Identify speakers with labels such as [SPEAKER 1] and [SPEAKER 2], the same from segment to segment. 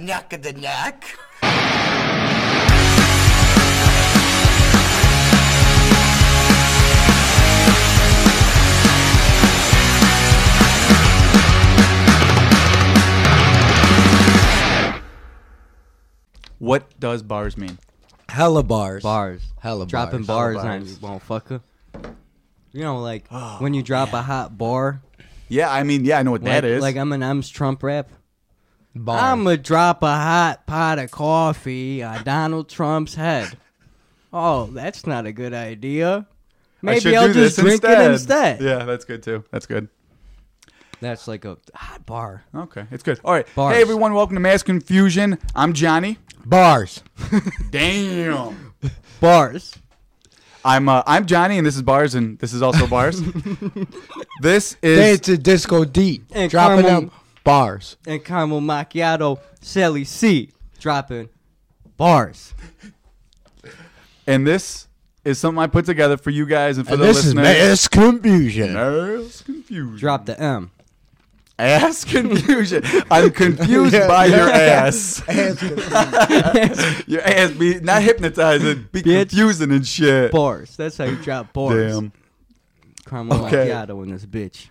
[SPEAKER 1] neck of the neck.
[SPEAKER 2] What does bars mean?
[SPEAKER 3] Hella bars.
[SPEAKER 4] bars.
[SPEAKER 3] Hella
[SPEAKER 4] Dropping
[SPEAKER 3] bars.
[SPEAKER 4] bars, on you,
[SPEAKER 2] bars.
[SPEAKER 4] motherfucker. You know, like
[SPEAKER 2] Oh,
[SPEAKER 4] when you drop a hot bar.
[SPEAKER 2] Yeah, I mean, yeah, I know what
[SPEAKER 4] like,
[SPEAKER 2] that is. Oh.
[SPEAKER 4] Like Eminem's Trump rap.
[SPEAKER 3] Bars.
[SPEAKER 4] I'm gonna drop a hot pot of coffee on Donald Trump's head. Oh, that's not a good idea.
[SPEAKER 2] I should
[SPEAKER 4] Maybe I'll
[SPEAKER 2] do
[SPEAKER 4] just
[SPEAKER 2] this
[SPEAKER 4] drink it instead.
[SPEAKER 2] Yeah, that's good too. That's good.
[SPEAKER 4] That's like a hot bar.
[SPEAKER 2] Okay, it's good. All right.
[SPEAKER 4] Bars.
[SPEAKER 2] Hey everyone, welcome to Mass Confusion. I'm Johnny.
[SPEAKER 3] bars.
[SPEAKER 2] Damn.
[SPEAKER 4] Bars.
[SPEAKER 2] I'm uh, I'm Johnny, and this is bars, and this is also bars. this is
[SPEAKER 3] Dance to disco deep.
[SPEAKER 4] And
[SPEAKER 3] dropping
[SPEAKER 4] caramel-
[SPEAKER 3] them bars.
[SPEAKER 4] And caramel macchiato, Sally C. Dropping bars.
[SPEAKER 2] and this is something I put together for you guys and for
[SPEAKER 3] And
[SPEAKER 2] the
[SPEAKER 3] this is
[SPEAKER 2] listeners.
[SPEAKER 3] mass confusion.
[SPEAKER 2] Mass confusion.
[SPEAKER 4] Drop the M.
[SPEAKER 2] ass confusion. I'm confused by your ass.
[SPEAKER 3] Ass confusion.
[SPEAKER 2] Your ass be not hypnotizing, be
[SPEAKER 4] Bitch.
[SPEAKER 2] confusing and shit.
[SPEAKER 4] Bars. That's how you drop bars.
[SPEAKER 2] Damn.
[SPEAKER 4] Caramel
[SPEAKER 2] Okay.
[SPEAKER 4] macchiato in this bitch.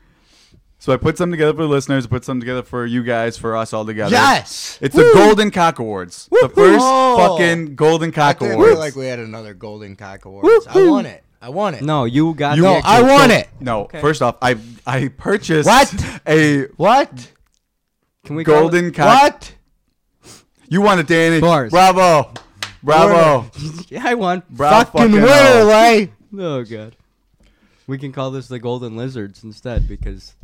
[SPEAKER 2] So I put something together for the listeners, put something together for you guys, for us all together.
[SPEAKER 3] yes.
[SPEAKER 2] It's the Golden Cock Awards. The first
[SPEAKER 3] Oh.
[SPEAKER 2] fucking Golden
[SPEAKER 3] I
[SPEAKER 2] Cock
[SPEAKER 3] think we
[SPEAKER 2] Awards.
[SPEAKER 3] like we had another Golden Cock Awards. I want it. I want it.
[SPEAKER 4] No, you got
[SPEAKER 2] You-
[SPEAKER 4] the
[SPEAKER 3] No,
[SPEAKER 4] actual
[SPEAKER 3] I want
[SPEAKER 4] coke.
[SPEAKER 3] it.
[SPEAKER 2] no,
[SPEAKER 4] Okay.
[SPEAKER 2] first off, I I purchased
[SPEAKER 3] What?
[SPEAKER 2] a
[SPEAKER 3] What?
[SPEAKER 4] Can we call
[SPEAKER 2] Golden
[SPEAKER 4] it-
[SPEAKER 2] Cock.
[SPEAKER 3] What?
[SPEAKER 2] You want it, Danny?
[SPEAKER 4] Bars.
[SPEAKER 2] Bravo. Bravo.
[SPEAKER 4] Yeah, I want.
[SPEAKER 2] Bravo.
[SPEAKER 3] fucking
[SPEAKER 2] fucking
[SPEAKER 3] winner,
[SPEAKER 2] hell.
[SPEAKER 3] lay.
[SPEAKER 4] Oh god. We can call this the Golden Lizards instead because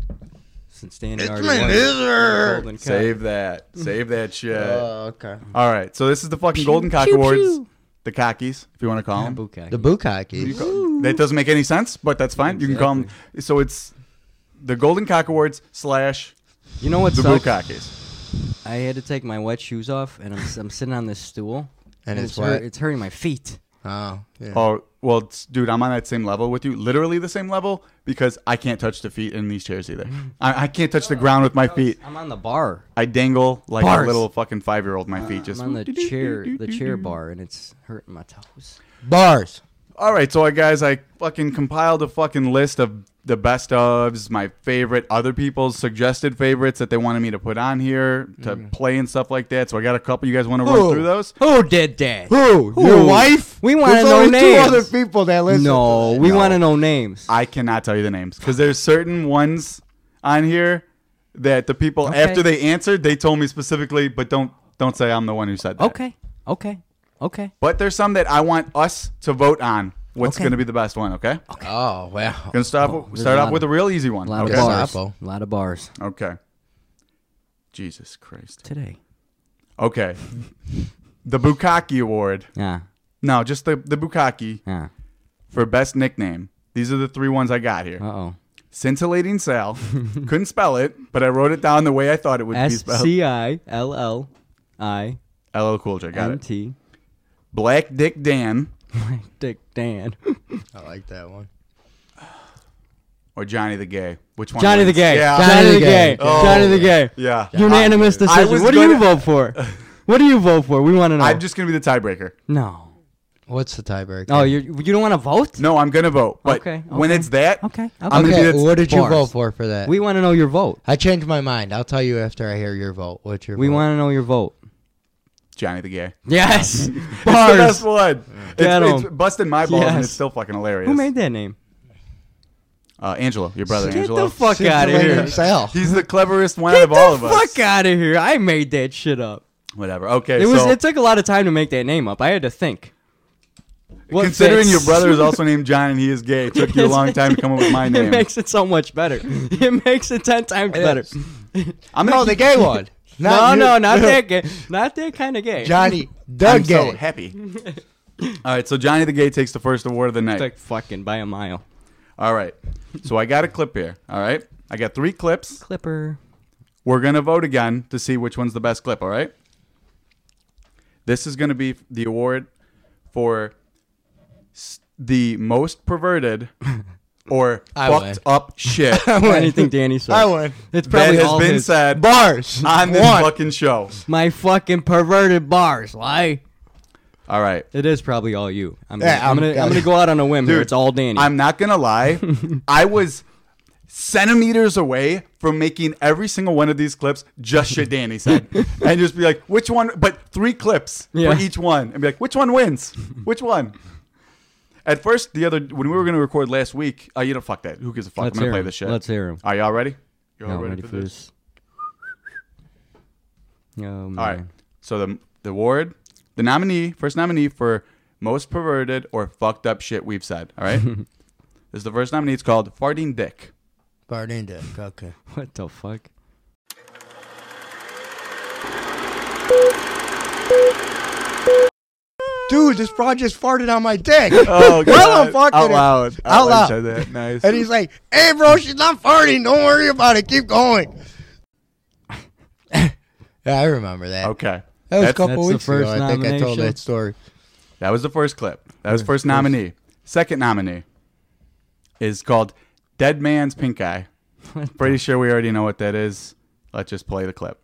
[SPEAKER 4] since Danny already
[SPEAKER 3] my
[SPEAKER 4] won it,
[SPEAKER 3] lizard.
[SPEAKER 4] Golden Cup.
[SPEAKER 2] Save that. Save that shit.
[SPEAKER 4] Oh,
[SPEAKER 3] okay.
[SPEAKER 2] All right, so this is the fucking Golden Cock Awards, the cockies, if you want to call them.
[SPEAKER 4] Bukkake.
[SPEAKER 3] The Bukaki.
[SPEAKER 2] That doesn't make any sense, but that's fine. You can call them. So it's the Golden Cock Awards slash
[SPEAKER 4] You know what
[SPEAKER 2] the
[SPEAKER 4] sucks?
[SPEAKER 2] Bukakis.
[SPEAKER 4] I had to take my wet shoes off, and I'm, I'm sitting on this stool,
[SPEAKER 3] And it's
[SPEAKER 4] hurt-
[SPEAKER 3] wet?
[SPEAKER 4] it's hurting my feet.
[SPEAKER 3] Oh, yeah.
[SPEAKER 2] Oh well, it's- dude, I'm on that same level with you, literally the same level, because I can't touch the feet in these chairs either. I, I can't touch the ground with my feet.
[SPEAKER 4] I'm on the bar.
[SPEAKER 2] I dangle like a
[SPEAKER 4] Bars. Ah,
[SPEAKER 2] little fucking five year old. My feet just.
[SPEAKER 4] I'm on the chair, the chair bar, and it's hurting my toes.
[SPEAKER 3] Bars.
[SPEAKER 2] All right, so I guys, I fucking compiled a fucking list of the best ofs, my favorite, other people's suggested favorites that they wanted me to put on here to
[SPEAKER 4] Mm.
[SPEAKER 2] play and stuff like that. So I got a couple. You guys want to run
[SPEAKER 3] Who?
[SPEAKER 2] through those?
[SPEAKER 4] Who did that?
[SPEAKER 3] Who? Your
[SPEAKER 4] Who?
[SPEAKER 3] wife?
[SPEAKER 4] We wanna
[SPEAKER 3] There's
[SPEAKER 4] know
[SPEAKER 3] only
[SPEAKER 4] names.
[SPEAKER 3] two other people that listen.
[SPEAKER 4] No,
[SPEAKER 3] to
[SPEAKER 4] we
[SPEAKER 3] this.
[SPEAKER 4] want to know names.
[SPEAKER 2] I cannot tell you the names because there's certain ones on here that the people
[SPEAKER 4] Okay.
[SPEAKER 2] after they answered, they told me specifically, but don't don't say I'm the one who said that.
[SPEAKER 4] okay, okay, okay.
[SPEAKER 2] But there's some that I want us to vote on. What's
[SPEAKER 4] Okay.
[SPEAKER 2] going to be the best one? Okay. okay.
[SPEAKER 3] Oh, wow.
[SPEAKER 2] Gonna start off-
[SPEAKER 4] there's
[SPEAKER 2] start
[SPEAKER 4] a
[SPEAKER 2] off
[SPEAKER 4] lot
[SPEAKER 2] with a
[SPEAKER 4] of-
[SPEAKER 2] real easy one.
[SPEAKER 4] A lot
[SPEAKER 2] okay.
[SPEAKER 4] of bars.
[SPEAKER 3] Apple.
[SPEAKER 4] A lot of bars
[SPEAKER 2] Okay. Jesus Christ.
[SPEAKER 4] today.
[SPEAKER 2] Okay. the Bukaki Award.
[SPEAKER 4] Yeah,
[SPEAKER 2] No, just the, the Bukaki
[SPEAKER 4] yeah.
[SPEAKER 2] for best nickname. These are the three ones I got here.
[SPEAKER 4] Uh oh.
[SPEAKER 2] Scintillating Sal. Couldn't spell it, but I wrote it down the way I thought it would
[SPEAKER 4] S
[SPEAKER 2] be spelled.
[SPEAKER 4] C I L L I
[SPEAKER 2] LL Cool J. Got
[SPEAKER 4] N
[SPEAKER 2] it.
[SPEAKER 4] T.
[SPEAKER 2] Black Dick Dan
[SPEAKER 4] Dick Dan.
[SPEAKER 3] I like that one.
[SPEAKER 2] or Johnny the Gay. Which one?
[SPEAKER 4] Johnny the
[SPEAKER 2] wins?
[SPEAKER 4] Gay.
[SPEAKER 2] Yeah.
[SPEAKER 4] Johnny the Gay.
[SPEAKER 2] Oh,
[SPEAKER 4] Johnny the Gay.
[SPEAKER 2] Yeah.
[SPEAKER 4] Unanimous
[SPEAKER 2] I- I
[SPEAKER 4] decision.
[SPEAKER 2] was
[SPEAKER 4] What do you
[SPEAKER 2] gonna-
[SPEAKER 4] vote for? What do you vote for? We want to know.
[SPEAKER 2] I'm just going to be the tiebreaker.
[SPEAKER 4] no.
[SPEAKER 3] What's the tiebreaker?
[SPEAKER 4] Oh, you you don't want to vote?
[SPEAKER 2] No, I'm going to vote. But
[SPEAKER 4] Okay,
[SPEAKER 2] when
[SPEAKER 4] okay.
[SPEAKER 2] it's that,
[SPEAKER 4] Okay, okay.
[SPEAKER 2] I'm going to
[SPEAKER 3] okay.
[SPEAKER 2] be the
[SPEAKER 3] What did you
[SPEAKER 4] bars.
[SPEAKER 3] vote for for that?
[SPEAKER 4] We want to know your vote.
[SPEAKER 3] I changed my mind. I'll tell you after I hear your vote. What's your
[SPEAKER 4] We
[SPEAKER 3] vote?
[SPEAKER 4] want to know your vote.
[SPEAKER 2] Johnny the Gay.
[SPEAKER 4] Yes.
[SPEAKER 2] It's the
[SPEAKER 4] Bars.
[SPEAKER 2] best one.
[SPEAKER 4] Get
[SPEAKER 2] It's, it's
[SPEAKER 4] 'em.
[SPEAKER 2] busting my balls and
[SPEAKER 4] Yes.
[SPEAKER 2] it's still fucking hilarious.
[SPEAKER 4] Who made that name?
[SPEAKER 2] Uh, Angelo, your brother,
[SPEAKER 4] Get
[SPEAKER 2] Angelo.
[SPEAKER 4] the fuck out of
[SPEAKER 3] Scintillating
[SPEAKER 4] here.
[SPEAKER 3] Sal.
[SPEAKER 2] He's the cleverest one
[SPEAKER 4] Get
[SPEAKER 2] of all of
[SPEAKER 4] the
[SPEAKER 2] us.
[SPEAKER 4] fuck out of here. I made that shit up.
[SPEAKER 2] Whatever. Okay.
[SPEAKER 4] It was.
[SPEAKER 2] so
[SPEAKER 4] It took a lot of time to make that name up. I had to think. What
[SPEAKER 2] considering
[SPEAKER 4] fits?
[SPEAKER 2] your brother is also named John and he is gay, it took you a long time to come up with my
[SPEAKER 4] It
[SPEAKER 2] name.
[SPEAKER 4] makes it so much better. It makes it ten times better.
[SPEAKER 2] I'm
[SPEAKER 3] No,
[SPEAKER 2] gonna
[SPEAKER 3] the
[SPEAKER 2] keep-
[SPEAKER 3] gay one.
[SPEAKER 4] No,
[SPEAKER 3] you.
[SPEAKER 4] no, not that gay. Not that kind of gay.
[SPEAKER 3] Johnny the
[SPEAKER 2] I'm
[SPEAKER 3] gay.
[SPEAKER 2] so happy. All right, so Johnny the Gay takes the first award of the night.
[SPEAKER 4] Like fucking by a mile.
[SPEAKER 2] All right, so I got a clip here. All right, I got three clips.
[SPEAKER 4] Clipper.
[SPEAKER 2] We're gonna vote again to see which one's the best clip. All right, this is gonna be the award for s- the most perverted or
[SPEAKER 3] I
[SPEAKER 2] fucked
[SPEAKER 3] would.
[SPEAKER 2] up shit
[SPEAKER 4] Anything Danny said.
[SPEAKER 3] I would.
[SPEAKER 4] It's
[SPEAKER 2] that
[SPEAKER 4] probably
[SPEAKER 2] has
[SPEAKER 4] all
[SPEAKER 2] been
[SPEAKER 4] his-
[SPEAKER 2] said
[SPEAKER 3] Bars.
[SPEAKER 2] on this
[SPEAKER 3] One.
[SPEAKER 2] fucking show.
[SPEAKER 4] my fucking perverted bars. Why?
[SPEAKER 2] All right.
[SPEAKER 4] It is probably all you. I'm
[SPEAKER 3] Yeah,
[SPEAKER 4] gonna, I'm,
[SPEAKER 3] I'm-
[SPEAKER 4] gonna, I'm gonna go out on a whim here.
[SPEAKER 2] Dude,
[SPEAKER 4] It's all Danny.
[SPEAKER 2] I'm not gonna lie. I was centimeters away from making every single one of these clips just shit Danny said, and just be like, which one? But three clips
[SPEAKER 4] Yeah.
[SPEAKER 2] for each one, and be like, which one wins? Which one? At first, the other when we were gonna record last week, uh, you know, fuck that. Who gives a fuck?
[SPEAKER 4] Let's
[SPEAKER 2] I'm gonna
[SPEAKER 4] hear
[SPEAKER 2] play
[SPEAKER 4] him.
[SPEAKER 2] this shit.
[SPEAKER 4] Let's hear him.
[SPEAKER 2] Are y'all ready? You're
[SPEAKER 4] Yeah,
[SPEAKER 2] all
[SPEAKER 4] I'm
[SPEAKER 2] ready, for this?
[SPEAKER 4] this. Um,
[SPEAKER 2] All right. So the the award, the nominee, first nominee for most perverted or fucked up shit we've said. All right. this is the first nominee. It's called farting dick.
[SPEAKER 3] Farting dick. Okay.
[SPEAKER 4] What the fuck?
[SPEAKER 3] Dude, this broad just farted on my dick.
[SPEAKER 4] Uh,
[SPEAKER 2] Oh,
[SPEAKER 3] Well, I'm fucking
[SPEAKER 2] out
[SPEAKER 3] it.
[SPEAKER 2] loud.
[SPEAKER 3] Out loud.
[SPEAKER 2] said that. Nice.
[SPEAKER 3] and he's like, "Hey, bro, she's not farting. Don't worry about it. Keep going." yeah, I remember that.
[SPEAKER 2] okay.
[SPEAKER 3] That was a
[SPEAKER 2] That's-
[SPEAKER 3] couple
[SPEAKER 4] That's the
[SPEAKER 3] weeks ago.
[SPEAKER 4] first
[SPEAKER 3] I think I told
[SPEAKER 4] nomination.
[SPEAKER 3] that story.
[SPEAKER 2] that was the first clip. That was first nominee. Second nominee is called Dead Man's Pink Eye. Pretty sure we already know what that is. Let's just play the clip.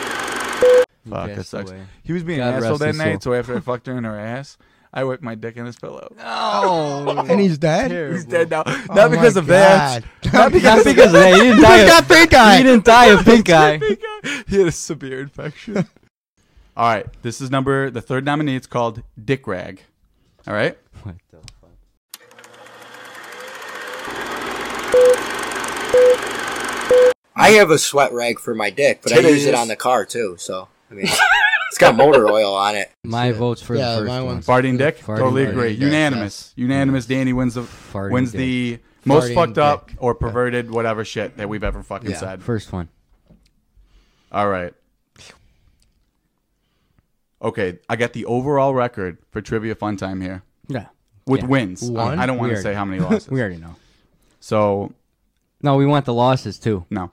[SPEAKER 2] Fuck, that
[SPEAKER 4] passed
[SPEAKER 2] sucks.
[SPEAKER 4] away.
[SPEAKER 2] He was being
[SPEAKER 4] God
[SPEAKER 2] an asshole
[SPEAKER 4] rest
[SPEAKER 2] that
[SPEAKER 4] his
[SPEAKER 2] night,
[SPEAKER 4] soul.
[SPEAKER 2] so after I fucked her in her ass, I whipped my dick in his pillow.
[SPEAKER 4] Oh,
[SPEAKER 3] And he's dead.
[SPEAKER 2] He's dead now. Not because
[SPEAKER 3] my
[SPEAKER 2] of that.
[SPEAKER 3] God.
[SPEAKER 2] Not because
[SPEAKER 4] Not
[SPEAKER 2] of
[SPEAKER 4] because of that. He didn't die.
[SPEAKER 3] got pink
[SPEAKER 4] Of, he
[SPEAKER 3] eye.
[SPEAKER 4] didn't die of pink eye.
[SPEAKER 2] he had a severe infection. All right, this is number the third nominee. It's called Dick Rag. All right,
[SPEAKER 4] What the fuck?
[SPEAKER 1] I have a sweat rag for my dick, but I use it on the car too. So I mean, it's got motor oil on it.
[SPEAKER 4] My votes for
[SPEAKER 3] Yeah,
[SPEAKER 4] the first
[SPEAKER 3] my
[SPEAKER 4] one.
[SPEAKER 3] one's-
[SPEAKER 2] farting dick.
[SPEAKER 4] Farting
[SPEAKER 2] totally
[SPEAKER 4] dick.
[SPEAKER 2] agree.
[SPEAKER 3] Farting dick,
[SPEAKER 2] Unanimous. Unanimous. Danny wins the
[SPEAKER 4] Farting
[SPEAKER 2] wins
[SPEAKER 4] dick.
[SPEAKER 2] the most
[SPEAKER 3] Farting
[SPEAKER 2] fucked up
[SPEAKER 3] dick.
[SPEAKER 2] or perverted whatever shit that we've ever fucking
[SPEAKER 3] Yeah.
[SPEAKER 2] said.
[SPEAKER 4] First one.
[SPEAKER 2] All right. Okay, I got the overall record for trivia fun time here
[SPEAKER 4] Yeah,
[SPEAKER 2] with
[SPEAKER 4] Yeah.
[SPEAKER 2] wins.
[SPEAKER 3] One?
[SPEAKER 2] I don't want to
[SPEAKER 4] Weird.
[SPEAKER 2] say how many losses.
[SPEAKER 4] we already know.
[SPEAKER 2] So
[SPEAKER 4] No, we want the losses too.
[SPEAKER 2] no.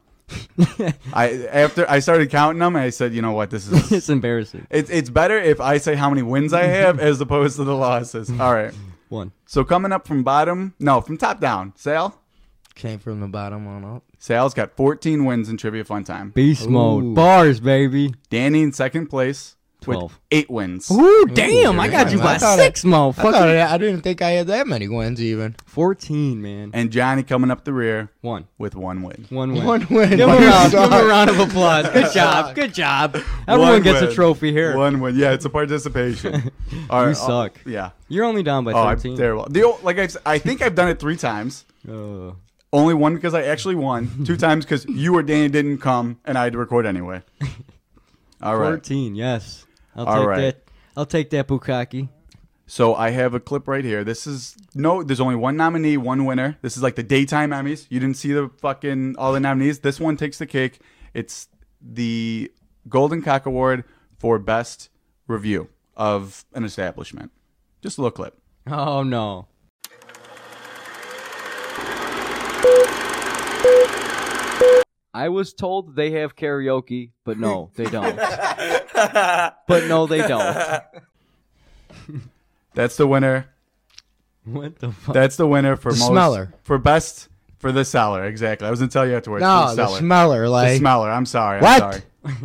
[SPEAKER 2] I after I started counting them, I said, you know what, this is
[SPEAKER 4] it's embarrassing.
[SPEAKER 2] It's it's better if I say how many wins I have as opposed to the losses. All right.
[SPEAKER 4] One.
[SPEAKER 2] So coming up from bottom, no, from top down. Sal,
[SPEAKER 3] Came from the bottom on up.
[SPEAKER 2] Sal's got 14 wins in trivia fun time.
[SPEAKER 4] Beast
[SPEAKER 3] Ooh.
[SPEAKER 4] mode. Bars, baby.
[SPEAKER 2] Danny in second place with
[SPEAKER 4] Twelve.
[SPEAKER 2] eight wins.
[SPEAKER 4] Ooh, damn. I
[SPEAKER 3] got you by six,
[SPEAKER 4] motherfucker.
[SPEAKER 3] I, thought I, I didn't think I had that many wins even.
[SPEAKER 4] 14, man.
[SPEAKER 2] And Johnny coming up the rear
[SPEAKER 4] one.
[SPEAKER 2] with one win.
[SPEAKER 4] One win.
[SPEAKER 3] One win.
[SPEAKER 4] Give him,
[SPEAKER 3] One
[SPEAKER 4] a round, give him
[SPEAKER 3] star.
[SPEAKER 4] a round of applause. Good job. Good job. Everyone
[SPEAKER 2] One
[SPEAKER 4] gets a
[SPEAKER 2] win.
[SPEAKER 4] trophy here.
[SPEAKER 2] One win. Yeah, it's a participation. All right,
[SPEAKER 4] You
[SPEAKER 2] I'll-
[SPEAKER 4] suck.
[SPEAKER 2] yeah.
[SPEAKER 4] You're only down by
[SPEAKER 2] Oh, I'm
[SPEAKER 4] 13.
[SPEAKER 2] terrible. The, o- like I've, s- I think I've done it three times.
[SPEAKER 4] Oh.
[SPEAKER 2] Only one because I actually won. Two times because you or Danny didn't come and I had to record anyway. All right.
[SPEAKER 4] 14, yes. I'll
[SPEAKER 2] All
[SPEAKER 4] take
[SPEAKER 2] right.
[SPEAKER 4] that. I'll take that Bukaki.
[SPEAKER 2] So I have a clip right here. This is no. There's only one nominee, one winner. This is like the daytime Emmys. You didn't see the fucking all the nominees. This one takes the cake. It's the Golden Cock Award for best review of an establishment. Just a little clip.
[SPEAKER 4] Oh no. I was told they have karaoke, but no, they don't. but no, they don't.
[SPEAKER 2] That's the winner.
[SPEAKER 4] What the fuck?
[SPEAKER 2] That's the winner for
[SPEAKER 3] The
[SPEAKER 2] most
[SPEAKER 3] smeller.
[SPEAKER 2] for best for the seller. Exactly. I was gonna tell you afterwards.
[SPEAKER 3] No,
[SPEAKER 2] for the
[SPEAKER 3] the
[SPEAKER 2] seller.
[SPEAKER 3] smeller.
[SPEAKER 2] The
[SPEAKER 3] Like
[SPEAKER 2] smeller. I'm sorry.
[SPEAKER 3] What?
[SPEAKER 2] I'm sorry.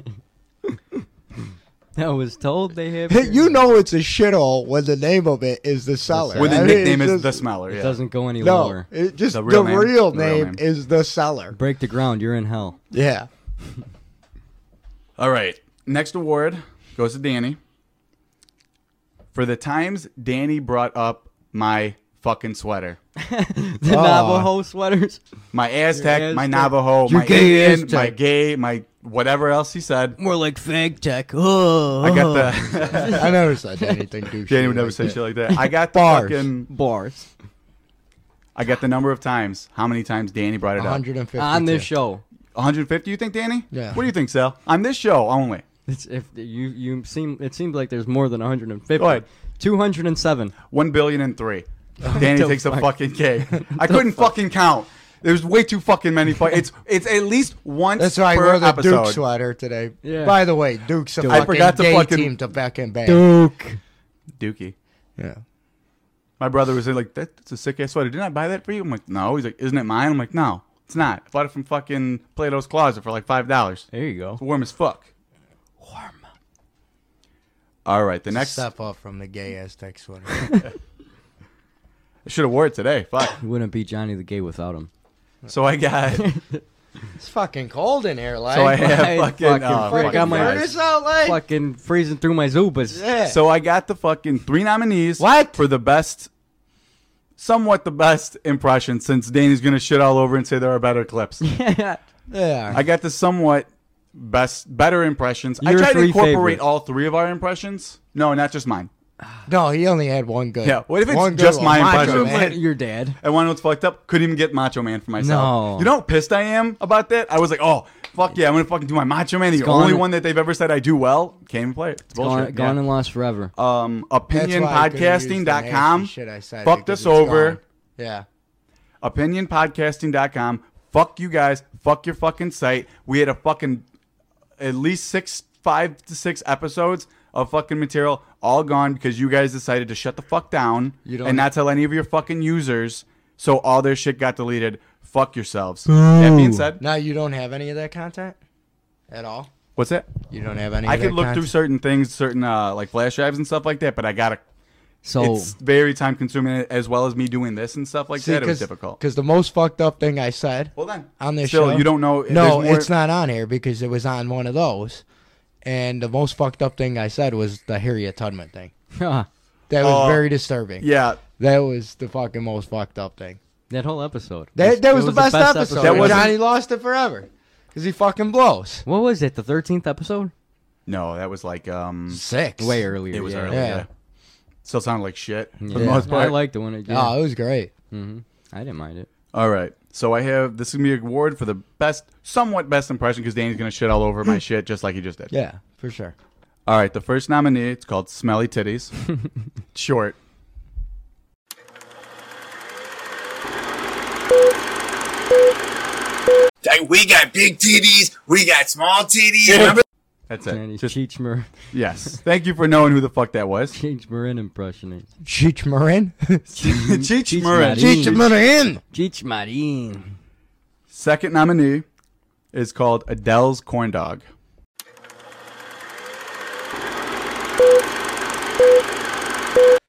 [SPEAKER 4] I was told they have.
[SPEAKER 3] Hey, you know it's a shithole when the name of it is the seller.
[SPEAKER 2] With
[SPEAKER 3] I
[SPEAKER 2] the
[SPEAKER 3] mean,
[SPEAKER 2] nickname
[SPEAKER 3] it's
[SPEAKER 2] is the
[SPEAKER 3] just-
[SPEAKER 2] smeller.
[SPEAKER 4] It
[SPEAKER 2] Yeah.
[SPEAKER 4] doesn't go any
[SPEAKER 3] No,
[SPEAKER 4] lower.
[SPEAKER 3] it just
[SPEAKER 2] The
[SPEAKER 3] the
[SPEAKER 2] real
[SPEAKER 3] real,
[SPEAKER 2] name? The real
[SPEAKER 3] name
[SPEAKER 2] name.
[SPEAKER 3] is the seller.
[SPEAKER 4] Break the ground. You're in hell.
[SPEAKER 3] Yeah.
[SPEAKER 2] All right. Next award goes to Danny. For the times Danny brought up my fucking sweater,
[SPEAKER 4] The
[SPEAKER 2] Ah.
[SPEAKER 3] Aw.
[SPEAKER 4] Navajo sweaters.
[SPEAKER 2] my Aztec, my
[SPEAKER 4] Aztec.
[SPEAKER 2] Navajo,
[SPEAKER 4] Your
[SPEAKER 2] my
[SPEAKER 4] gay
[SPEAKER 2] Indian,
[SPEAKER 4] Aztec.
[SPEAKER 2] my gay, my whatever else he said.
[SPEAKER 4] More like fag tech. Oh,
[SPEAKER 2] I got the.
[SPEAKER 3] I never said anything douchey.
[SPEAKER 2] Danny would never
[SPEAKER 3] like
[SPEAKER 2] say
[SPEAKER 3] that.
[SPEAKER 2] shit like that. I got the
[SPEAKER 3] Bars.
[SPEAKER 2] fucking.
[SPEAKER 4] bars
[SPEAKER 2] I got the number of times. How many times Danny brought it up?
[SPEAKER 3] 150
[SPEAKER 4] on this show.
[SPEAKER 2] 150. You think, Danny?
[SPEAKER 3] Yeah.
[SPEAKER 2] What do you think, Sal? On this show only.
[SPEAKER 4] It's if you you seem it seems like there's more than 150.
[SPEAKER 2] What?
[SPEAKER 4] 207.
[SPEAKER 2] One billion and three. Danny
[SPEAKER 4] the
[SPEAKER 2] takes a
[SPEAKER 4] fuck?
[SPEAKER 2] fucking cake. I couldn't fucking count. There's way too fucking many. Fu- it's it's at least once
[SPEAKER 3] That's why I
[SPEAKER 2] per
[SPEAKER 3] wore the
[SPEAKER 2] episode.
[SPEAKER 3] Duke sweater today.
[SPEAKER 4] Yeah.
[SPEAKER 3] By the way, Duke's a
[SPEAKER 2] I
[SPEAKER 3] fucking
[SPEAKER 2] forgot to
[SPEAKER 3] gay
[SPEAKER 2] fucking-
[SPEAKER 3] team to fucking bang.
[SPEAKER 4] Duke.
[SPEAKER 2] Dookie.
[SPEAKER 3] Yeah.
[SPEAKER 2] My brother was like, that, "That's a sick ass sweater. Didn't I buy that for you?" I'm like, "No." He's like, "Isn't it mine?" I'm like, "No, it's not. I bought it from fucking Plato's Closet for like five dollars.
[SPEAKER 4] There you go.
[SPEAKER 2] It's warm as fuck." Warm. All right, the next. I
[SPEAKER 3] Step up from the gay Aztec sweater.
[SPEAKER 2] should have wore it today. Fuck.
[SPEAKER 4] You wouldn't be Johnny the Gay without him.
[SPEAKER 2] so I got. So
[SPEAKER 3] it's fucking cold in here, like.
[SPEAKER 2] Oh, I have
[SPEAKER 4] Right,
[SPEAKER 2] fucking.
[SPEAKER 4] fucking
[SPEAKER 2] oh,
[SPEAKER 4] frick,
[SPEAKER 2] fucking
[SPEAKER 4] I'm like-
[SPEAKER 2] guys.
[SPEAKER 3] furnace out, like.
[SPEAKER 4] Fucking freezing through my zubas.
[SPEAKER 3] Yeah.
[SPEAKER 2] So I got the fucking three nominees.
[SPEAKER 3] What?
[SPEAKER 2] For the best, somewhat the best impression since Danny's going to shit all over and say there are better clips.
[SPEAKER 3] yeah.
[SPEAKER 2] I got the somewhat best, better impressions. I
[SPEAKER 4] Your
[SPEAKER 2] tried to
[SPEAKER 4] three
[SPEAKER 2] incorporate
[SPEAKER 4] favorites.
[SPEAKER 2] all three of our impressions. No, not just mine.
[SPEAKER 3] no, he only had one good.
[SPEAKER 2] Yeah, what if it's
[SPEAKER 3] one good
[SPEAKER 2] just
[SPEAKER 3] one.
[SPEAKER 2] my
[SPEAKER 3] Macho
[SPEAKER 2] impression?
[SPEAKER 3] Man.
[SPEAKER 4] Your dad.
[SPEAKER 2] And one what's fucked up, couldn't even get Macho Man for myself.
[SPEAKER 4] No.
[SPEAKER 2] You know how pissed I am about that? I was like, oh, fuck yeah, I'm going to fucking do my Macho Man. The
[SPEAKER 4] gone.
[SPEAKER 2] only one that they've ever said I do well. Can't even play it. It's
[SPEAKER 4] Gone,
[SPEAKER 2] bullshit.
[SPEAKER 4] gone
[SPEAKER 2] yeah.
[SPEAKER 4] and lost forever.
[SPEAKER 2] um,
[SPEAKER 3] That's why I couldn't use the nasty
[SPEAKER 2] opinionpodcasting.com.
[SPEAKER 3] Shit, I said
[SPEAKER 2] Fucked
[SPEAKER 3] because
[SPEAKER 2] us
[SPEAKER 3] it's
[SPEAKER 2] over.
[SPEAKER 3] gone. Yeah.
[SPEAKER 2] opinionpodcasting.com. Fuck you guys. Fuck your fucking site. We had a fucking at least six, five to six episodes of fucking material all gone because you guys decided to shut the fuck down
[SPEAKER 3] You don't-
[SPEAKER 2] and not tell any of your fucking users. So all their shit got deleted. Fuck yourselves. That being said,
[SPEAKER 3] Now you don't have any of that content at all.
[SPEAKER 2] what's it?
[SPEAKER 3] You don't have any.
[SPEAKER 2] I
[SPEAKER 3] of that
[SPEAKER 2] could look
[SPEAKER 3] content?
[SPEAKER 2] through certain things, certain uh, like flash drives and stuff like that, but I gotta.
[SPEAKER 4] So
[SPEAKER 2] It's very time consuming as well as me doing this and stuff like that. It was difficult.
[SPEAKER 3] Because the most fucked up thing I said
[SPEAKER 2] Hold on.
[SPEAKER 3] on this
[SPEAKER 2] Still,
[SPEAKER 3] show.
[SPEAKER 2] you don't know.
[SPEAKER 3] No,
[SPEAKER 2] there's more-
[SPEAKER 3] it's not on here because it was on one of those. And the most fucked up thing I said was the Harriet Tubman thing. That
[SPEAKER 2] Oh.
[SPEAKER 3] was very disturbing.
[SPEAKER 2] Yeah,
[SPEAKER 3] That was the fucking most fucked up thing.
[SPEAKER 4] that whole episode.
[SPEAKER 3] That, that
[SPEAKER 4] It
[SPEAKER 3] was, the best, episode.
[SPEAKER 2] That
[SPEAKER 3] and
[SPEAKER 2] wasn't-
[SPEAKER 3] Johnny lost it forever because he fucking blows.
[SPEAKER 4] What was it? The thirteenth episode?
[SPEAKER 2] No, that was like um.
[SPEAKER 3] Six.
[SPEAKER 4] Way earlier.
[SPEAKER 2] It was
[SPEAKER 4] yeah.
[SPEAKER 2] early.
[SPEAKER 3] Yeah.
[SPEAKER 2] Yeah. Still sounded like shit for the
[SPEAKER 4] Yeah.
[SPEAKER 2] most
[SPEAKER 4] I
[SPEAKER 2] part. Uh,
[SPEAKER 4] liked the one it did.
[SPEAKER 3] Oh, it was great.
[SPEAKER 4] I didn't mind it.
[SPEAKER 2] all right, so I have this is gonna be an award for the best, somewhat best impression because Danny's gonna shit all over my shit just like he just did.
[SPEAKER 3] Yeah, for sure.
[SPEAKER 2] All right, the first nominee. It's called Smelly Titties. Short.
[SPEAKER 5] Like we got big titties, we got small titties. Remember
[SPEAKER 2] That's
[SPEAKER 4] Danny
[SPEAKER 2] it. Just,
[SPEAKER 4] Cheech, Mar-
[SPEAKER 2] yes. Thank you for knowing who the fuck that was.
[SPEAKER 4] Cheech Marin impressioning.
[SPEAKER 3] Cheech Marin.
[SPEAKER 2] Cheech Marin.
[SPEAKER 4] Marin.
[SPEAKER 3] Cheech Marin.
[SPEAKER 4] Cheech Marin.
[SPEAKER 2] Second nominee is called Adele's Corn Dog.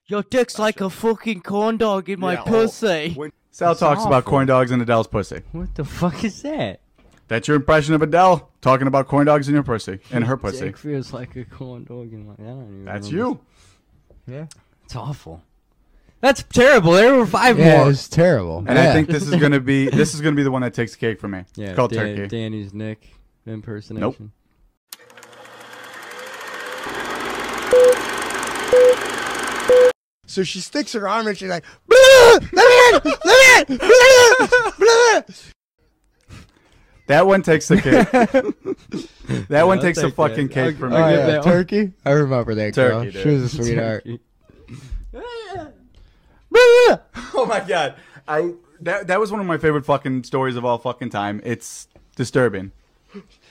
[SPEAKER 4] Your dick's like a fucking corn dog in my
[SPEAKER 2] Yeah. oh.
[SPEAKER 4] pussy.
[SPEAKER 2] Sal talks about
[SPEAKER 4] awful.
[SPEAKER 2] corn dogs and Adele's pussy.
[SPEAKER 4] What the fuck is that?
[SPEAKER 2] That's your impression of Adele talking about corn dogs and your pussy and her pussy.
[SPEAKER 4] Dick feels like a corn dog in my. I don't even.
[SPEAKER 2] That's
[SPEAKER 4] remember.
[SPEAKER 2] you.
[SPEAKER 4] It's awful. That's terrible. There were five
[SPEAKER 3] Yeah, it
[SPEAKER 4] more.
[SPEAKER 3] was terrible.
[SPEAKER 2] And
[SPEAKER 3] yeah.
[SPEAKER 2] I think this is gonna be this is gonna be the one that takes the cake for me.
[SPEAKER 4] yeah,
[SPEAKER 2] it's called
[SPEAKER 4] Dan-
[SPEAKER 2] turkey.
[SPEAKER 4] Danny's Nick impersonation.
[SPEAKER 3] So she sticks her arm and she's like, "Blah, let me in, let me in, blah, blah, blah."
[SPEAKER 2] That one takes the cake. that one takes the
[SPEAKER 4] take that.
[SPEAKER 2] fucking
[SPEAKER 4] I'll-
[SPEAKER 2] cake for me.
[SPEAKER 4] I'll
[SPEAKER 3] Oh,
[SPEAKER 4] get
[SPEAKER 3] yeah,
[SPEAKER 4] that one.
[SPEAKER 3] turkey. I remember that girl.
[SPEAKER 2] Turkey,
[SPEAKER 3] She was a
[SPEAKER 2] dude.
[SPEAKER 3] sweetheart.
[SPEAKER 4] Turkey.
[SPEAKER 2] Oh my god. I that that was one of my favorite fucking stories of all fucking time. It's disturbing.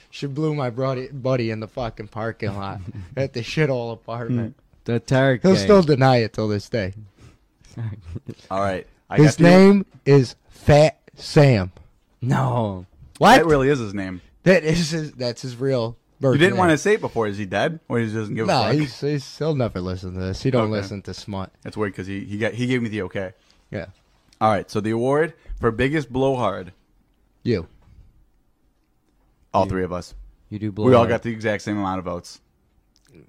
[SPEAKER 3] She blew my buddy, buddy in the fucking parking lot at the shithole apartment.
[SPEAKER 2] Hmm.
[SPEAKER 4] The turkey.
[SPEAKER 3] He'll still deny it till this day.
[SPEAKER 2] All right. I
[SPEAKER 3] His
[SPEAKER 2] got the-
[SPEAKER 3] name is Fat Sam.
[SPEAKER 4] no.
[SPEAKER 2] That
[SPEAKER 3] What?
[SPEAKER 2] really is his name.
[SPEAKER 3] that is his. That's his real. Birth
[SPEAKER 2] You didn't want to
[SPEAKER 3] name.
[SPEAKER 2] say it before. Is he dead? Or he just doesn't give
[SPEAKER 3] No,
[SPEAKER 2] a fuck?
[SPEAKER 3] he's, he's, he'll never listen to this. He don't
[SPEAKER 2] Okay.
[SPEAKER 3] listen to smut.
[SPEAKER 2] That's weird because he, he got he gave me the okay.
[SPEAKER 3] Yeah,
[SPEAKER 2] All right, so the award for biggest blowhard,
[SPEAKER 3] you.
[SPEAKER 2] all three of us.
[SPEAKER 4] You do blow.
[SPEAKER 2] We all
[SPEAKER 4] up.
[SPEAKER 2] got the exact same amount of votes.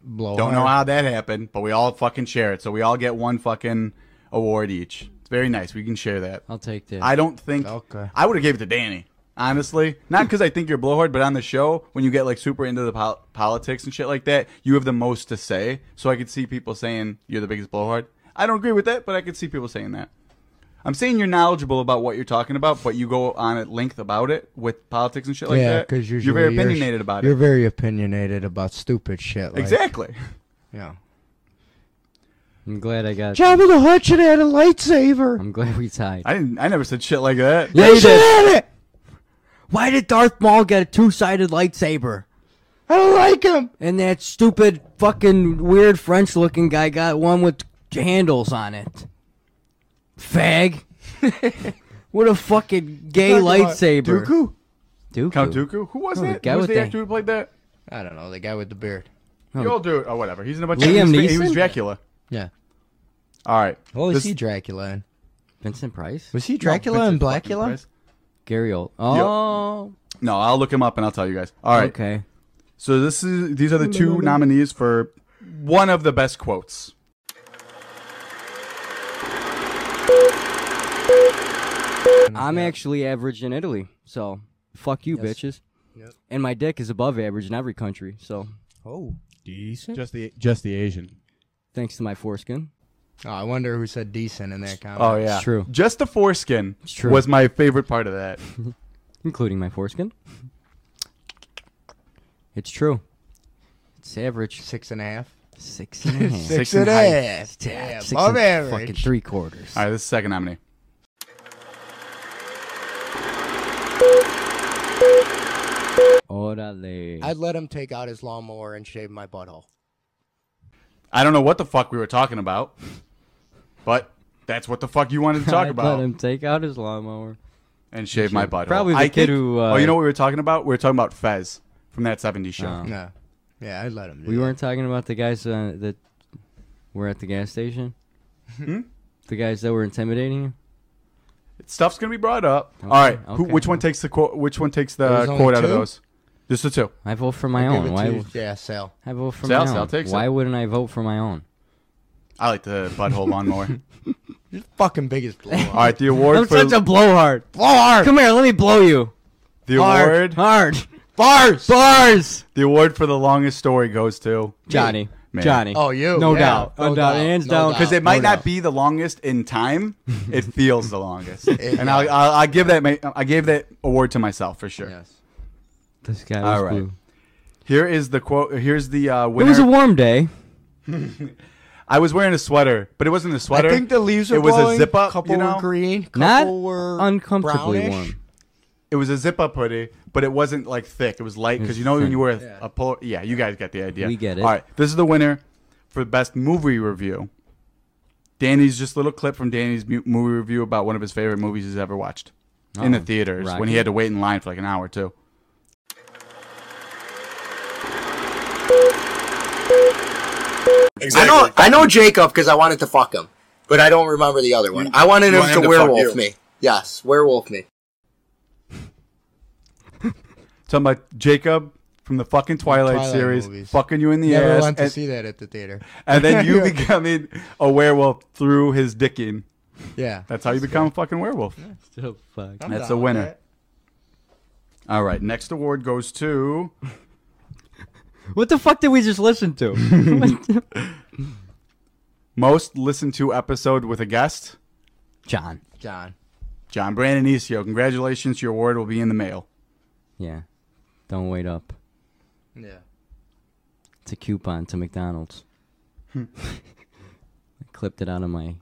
[SPEAKER 3] Blow
[SPEAKER 2] Don't know
[SPEAKER 3] hard.
[SPEAKER 2] how that happened, but we all fucking share it. So we all get one fucking award each. It's very nice. We can share that.
[SPEAKER 4] I'll take that.
[SPEAKER 2] I don't think
[SPEAKER 3] Okay.
[SPEAKER 2] I would have gave it to Danny. Honestly, not because I think you're blowhard, but on the show when you get like super into the pol- politics and shit like that, you have the most to say. So I could see people saying you're the biggest blowhard. I don't agree with that, but I could see people saying that. I'm saying you're knowledgeable about what you're talking about, but you go on at length about it with politics and shit like
[SPEAKER 3] yeah,
[SPEAKER 2] that.
[SPEAKER 3] because usually
[SPEAKER 2] you're very
[SPEAKER 3] sh-
[SPEAKER 2] opinionated about
[SPEAKER 3] You're
[SPEAKER 2] it.
[SPEAKER 3] very opinionated about stupid shit. Like,
[SPEAKER 2] Exactly.
[SPEAKER 3] Yeah.
[SPEAKER 4] I'm glad I got.
[SPEAKER 3] Jabba the Hutt should have had a lightsaber.
[SPEAKER 4] I'm glad we tied.
[SPEAKER 2] I didn't. I never said shit like that.
[SPEAKER 4] Yeah, you
[SPEAKER 3] Should
[SPEAKER 4] did.
[SPEAKER 3] have it.
[SPEAKER 4] Why did Darth Maul get a two-sided lightsaber?
[SPEAKER 3] I don't like him.
[SPEAKER 4] And that stupid, fucking, weird French-looking guy got one with handles on it. Fag. what a fucking gay
[SPEAKER 2] Talking about
[SPEAKER 4] lightsaber.
[SPEAKER 2] Dooku?
[SPEAKER 4] Dooku.
[SPEAKER 2] Count Dooku? Who was
[SPEAKER 4] No, the
[SPEAKER 2] it?
[SPEAKER 4] guy
[SPEAKER 2] Who was
[SPEAKER 4] with
[SPEAKER 2] the
[SPEAKER 4] the-
[SPEAKER 2] actor who played that?
[SPEAKER 3] I don't know the guy with the beard.
[SPEAKER 2] The old dude. Oh, whatever. He's in a bunch
[SPEAKER 4] Liam
[SPEAKER 2] of he was- He was
[SPEAKER 4] Neeson? Oh,
[SPEAKER 2] Dracula.
[SPEAKER 3] Yeah.
[SPEAKER 2] All right.
[SPEAKER 3] What was
[SPEAKER 2] This-
[SPEAKER 3] he Dracula in?
[SPEAKER 4] Vincent Price?
[SPEAKER 3] Was he Dracula and
[SPEAKER 2] Vincent fucking
[SPEAKER 3] Blackula?
[SPEAKER 2] Price.
[SPEAKER 4] Gary Old. Oh.
[SPEAKER 2] No, I'll look him up and I'll tell you guys. All right.
[SPEAKER 4] Okay.
[SPEAKER 2] So this is these are the two nominees for one of the best quotes.
[SPEAKER 4] I'm actually average in Italy, so fuck you, bitches.
[SPEAKER 3] Yep.
[SPEAKER 4] And my dick is above average in every country, so
[SPEAKER 3] Oh, decent.
[SPEAKER 2] Just the just the Asian.
[SPEAKER 4] thanks to my foreskin.
[SPEAKER 3] Oh, I wonder who said decent in that comment.
[SPEAKER 2] Oh yeah.
[SPEAKER 4] It's true.
[SPEAKER 2] Just the foreskin
[SPEAKER 4] It's true.
[SPEAKER 2] was my favorite part of that.
[SPEAKER 4] including my foreskin. It's true. It's average
[SPEAKER 3] Six and a half.
[SPEAKER 4] six and a half.
[SPEAKER 2] Six and height.
[SPEAKER 3] half.
[SPEAKER 4] Yeah,
[SPEAKER 3] Yeah,
[SPEAKER 4] six
[SPEAKER 3] above
[SPEAKER 4] and Fucking
[SPEAKER 3] average.
[SPEAKER 4] three quarters.
[SPEAKER 2] All right, this is the second nominee.
[SPEAKER 4] Orale.
[SPEAKER 3] I'd let him take out his lawnmower and shave my butthole.
[SPEAKER 2] I don't know what the fuck we were talking about, but that's what the fuck you wanted to talk
[SPEAKER 4] I'd
[SPEAKER 2] about.
[SPEAKER 4] Let him take out his lawnmower.
[SPEAKER 2] and shave my butt.
[SPEAKER 4] Probably the
[SPEAKER 2] I
[SPEAKER 4] kid
[SPEAKER 2] think-
[SPEAKER 4] who, uh,
[SPEAKER 2] oh, you know what we were talking about? We were talking about Fez from that '70s show.
[SPEAKER 4] Oh.
[SPEAKER 3] No. Yeah, I'd let him. Do
[SPEAKER 4] We
[SPEAKER 3] that.
[SPEAKER 4] weren't talking about the guys uh, that were at the gas station.
[SPEAKER 2] Hmm?
[SPEAKER 3] Hmm?
[SPEAKER 4] the guys that were intimidating you.
[SPEAKER 2] Stuff's gonna be brought up. All right, who,
[SPEAKER 4] okay.
[SPEAKER 2] which one takes the quote? Which one takes the
[SPEAKER 3] There's only
[SPEAKER 2] quote out of
[SPEAKER 3] two?
[SPEAKER 2] those? Just the two.
[SPEAKER 4] I vote for my
[SPEAKER 3] Give
[SPEAKER 4] own.
[SPEAKER 3] it
[SPEAKER 4] Why?
[SPEAKER 3] to-
[SPEAKER 4] w-
[SPEAKER 3] yeah, sale.
[SPEAKER 4] I vote for
[SPEAKER 2] Sal-
[SPEAKER 4] my
[SPEAKER 2] Sal
[SPEAKER 4] own.
[SPEAKER 2] takes
[SPEAKER 4] Why
[SPEAKER 2] it.
[SPEAKER 4] wouldn't I vote for my own?
[SPEAKER 2] I like the butthole lawnmower.
[SPEAKER 3] Fucking biggest blow.
[SPEAKER 2] All right, the award
[SPEAKER 4] I'm
[SPEAKER 2] for
[SPEAKER 4] such a blowhard. Blowhard. Come here, let me blow you.
[SPEAKER 2] the
[SPEAKER 4] Hard.
[SPEAKER 2] award
[SPEAKER 4] Hard. Bars. Bars.
[SPEAKER 2] the award for the longest story goes to
[SPEAKER 4] Johnny.
[SPEAKER 2] Man.
[SPEAKER 4] Johnny.
[SPEAKER 3] Oh, you.
[SPEAKER 4] No
[SPEAKER 3] Yeah,
[SPEAKER 4] doubt.
[SPEAKER 3] no
[SPEAKER 4] No doubt.
[SPEAKER 3] doubt,
[SPEAKER 4] Hands
[SPEAKER 3] no
[SPEAKER 4] down.
[SPEAKER 3] doubt.
[SPEAKER 2] because it
[SPEAKER 3] No
[SPEAKER 2] might not
[SPEAKER 3] doubt.
[SPEAKER 2] be the longest in time. it feels the longest, and I I, I give that ma- I gave that award to myself for sure.
[SPEAKER 3] Yes.
[SPEAKER 4] This guy was
[SPEAKER 2] All right.
[SPEAKER 4] blue.
[SPEAKER 2] Here is the quote. Here's the uh,
[SPEAKER 4] It
[SPEAKER 2] winner.
[SPEAKER 4] was a warm day.
[SPEAKER 2] I was wearing a sweater, but it wasn't a
[SPEAKER 3] I
[SPEAKER 2] sweater.
[SPEAKER 3] think the leaves are
[SPEAKER 2] It was
[SPEAKER 3] blowing.
[SPEAKER 2] a zip up.
[SPEAKER 3] Couple
[SPEAKER 2] you know?
[SPEAKER 3] were green. Couple
[SPEAKER 4] Not
[SPEAKER 3] were
[SPEAKER 4] uncomfortably
[SPEAKER 3] brownish.
[SPEAKER 4] warm.
[SPEAKER 2] It was a zip up hoodie, but it wasn't like thick. It was light because you know when you wear a, a polo. Yeah, you guys get the idea.
[SPEAKER 4] We get it.
[SPEAKER 2] All right, this is the winner for best movie review. Danny's just a little clip from Danny's mu- movie review about one of his favorite movies he's ever watched in the theaters when he
[SPEAKER 4] Oh, Rocky.
[SPEAKER 2] had to wait in line for like an hour too.
[SPEAKER 1] I
[SPEAKER 5] Exactly.
[SPEAKER 1] know, I know Jacob because I wanted to fuck him, but I don't remember the other one. I wanted
[SPEAKER 5] You
[SPEAKER 1] him,
[SPEAKER 5] want
[SPEAKER 1] to,
[SPEAKER 5] him to fuck
[SPEAKER 1] werewolf
[SPEAKER 5] you.
[SPEAKER 1] me. Yes, werewolf me.
[SPEAKER 2] Talking about Jacob from the fucking Twilight,
[SPEAKER 3] Twilight
[SPEAKER 2] series,
[SPEAKER 3] movies.
[SPEAKER 2] fucking you in the
[SPEAKER 3] Never
[SPEAKER 2] ass,
[SPEAKER 3] went to
[SPEAKER 2] and,
[SPEAKER 3] see that at the theater.
[SPEAKER 2] and then you becoming a werewolf through his dicking.
[SPEAKER 3] Yeah.
[SPEAKER 2] That's how you become a fucking werewolf.
[SPEAKER 4] So fuck.
[SPEAKER 3] I'm
[SPEAKER 2] That's
[SPEAKER 3] down
[SPEAKER 2] a
[SPEAKER 3] with
[SPEAKER 2] winner.
[SPEAKER 3] that.
[SPEAKER 2] All right, next award goes to.
[SPEAKER 4] What the fuck did we just listen to? What the-
[SPEAKER 2] most listened to episode with a guest,
[SPEAKER 4] John.
[SPEAKER 3] John.
[SPEAKER 2] John Brandon Isio. Congratulations, your award will be in the mail.
[SPEAKER 4] Yeah. Don't wait up.
[SPEAKER 3] Yeah.
[SPEAKER 4] It's a coupon to McDonald's. Hmm. I clipped it out of my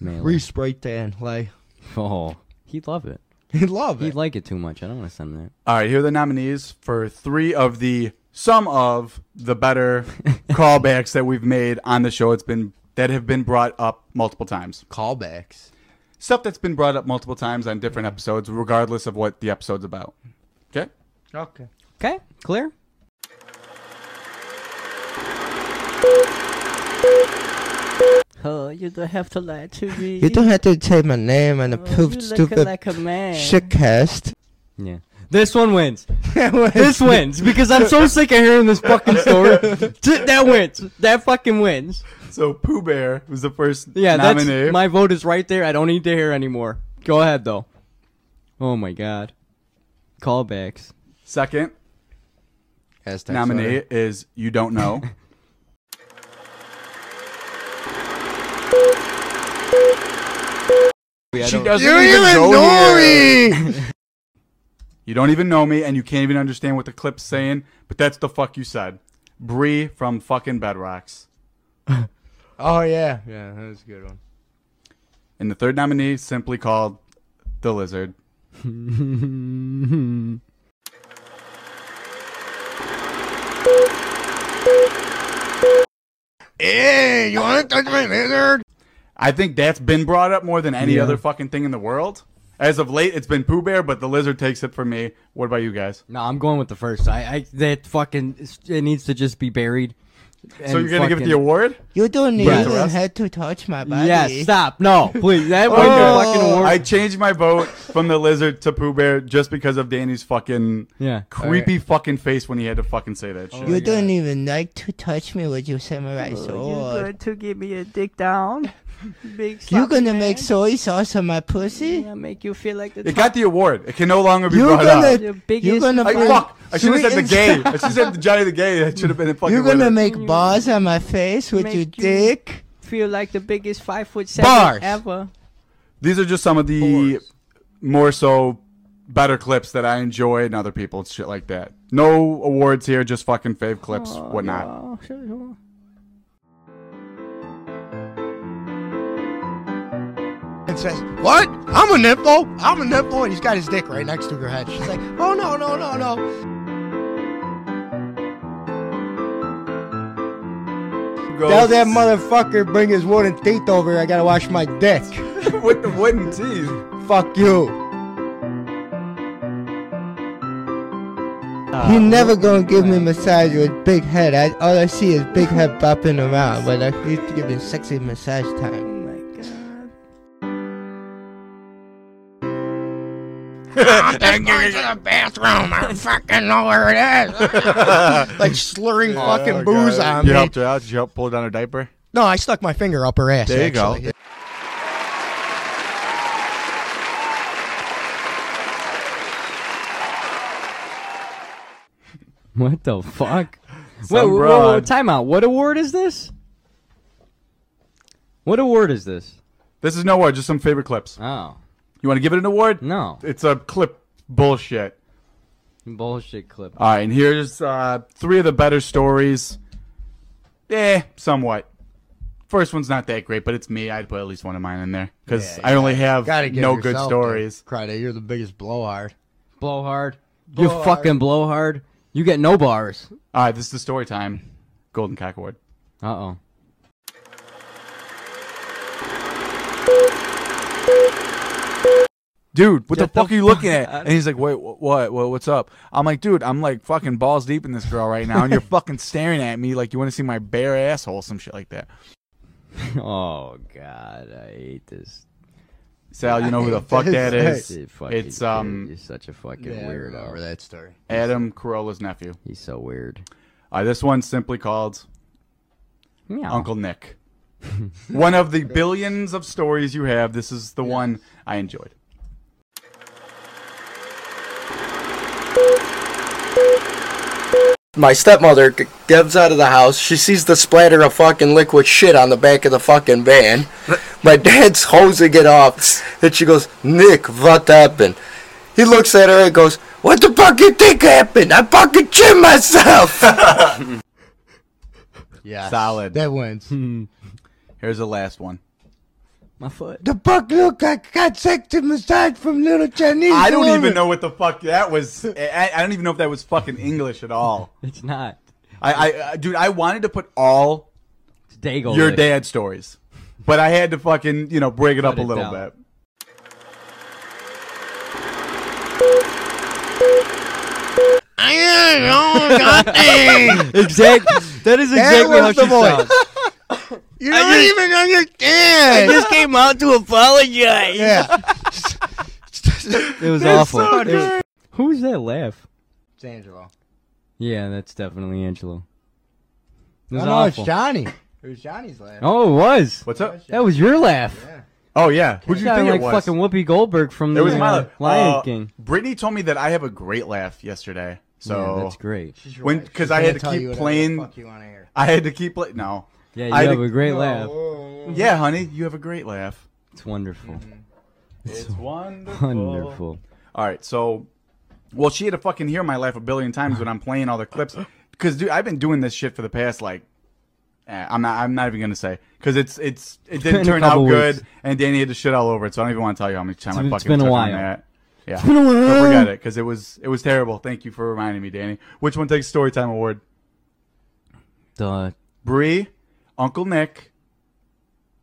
[SPEAKER 4] mail.
[SPEAKER 3] Resprayed tan, like
[SPEAKER 4] oh, he'd love it.
[SPEAKER 3] he'd love
[SPEAKER 4] He'd
[SPEAKER 3] it.
[SPEAKER 4] like it too much. I don't want to send that.
[SPEAKER 2] All right, here are the nominees for three of the some of the better callbacks that we've made on the show. It's been that have been brought up multiple times.
[SPEAKER 3] Callbacks.
[SPEAKER 2] Stuff that's been brought up multiple times on different episodes, regardless of what the episode's about. Okay.
[SPEAKER 3] Okay.
[SPEAKER 4] Okay, clear. Oh, you don't have to lie to me.
[SPEAKER 3] You don't have to say my name and
[SPEAKER 4] Oh,
[SPEAKER 3] approved
[SPEAKER 4] you look
[SPEAKER 3] stupid
[SPEAKER 4] like a man.
[SPEAKER 3] shitcast.
[SPEAKER 4] Yeah. This one wins. This wins because I'm so sick of hearing this fucking story. T- that wins. That fucking wins.
[SPEAKER 2] So Pooh Bear was the first
[SPEAKER 4] Yeah,
[SPEAKER 2] nominee.
[SPEAKER 4] that's my vote is right there. I don't need to hear anymore. Go ahead though. Oh my god. Callbacks.
[SPEAKER 2] Second
[SPEAKER 3] Hashtag
[SPEAKER 2] nominee is You Don't Know. she doesn't even know me. You don't even know me, and you can't even understand what the clip's saying. But that's the fuck you said, Bree from fucking Bedrocks.
[SPEAKER 3] soda. Oh yeah, yeah, that was a good one.
[SPEAKER 2] And the third nominee, simply called the Lizard.
[SPEAKER 3] Hey, you want to touch my lizard?
[SPEAKER 2] I think that's been brought up more than any
[SPEAKER 3] Yeah.
[SPEAKER 2] other fucking thing in the world. As of late, it's been Pooh Bear, but the lizard takes it from me. What about you guys?
[SPEAKER 4] No, I'm going with the first. I, I that fucking it needs to just be buried.
[SPEAKER 2] So you're gonna give it the
[SPEAKER 4] award?
[SPEAKER 2] award?
[SPEAKER 3] You don't
[SPEAKER 2] Breath
[SPEAKER 3] even
[SPEAKER 2] of Rust?
[SPEAKER 3] have to touch my body.
[SPEAKER 4] Yeah, stop. No, please. That was
[SPEAKER 2] Okay.
[SPEAKER 4] the fucking award.
[SPEAKER 2] Oh, I changed my vote from the lizard to Pooh Bear just because of Danny's fucking
[SPEAKER 4] Yeah.
[SPEAKER 2] creepy fucking face when he had to fucking say that
[SPEAKER 4] Oh,
[SPEAKER 2] shit.
[SPEAKER 3] You don't even like to touch me with your samurai sword.
[SPEAKER 4] to give me a dick down. Big
[SPEAKER 3] You're uh, gonna make soy sauce on my pussy?
[SPEAKER 4] make you feel like the
[SPEAKER 2] It got the award. It can no longer be
[SPEAKER 3] You're
[SPEAKER 2] brought
[SPEAKER 3] gonna,
[SPEAKER 2] up.
[SPEAKER 4] The biggest
[SPEAKER 3] you're gonna,
[SPEAKER 2] I,
[SPEAKER 3] put
[SPEAKER 2] fuck. I should have said the
[SPEAKER 3] sweet
[SPEAKER 2] gay.
[SPEAKER 3] and-
[SPEAKER 2] I should have said the Johnny the gay. That should have been a fucking.
[SPEAKER 3] You're gonna
[SPEAKER 2] winner.
[SPEAKER 3] make bars on my face with
[SPEAKER 4] Mm. Make
[SPEAKER 3] your
[SPEAKER 4] you-
[SPEAKER 3] dick?
[SPEAKER 4] feel like the biggest five foot
[SPEAKER 3] seven Bars. ever.
[SPEAKER 2] These are just some of the more so better clips that I enjoy and other people and shit like that. No awards here, just fucking fave clips, whatnot.
[SPEAKER 4] Oh,
[SPEAKER 3] And says, "What? I'm a nipple. I'm a nipple." And he's got his dick right next to her head. She's like, "Oh no, no, no, no." Tell that motherfucker bring his wooden teeth over. here. I gotta wash my dick.
[SPEAKER 2] with the wooden teeth.
[SPEAKER 3] Fuck you. He never gonna give me massage with big head. I, all I see is big head bopping around. But I used to give him sexy massage time.
[SPEAKER 2] Ah,
[SPEAKER 3] Like slurring
[SPEAKER 2] Oh,
[SPEAKER 3] fucking booze on
[SPEAKER 2] You
[SPEAKER 3] me.
[SPEAKER 2] helped her out. Did you help pull down her diaper?
[SPEAKER 3] No, I stuck my finger up her ass.
[SPEAKER 2] There you go.
[SPEAKER 3] actually.
[SPEAKER 4] What the fuck? wait,
[SPEAKER 2] Some
[SPEAKER 4] wait, wait,
[SPEAKER 2] broad.
[SPEAKER 4] wait, time out. What award is this? What award is this?
[SPEAKER 2] This is no award, just some favorite clips.
[SPEAKER 4] Oh
[SPEAKER 2] You want to give it an award?
[SPEAKER 3] Hmm?
[SPEAKER 4] no,
[SPEAKER 2] It's a clip bullshit.
[SPEAKER 4] bullshit clip.
[SPEAKER 2] All right, and here's uh, three of the better stories. Eh, somewhat. First one's not that great, but it's me. I'd put at least one of mine in there because
[SPEAKER 3] Yeah,
[SPEAKER 2] I only have
[SPEAKER 3] Gotta give
[SPEAKER 2] no good
[SPEAKER 3] yourself
[SPEAKER 2] stories.
[SPEAKER 3] that Credit. You're the biggest blowhard.
[SPEAKER 4] Blowhard. You fucking blowhard. You get no bars.
[SPEAKER 2] All right, this is the story time. Golden Cock Award.
[SPEAKER 4] Uh oh.
[SPEAKER 2] Dude, what
[SPEAKER 4] Get
[SPEAKER 2] the fuck
[SPEAKER 4] the
[SPEAKER 2] are you
[SPEAKER 4] fuck
[SPEAKER 2] looking at? And he's like, wait, wh- what, what? What's up? I'm like, dude, I'm like fucking balls deep in this girl right now, and you're fucking staring at me like you want to see my bare asshole, some shit like that.
[SPEAKER 4] Oh god, I hate this.
[SPEAKER 2] Sal, you know who the fuck that
[SPEAKER 3] It's-
[SPEAKER 2] is?
[SPEAKER 4] Dude, fucking
[SPEAKER 2] It's um
[SPEAKER 4] You're such a fucking
[SPEAKER 3] Yeah, I remember
[SPEAKER 4] weirdo.
[SPEAKER 3] that story.
[SPEAKER 2] Adam Carolla's nephew.
[SPEAKER 4] He's so weird.
[SPEAKER 2] Uh, this one's simply called
[SPEAKER 4] Yeah.
[SPEAKER 2] Uncle Nick. one of the billions of stories you have. This is the one I enjoyed.
[SPEAKER 1] My stepmother g- gives out of the house. She sees the splatter of fucking liquid shit on the back of the fucking van. My dad's hosing it off. And she goes, Nick, what happened? He looks at her and goes, What the fuck you think happened? I fucking shit myself.
[SPEAKER 3] Yeah.
[SPEAKER 2] Solid.
[SPEAKER 3] That wins.
[SPEAKER 2] Hmm. Here's the last one.
[SPEAKER 4] My foot.
[SPEAKER 3] the buck look I got second massage from little Chinese.
[SPEAKER 2] I don't even
[SPEAKER 3] woman.
[SPEAKER 2] know what the fuck that was. I, I don't even know if that was fucking English at all.
[SPEAKER 4] It's not.
[SPEAKER 2] I, I, I dude, I wanted to put all
[SPEAKER 4] It's Dago.
[SPEAKER 2] your
[SPEAKER 4] lick.
[SPEAKER 2] dad stories, but I had to fucking you know break it up a
[SPEAKER 4] it
[SPEAKER 2] little
[SPEAKER 4] down.
[SPEAKER 2] bit.
[SPEAKER 4] Exact. That is exactly how
[SPEAKER 3] was the
[SPEAKER 4] she
[SPEAKER 3] voice.
[SPEAKER 4] sounds.
[SPEAKER 3] You don't even understand.
[SPEAKER 4] just came out to apologize.
[SPEAKER 3] yeah.
[SPEAKER 4] It was awful. It was- who was that laugh?
[SPEAKER 3] It's Angelo.
[SPEAKER 4] Yeah, that's definitely Angelo. It
[SPEAKER 3] No,
[SPEAKER 4] was
[SPEAKER 3] no, it's
[SPEAKER 4] awful.
[SPEAKER 3] Johnny. It was Johnny's laugh.
[SPEAKER 4] oh, it was.
[SPEAKER 2] What's up?
[SPEAKER 4] That was your laugh.
[SPEAKER 2] Oh yeah, who do you
[SPEAKER 4] sounded
[SPEAKER 2] think
[SPEAKER 4] like
[SPEAKER 2] it was?
[SPEAKER 4] fucking Whoopi Goldberg from
[SPEAKER 2] it
[SPEAKER 4] the
[SPEAKER 2] was
[SPEAKER 4] uh,
[SPEAKER 2] my laugh.
[SPEAKER 4] Lion
[SPEAKER 2] Uh,
[SPEAKER 4] King.
[SPEAKER 2] Brittany told me that I have a great laugh yesterday.
[SPEAKER 4] yeah,
[SPEAKER 2] So
[SPEAKER 4] that's great.
[SPEAKER 3] She's
[SPEAKER 2] when-
[SPEAKER 3] right.
[SPEAKER 2] 'cause
[SPEAKER 3] She's
[SPEAKER 2] I
[SPEAKER 3] gonna
[SPEAKER 2] had to
[SPEAKER 3] tell
[SPEAKER 2] keep
[SPEAKER 3] you whatever the
[SPEAKER 2] playing-
[SPEAKER 3] fuck you wanna hear.
[SPEAKER 2] I had to keep like no.
[SPEAKER 4] Yeah, you
[SPEAKER 2] I had
[SPEAKER 4] have
[SPEAKER 2] a-
[SPEAKER 4] a great laugh.
[SPEAKER 2] Yeah, honey, you have a great laugh.
[SPEAKER 4] It's wonderful.
[SPEAKER 2] It's wonderful.
[SPEAKER 4] Wonderful.
[SPEAKER 2] All right, so well, she had to fucking hear my laugh a billion times when I'm playing all the clips because dude, I've been doing this shit for the past like. eh, I'm not. I'm not even gonna say because it's it's it didn't
[SPEAKER 4] been a
[SPEAKER 2] turn out
[SPEAKER 4] couple
[SPEAKER 2] good,
[SPEAKER 4] weeks.
[SPEAKER 2] and Danny had to shit all over it. So I don't even want to tell you how much time
[SPEAKER 4] It's
[SPEAKER 2] I
[SPEAKER 4] been-
[SPEAKER 2] fucking
[SPEAKER 4] it's been a
[SPEAKER 2] took on
[SPEAKER 4] while.
[SPEAKER 2] that. Yeah, But forget it because it was it was terrible. Thank you for reminding me, Danny. Which one takes story time award?
[SPEAKER 4] The
[SPEAKER 2] Bree, Uncle Nick,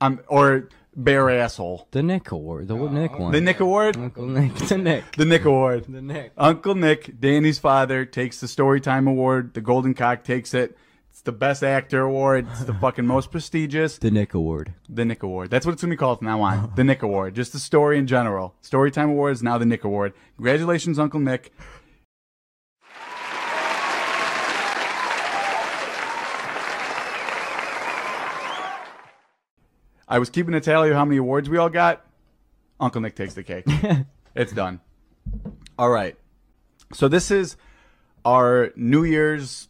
[SPEAKER 2] um, or Bare asshole.
[SPEAKER 4] The Nick Award. The Nick one.
[SPEAKER 2] The Nick Award.
[SPEAKER 4] Uncle Nick. The Nick.
[SPEAKER 2] The Nick Award.
[SPEAKER 4] The Nick.
[SPEAKER 2] Uncle Nick, Danny's father, takes the Storytime Award. The Golden Cock takes it. It's the Best Actor Award. It's the fucking most prestigious.
[SPEAKER 4] The Nick Award.
[SPEAKER 2] The Nick Award. That's what it's going to be called from now on. The Nick Award. Just the story in general. Storytime Award is now the Nick Award. Congratulations, Uncle Nick. I was keeping a tally of how many awards we all got. Uncle Nick takes the cake. it's done. All right. So this is our New Year's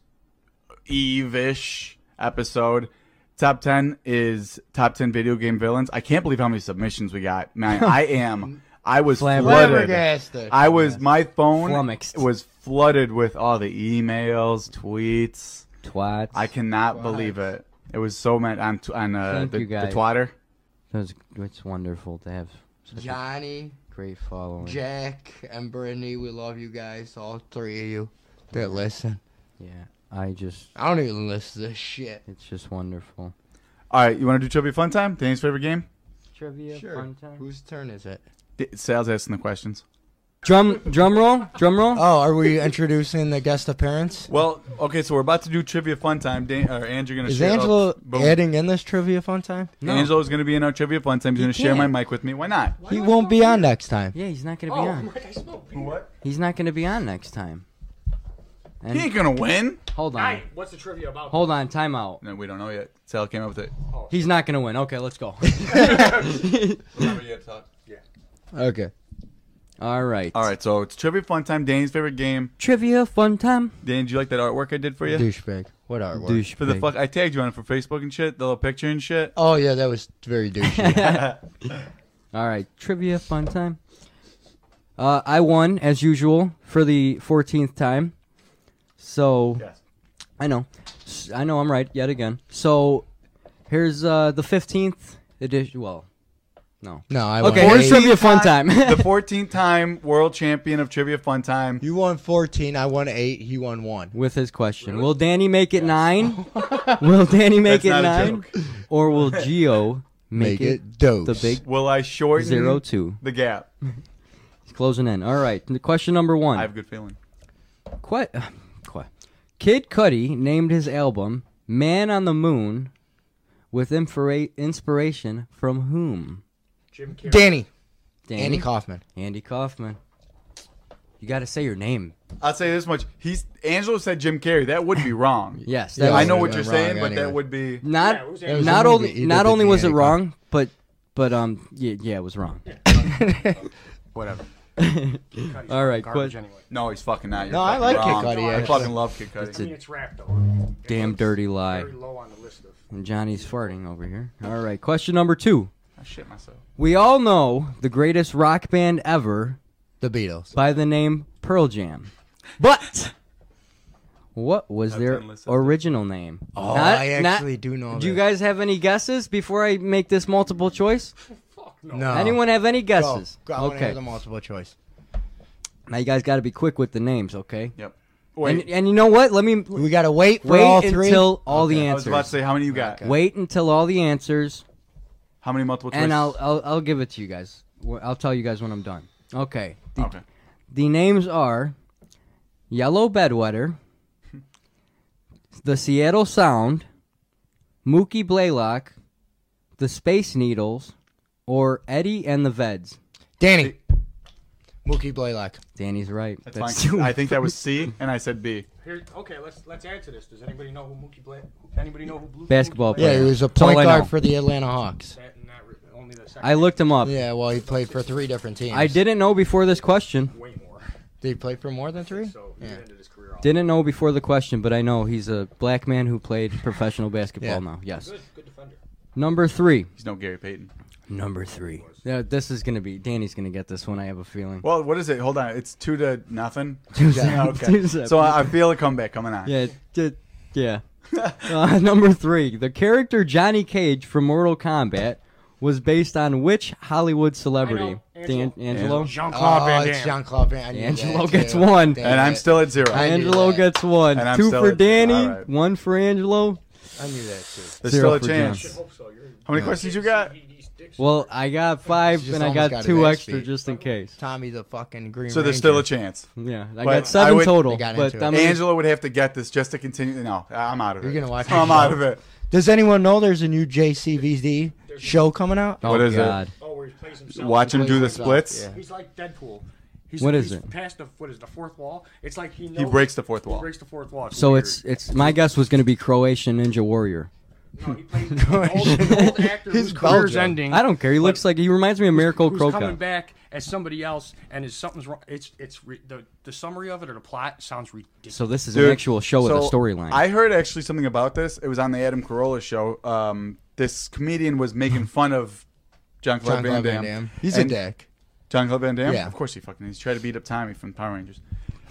[SPEAKER 2] Eve ish episode. Top 10 is top 10 video game villains. I can't believe how many submissions we got. Man, I am. I was flooded.
[SPEAKER 3] Flabbergasted.
[SPEAKER 2] I was. My phone
[SPEAKER 4] Flummoxed.
[SPEAKER 2] was flooded with all the emails, tweets.
[SPEAKER 4] Twats.
[SPEAKER 2] I cannot believe it. It was so mad on, t- on uh,
[SPEAKER 4] Thank
[SPEAKER 2] the,
[SPEAKER 4] you,
[SPEAKER 2] the
[SPEAKER 4] guys.
[SPEAKER 2] twatter.
[SPEAKER 4] That's, it's wonderful to have such a
[SPEAKER 3] Johnny,
[SPEAKER 4] great following.
[SPEAKER 3] Jack, and Brittany, we love you guys, all three of you that listen.
[SPEAKER 4] yeah. I just.
[SPEAKER 3] I don't even listen to this shit.
[SPEAKER 4] It's just wonderful.
[SPEAKER 2] All right, you want to do Chubby Fun Time? Danny's favorite game?
[SPEAKER 4] Trivia. Fun time.
[SPEAKER 3] Whose turn is it?
[SPEAKER 2] D- Sal's asking the questions.
[SPEAKER 4] Drum. Drum roll. Drum
[SPEAKER 2] Uh,
[SPEAKER 4] roll.
[SPEAKER 3] Oh, are we introducing the guest appearance?
[SPEAKER 2] Well, okay, so we're about to do Trivia Fun Time. Dan- or Andrew going to
[SPEAKER 3] Is
[SPEAKER 2] share.
[SPEAKER 3] Angelo
[SPEAKER 2] oh, boom.
[SPEAKER 3] adding in this trivia fun time?
[SPEAKER 2] Angelo's going to be in our Trivia Fun Time. He's going to share my mic with me. Why not?
[SPEAKER 3] He won't be on next time.
[SPEAKER 4] Yeah, he's not gonna be
[SPEAKER 2] Oh
[SPEAKER 4] on.
[SPEAKER 2] What?
[SPEAKER 4] He's not gonna be on next time.
[SPEAKER 2] He ain't going to win.
[SPEAKER 4] Hold on.
[SPEAKER 6] What's the trivia about?
[SPEAKER 4] Hold on. Time out.
[SPEAKER 2] No, we don't know yet. Sal came up with it.
[SPEAKER 4] He's not gonna win. Okay, let's go.
[SPEAKER 3] Okay.
[SPEAKER 4] All right.
[SPEAKER 2] All right, so it's Trivia Fun Time, Danny's favorite game.
[SPEAKER 4] Trivia fun time.
[SPEAKER 2] Danny, did you like that artwork I did for you?
[SPEAKER 3] Douchebag. What artwork?
[SPEAKER 2] For the fuck, I tagged you on it for Facebook and shit, the little picture and shit.
[SPEAKER 3] Oh yeah, that was very douchey.
[SPEAKER 4] All right, trivia fun time. Uh, I won as usual for the fourteenth time. So
[SPEAKER 2] Yes.
[SPEAKER 4] I know, S- I know, I'm right yet again. So here's uh, the fifteenth edition. Well, no.
[SPEAKER 3] no, I
[SPEAKER 4] Okay,
[SPEAKER 3] won.
[SPEAKER 4] here's
[SPEAKER 3] eight.
[SPEAKER 4] trivia fun time.
[SPEAKER 2] the 14th time world champion of Trivia Fun Time.
[SPEAKER 3] You won fourteen. I won eight. He won one.
[SPEAKER 4] With his question, will Danny make it nine? will Danny make
[SPEAKER 2] That's
[SPEAKER 4] it
[SPEAKER 2] not a
[SPEAKER 4] nine,
[SPEAKER 2] joke.
[SPEAKER 4] or will Geo make,
[SPEAKER 3] Make it dose.
[SPEAKER 4] the big
[SPEAKER 2] Will I shorten
[SPEAKER 4] zero two?
[SPEAKER 2] the gap?
[SPEAKER 4] He's closing in. All right, question number one.
[SPEAKER 2] I have a good feeling.
[SPEAKER 4] Quite, quite. Kid Cudi named his album "Man on the Moon" with infra- inspiration from whom?
[SPEAKER 6] Jim Carrey.
[SPEAKER 3] Danny.
[SPEAKER 4] Danny?
[SPEAKER 3] Andy Kaufman.
[SPEAKER 4] Andy Kaufman. You got to say your name.
[SPEAKER 2] I'll say this much. He's Angelo said Jim Carrey. That would be wrong.
[SPEAKER 4] Yes,
[SPEAKER 3] Yeah,
[SPEAKER 4] was-
[SPEAKER 2] I know what
[SPEAKER 3] Wrong
[SPEAKER 2] you're saying, but
[SPEAKER 3] anyway.
[SPEAKER 2] that would be
[SPEAKER 6] Yeah, it
[SPEAKER 4] Not
[SPEAKER 6] was- it was
[SPEAKER 4] not
[SPEAKER 3] a
[SPEAKER 4] only
[SPEAKER 3] movie. He
[SPEAKER 4] not
[SPEAKER 3] did
[SPEAKER 4] only
[SPEAKER 3] the
[SPEAKER 4] was it
[SPEAKER 3] Andy
[SPEAKER 4] wrong, but but um yeah, yeah it was wrong.
[SPEAKER 2] whatever.
[SPEAKER 4] All right,
[SPEAKER 6] Garbage
[SPEAKER 4] quit.
[SPEAKER 6] anyway.
[SPEAKER 2] No, he's fucking not. You're
[SPEAKER 3] No, I
[SPEAKER 2] fucking
[SPEAKER 3] like Kid
[SPEAKER 2] wrong.
[SPEAKER 3] Cudi,
[SPEAKER 2] I
[SPEAKER 3] actually.
[SPEAKER 2] fucking love Kid Cudi.
[SPEAKER 6] I mean, it's wrapped though. It
[SPEAKER 4] Damn
[SPEAKER 6] looks
[SPEAKER 4] dirty lie.
[SPEAKER 6] Very low on the list of.
[SPEAKER 4] And Johnny's farting over here. All right, question number two.
[SPEAKER 2] I Ah, shit myself.
[SPEAKER 4] We all know the greatest rock band ever
[SPEAKER 3] The Beatles.
[SPEAKER 4] by the name Pearl Jam. But what was their
[SPEAKER 2] been listened to.
[SPEAKER 4] original name?
[SPEAKER 3] Oh,
[SPEAKER 4] Not-
[SPEAKER 3] I
[SPEAKER 4] not-
[SPEAKER 3] actually do know.
[SPEAKER 4] Do you
[SPEAKER 3] that.
[SPEAKER 4] guys have any guesses before I make this multiple choice?
[SPEAKER 3] No.
[SPEAKER 4] Anyone have any
[SPEAKER 3] Uh, Go.
[SPEAKER 4] guesses?
[SPEAKER 3] Go. I want to hear
[SPEAKER 4] okay.
[SPEAKER 3] the multiple choice.
[SPEAKER 4] Now you guys got to be quick with the names, okay?
[SPEAKER 2] Yep. Wait.
[SPEAKER 4] And, and you know what? Let me
[SPEAKER 3] We gotta wait for
[SPEAKER 4] wait
[SPEAKER 3] all three.
[SPEAKER 4] until all the
[SPEAKER 2] I was about to
[SPEAKER 4] answers.
[SPEAKER 2] say how many you got?
[SPEAKER 4] Wait until all the answers,
[SPEAKER 2] How many multiple choice?
[SPEAKER 4] and I'll, I'll I'll give it to you guys. Wh- I'll tell you guys when I'm done. Okay. The,
[SPEAKER 2] Okay.
[SPEAKER 4] the names are Yellow Bedwetter, the Seattle Sound, Mookie Blaylock, the Space Needles, or Eddie and the Veds.
[SPEAKER 3] Danny. Mookie Blaylock.
[SPEAKER 4] Danny's right. That's,
[SPEAKER 2] Fine. I think that was C, and I said B.
[SPEAKER 6] Here, okay, let's let's answer this. Does anybody know who Mookie Black? Anybody know who Blue?
[SPEAKER 4] Basketball
[SPEAKER 6] Mookie
[SPEAKER 3] Yeah,
[SPEAKER 4] player.
[SPEAKER 6] Black?
[SPEAKER 3] he was a
[SPEAKER 4] That's all
[SPEAKER 3] point
[SPEAKER 4] I
[SPEAKER 3] guard
[SPEAKER 4] know.
[SPEAKER 3] for the Atlanta Hawks.
[SPEAKER 6] That and that, re- only the second.
[SPEAKER 4] I looked him up.
[SPEAKER 3] Yeah, well, he played for three different teams.
[SPEAKER 4] I didn't know before this question.
[SPEAKER 6] way more.
[SPEAKER 3] Did he play for more than three?
[SPEAKER 6] So he
[SPEAKER 3] Yeah.
[SPEAKER 6] ended his career off.
[SPEAKER 4] Didn't know before the question, but I know he's a black man who played professional basketball
[SPEAKER 3] Yeah.
[SPEAKER 4] now. Yes.
[SPEAKER 6] good, good defender.
[SPEAKER 4] Number three.
[SPEAKER 2] He's no Gary Payton.
[SPEAKER 4] Number three. Yeah, this is gonna be Danny's gonna get this one. I have a feeling.
[SPEAKER 2] Well, what is it? Hold on. It's two to nothing.
[SPEAKER 4] Yeah.
[SPEAKER 2] okay.
[SPEAKER 4] Two
[SPEAKER 2] So uh, I, I feel a comeback coming on.
[SPEAKER 4] Yeah. d- yeah. Uh, number three. The character Johnny Cage from Mortal Kombat was based on which Hollywood celebrity?
[SPEAKER 6] I know. Angelo.
[SPEAKER 4] Dan- Angelo.
[SPEAKER 6] Jean Claude
[SPEAKER 3] Oh,
[SPEAKER 6] Van
[SPEAKER 3] it's
[SPEAKER 6] Damme.
[SPEAKER 3] Jean Claude Van Damme.
[SPEAKER 4] Angelo gets one.
[SPEAKER 2] And I'm still at zero.
[SPEAKER 3] I- knew
[SPEAKER 4] Angelo
[SPEAKER 3] that.
[SPEAKER 4] gets one.
[SPEAKER 2] And I'm
[SPEAKER 4] Two
[SPEAKER 2] still
[SPEAKER 4] for
[SPEAKER 2] at zero.
[SPEAKER 4] Danny.
[SPEAKER 2] All right.
[SPEAKER 4] One for Angelo.
[SPEAKER 3] I knew that too.
[SPEAKER 2] There's
[SPEAKER 4] Zero
[SPEAKER 2] still a
[SPEAKER 4] for
[SPEAKER 2] chance.
[SPEAKER 4] John.
[SPEAKER 6] Hope so. You're,
[SPEAKER 2] How many questions you got?
[SPEAKER 6] He, he's dicks.
[SPEAKER 4] Well, I got five
[SPEAKER 3] just
[SPEAKER 4] and I
[SPEAKER 3] almost
[SPEAKER 4] got,
[SPEAKER 3] got
[SPEAKER 4] two
[SPEAKER 3] his ass
[SPEAKER 4] extra
[SPEAKER 3] beat.
[SPEAKER 4] just in case.
[SPEAKER 3] Tommy the fucking Green
[SPEAKER 2] So there's still a
[SPEAKER 3] Ranger.
[SPEAKER 2] chance.
[SPEAKER 4] Yeah,
[SPEAKER 2] But
[SPEAKER 4] I got seven
[SPEAKER 2] I would-
[SPEAKER 4] total.
[SPEAKER 3] They got
[SPEAKER 4] But
[SPEAKER 3] into
[SPEAKER 4] I
[SPEAKER 3] it.
[SPEAKER 4] mean,
[SPEAKER 2] Angela would have to get this just to continue. No, I'm out of it.
[SPEAKER 3] You're gonna watch
[SPEAKER 2] I'm
[SPEAKER 3] it.
[SPEAKER 2] out of it.
[SPEAKER 3] Does anyone know there's a new JCVD show coming out?
[SPEAKER 4] oh
[SPEAKER 2] What is it?
[SPEAKER 4] God.
[SPEAKER 6] Oh, where he plays himself.
[SPEAKER 2] Watch him do the
[SPEAKER 3] Plays himself,
[SPEAKER 2] splits.
[SPEAKER 3] yeah.
[SPEAKER 6] He's like Deadpool. He's,
[SPEAKER 4] What
[SPEAKER 6] he's
[SPEAKER 4] is it?
[SPEAKER 6] Past the what is it, the fourth wall? It's like he knows,
[SPEAKER 2] He breaks the fourth
[SPEAKER 6] He
[SPEAKER 2] wall.
[SPEAKER 6] breaks the fourth wall. It's
[SPEAKER 4] So
[SPEAKER 6] weird.
[SPEAKER 4] it's it's my guess was going to be Croatian Ninja Warrior.
[SPEAKER 6] no, he plays an old, an old actor
[SPEAKER 3] His
[SPEAKER 6] whose career's
[SPEAKER 3] Belgium.
[SPEAKER 6] ending.
[SPEAKER 4] I don't care. He
[SPEAKER 6] but
[SPEAKER 4] looks like he reminds me of Miracle
[SPEAKER 6] who's coming
[SPEAKER 4] Croco.
[SPEAKER 6] back as somebody else, and is something's wrong. It's it's re- the the summary of it or the plot sounds ridiculous.
[SPEAKER 4] So this is
[SPEAKER 2] Dude,
[SPEAKER 4] an actual show
[SPEAKER 2] so
[SPEAKER 4] with a storyline.
[SPEAKER 2] I heard actually something about this. It was on the Adam Carolla show. Um, this comedian was making fun of John Claude
[SPEAKER 3] John
[SPEAKER 2] Van,
[SPEAKER 3] Claude
[SPEAKER 2] Damme.
[SPEAKER 3] Van Damme. He's
[SPEAKER 2] And-
[SPEAKER 3] a dick.
[SPEAKER 2] John Claude Van Damme?
[SPEAKER 3] Yeah.
[SPEAKER 2] Of course he fucking is. He tried to beat up Tommy from Power Rangers.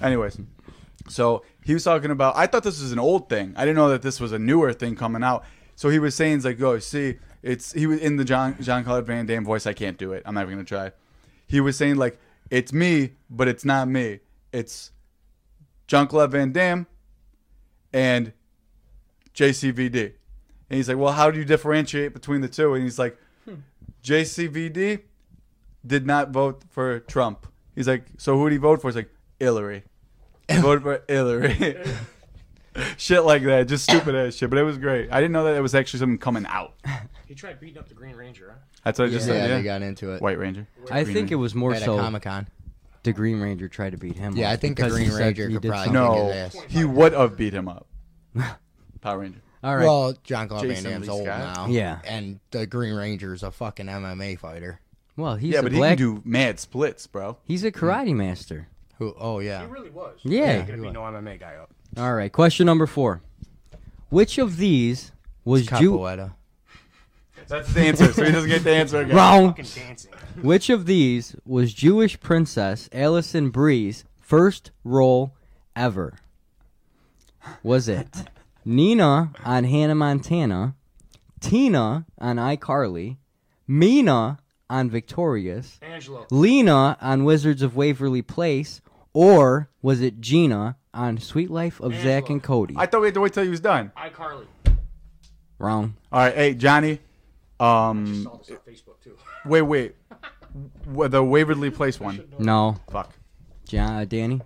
[SPEAKER 2] Anyways, so he was talking about. I thought this was an old thing. I didn't know that this was a newer thing coming out. So he was saying, he's like, oh, see, it's. He was in the John John Claude Van Damme voice. I can't do it. I'm not even going to try. He was saying, like, it's me, but it's not me. It's John Claude Van Damme and JCVD. And he's like, well, how do you differentiate between the two? And he's like, JCVD did not vote for Trump. He's like, so who did he vote for? He's like, Hillary. He voted for Hillary. shit like that, just stupid ass shit. But it was great. I didn't know that it was actually something coming out.
[SPEAKER 6] he tried beating up the Green Ranger. Huh?
[SPEAKER 2] That's what I just
[SPEAKER 3] Yeah,
[SPEAKER 2] said. Yeah.
[SPEAKER 3] they got into it
[SPEAKER 2] White Ranger.
[SPEAKER 4] I
[SPEAKER 2] Green
[SPEAKER 4] think it
[SPEAKER 2] Ranger.
[SPEAKER 4] was more
[SPEAKER 3] at a
[SPEAKER 4] so
[SPEAKER 3] Comic Con.
[SPEAKER 4] the Green Ranger tried to beat him.
[SPEAKER 3] Yeah,
[SPEAKER 4] up
[SPEAKER 3] I think the
[SPEAKER 4] because he
[SPEAKER 3] Green
[SPEAKER 4] said
[SPEAKER 3] Ranger
[SPEAKER 4] he
[SPEAKER 3] could
[SPEAKER 4] did
[SPEAKER 3] probably-
[SPEAKER 4] something.
[SPEAKER 2] No,
[SPEAKER 3] his ass.
[SPEAKER 2] he would have beat him up. Power Ranger.
[SPEAKER 4] All right.
[SPEAKER 3] Well, John Claude Van
[SPEAKER 2] Jason
[SPEAKER 3] Damme's
[SPEAKER 2] Lee
[SPEAKER 3] old
[SPEAKER 2] Scott.
[SPEAKER 3] now.
[SPEAKER 4] Yeah.
[SPEAKER 3] and the Green Ranger's a fucking MMA fighter.
[SPEAKER 4] Well, he's
[SPEAKER 2] yeah,
[SPEAKER 4] a
[SPEAKER 2] but
[SPEAKER 4] black.
[SPEAKER 2] he can do mad splits, bro.
[SPEAKER 4] he's a karate master.
[SPEAKER 3] Who? Oh yeah.
[SPEAKER 6] He really was.
[SPEAKER 4] Yeah.
[SPEAKER 6] He's gonna be no MMA guy up.
[SPEAKER 4] All right. Question number four. Which of these was Jew?
[SPEAKER 3] Capoeira.
[SPEAKER 2] That's the answer, so he doesn't get the answer again.
[SPEAKER 4] Wrong.
[SPEAKER 6] Fucking dancing.
[SPEAKER 4] Which of these was Jewish princess Alison Bree's first role ever? Was it Nina on Hannah Montana, Tina on iCarly, Mina on Victorious,
[SPEAKER 6] Angelo.
[SPEAKER 4] Lena on Wizards of Waverly Place, or was it Gina on Sweet Life of Zack and Cody?
[SPEAKER 2] I thought we had to wait till he was done.
[SPEAKER 6] iCarly.
[SPEAKER 4] Wrong.
[SPEAKER 2] All right, hey, Johnny. Um,
[SPEAKER 6] Saw this on Facebook too.
[SPEAKER 2] wait, wait. W- the Waverly Place one.
[SPEAKER 4] No.
[SPEAKER 2] Fuck.
[SPEAKER 4] Ja- uh, Danny?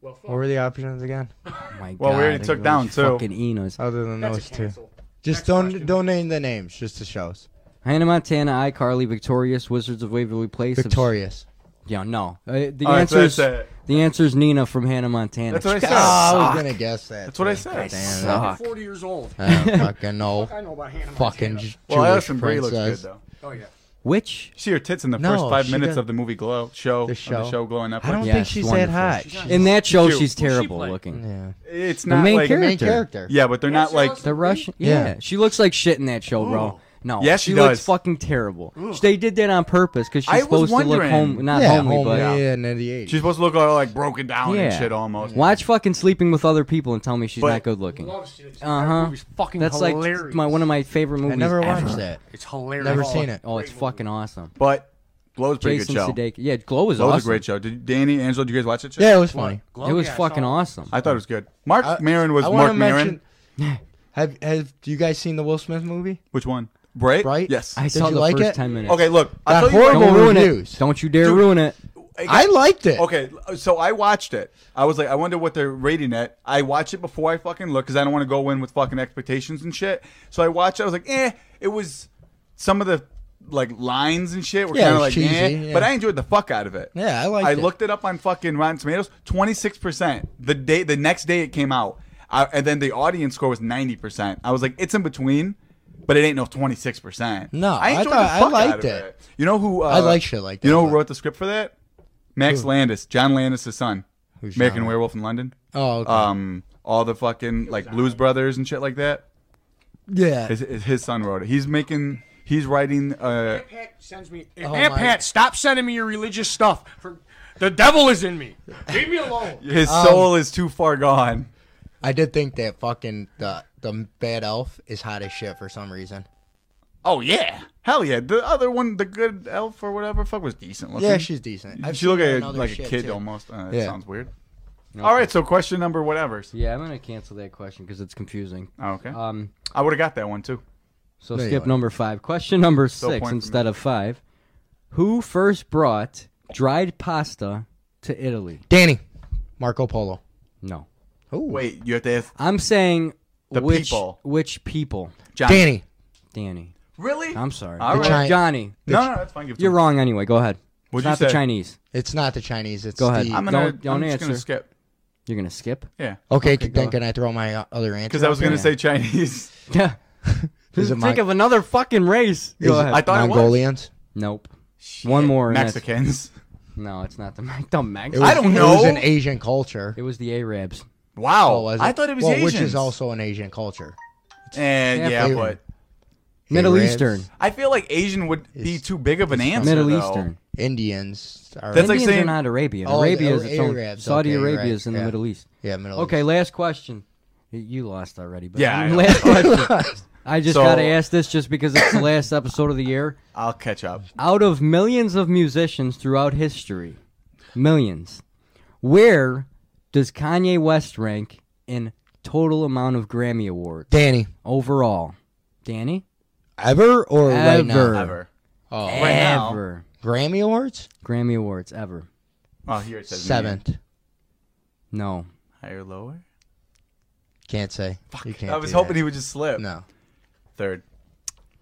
[SPEAKER 6] Well, fuck.
[SPEAKER 3] What were the options again?
[SPEAKER 4] Oh my
[SPEAKER 2] Well, we
[SPEAKER 4] God,
[SPEAKER 2] already
[SPEAKER 4] those
[SPEAKER 2] took down two.
[SPEAKER 4] Fucking Enos.
[SPEAKER 3] Other than
[SPEAKER 6] That's
[SPEAKER 3] those
[SPEAKER 6] a
[SPEAKER 3] two,
[SPEAKER 6] cancel.
[SPEAKER 3] just
[SPEAKER 6] Next
[SPEAKER 3] don't
[SPEAKER 6] question.
[SPEAKER 3] don't name the names, just the shows.
[SPEAKER 4] Hannah Montana, iCarly, Victorious, Wizards of Waverly Place. Obs-
[SPEAKER 3] Victorious.
[SPEAKER 4] Yeah, no. Uh, the
[SPEAKER 2] All right, so
[SPEAKER 4] answer is
[SPEAKER 2] that's it.
[SPEAKER 4] the answer is Nina from Hannah Montana.
[SPEAKER 2] That's what I
[SPEAKER 4] She
[SPEAKER 2] said.
[SPEAKER 3] Oh, I
[SPEAKER 4] suck.
[SPEAKER 3] was gonna guess that.
[SPEAKER 2] That's what I said.
[SPEAKER 3] Damn.
[SPEAKER 4] Suck.
[SPEAKER 6] I'm 40 years old.
[SPEAKER 3] I don't fucking know.
[SPEAKER 6] I know about Hannah
[SPEAKER 3] fucking
[SPEAKER 6] Montana.
[SPEAKER 3] Jewish
[SPEAKER 2] Well, Alison Brie
[SPEAKER 3] princess.
[SPEAKER 2] looks good though.
[SPEAKER 6] Oh yeah.
[SPEAKER 4] Which?
[SPEAKER 2] You see her tits in the
[SPEAKER 3] No,
[SPEAKER 2] first five
[SPEAKER 3] she
[SPEAKER 2] minutes
[SPEAKER 3] doesn't-
[SPEAKER 2] of the movie Glow show.
[SPEAKER 3] The
[SPEAKER 2] of
[SPEAKER 3] show.
[SPEAKER 2] the show glowing up.
[SPEAKER 3] I don't
[SPEAKER 4] Yeah,
[SPEAKER 3] think
[SPEAKER 4] it's
[SPEAKER 3] she's that
[SPEAKER 4] wonderful.
[SPEAKER 3] hot.
[SPEAKER 6] She's not-
[SPEAKER 4] In that show,
[SPEAKER 2] Cute.
[SPEAKER 4] she's
[SPEAKER 6] Who's she
[SPEAKER 4] terrible
[SPEAKER 6] playing?
[SPEAKER 4] looking.
[SPEAKER 3] yeah.
[SPEAKER 2] It's
[SPEAKER 4] The
[SPEAKER 2] not
[SPEAKER 4] main
[SPEAKER 2] like
[SPEAKER 4] character.
[SPEAKER 3] Main character.
[SPEAKER 2] yeah, but they're not
[SPEAKER 6] That's
[SPEAKER 2] like.
[SPEAKER 6] Alison
[SPEAKER 4] The Russian, yeah.
[SPEAKER 3] Yeah.
[SPEAKER 4] she looks like shit in that show, bro.
[SPEAKER 6] Ooh.
[SPEAKER 4] No,
[SPEAKER 2] Yes, she
[SPEAKER 4] looks
[SPEAKER 2] does.
[SPEAKER 4] fucking terrible. They did that on purpose because she's
[SPEAKER 2] I was
[SPEAKER 4] supposed to look
[SPEAKER 2] wondering.
[SPEAKER 4] home, not
[SPEAKER 3] yeah,
[SPEAKER 4] homely, but
[SPEAKER 3] homely and in the 80s.
[SPEAKER 2] She's supposed to look all like broken down and
[SPEAKER 4] yeah,
[SPEAKER 2] shit almost.
[SPEAKER 4] Watch fucking sleeping with other people and tell me she's
[SPEAKER 2] But-
[SPEAKER 4] not good looking.
[SPEAKER 6] Love shit.
[SPEAKER 4] Uh-huh.
[SPEAKER 6] That movie's fucking
[SPEAKER 4] That's
[SPEAKER 6] hilarious.
[SPEAKER 4] like my one of my favorite movies.
[SPEAKER 3] I never
[SPEAKER 4] ever.
[SPEAKER 3] watched that.
[SPEAKER 6] It's hilarious.
[SPEAKER 3] Never
[SPEAKER 6] Oh,
[SPEAKER 3] seen it.
[SPEAKER 4] Oh, it's fucking awesome.
[SPEAKER 2] But Glow's a pretty
[SPEAKER 4] Jason
[SPEAKER 2] good show.
[SPEAKER 4] Sudeikis. Yeah, Glow was
[SPEAKER 2] Glow's a
[SPEAKER 4] awesome.
[SPEAKER 2] great show. Did Danny, Angela, did you guys watch it?
[SPEAKER 3] Yeah, it was funny.
[SPEAKER 6] Glow,
[SPEAKER 4] it was
[SPEAKER 6] yeah, I
[SPEAKER 4] fucking
[SPEAKER 6] saw it.
[SPEAKER 4] awesome.
[SPEAKER 2] I thought it was good. Mark
[SPEAKER 3] I-
[SPEAKER 2] Maron was
[SPEAKER 3] I wanna
[SPEAKER 2] Mark Maron.
[SPEAKER 3] mention- Have have you guys seen the Will Smith movie?
[SPEAKER 2] Which one? Bright.
[SPEAKER 3] Bright?
[SPEAKER 2] Yes.
[SPEAKER 4] I
[SPEAKER 3] Did
[SPEAKER 4] saw
[SPEAKER 3] you
[SPEAKER 4] the
[SPEAKER 3] like
[SPEAKER 4] first
[SPEAKER 3] it?
[SPEAKER 4] ten minutes.
[SPEAKER 2] okay, look.
[SPEAKER 3] That
[SPEAKER 2] I
[SPEAKER 3] horrible
[SPEAKER 4] don't ruin
[SPEAKER 3] reviews.
[SPEAKER 4] it. Don't you dare
[SPEAKER 2] Dude.
[SPEAKER 4] ruin it.
[SPEAKER 3] I liked it.
[SPEAKER 2] Okay, so I watched it. I was like, I wonder what they're rating it. I watch it before I fucking look because I don't want to go in with fucking expectations and shit. So I watched it. I was like, eh, it was some of the like lines and shit were
[SPEAKER 3] Yeah, it
[SPEAKER 2] kind of
[SPEAKER 3] was
[SPEAKER 2] like,
[SPEAKER 3] cheesy,
[SPEAKER 2] eh,
[SPEAKER 3] yeah.
[SPEAKER 2] but I enjoyed the fuck out of it.
[SPEAKER 3] Yeah, I liked
[SPEAKER 2] I
[SPEAKER 3] it.
[SPEAKER 2] looked it up on fucking Rotten Tomatoes, twenty six percent. The day, the next day it came out, I, and then the audience score was ninety percent. I was like, it's in between. But it ain't no twenty six percent.
[SPEAKER 3] No, I
[SPEAKER 2] enjoyed
[SPEAKER 3] thought- I
[SPEAKER 2] the fuck out
[SPEAKER 3] liked
[SPEAKER 2] of
[SPEAKER 3] it.
[SPEAKER 2] You know who? Uh,
[SPEAKER 3] I like shit like that,
[SPEAKER 2] You know who
[SPEAKER 3] but-
[SPEAKER 2] wrote the script for that? Max Landis, John Landis' son,
[SPEAKER 3] Who's
[SPEAKER 2] American
[SPEAKER 3] John?
[SPEAKER 2] Werewolf in London.
[SPEAKER 3] Oh, okay.
[SPEAKER 2] Um, all the fucking like Blues Brothers and shit like that.
[SPEAKER 3] yeah.
[SPEAKER 2] His, his son wrote it. He's making, he's writing. Uh,
[SPEAKER 6] Aunt Pat sends me.
[SPEAKER 3] Oh,
[SPEAKER 6] Aunt
[SPEAKER 3] my-
[SPEAKER 6] Pat, stop sending me your religious stuff. For the devil is in me. Leave me alone.
[SPEAKER 2] his
[SPEAKER 3] Um,
[SPEAKER 2] soul is too far gone.
[SPEAKER 3] I did think that fucking the the bad elf is hot as shit for some reason.
[SPEAKER 2] Oh yeah, hell yeah. The other one, the good elf or whatever, fuck was decent looking.
[SPEAKER 3] Yeah, she's decent. I've
[SPEAKER 2] she
[SPEAKER 3] seen
[SPEAKER 2] looked
[SPEAKER 3] her
[SPEAKER 2] like,
[SPEAKER 3] in
[SPEAKER 2] a-
[SPEAKER 3] other
[SPEAKER 2] like a
[SPEAKER 3] shit,
[SPEAKER 2] kid
[SPEAKER 3] too.
[SPEAKER 2] almost. Uh, that
[SPEAKER 3] Yeah.
[SPEAKER 2] sounds weird. All right, so question number whatever.
[SPEAKER 3] Uh,
[SPEAKER 4] Yeah, I'm gonna cancel that question because it's confusing.
[SPEAKER 2] Oh, okay,
[SPEAKER 4] Um,
[SPEAKER 2] I would have got that one too.
[SPEAKER 4] So
[SPEAKER 3] There you
[SPEAKER 4] skip
[SPEAKER 3] are.
[SPEAKER 4] number five. Question number
[SPEAKER 2] Still
[SPEAKER 4] six
[SPEAKER 2] point for
[SPEAKER 4] instead of five. Who first brought dried pasta to Italy?
[SPEAKER 3] Danny, Marco Polo.
[SPEAKER 4] No.
[SPEAKER 3] Ooh.
[SPEAKER 2] Wait, you have to ask
[SPEAKER 4] I'm saying
[SPEAKER 2] The
[SPEAKER 4] which
[SPEAKER 2] people.
[SPEAKER 4] which people?
[SPEAKER 2] John.
[SPEAKER 3] Danny.
[SPEAKER 4] Danny.
[SPEAKER 2] Really?
[SPEAKER 4] I'm sorry.
[SPEAKER 2] All right.
[SPEAKER 3] Chi-
[SPEAKER 4] Johnny.
[SPEAKER 2] no, no, that's fine. Give it to
[SPEAKER 4] You're
[SPEAKER 2] me.
[SPEAKER 4] wrong anyway. Go ahead.
[SPEAKER 2] What'd
[SPEAKER 4] it's
[SPEAKER 2] you
[SPEAKER 4] not
[SPEAKER 2] say?
[SPEAKER 4] the Chinese.
[SPEAKER 3] It's not the Chinese. It's
[SPEAKER 4] Go ahead.
[SPEAKER 3] the.
[SPEAKER 2] I'm gonna.
[SPEAKER 4] Don't- don't
[SPEAKER 2] I'm just gonna
[SPEAKER 4] answer.
[SPEAKER 2] skip.
[SPEAKER 4] You're going to skip?
[SPEAKER 2] Yeah,
[SPEAKER 3] okay,
[SPEAKER 4] Okay, go
[SPEAKER 3] then
[SPEAKER 4] on.
[SPEAKER 3] can I throw my uh, other answer?
[SPEAKER 2] because I was
[SPEAKER 3] up there?
[SPEAKER 2] gonna say Chinese.
[SPEAKER 4] Yeah.
[SPEAKER 3] Is
[SPEAKER 4] Just
[SPEAKER 3] it
[SPEAKER 4] think
[SPEAKER 3] Mon-
[SPEAKER 4] of another fucking race.
[SPEAKER 3] Is
[SPEAKER 4] Go
[SPEAKER 3] it
[SPEAKER 4] ahead.
[SPEAKER 2] I thought it was.
[SPEAKER 3] Mongolians.
[SPEAKER 4] nope. One more. and that's-
[SPEAKER 2] Mexicans.
[SPEAKER 4] No, it's not the, the Mexicans.
[SPEAKER 3] It was-
[SPEAKER 2] I don't
[SPEAKER 3] It was
[SPEAKER 2] know.
[SPEAKER 3] an Asian culture.
[SPEAKER 4] It was the Arabs.
[SPEAKER 2] Wow,
[SPEAKER 3] Oh, was
[SPEAKER 2] I thought it was
[SPEAKER 3] well,
[SPEAKER 2] Asians.
[SPEAKER 3] which is also an Asian culture.
[SPEAKER 2] And
[SPEAKER 4] Yeah,
[SPEAKER 2] yeah,
[SPEAKER 3] they-
[SPEAKER 2] but
[SPEAKER 4] Middle
[SPEAKER 3] Arabs,
[SPEAKER 4] Eastern.
[SPEAKER 2] I feel like Asian would be
[SPEAKER 3] It's-
[SPEAKER 2] too big of an answer.
[SPEAKER 4] Middle
[SPEAKER 2] though.
[SPEAKER 4] Eastern.
[SPEAKER 3] Indians. Are,
[SPEAKER 2] That's like
[SPEAKER 4] Indians are
[SPEAKER 2] saying-
[SPEAKER 4] not Arabian.
[SPEAKER 3] Oh,
[SPEAKER 4] Arabia
[SPEAKER 3] the
[SPEAKER 4] is its own.
[SPEAKER 3] Arabs.
[SPEAKER 4] Saudi
[SPEAKER 3] Okay, you're
[SPEAKER 4] Arabia
[SPEAKER 3] right.
[SPEAKER 4] is in the
[SPEAKER 3] Yeah.
[SPEAKER 4] Middle East.
[SPEAKER 3] yeah, Middle
[SPEAKER 4] Okay,
[SPEAKER 3] East.
[SPEAKER 4] last question. Y- You lost already, but
[SPEAKER 2] Yeah, I know.
[SPEAKER 4] last question. I just
[SPEAKER 2] So-
[SPEAKER 4] gotta ask this just because it's the last episode of the year.
[SPEAKER 2] I'll catch up.
[SPEAKER 4] Out of millions of musicians throughout history, millions, where does Kanye West rank in total amount of Grammy awards
[SPEAKER 3] Danny.
[SPEAKER 4] overall? Danny,
[SPEAKER 3] Ever or right
[SPEAKER 4] Ever.
[SPEAKER 3] now?
[SPEAKER 2] Ever.
[SPEAKER 3] Oh,
[SPEAKER 2] Right now.
[SPEAKER 4] ever
[SPEAKER 3] Grammy Awards?
[SPEAKER 4] Grammy awards ever?
[SPEAKER 2] Oh, here it says me.
[SPEAKER 3] Seventh.
[SPEAKER 4] No,
[SPEAKER 2] Higher, lower.
[SPEAKER 3] Can't say. Fuck. You can't
[SPEAKER 2] I was
[SPEAKER 3] do
[SPEAKER 2] hoping
[SPEAKER 3] that.
[SPEAKER 2] he would just slip.
[SPEAKER 3] No.
[SPEAKER 2] Third.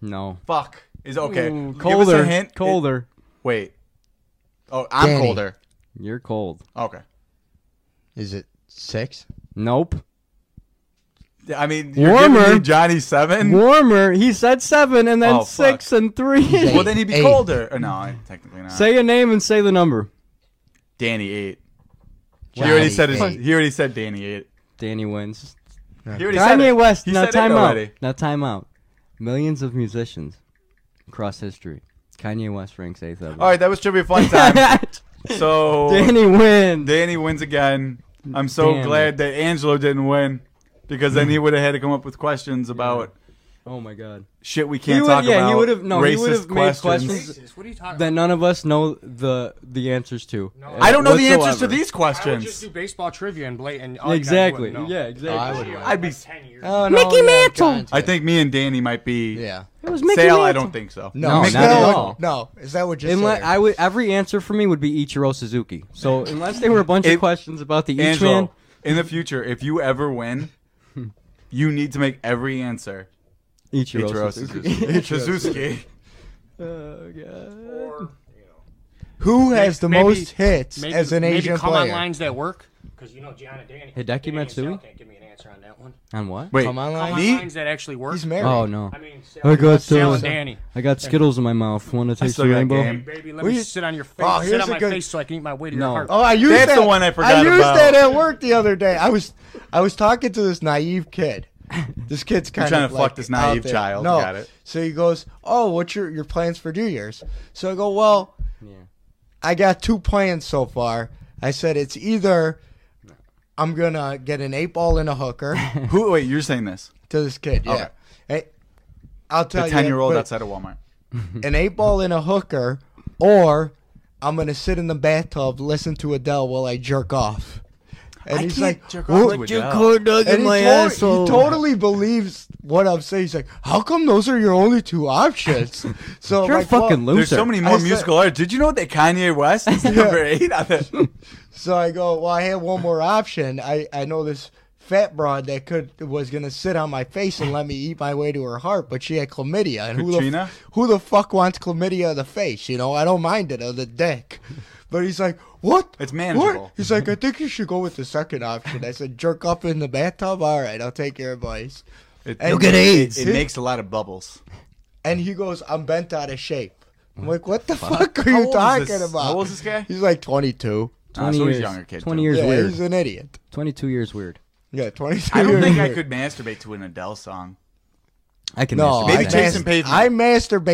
[SPEAKER 4] no.
[SPEAKER 2] Fuck. Is okay.
[SPEAKER 4] Ooh,
[SPEAKER 2] Give us
[SPEAKER 4] colder,
[SPEAKER 2] a hint. It-
[SPEAKER 4] colder.
[SPEAKER 2] wait. Oh, I'm
[SPEAKER 3] Danny.
[SPEAKER 2] colder.
[SPEAKER 4] You're cold.
[SPEAKER 2] Okay.
[SPEAKER 3] Is it six?
[SPEAKER 4] Nope.
[SPEAKER 2] Yeah, I mean, you're giving
[SPEAKER 4] Warmer.
[SPEAKER 2] me Johnny seven.
[SPEAKER 4] Warmer. He said seven, and then
[SPEAKER 2] Oh,
[SPEAKER 4] six, and
[SPEAKER 2] Well,
[SPEAKER 4] three.
[SPEAKER 2] then he'd be
[SPEAKER 3] Eight.
[SPEAKER 2] colder. Or no, I- technically not.
[SPEAKER 4] say a name and say the number.
[SPEAKER 2] Danny eight. he already
[SPEAKER 3] Johnny
[SPEAKER 2] said his,
[SPEAKER 3] eight.
[SPEAKER 2] He already said Danny eight.
[SPEAKER 4] Danny wins.
[SPEAKER 2] He already said
[SPEAKER 4] Kanye
[SPEAKER 2] it.
[SPEAKER 4] West.
[SPEAKER 2] He
[SPEAKER 4] now
[SPEAKER 2] said it
[SPEAKER 4] time out.
[SPEAKER 2] already.
[SPEAKER 4] Now time out. Millions of musicians across history. Kanye West ranks eighth of them.
[SPEAKER 2] All right, that was trivia fun time. so
[SPEAKER 4] Danny wins.
[SPEAKER 2] Danny wins again. I'm so
[SPEAKER 4] Damn Mm.
[SPEAKER 2] glad that Angelo didn't win because then he would have had to come up with questions about
[SPEAKER 4] oh my God.
[SPEAKER 2] shit we
[SPEAKER 4] He
[SPEAKER 2] can't
[SPEAKER 4] would-
[SPEAKER 2] talk
[SPEAKER 4] yeah,
[SPEAKER 2] about.
[SPEAKER 4] he would've- no, he
[SPEAKER 2] racist
[SPEAKER 4] would've made questions.
[SPEAKER 6] Racist. What are you talking
[SPEAKER 4] That
[SPEAKER 6] about?
[SPEAKER 4] none of us know the the answers to.
[SPEAKER 6] No.
[SPEAKER 4] uh,
[SPEAKER 2] I don't know the answers to
[SPEAKER 4] whatsoever.
[SPEAKER 2] these
[SPEAKER 6] I would just
[SPEAKER 2] questions.
[SPEAKER 6] do baseball trivia and Blake and all you guys
[SPEAKER 4] Exactly.
[SPEAKER 6] wouldn't know.
[SPEAKER 4] Yeah. Exactly.
[SPEAKER 2] I'd be.
[SPEAKER 6] Ten years.
[SPEAKER 3] Oh, no, Mickey Mantle.
[SPEAKER 2] I think me and Danny might be.
[SPEAKER 3] Yeah.
[SPEAKER 4] It was Mickey
[SPEAKER 2] Sale, I
[SPEAKER 4] Mantle.
[SPEAKER 2] don't think so.
[SPEAKER 4] No,
[SPEAKER 3] Mickey
[SPEAKER 4] not at
[SPEAKER 3] Mantle-
[SPEAKER 4] all.
[SPEAKER 3] No. Is that what you're
[SPEAKER 4] Unless
[SPEAKER 3] saying?
[SPEAKER 4] I would, every answer for me would be Ichiro Suzuki. So unless they were a bunch of
[SPEAKER 2] It-
[SPEAKER 4] questions about the each man,
[SPEAKER 2] Angelo, in the future, if you ever win, you need to make every answer.
[SPEAKER 4] Ichiro,
[SPEAKER 2] Ichiro
[SPEAKER 4] Suzuki.
[SPEAKER 2] Suzuki.
[SPEAKER 6] Or, you know,
[SPEAKER 3] Who has the
[SPEAKER 6] Maybe-
[SPEAKER 3] most hits
[SPEAKER 6] maybe,
[SPEAKER 3] as an
[SPEAKER 6] maybe
[SPEAKER 3] Asian
[SPEAKER 6] come
[SPEAKER 3] player?
[SPEAKER 6] on lines that work because you know Gianna Danny.
[SPEAKER 4] Hideki
[SPEAKER 6] Danny and Sal
[SPEAKER 4] Matsui?
[SPEAKER 6] Can't give me an answer on that one.
[SPEAKER 4] On what?
[SPEAKER 2] Wait,
[SPEAKER 3] Come on,
[SPEAKER 6] Come
[SPEAKER 3] line.
[SPEAKER 6] on
[SPEAKER 2] Me?
[SPEAKER 6] lines that actually work.
[SPEAKER 3] He's married.
[SPEAKER 4] Oh no!
[SPEAKER 6] I mean, Sal,
[SPEAKER 4] I got
[SPEAKER 6] Sal and
[SPEAKER 4] Sal.
[SPEAKER 6] Danny.
[SPEAKER 4] I got Skittles in my mouth. Want to taste
[SPEAKER 2] still
[SPEAKER 4] the
[SPEAKER 2] got
[SPEAKER 4] rainbow?
[SPEAKER 2] game.
[SPEAKER 6] Baby, let
[SPEAKER 3] We-
[SPEAKER 6] me sit on your face.
[SPEAKER 3] Oh,
[SPEAKER 6] sit
[SPEAKER 3] here's
[SPEAKER 6] on
[SPEAKER 3] a
[SPEAKER 6] my
[SPEAKER 3] good-
[SPEAKER 6] face so I can eat my way to
[SPEAKER 4] No.
[SPEAKER 6] your heart.
[SPEAKER 3] Oh, I used
[SPEAKER 2] That's
[SPEAKER 3] that.
[SPEAKER 2] the one I forgot
[SPEAKER 3] I used
[SPEAKER 2] about.
[SPEAKER 3] that at work the other day. I was, I was talking to this naive kid. This kid's kind
[SPEAKER 2] trying
[SPEAKER 3] of
[SPEAKER 2] to fuck
[SPEAKER 3] like
[SPEAKER 2] this naive
[SPEAKER 3] out there.
[SPEAKER 2] child.
[SPEAKER 3] No.
[SPEAKER 2] Got it.
[SPEAKER 3] So he goes, "Oh, what's your your plans for New Year's?" So I go, "Well, I got two plans so far." I said, "It's either I'm gonna get an eight ball and a hooker
[SPEAKER 2] who? Wait, you're saying this?
[SPEAKER 3] to this kid, yeah."
[SPEAKER 2] Okay.
[SPEAKER 3] Hey, I'll tell
[SPEAKER 2] The
[SPEAKER 3] you,
[SPEAKER 2] ten year old
[SPEAKER 3] but
[SPEAKER 2] outside of Walmart.
[SPEAKER 3] an eight ball and a hooker, or I'm gonna sit in the bathtub, listen to Adele while I jerk off. And
[SPEAKER 2] I
[SPEAKER 3] he's
[SPEAKER 2] can't
[SPEAKER 3] like,
[SPEAKER 2] jerk
[SPEAKER 3] "Whoa."
[SPEAKER 2] off to
[SPEAKER 4] Oh.
[SPEAKER 2] Adele.
[SPEAKER 3] And he, tot- he totally believes what I'm saying. He's like, "How come those are your only two options?" So I'm
[SPEAKER 4] You're a
[SPEAKER 3] like,
[SPEAKER 4] fucking
[SPEAKER 3] well,
[SPEAKER 4] loser.
[SPEAKER 2] There's so many
[SPEAKER 3] I
[SPEAKER 2] more
[SPEAKER 3] said-
[SPEAKER 2] musical artists. Did you know that Kanye West is number eight on the?
[SPEAKER 3] So I go, "Well, I had one more option. I I know this fat broad that could was gonna sit on my face and let me eat my way to her heart, but she had chlamydia. And who the,
[SPEAKER 2] Katrina?
[SPEAKER 3] f- who the fuck wants chlamydia of the face? You know, I don't mind it of the dick." But he's like, "What?
[SPEAKER 2] It's
[SPEAKER 3] What?"
[SPEAKER 2] manageable.
[SPEAKER 3] He's like, "I think you should go with the second option." I said, "Jerk up in the bathtub. All right, I'll take your advice."
[SPEAKER 2] It,
[SPEAKER 3] You'll get AIDS.
[SPEAKER 2] It, it makes a lot of bubbles.
[SPEAKER 3] And he goes, I'm bent out of shape. I'm like, what the fuck, are
[SPEAKER 2] How
[SPEAKER 3] you
[SPEAKER 2] old is
[SPEAKER 3] talking
[SPEAKER 2] this-
[SPEAKER 3] about?
[SPEAKER 2] how old is this guy?
[SPEAKER 3] He's like 22.
[SPEAKER 2] Ah,
[SPEAKER 4] 20
[SPEAKER 2] so he's
[SPEAKER 4] years.
[SPEAKER 2] younger kid,
[SPEAKER 4] Twenty
[SPEAKER 2] too.
[SPEAKER 4] years
[SPEAKER 3] yeah,
[SPEAKER 4] weird.
[SPEAKER 3] he's an idiot.
[SPEAKER 4] Twenty-two years weird.
[SPEAKER 3] Yeah, 22.
[SPEAKER 2] I don't
[SPEAKER 3] years
[SPEAKER 2] think I
[SPEAKER 3] old.
[SPEAKER 2] could masturbate to an Adele song.
[SPEAKER 4] I can
[SPEAKER 3] No,
[SPEAKER 4] masturbate
[SPEAKER 3] I,
[SPEAKER 2] Maybe
[SPEAKER 4] to
[SPEAKER 2] Jason
[SPEAKER 4] that.
[SPEAKER 2] Jason
[SPEAKER 3] mas-
[SPEAKER 2] Bateman.
[SPEAKER 3] I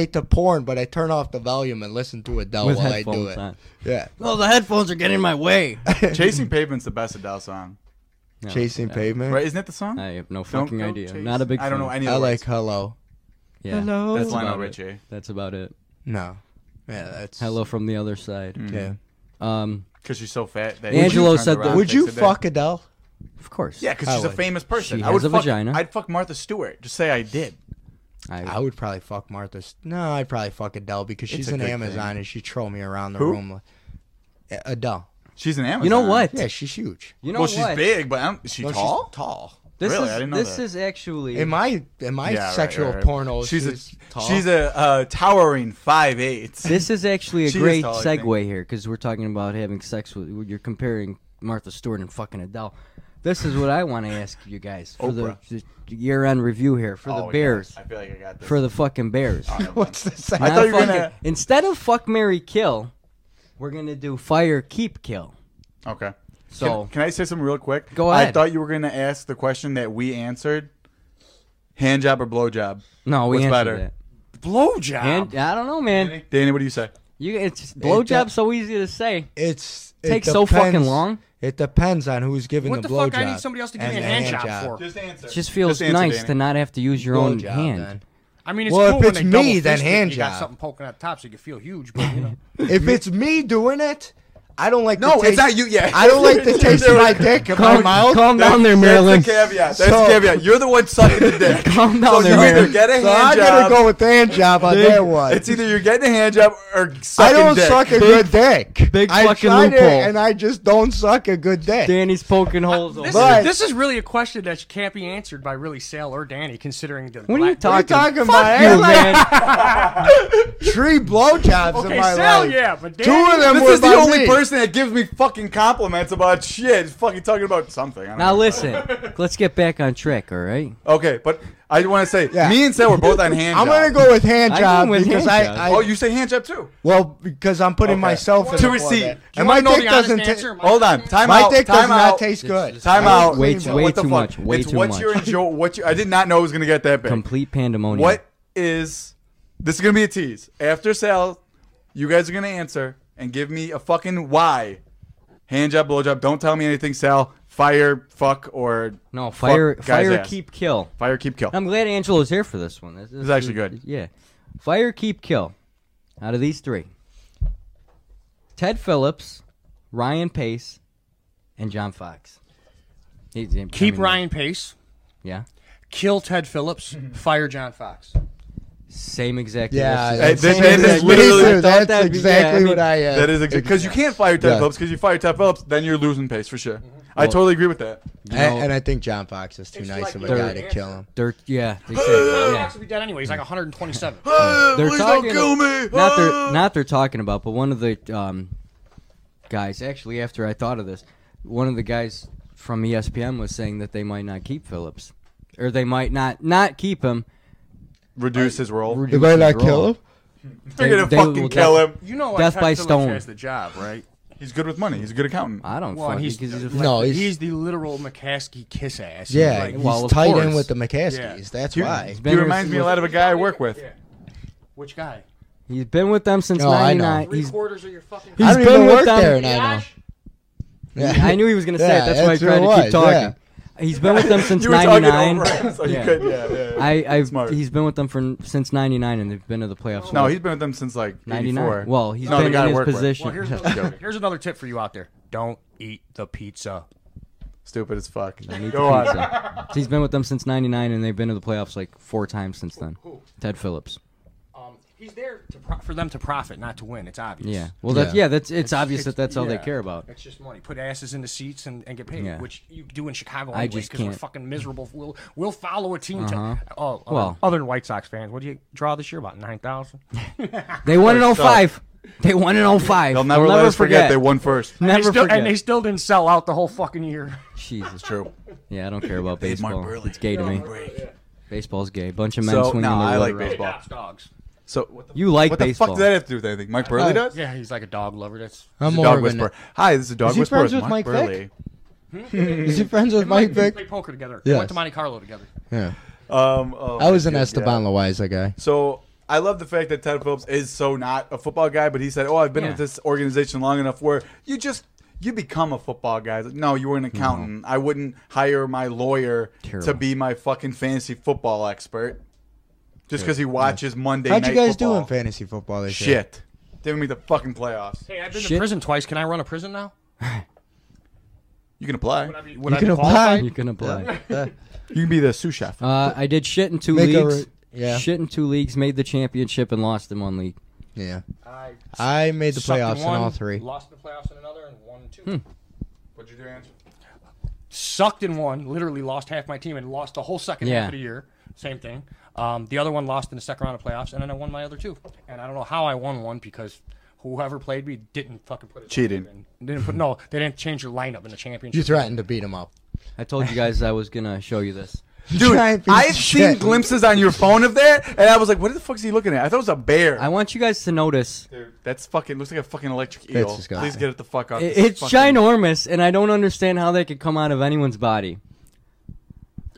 [SPEAKER 3] masturbate to porn, but I turn off the volume and listen to Adele
[SPEAKER 4] With
[SPEAKER 3] while I do
[SPEAKER 4] headphones
[SPEAKER 3] it.
[SPEAKER 4] on.
[SPEAKER 3] Yeah,
[SPEAKER 4] Oh, the headphones are getting in my way.
[SPEAKER 2] Chasing Pavement's the best Adele song,
[SPEAKER 4] No,
[SPEAKER 3] chasing pavement.
[SPEAKER 2] right? Isn't that the song?
[SPEAKER 4] I have no
[SPEAKER 2] Don't
[SPEAKER 4] fucking
[SPEAKER 2] go
[SPEAKER 4] idea.
[SPEAKER 2] chase-
[SPEAKER 4] Not a big.
[SPEAKER 2] I don't
[SPEAKER 4] fan.
[SPEAKER 2] know any.
[SPEAKER 3] I
[SPEAKER 2] of the
[SPEAKER 3] like
[SPEAKER 2] words.
[SPEAKER 3] hello.
[SPEAKER 4] Yeah.
[SPEAKER 3] Hello.
[SPEAKER 2] That's Lionel
[SPEAKER 4] about it.
[SPEAKER 2] Richie.
[SPEAKER 4] That's about it.
[SPEAKER 3] No, yeah, that's
[SPEAKER 4] Hello from the other side.
[SPEAKER 2] Mm.
[SPEAKER 3] Yeah.
[SPEAKER 4] Um,
[SPEAKER 2] Because she's so fat. That
[SPEAKER 4] Angelo
[SPEAKER 2] she turns
[SPEAKER 4] said that-
[SPEAKER 2] around and
[SPEAKER 3] Would you
[SPEAKER 2] takes a dick.
[SPEAKER 3] fuck Adele?
[SPEAKER 4] of course.
[SPEAKER 2] Yeah, because
[SPEAKER 3] I
[SPEAKER 2] she's a
[SPEAKER 3] would.
[SPEAKER 2] famous person.
[SPEAKER 4] She
[SPEAKER 2] I would
[SPEAKER 4] has a
[SPEAKER 2] fuck,
[SPEAKER 4] vagina.
[SPEAKER 2] I'd fuck Martha Stewart. Just say I did.
[SPEAKER 4] I,
[SPEAKER 3] I would probably fuck Martha. S- No, I'd probably fuck Adele because she's
[SPEAKER 1] a
[SPEAKER 3] an
[SPEAKER 1] good
[SPEAKER 3] Amazon and she troll me around the
[SPEAKER 1] Who?
[SPEAKER 3] room. like- A- Adele.
[SPEAKER 2] She's an Amazon.
[SPEAKER 4] you know what?
[SPEAKER 3] Yeah, she's huge.
[SPEAKER 4] You know
[SPEAKER 2] uh, well,
[SPEAKER 4] what?
[SPEAKER 2] she's big, but I'm, is she
[SPEAKER 3] No, she's
[SPEAKER 2] tall?
[SPEAKER 3] tall.
[SPEAKER 4] This
[SPEAKER 2] Really?
[SPEAKER 4] is
[SPEAKER 2] I didn't know
[SPEAKER 4] this
[SPEAKER 2] that.
[SPEAKER 4] is actually
[SPEAKER 3] In my in my
[SPEAKER 2] Yeah, right,
[SPEAKER 3] sexual
[SPEAKER 2] right, right.
[SPEAKER 3] porno, she's,
[SPEAKER 2] She's a
[SPEAKER 3] tall.
[SPEAKER 2] she's a uh, towering five eight.
[SPEAKER 4] this is actually a
[SPEAKER 2] She is
[SPEAKER 4] great
[SPEAKER 2] tall, I think.
[SPEAKER 4] segue here because we're talking about having sex with. You're comparing Martha Stewart and fucking Adele. This is what I want to ask you guys for the, the year-end review here
[SPEAKER 2] Oh,
[SPEAKER 4] for the Bears,
[SPEAKER 2] I feel like I got this.
[SPEAKER 4] for the fucking Bears.
[SPEAKER 3] What's the second?
[SPEAKER 4] Not
[SPEAKER 2] thought you were
[SPEAKER 4] fucking-
[SPEAKER 2] gonna-
[SPEAKER 4] Instead of fuck Mary kill, we're gonna do fire keep kill.
[SPEAKER 2] okay.
[SPEAKER 4] So-
[SPEAKER 2] can, can I say something real quick?
[SPEAKER 4] Go
[SPEAKER 2] I
[SPEAKER 4] ahead.
[SPEAKER 2] thought you were gonna ask the question that we answered: hand job or blow job?
[SPEAKER 4] No, we
[SPEAKER 2] What's
[SPEAKER 4] answered
[SPEAKER 2] better?
[SPEAKER 4] that.
[SPEAKER 2] Blow job.
[SPEAKER 4] And I don't know, man.
[SPEAKER 2] Danny, what do you say?
[SPEAKER 4] You it's
[SPEAKER 3] It don't-
[SPEAKER 4] blowjob so easy to say.
[SPEAKER 3] It's it
[SPEAKER 4] Takes so fucking
[SPEAKER 3] depends-
[SPEAKER 4] long.
[SPEAKER 3] It depends on who's giving
[SPEAKER 6] What
[SPEAKER 3] the
[SPEAKER 6] the
[SPEAKER 3] blowjob.
[SPEAKER 6] fuck? I need somebody else to give
[SPEAKER 3] and
[SPEAKER 6] me a
[SPEAKER 3] the
[SPEAKER 6] hand job for.
[SPEAKER 2] Just answer.
[SPEAKER 4] It just feels
[SPEAKER 2] answer,
[SPEAKER 4] nice
[SPEAKER 2] Danny.
[SPEAKER 4] to not have to use your own
[SPEAKER 3] Blowjob,
[SPEAKER 4] hand.
[SPEAKER 3] then.
[SPEAKER 6] I mean, it's
[SPEAKER 3] Well, if
[SPEAKER 6] cool when
[SPEAKER 3] it's
[SPEAKER 6] they
[SPEAKER 3] me,
[SPEAKER 6] double-fist
[SPEAKER 3] then
[SPEAKER 6] it,
[SPEAKER 3] hand
[SPEAKER 6] you
[SPEAKER 3] job.
[SPEAKER 6] got something poking at the top, so you can feel huge. But you know,
[SPEAKER 3] If it's me doing it, I don't like.
[SPEAKER 2] No, it's
[SPEAKER 3] the taste-
[SPEAKER 2] not you- yeah.
[SPEAKER 3] I don't like the taste of my dick in my
[SPEAKER 4] Calm,
[SPEAKER 3] mouth.
[SPEAKER 4] calm down there, Marilyn.
[SPEAKER 2] That's the caveat. That's
[SPEAKER 3] So-
[SPEAKER 2] the caveat. You're the one sucking the dick.
[SPEAKER 4] Calm
[SPEAKER 2] so
[SPEAKER 4] down there,
[SPEAKER 2] you
[SPEAKER 4] man.
[SPEAKER 2] either get a hand
[SPEAKER 3] so I'm gonna
[SPEAKER 2] job.
[SPEAKER 3] go with the hand job on that one.
[SPEAKER 2] It's either you're getting a hand job or
[SPEAKER 3] I
[SPEAKER 2] sucking
[SPEAKER 3] don't
[SPEAKER 2] dick.
[SPEAKER 3] suck a good dick.
[SPEAKER 4] big
[SPEAKER 3] I
[SPEAKER 4] fucking
[SPEAKER 3] tried it,
[SPEAKER 4] loophole.
[SPEAKER 3] and I just don't suck a good dick.
[SPEAKER 4] Danny's poking holes.
[SPEAKER 6] this,
[SPEAKER 4] over.
[SPEAKER 3] But-
[SPEAKER 6] is, this is really a question that can't be answered by really Sale or Danny, considering the.
[SPEAKER 4] What are you
[SPEAKER 6] black-
[SPEAKER 3] What are you talking
[SPEAKER 4] talking? Fuck
[SPEAKER 3] about?
[SPEAKER 4] you,
[SPEAKER 3] I like
[SPEAKER 4] man.
[SPEAKER 3] three blowjobs
[SPEAKER 6] Okay,
[SPEAKER 3] in my
[SPEAKER 6] Sale,
[SPEAKER 3] life.
[SPEAKER 6] yeah, but
[SPEAKER 3] Two
[SPEAKER 6] Danny,
[SPEAKER 3] of them
[SPEAKER 2] This
[SPEAKER 3] were
[SPEAKER 2] is the
[SPEAKER 3] by
[SPEAKER 2] only
[SPEAKER 3] me.
[SPEAKER 2] person that gives me fucking compliments about shit. He's fucking talking about something. I don't
[SPEAKER 4] now
[SPEAKER 2] know.
[SPEAKER 4] listen, let's get back on track. All right.
[SPEAKER 2] Okay, but I want to say,
[SPEAKER 3] Yeah.
[SPEAKER 2] me and Sal were both on hand.
[SPEAKER 3] I'm gonna
[SPEAKER 2] job.
[SPEAKER 3] go with hand
[SPEAKER 4] I
[SPEAKER 3] job
[SPEAKER 4] went with
[SPEAKER 3] because
[SPEAKER 4] hand
[SPEAKER 3] I,
[SPEAKER 4] job.
[SPEAKER 3] I
[SPEAKER 2] Oh, you say hand job too?
[SPEAKER 3] well because I'm putting
[SPEAKER 2] Okay.
[SPEAKER 3] myself in
[SPEAKER 2] To
[SPEAKER 3] for
[SPEAKER 2] receive.
[SPEAKER 3] that.
[SPEAKER 2] Do
[SPEAKER 6] you
[SPEAKER 3] And my
[SPEAKER 6] wanna know
[SPEAKER 3] dick
[SPEAKER 6] the honest
[SPEAKER 3] doesn't. ta-
[SPEAKER 6] answer?
[SPEAKER 2] Hold on. Time
[SPEAKER 3] my
[SPEAKER 2] out.
[SPEAKER 3] dick
[SPEAKER 2] time
[SPEAKER 3] does not
[SPEAKER 2] out.
[SPEAKER 3] taste good.
[SPEAKER 2] Time
[SPEAKER 3] I
[SPEAKER 2] out.
[SPEAKER 3] don't
[SPEAKER 4] Way-
[SPEAKER 3] clean that.
[SPEAKER 4] way
[SPEAKER 2] what the
[SPEAKER 4] too
[SPEAKER 2] fuck?
[SPEAKER 4] much, way
[SPEAKER 2] it's
[SPEAKER 4] too
[SPEAKER 2] what
[SPEAKER 4] much.
[SPEAKER 2] You're enjoy- what you, I did not know it was gonna get that big.
[SPEAKER 4] Complete pandemonium.
[SPEAKER 2] What is this is gonna be a tease. After Sal, you guys are gonna answer and give me a fucking why. Hand job, blow job. Don't tell me anything, Sal. Fire, fuck, or
[SPEAKER 4] No,
[SPEAKER 2] fuck
[SPEAKER 4] fire,
[SPEAKER 2] guy's
[SPEAKER 4] fire,
[SPEAKER 2] ass.
[SPEAKER 4] keep, kill.
[SPEAKER 2] fire, keep, kill.
[SPEAKER 4] I'm glad Angelo's here for this one. This, this
[SPEAKER 2] is actually good.
[SPEAKER 4] Yeah, fire, keep, kill. Out of these three, Ted Phillips, Ryan Pace, and John Fox. He- he- I
[SPEAKER 6] keep
[SPEAKER 4] mean,
[SPEAKER 6] Ryan Pace,
[SPEAKER 4] Yeah,
[SPEAKER 6] kill Ted Phillips,
[SPEAKER 3] Mm-hmm.
[SPEAKER 6] fire John Fox.
[SPEAKER 4] same exact.
[SPEAKER 3] Yeah,
[SPEAKER 4] list.
[SPEAKER 2] Hey,
[SPEAKER 3] that's
[SPEAKER 2] this-
[SPEAKER 3] same
[SPEAKER 2] that
[SPEAKER 3] as
[SPEAKER 2] is
[SPEAKER 3] that. Me
[SPEAKER 2] literally-
[SPEAKER 3] too,
[SPEAKER 2] I thought
[SPEAKER 3] That's
[SPEAKER 4] that'd be- yeah, I
[SPEAKER 3] exactly
[SPEAKER 4] mean-
[SPEAKER 3] what I. uh,
[SPEAKER 2] That is exactly because you can't fire Ted
[SPEAKER 3] Yeah.
[SPEAKER 2] Phillips because you fire Ted Phillips, then you're losing pace for sure. I totally agree with that.
[SPEAKER 3] a- and I think John Fox is too nice
[SPEAKER 6] like
[SPEAKER 3] of a
[SPEAKER 6] you
[SPEAKER 3] guy
[SPEAKER 6] got
[SPEAKER 3] to
[SPEAKER 6] an
[SPEAKER 3] kill
[SPEAKER 6] answer.
[SPEAKER 3] him.
[SPEAKER 4] They're, yeah, exactly, yeah.
[SPEAKER 6] Fox would be dead anyway. He's like 127.
[SPEAKER 4] They're
[SPEAKER 2] Please don't
[SPEAKER 4] talking,
[SPEAKER 2] kill me.
[SPEAKER 4] Not
[SPEAKER 2] Ah.
[SPEAKER 4] they're not they're talking about, but one of the um, guys actually after I thought of this, one of the guys from E ESPN was saying that they might not keep Phillips, or they might not not keep him.
[SPEAKER 2] Reduce his role.
[SPEAKER 4] reduce
[SPEAKER 3] Did I
[SPEAKER 4] his
[SPEAKER 3] not
[SPEAKER 4] role.
[SPEAKER 3] kill him?
[SPEAKER 2] They're gonna
[SPEAKER 4] they will
[SPEAKER 2] fucking kill
[SPEAKER 4] def-
[SPEAKER 2] him.
[SPEAKER 6] You know,
[SPEAKER 4] Death
[SPEAKER 6] Ted
[SPEAKER 4] by
[SPEAKER 6] Phillips
[SPEAKER 4] stone.
[SPEAKER 6] has the job, right?
[SPEAKER 2] He's good with money. He's a good accountant.
[SPEAKER 4] I don't
[SPEAKER 6] Well,
[SPEAKER 4] fucking
[SPEAKER 6] he's,
[SPEAKER 4] because he's a
[SPEAKER 6] like,
[SPEAKER 3] No, he's-
[SPEAKER 6] he's, the literal McCaskey kiss ass.
[SPEAKER 3] Yeah,
[SPEAKER 6] Like,
[SPEAKER 3] he's
[SPEAKER 4] well, of
[SPEAKER 3] tied in
[SPEAKER 4] course.
[SPEAKER 3] with the McCaskies. That's
[SPEAKER 2] He-
[SPEAKER 3] why.
[SPEAKER 2] He reminds me a lot of a guy I work with.
[SPEAKER 6] Yeah. which guy?
[SPEAKER 4] he's been with them since
[SPEAKER 3] No, I know.
[SPEAKER 4] '99.
[SPEAKER 6] Three
[SPEAKER 4] He's,
[SPEAKER 6] quarters of your fucking.
[SPEAKER 3] I
[SPEAKER 4] He's
[SPEAKER 3] don't
[SPEAKER 4] been
[SPEAKER 3] even
[SPEAKER 4] with
[SPEAKER 3] work
[SPEAKER 4] them.
[SPEAKER 3] there, and I know.
[SPEAKER 4] I knew he was gonna say
[SPEAKER 3] Yeah,
[SPEAKER 4] it. That's why I
[SPEAKER 3] that's who
[SPEAKER 4] tried
[SPEAKER 3] it
[SPEAKER 4] to
[SPEAKER 3] was,
[SPEAKER 4] keep talking. He's been with them since
[SPEAKER 2] You were talking over
[SPEAKER 4] '99.
[SPEAKER 2] him, so you
[SPEAKER 4] Yeah.
[SPEAKER 2] couldn't. Yeah, yeah, yeah.
[SPEAKER 4] I, I've,
[SPEAKER 2] Smart.
[SPEAKER 4] he's been with them for since '99, and they've been to the playoffs.
[SPEAKER 2] No,
[SPEAKER 4] once.
[SPEAKER 2] he's been with them since like 84.
[SPEAKER 4] 99. Well, he's
[SPEAKER 2] No, the
[SPEAKER 4] been
[SPEAKER 2] guy I
[SPEAKER 4] in his
[SPEAKER 2] work with.
[SPEAKER 4] position.
[SPEAKER 6] Well, here's another, here's another tip for you out there. Don't eat the pizza.
[SPEAKER 2] Stupid as fuck.
[SPEAKER 4] Need
[SPEAKER 2] Go
[SPEAKER 4] the
[SPEAKER 2] on.
[SPEAKER 4] pizza. He's been with them since '99, and they've been to the playoffs like four times since then. Ted Phillips.
[SPEAKER 6] Um, he's there to pro- for them to profit, not to win. It's obvious.
[SPEAKER 4] Yeah. Well, that's yeah. That's it's, obvious
[SPEAKER 6] it's-
[SPEAKER 4] that that's all they
[SPEAKER 6] yeah.
[SPEAKER 4] care about.
[SPEAKER 6] It's just money. Put asses in the seats and, and get paid,
[SPEAKER 4] Yeah.
[SPEAKER 6] which you do in Chicago
[SPEAKER 4] I
[SPEAKER 6] anyway
[SPEAKER 4] just
[SPEAKER 6] because we're
[SPEAKER 4] can't. Uh-huh.
[SPEAKER 6] fucking miserable. We'll, we'll follow a team to. Oh, other-
[SPEAKER 4] Well-
[SPEAKER 6] other than White Sox fans, what do you draw this year? About 9,000?
[SPEAKER 4] They won in
[SPEAKER 2] Like, so-
[SPEAKER 4] 05. They won in 05.
[SPEAKER 2] They'll never, let us forget. they won first.
[SPEAKER 6] And they
[SPEAKER 4] Never
[SPEAKER 6] still-
[SPEAKER 4] forget.
[SPEAKER 6] And they still didn't sell out the whole fucking year.
[SPEAKER 4] Jesus.
[SPEAKER 2] True.
[SPEAKER 4] Yeah, I don't care about
[SPEAKER 2] Hey, Mark
[SPEAKER 4] baseball.
[SPEAKER 2] Burley.
[SPEAKER 4] It's gay to me. Baseball's gay. Bunch of men
[SPEAKER 2] So
[SPEAKER 4] swinging
[SPEAKER 2] no,
[SPEAKER 4] their
[SPEAKER 2] I
[SPEAKER 4] wood
[SPEAKER 2] like
[SPEAKER 4] around.
[SPEAKER 2] baseball.
[SPEAKER 6] dogs.
[SPEAKER 2] So what the,
[SPEAKER 4] You like
[SPEAKER 2] what
[SPEAKER 4] baseball.
[SPEAKER 2] the
[SPEAKER 4] Uh,
[SPEAKER 2] fuck does that have to do with anything? Mike Burley does.
[SPEAKER 6] Yeah, he's like a dog lover. That's
[SPEAKER 3] I'm
[SPEAKER 2] He's a
[SPEAKER 3] more
[SPEAKER 2] dog
[SPEAKER 3] of an.
[SPEAKER 2] whisperer. Hi, this is a dog
[SPEAKER 3] Is he
[SPEAKER 2] whisperer.
[SPEAKER 3] friends with
[SPEAKER 2] Mike
[SPEAKER 3] Mike Vick?
[SPEAKER 2] Burley.
[SPEAKER 3] Is he friends with Mike
[SPEAKER 6] They
[SPEAKER 3] Vick?
[SPEAKER 6] play poker together.
[SPEAKER 3] Yes.
[SPEAKER 6] They went to Monte Carlo together.
[SPEAKER 3] Yeah.
[SPEAKER 2] Um, oh
[SPEAKER 3] I was an
[SPEAKER 2] my God,
[SPEAKER 3] Esteban
[SPEAKER 2] yeah.
[SPEAKER 3] Loaiza guy.
[SPEAKER 2] So I love the fact that Ted Phillips is so not a football guy, but he said, "Oh, I've been
[SPEAKER 4] Yeah.
[SPEAKER 2] with this organization long enough where you just." You become a football guy. It's like, No, you were an accountant. I wouldn't hire my lawyer to
[SPEAKER 4] Terrible.
[SPEAKER 2] be my fucking fantasy football expert just because he watches Monday
[SPEAKER 3] How'd you
[SPEAKER 2] Night
[SPEAKER 3] guys do in
[SPEAKER 2] Football.
[SPEAKER 3] fantasy football this year?
[SPEAKER 2] Shit. Didn't make the fucking playoffs.
[SPEAKER 6] Hey, I've been
[SPEAKER 4] to
[SPEAKER 6] to
[SPEAKER 4] Shit.
[SPEAKER 6] prison twice. Can I run a prison now?
[SPEAKER 2] You can apply.
[SPEAKER 3] You can apply.
[SPEAKER 4] You can apply.
[SPEAKER 2] You can be the sous chef.
[SPEAKER 4] Uh, I did shit in two
[SPEAKER 3] Make a re-
[SPEAKER 4] leagues,
[SPEAKER 3] Yeah.
[SPEAKER 4] Shit in two leagues, made the championship, and lost in one league.
[SPEAKER 3] Yeah.
[SPEAKER 6] I
[SPEAKER 3] I made the
[SPEAKER 6] sucked
[SPEAKER 3] playoffs in
[SPEAKER 6] one,
[SPEAKER 3] all three. Hmm.
[SPEAKER 6] Lost in the playoffs in another, and won in two.
[SPEAKER 2] What'd you do, answer?
[SPEAKER 6] Sucked in one, literally lost half my team and lost the whole second
[SPEAKER 4] Yeah.
[SPEAKER 6] half of the year. Same thing. Um, the other one lost in the second round of playoffs, and then I won my other two. And I don't know how I won one because whoever played me didn't fucking put it.
[SPEAKER 2] Cheating.
[SPEAKER 6] Didn't put no. They didn't change your lineup in the championship.
[SPEAKER 3] You threatened to beat him up.
[SPEAKER 4] I told you guys I was gonna show you this.
[SPEAKER 2] Dude,
[SPEAKER 3] Giant piece
[SPEAKER 2] I've
[SPEAKER 3] of
[SPEAKER 2] seen
[SPEAKER 3] shit.
[SPEAKER 2] glimpses on your phone of that, and I was like, "What the fuck is he looking at?" I thought it was a bear.
[SPEAKER 4] I want you guys to notice
[SPEAKER 2] Dude, that's fucking looks like a fucking electric
[SPEAKER 3] That's
[SPEAKER 2] eel.
[SPEAKER 3] disgusting.
[SPEAKER 2] Please get it the fuck off.
[SPEAKER 4] i-
[SPEAKER 2] this
[SPEAKER 4] it's
[SPEAKER 2] fucking-
[SPEAKER 4] ginormous, and I don't understand how that could come out of anyone's body.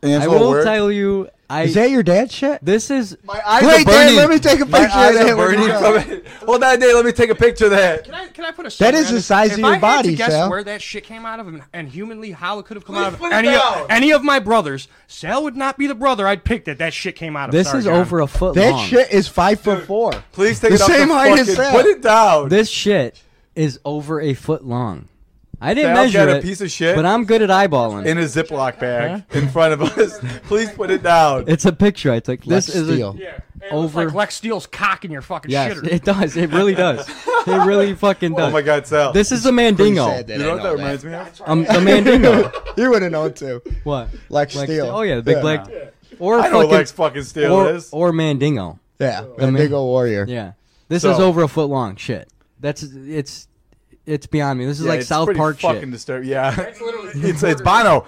[SPEAKER 4] I will tell you, I
[SPEAKER 3] Is that your dad's shit?
[SPEAKER 4] this is
[SPEAKER 2] My eyes
[SPEAKER 3] Wait,
[SPEAKER 2] are
[SPEAKER 3] Dad,
[SPEAKER 2] burning.
[SPEAKER 3] let me take a
[SPEAKER 2] My
[SPEAKER 3] picture
[SPEAKER 2] eyes
[SPEAKER 3] of that
[SPEAKER 2] are burning
[SPEAKER 3] when
[SPEAKER 2] from
[SPEAKER 3] we
[SPEAKER 2] it. Hold on, Dave. Let me take a picture of that.
[SPEAKER 6] Can I, can I put a
[SPEAKER 3] That is
[SPEAKER 6] soda in
[SPEAKER 3] the
[SPEAKER 6] it?
[SPEAKER 3] size
[SPEAKER 6] if
[SPEAKER 3] of your
[SPEAKER 6] I had
[SPEAKER 3] body,
[SPEAKER 6] to guess
[SPEAKER 3] Sal.
[SPEAKER 6] where that shit came out of and, and humanly how it could have come out of
[SPEAKER 2] put it
[SPEAKER 6] any
[SPEAKER 2] down.
[SPEAKER 6] of, any of my brothers, Sal would not be the brother I'd pick that that shit came out of.
[SPEAKER 4] this
[SPEAKER 6] Sorry,
[SPEAKER 4] is
[SPEAKER 6] John.
[SPEAKER 4] over a foot
[SPEAKER 3] That
[SPEAKER 4] long.
[SPEAKER 3] shit is five foot four.
[SPEAKER 2] Please take
[SPEAKER 3] The
[SPEAKER 2] it off
[SPEAKER 3] same
[SPEAKER 2] the
[SPEAKER 3] height as
[SPEAKER 2] fucking-
[SPEAKER 3] that.
[SPEAKER 2] Put it down.
[SPEAKER 4] This shit is over a foot long. I didn't
[SPEAKER 2] Sal
[SPEAKER 4] measure
[SPEAKER 2] got a
[SPEAKER 4] it,
[SPEAKER 2] piece of shit.
[SPEAKER 4] but I'm good at eyeballing.
[SPEAKER 2] in a Ziploc bag in front of us. Please put it down.
[SPEAKER 4] it's a picture I took.
[SPEAKER 3] Let's
[SPEAKER 4] this is
[SPEAKER 3] steal.
[SPEAKER 4] A,
[SPEAKER 6] Yeah, and it looks
[SPEAKER 4] Over-
[SPEAKER 6] like Lex Steele's cock in your fucking
[SPEAKER 4] yes,
[SPEAKER 6] shitter.
[SPEAKER 4] it does. It really does. it really fucking does.
[SPEAKER 2] Oh my god, Sal.
[SPEAKER 4] This is a
[SPEAKER 3] Pretty
[SPEAKER 4] mandingo.
[SPEAKER 3] sad that
[SPEAKER 2] you
[SPEAKER 3] I
[SPEAKER 2] know what that
[SPEAKER 3] know
[SPEAKER 2] reminds me of?
[SPEAKER 4] Um, the mandingo.
[SPEAKER 3] You would have known too.
[SPEAKER 4] What?
[SPEAKER 3] Lex Steele.
[SPEAKER 4] Oh yeah, the big
[SPEAKER 3] Yeah.
[SPEAKER 4] black. Or
[SPEAKER 2] I know
[SPEAKER 4] fucking
[SPEAKER 2] Lex fucking steal
[SPEAKER 4] or,
[SPEAKER 2] this.
[SPEAKER 4] or mandingo.
[SPEAKER 3] Yeah, Mandingo Warrior.
[SPEAKER 4] Yeah. This
[SPEAKER 2] So-
[SPEAKER 4] is over a foot long shit. That's it's it's beyond me. This is
[SPEAKER 2] Yeah,
[SPEAKER 4] like
[SPEAKER 2] it's
[SPEAKER 4] South
[SPEAKER 2] pretty
[SPEAKER 4] Park
[SPEAKER 2] fucking
[SPEAKER 4] shit.
[SPEAKER 2] disturbing. Yeah,
[SPEAKER 6] That's literally
[SPEAKER 2] it's it's Bono,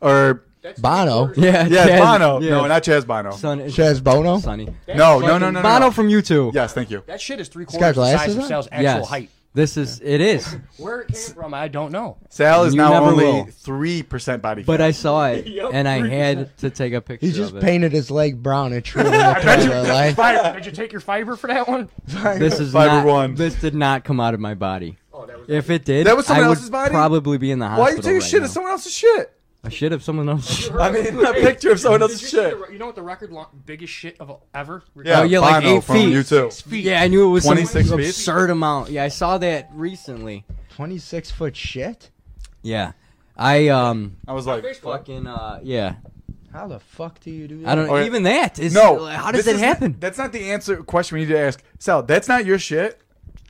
[SPEAKER 2] or
[SPEAKER 3] Bono.
[SPEAKER 4] Yeah,
[SPEAKER 2] yeah, it's
[SPEAKER 4] Chaz-
[SPEAKER 2] Bono.
[SPEAKER 4] yeah,
[SPEAKER 2] No, not Chaz Bono.
[SPEAKER 4] Son, it's
[SPEAKER 3] Chaz Bono.
[SPEAKER 4] Sonny.
[SPEAKER 2] No, no, no, no, no,
[SPEAKER 4] Bono
[SPEAKER 2] no.
[SPEAKER 4] from U2.
[SPEAKER 2] Yes, thank you.
[SPEAKER 6] That shit is three
[SPEAKER 3] got
[SPEAKER 6] quarters the size
[SPEAKER 3] glasses
[SPEAKER 6] of
[SPEAKER 3] on?
[SPEAKER 6] Sal's actual
[SPEAKER 4] Yes.
[SPEAKER 6] height.
[SPEAKER 4] This is it is.
[SPEAKER 6] Where it came from, I don't know.
[SPEAKER 2] Sal is
[SPEAKER 4] You
[SPEAKER 2] now
[SPEAKER 4] never
[SPEAKER 2] only
[SPEAKER 4] will.
[SPEAKER 2] three percent body fat.
[SPEAKER 4] But I saw it and I had to take a picture
[SPEAKER 3] He just
[SPEAKER 4] of it.
[SPEAKER 3] painted his leg brown and true. I
[SPEAKER 6] bet you- Fiber, did you take your fiber for that one?
[SPEAKER 4] uh, this is
[SPEAKER 2] Fiber
[SPEAKER 4] not,
[SPEAKER 2] one.
[SPEAKER 4] This did not come out of my body.
[SPEAKER 6] Oh, that was
[SPEAKER 4] If it did,
[SPEAKER 2] That was someone
[SPEAKER 4] I would
[SPEAKER 2] else's body?
[SPEAKER 4] probably be in the
[SPEAKER 2] Why
[SPEAKER 4] hospital.
[SPEAKER 2] are you taking
[SPEAKER 4] right
[SPEAKER 2] shit
[SPEAKER 4] now.
[SPEAKER 2] at someone else's shit?
[SPEAKER 4] a shit of someone else?
[SPEAKER 2] I mean, a picture of someone else's
[SPEAKER 6] you, see
[SPEAKER 2] shit.
[SPEAKER 6] the- you know what the record lo- biggest shit of ever?
[SPEAKER 2] Yeah,
[SPEAKER 4] Oh, yeah, like
[SPEAKER 2] Bono
[SPEAKER 4] eight
[SPEAKER 2] from
[SPEAKER 4] feet.
[SPEAKER 2] U2.
[SPEAKER 4] yeah, I knew it was some
[SPEAKER 2] 26 feet?
[SPEAKER 4] absurd amount. Yeah, I saw that recently.
[SPEAKER 3] Twenty six foot shit.
[SPEAKER 4] Yeah, I um
[SPEAKER 2] I was like,
[SPEAKER 4] fucking uh yeah.
[SPEAKER 3] How the fuck do you do that?
[SPEAKER 4] I don't
[SPEAKER 2] Okay.
[SPEAKER 4] even that is
[SPEAKER 2] no.
[SPEAKER 4] How does
[SPEAKER 2] this
[SPEAKER 4] that
[SPEAKER 2] is-
[SPEAKER 4] happen?
[SPEAKER 2] That's not the answer question we need to ask. Sal, that's not your shit.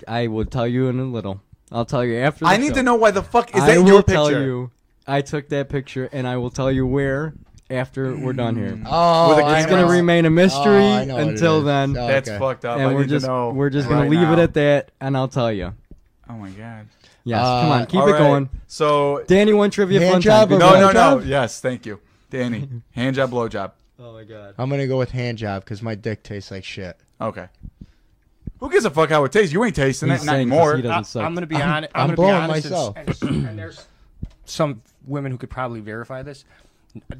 [SPEAKER 4] I will tell you in a little. I'll tell you after. The
[SPEAKER 2] I need
[SPEAKER 4] show.
[SPEAKER 2] to know why the fuck is
[SPEAKER 4] I
[SPEAKER 2] that
[SPEAKER 4] will
[SPEAKER 2] your picture?
[SPEAKER 4] tell you. I took that picture, and I will tell you where after we're done here.
[SPEAKER 2] Mm.
[SPEAKER 3] Oh,
[SPEAKER 2] With a
[SPEAKER 3] I
[SPEAKER 4] it's gonna
[SPEAKER 3] know.
[SPEAKER 4] remain a mystery
[SPEAKER 3] Oh, I know what it
[SPEAKER 4] until
[SPEAKER 3] is.
[SPEAKER 4] then,
[SPEAKER 3] Oh,
[SPEAKER 2] That's
[SPEAKER 3] okay.
[SPEAKER 2] fucked up. I
[SPEAKER 4] and we're
[SPEAKER 2] need
[SPEAKER 4] just
[SPEAKER 2] to know
[SPEAKER 4] we're just
[SPEAKER 2] right
[SPEAKER 4] gonna leave it
[SPEAKER 2] now.
[SPEAKER 4] at that, and I'll tell you.
[SPEAKER 2] Oh my god.
[SPEAKER 4] Yes,
[SPEAKER 3] Uh,
[SPEAKER 4] come on, keep
[SPEAKER 2] All
[SPEAKER 4] it
[SPEAKER 2] right,
[SPEAKER 4] going.
[SPEAKER 2] So
[SPEAKER 4] Danny, one trivia
[SPEAKER 3] Hand
[SPEAKER 4] fun
[SPEAKER 3] job
[SPEAKER 4] time.
[SPEAKER 3] or
[SPEAKER 4] Go
[SPEAKER 2] no,
[SPEAKER 4] ahead.
[SPEAKER 2] no, no.
[SPEAKER 3] blowjob?
[SPEAKER 2] Yes, thank you, Danny. Hand job, blow job.
[SPEAKER 4] Oh my god.
[SPEAKER 3] I'm gonna go with hand job because my dick tastes like shit.
[SPEAKER 2] Okay. Who gives a fuck how it tastes? You ain't tasting
[SPEAKER 4] He's
[SPEAKER 2] it, not
[SPEAKER 4] saying 'cause
[SPEAKER 2] anymore.
[SPEAKER 4] he
[SPEAKER 6] I,
[SPEAKER 4] doesn't suck.
[SPEAKER 6] am gonna be honest. I'm,
[SPEAKER 3] I'm
[SPEAKER 6] gonna
[SPEAKER 3] blowing
[SPEAKER 6] be honest
[SPEAKER 3] myself.
[SPEAKER 6] And, and, and there's some women who could probably verify this.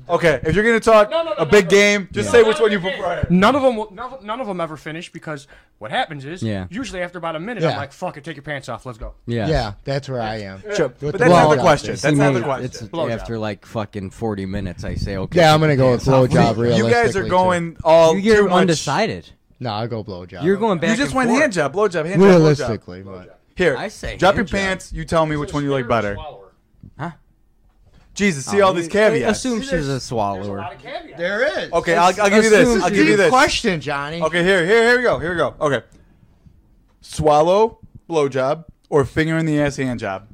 [SPEAKER 2] Okay, if you're gonna talk
[SPEAKER 6] No, no, no,
[SPEAKER 2] a
[SPEAKER 6] no,
[SPEAKER 2] big
[SPEAKER 6] no.
[SPEAKER 2] game, just say which one you prefer.
[SPEAKER 6] None of them, none, none of them ever finish because what happens is,
[SPEAKER 4] Yeah.
[SPEAKER 6] usually after about a minute,
[SPEAKER 3] Yeah.
[SPEAKER 6] I'm like, "Fuck it, take your pants off, let's go."
[SPEAKER 4] Yeah.
[SPEAKER 3] Yeah, that's where I am.
[SPEAKER 2] Sure,
[SPEAKER 3] With
[SPEAKER 2] But
[SPEAKER 3] the
[SPEAKER 2] that's not the
[SPEAKER 3] blowjob
[SPEAKER 2] question. That's
[SPEAKER 3] thing.
[SPEAKER 2] not the
[SPEAKER 4] See,
[SPEAKER 2] question.
[SPEAKER 4] It's
[SPEAKER 6] Blowjob.
[SPEAKER 4] after like fucking 40 minutes. I say okay.
[SPEAKER 3] Yeah, I'm gonna go with blowjob. Realistically,
[SPEAKER 2] You guys are
[SPEAKER 3] too.
[SPEAKER 2] going all
[SPEAKER 4] You, you're
[SPEAKER 2] too much.
[SPEAKER 4] undecided.
[SPEAKER 3] No, I'll go blowjob.
[SPEAKER 4] You're going back.
[SPEAKER 2] You just
[SPEAKER 4] and
[SPEAKER 2] went
[SPEAKER 4] forth.
[SPEAKER 2] hand job, blow job, hand job, blow job.
[SPEAKER 3] realistically, but
[SPEAKER 2] Here,
[SPEAKER 4] I say
[SPEAKER 2] drop your
[SPEAKER 4] hand job.
[SPEAKER 2] pants. You tell me which one you like better.
[SPEAKER 6] Swallower.
[SPEAKER 2] Jesus, see all these caveats.
[SPEAKER 4] Assume she's a
[SPEAKER 6] There's a lot
[SPEAKER 4] swallower.
[SPEAKER 6] of caveats.
[SPEAKER 3] there is.
[SPEAKER 2] Okay, I'll, I'll give you this.
[SPEAKER 4] assume
[SPEAKER 2] I'll give you this.
[SPEAKER 3] question, Johnny.
[SPEAKER 2] Okay, here, here, here we go. Here we go. Okay. Swallow, blowjob, or finger in the ass hand job.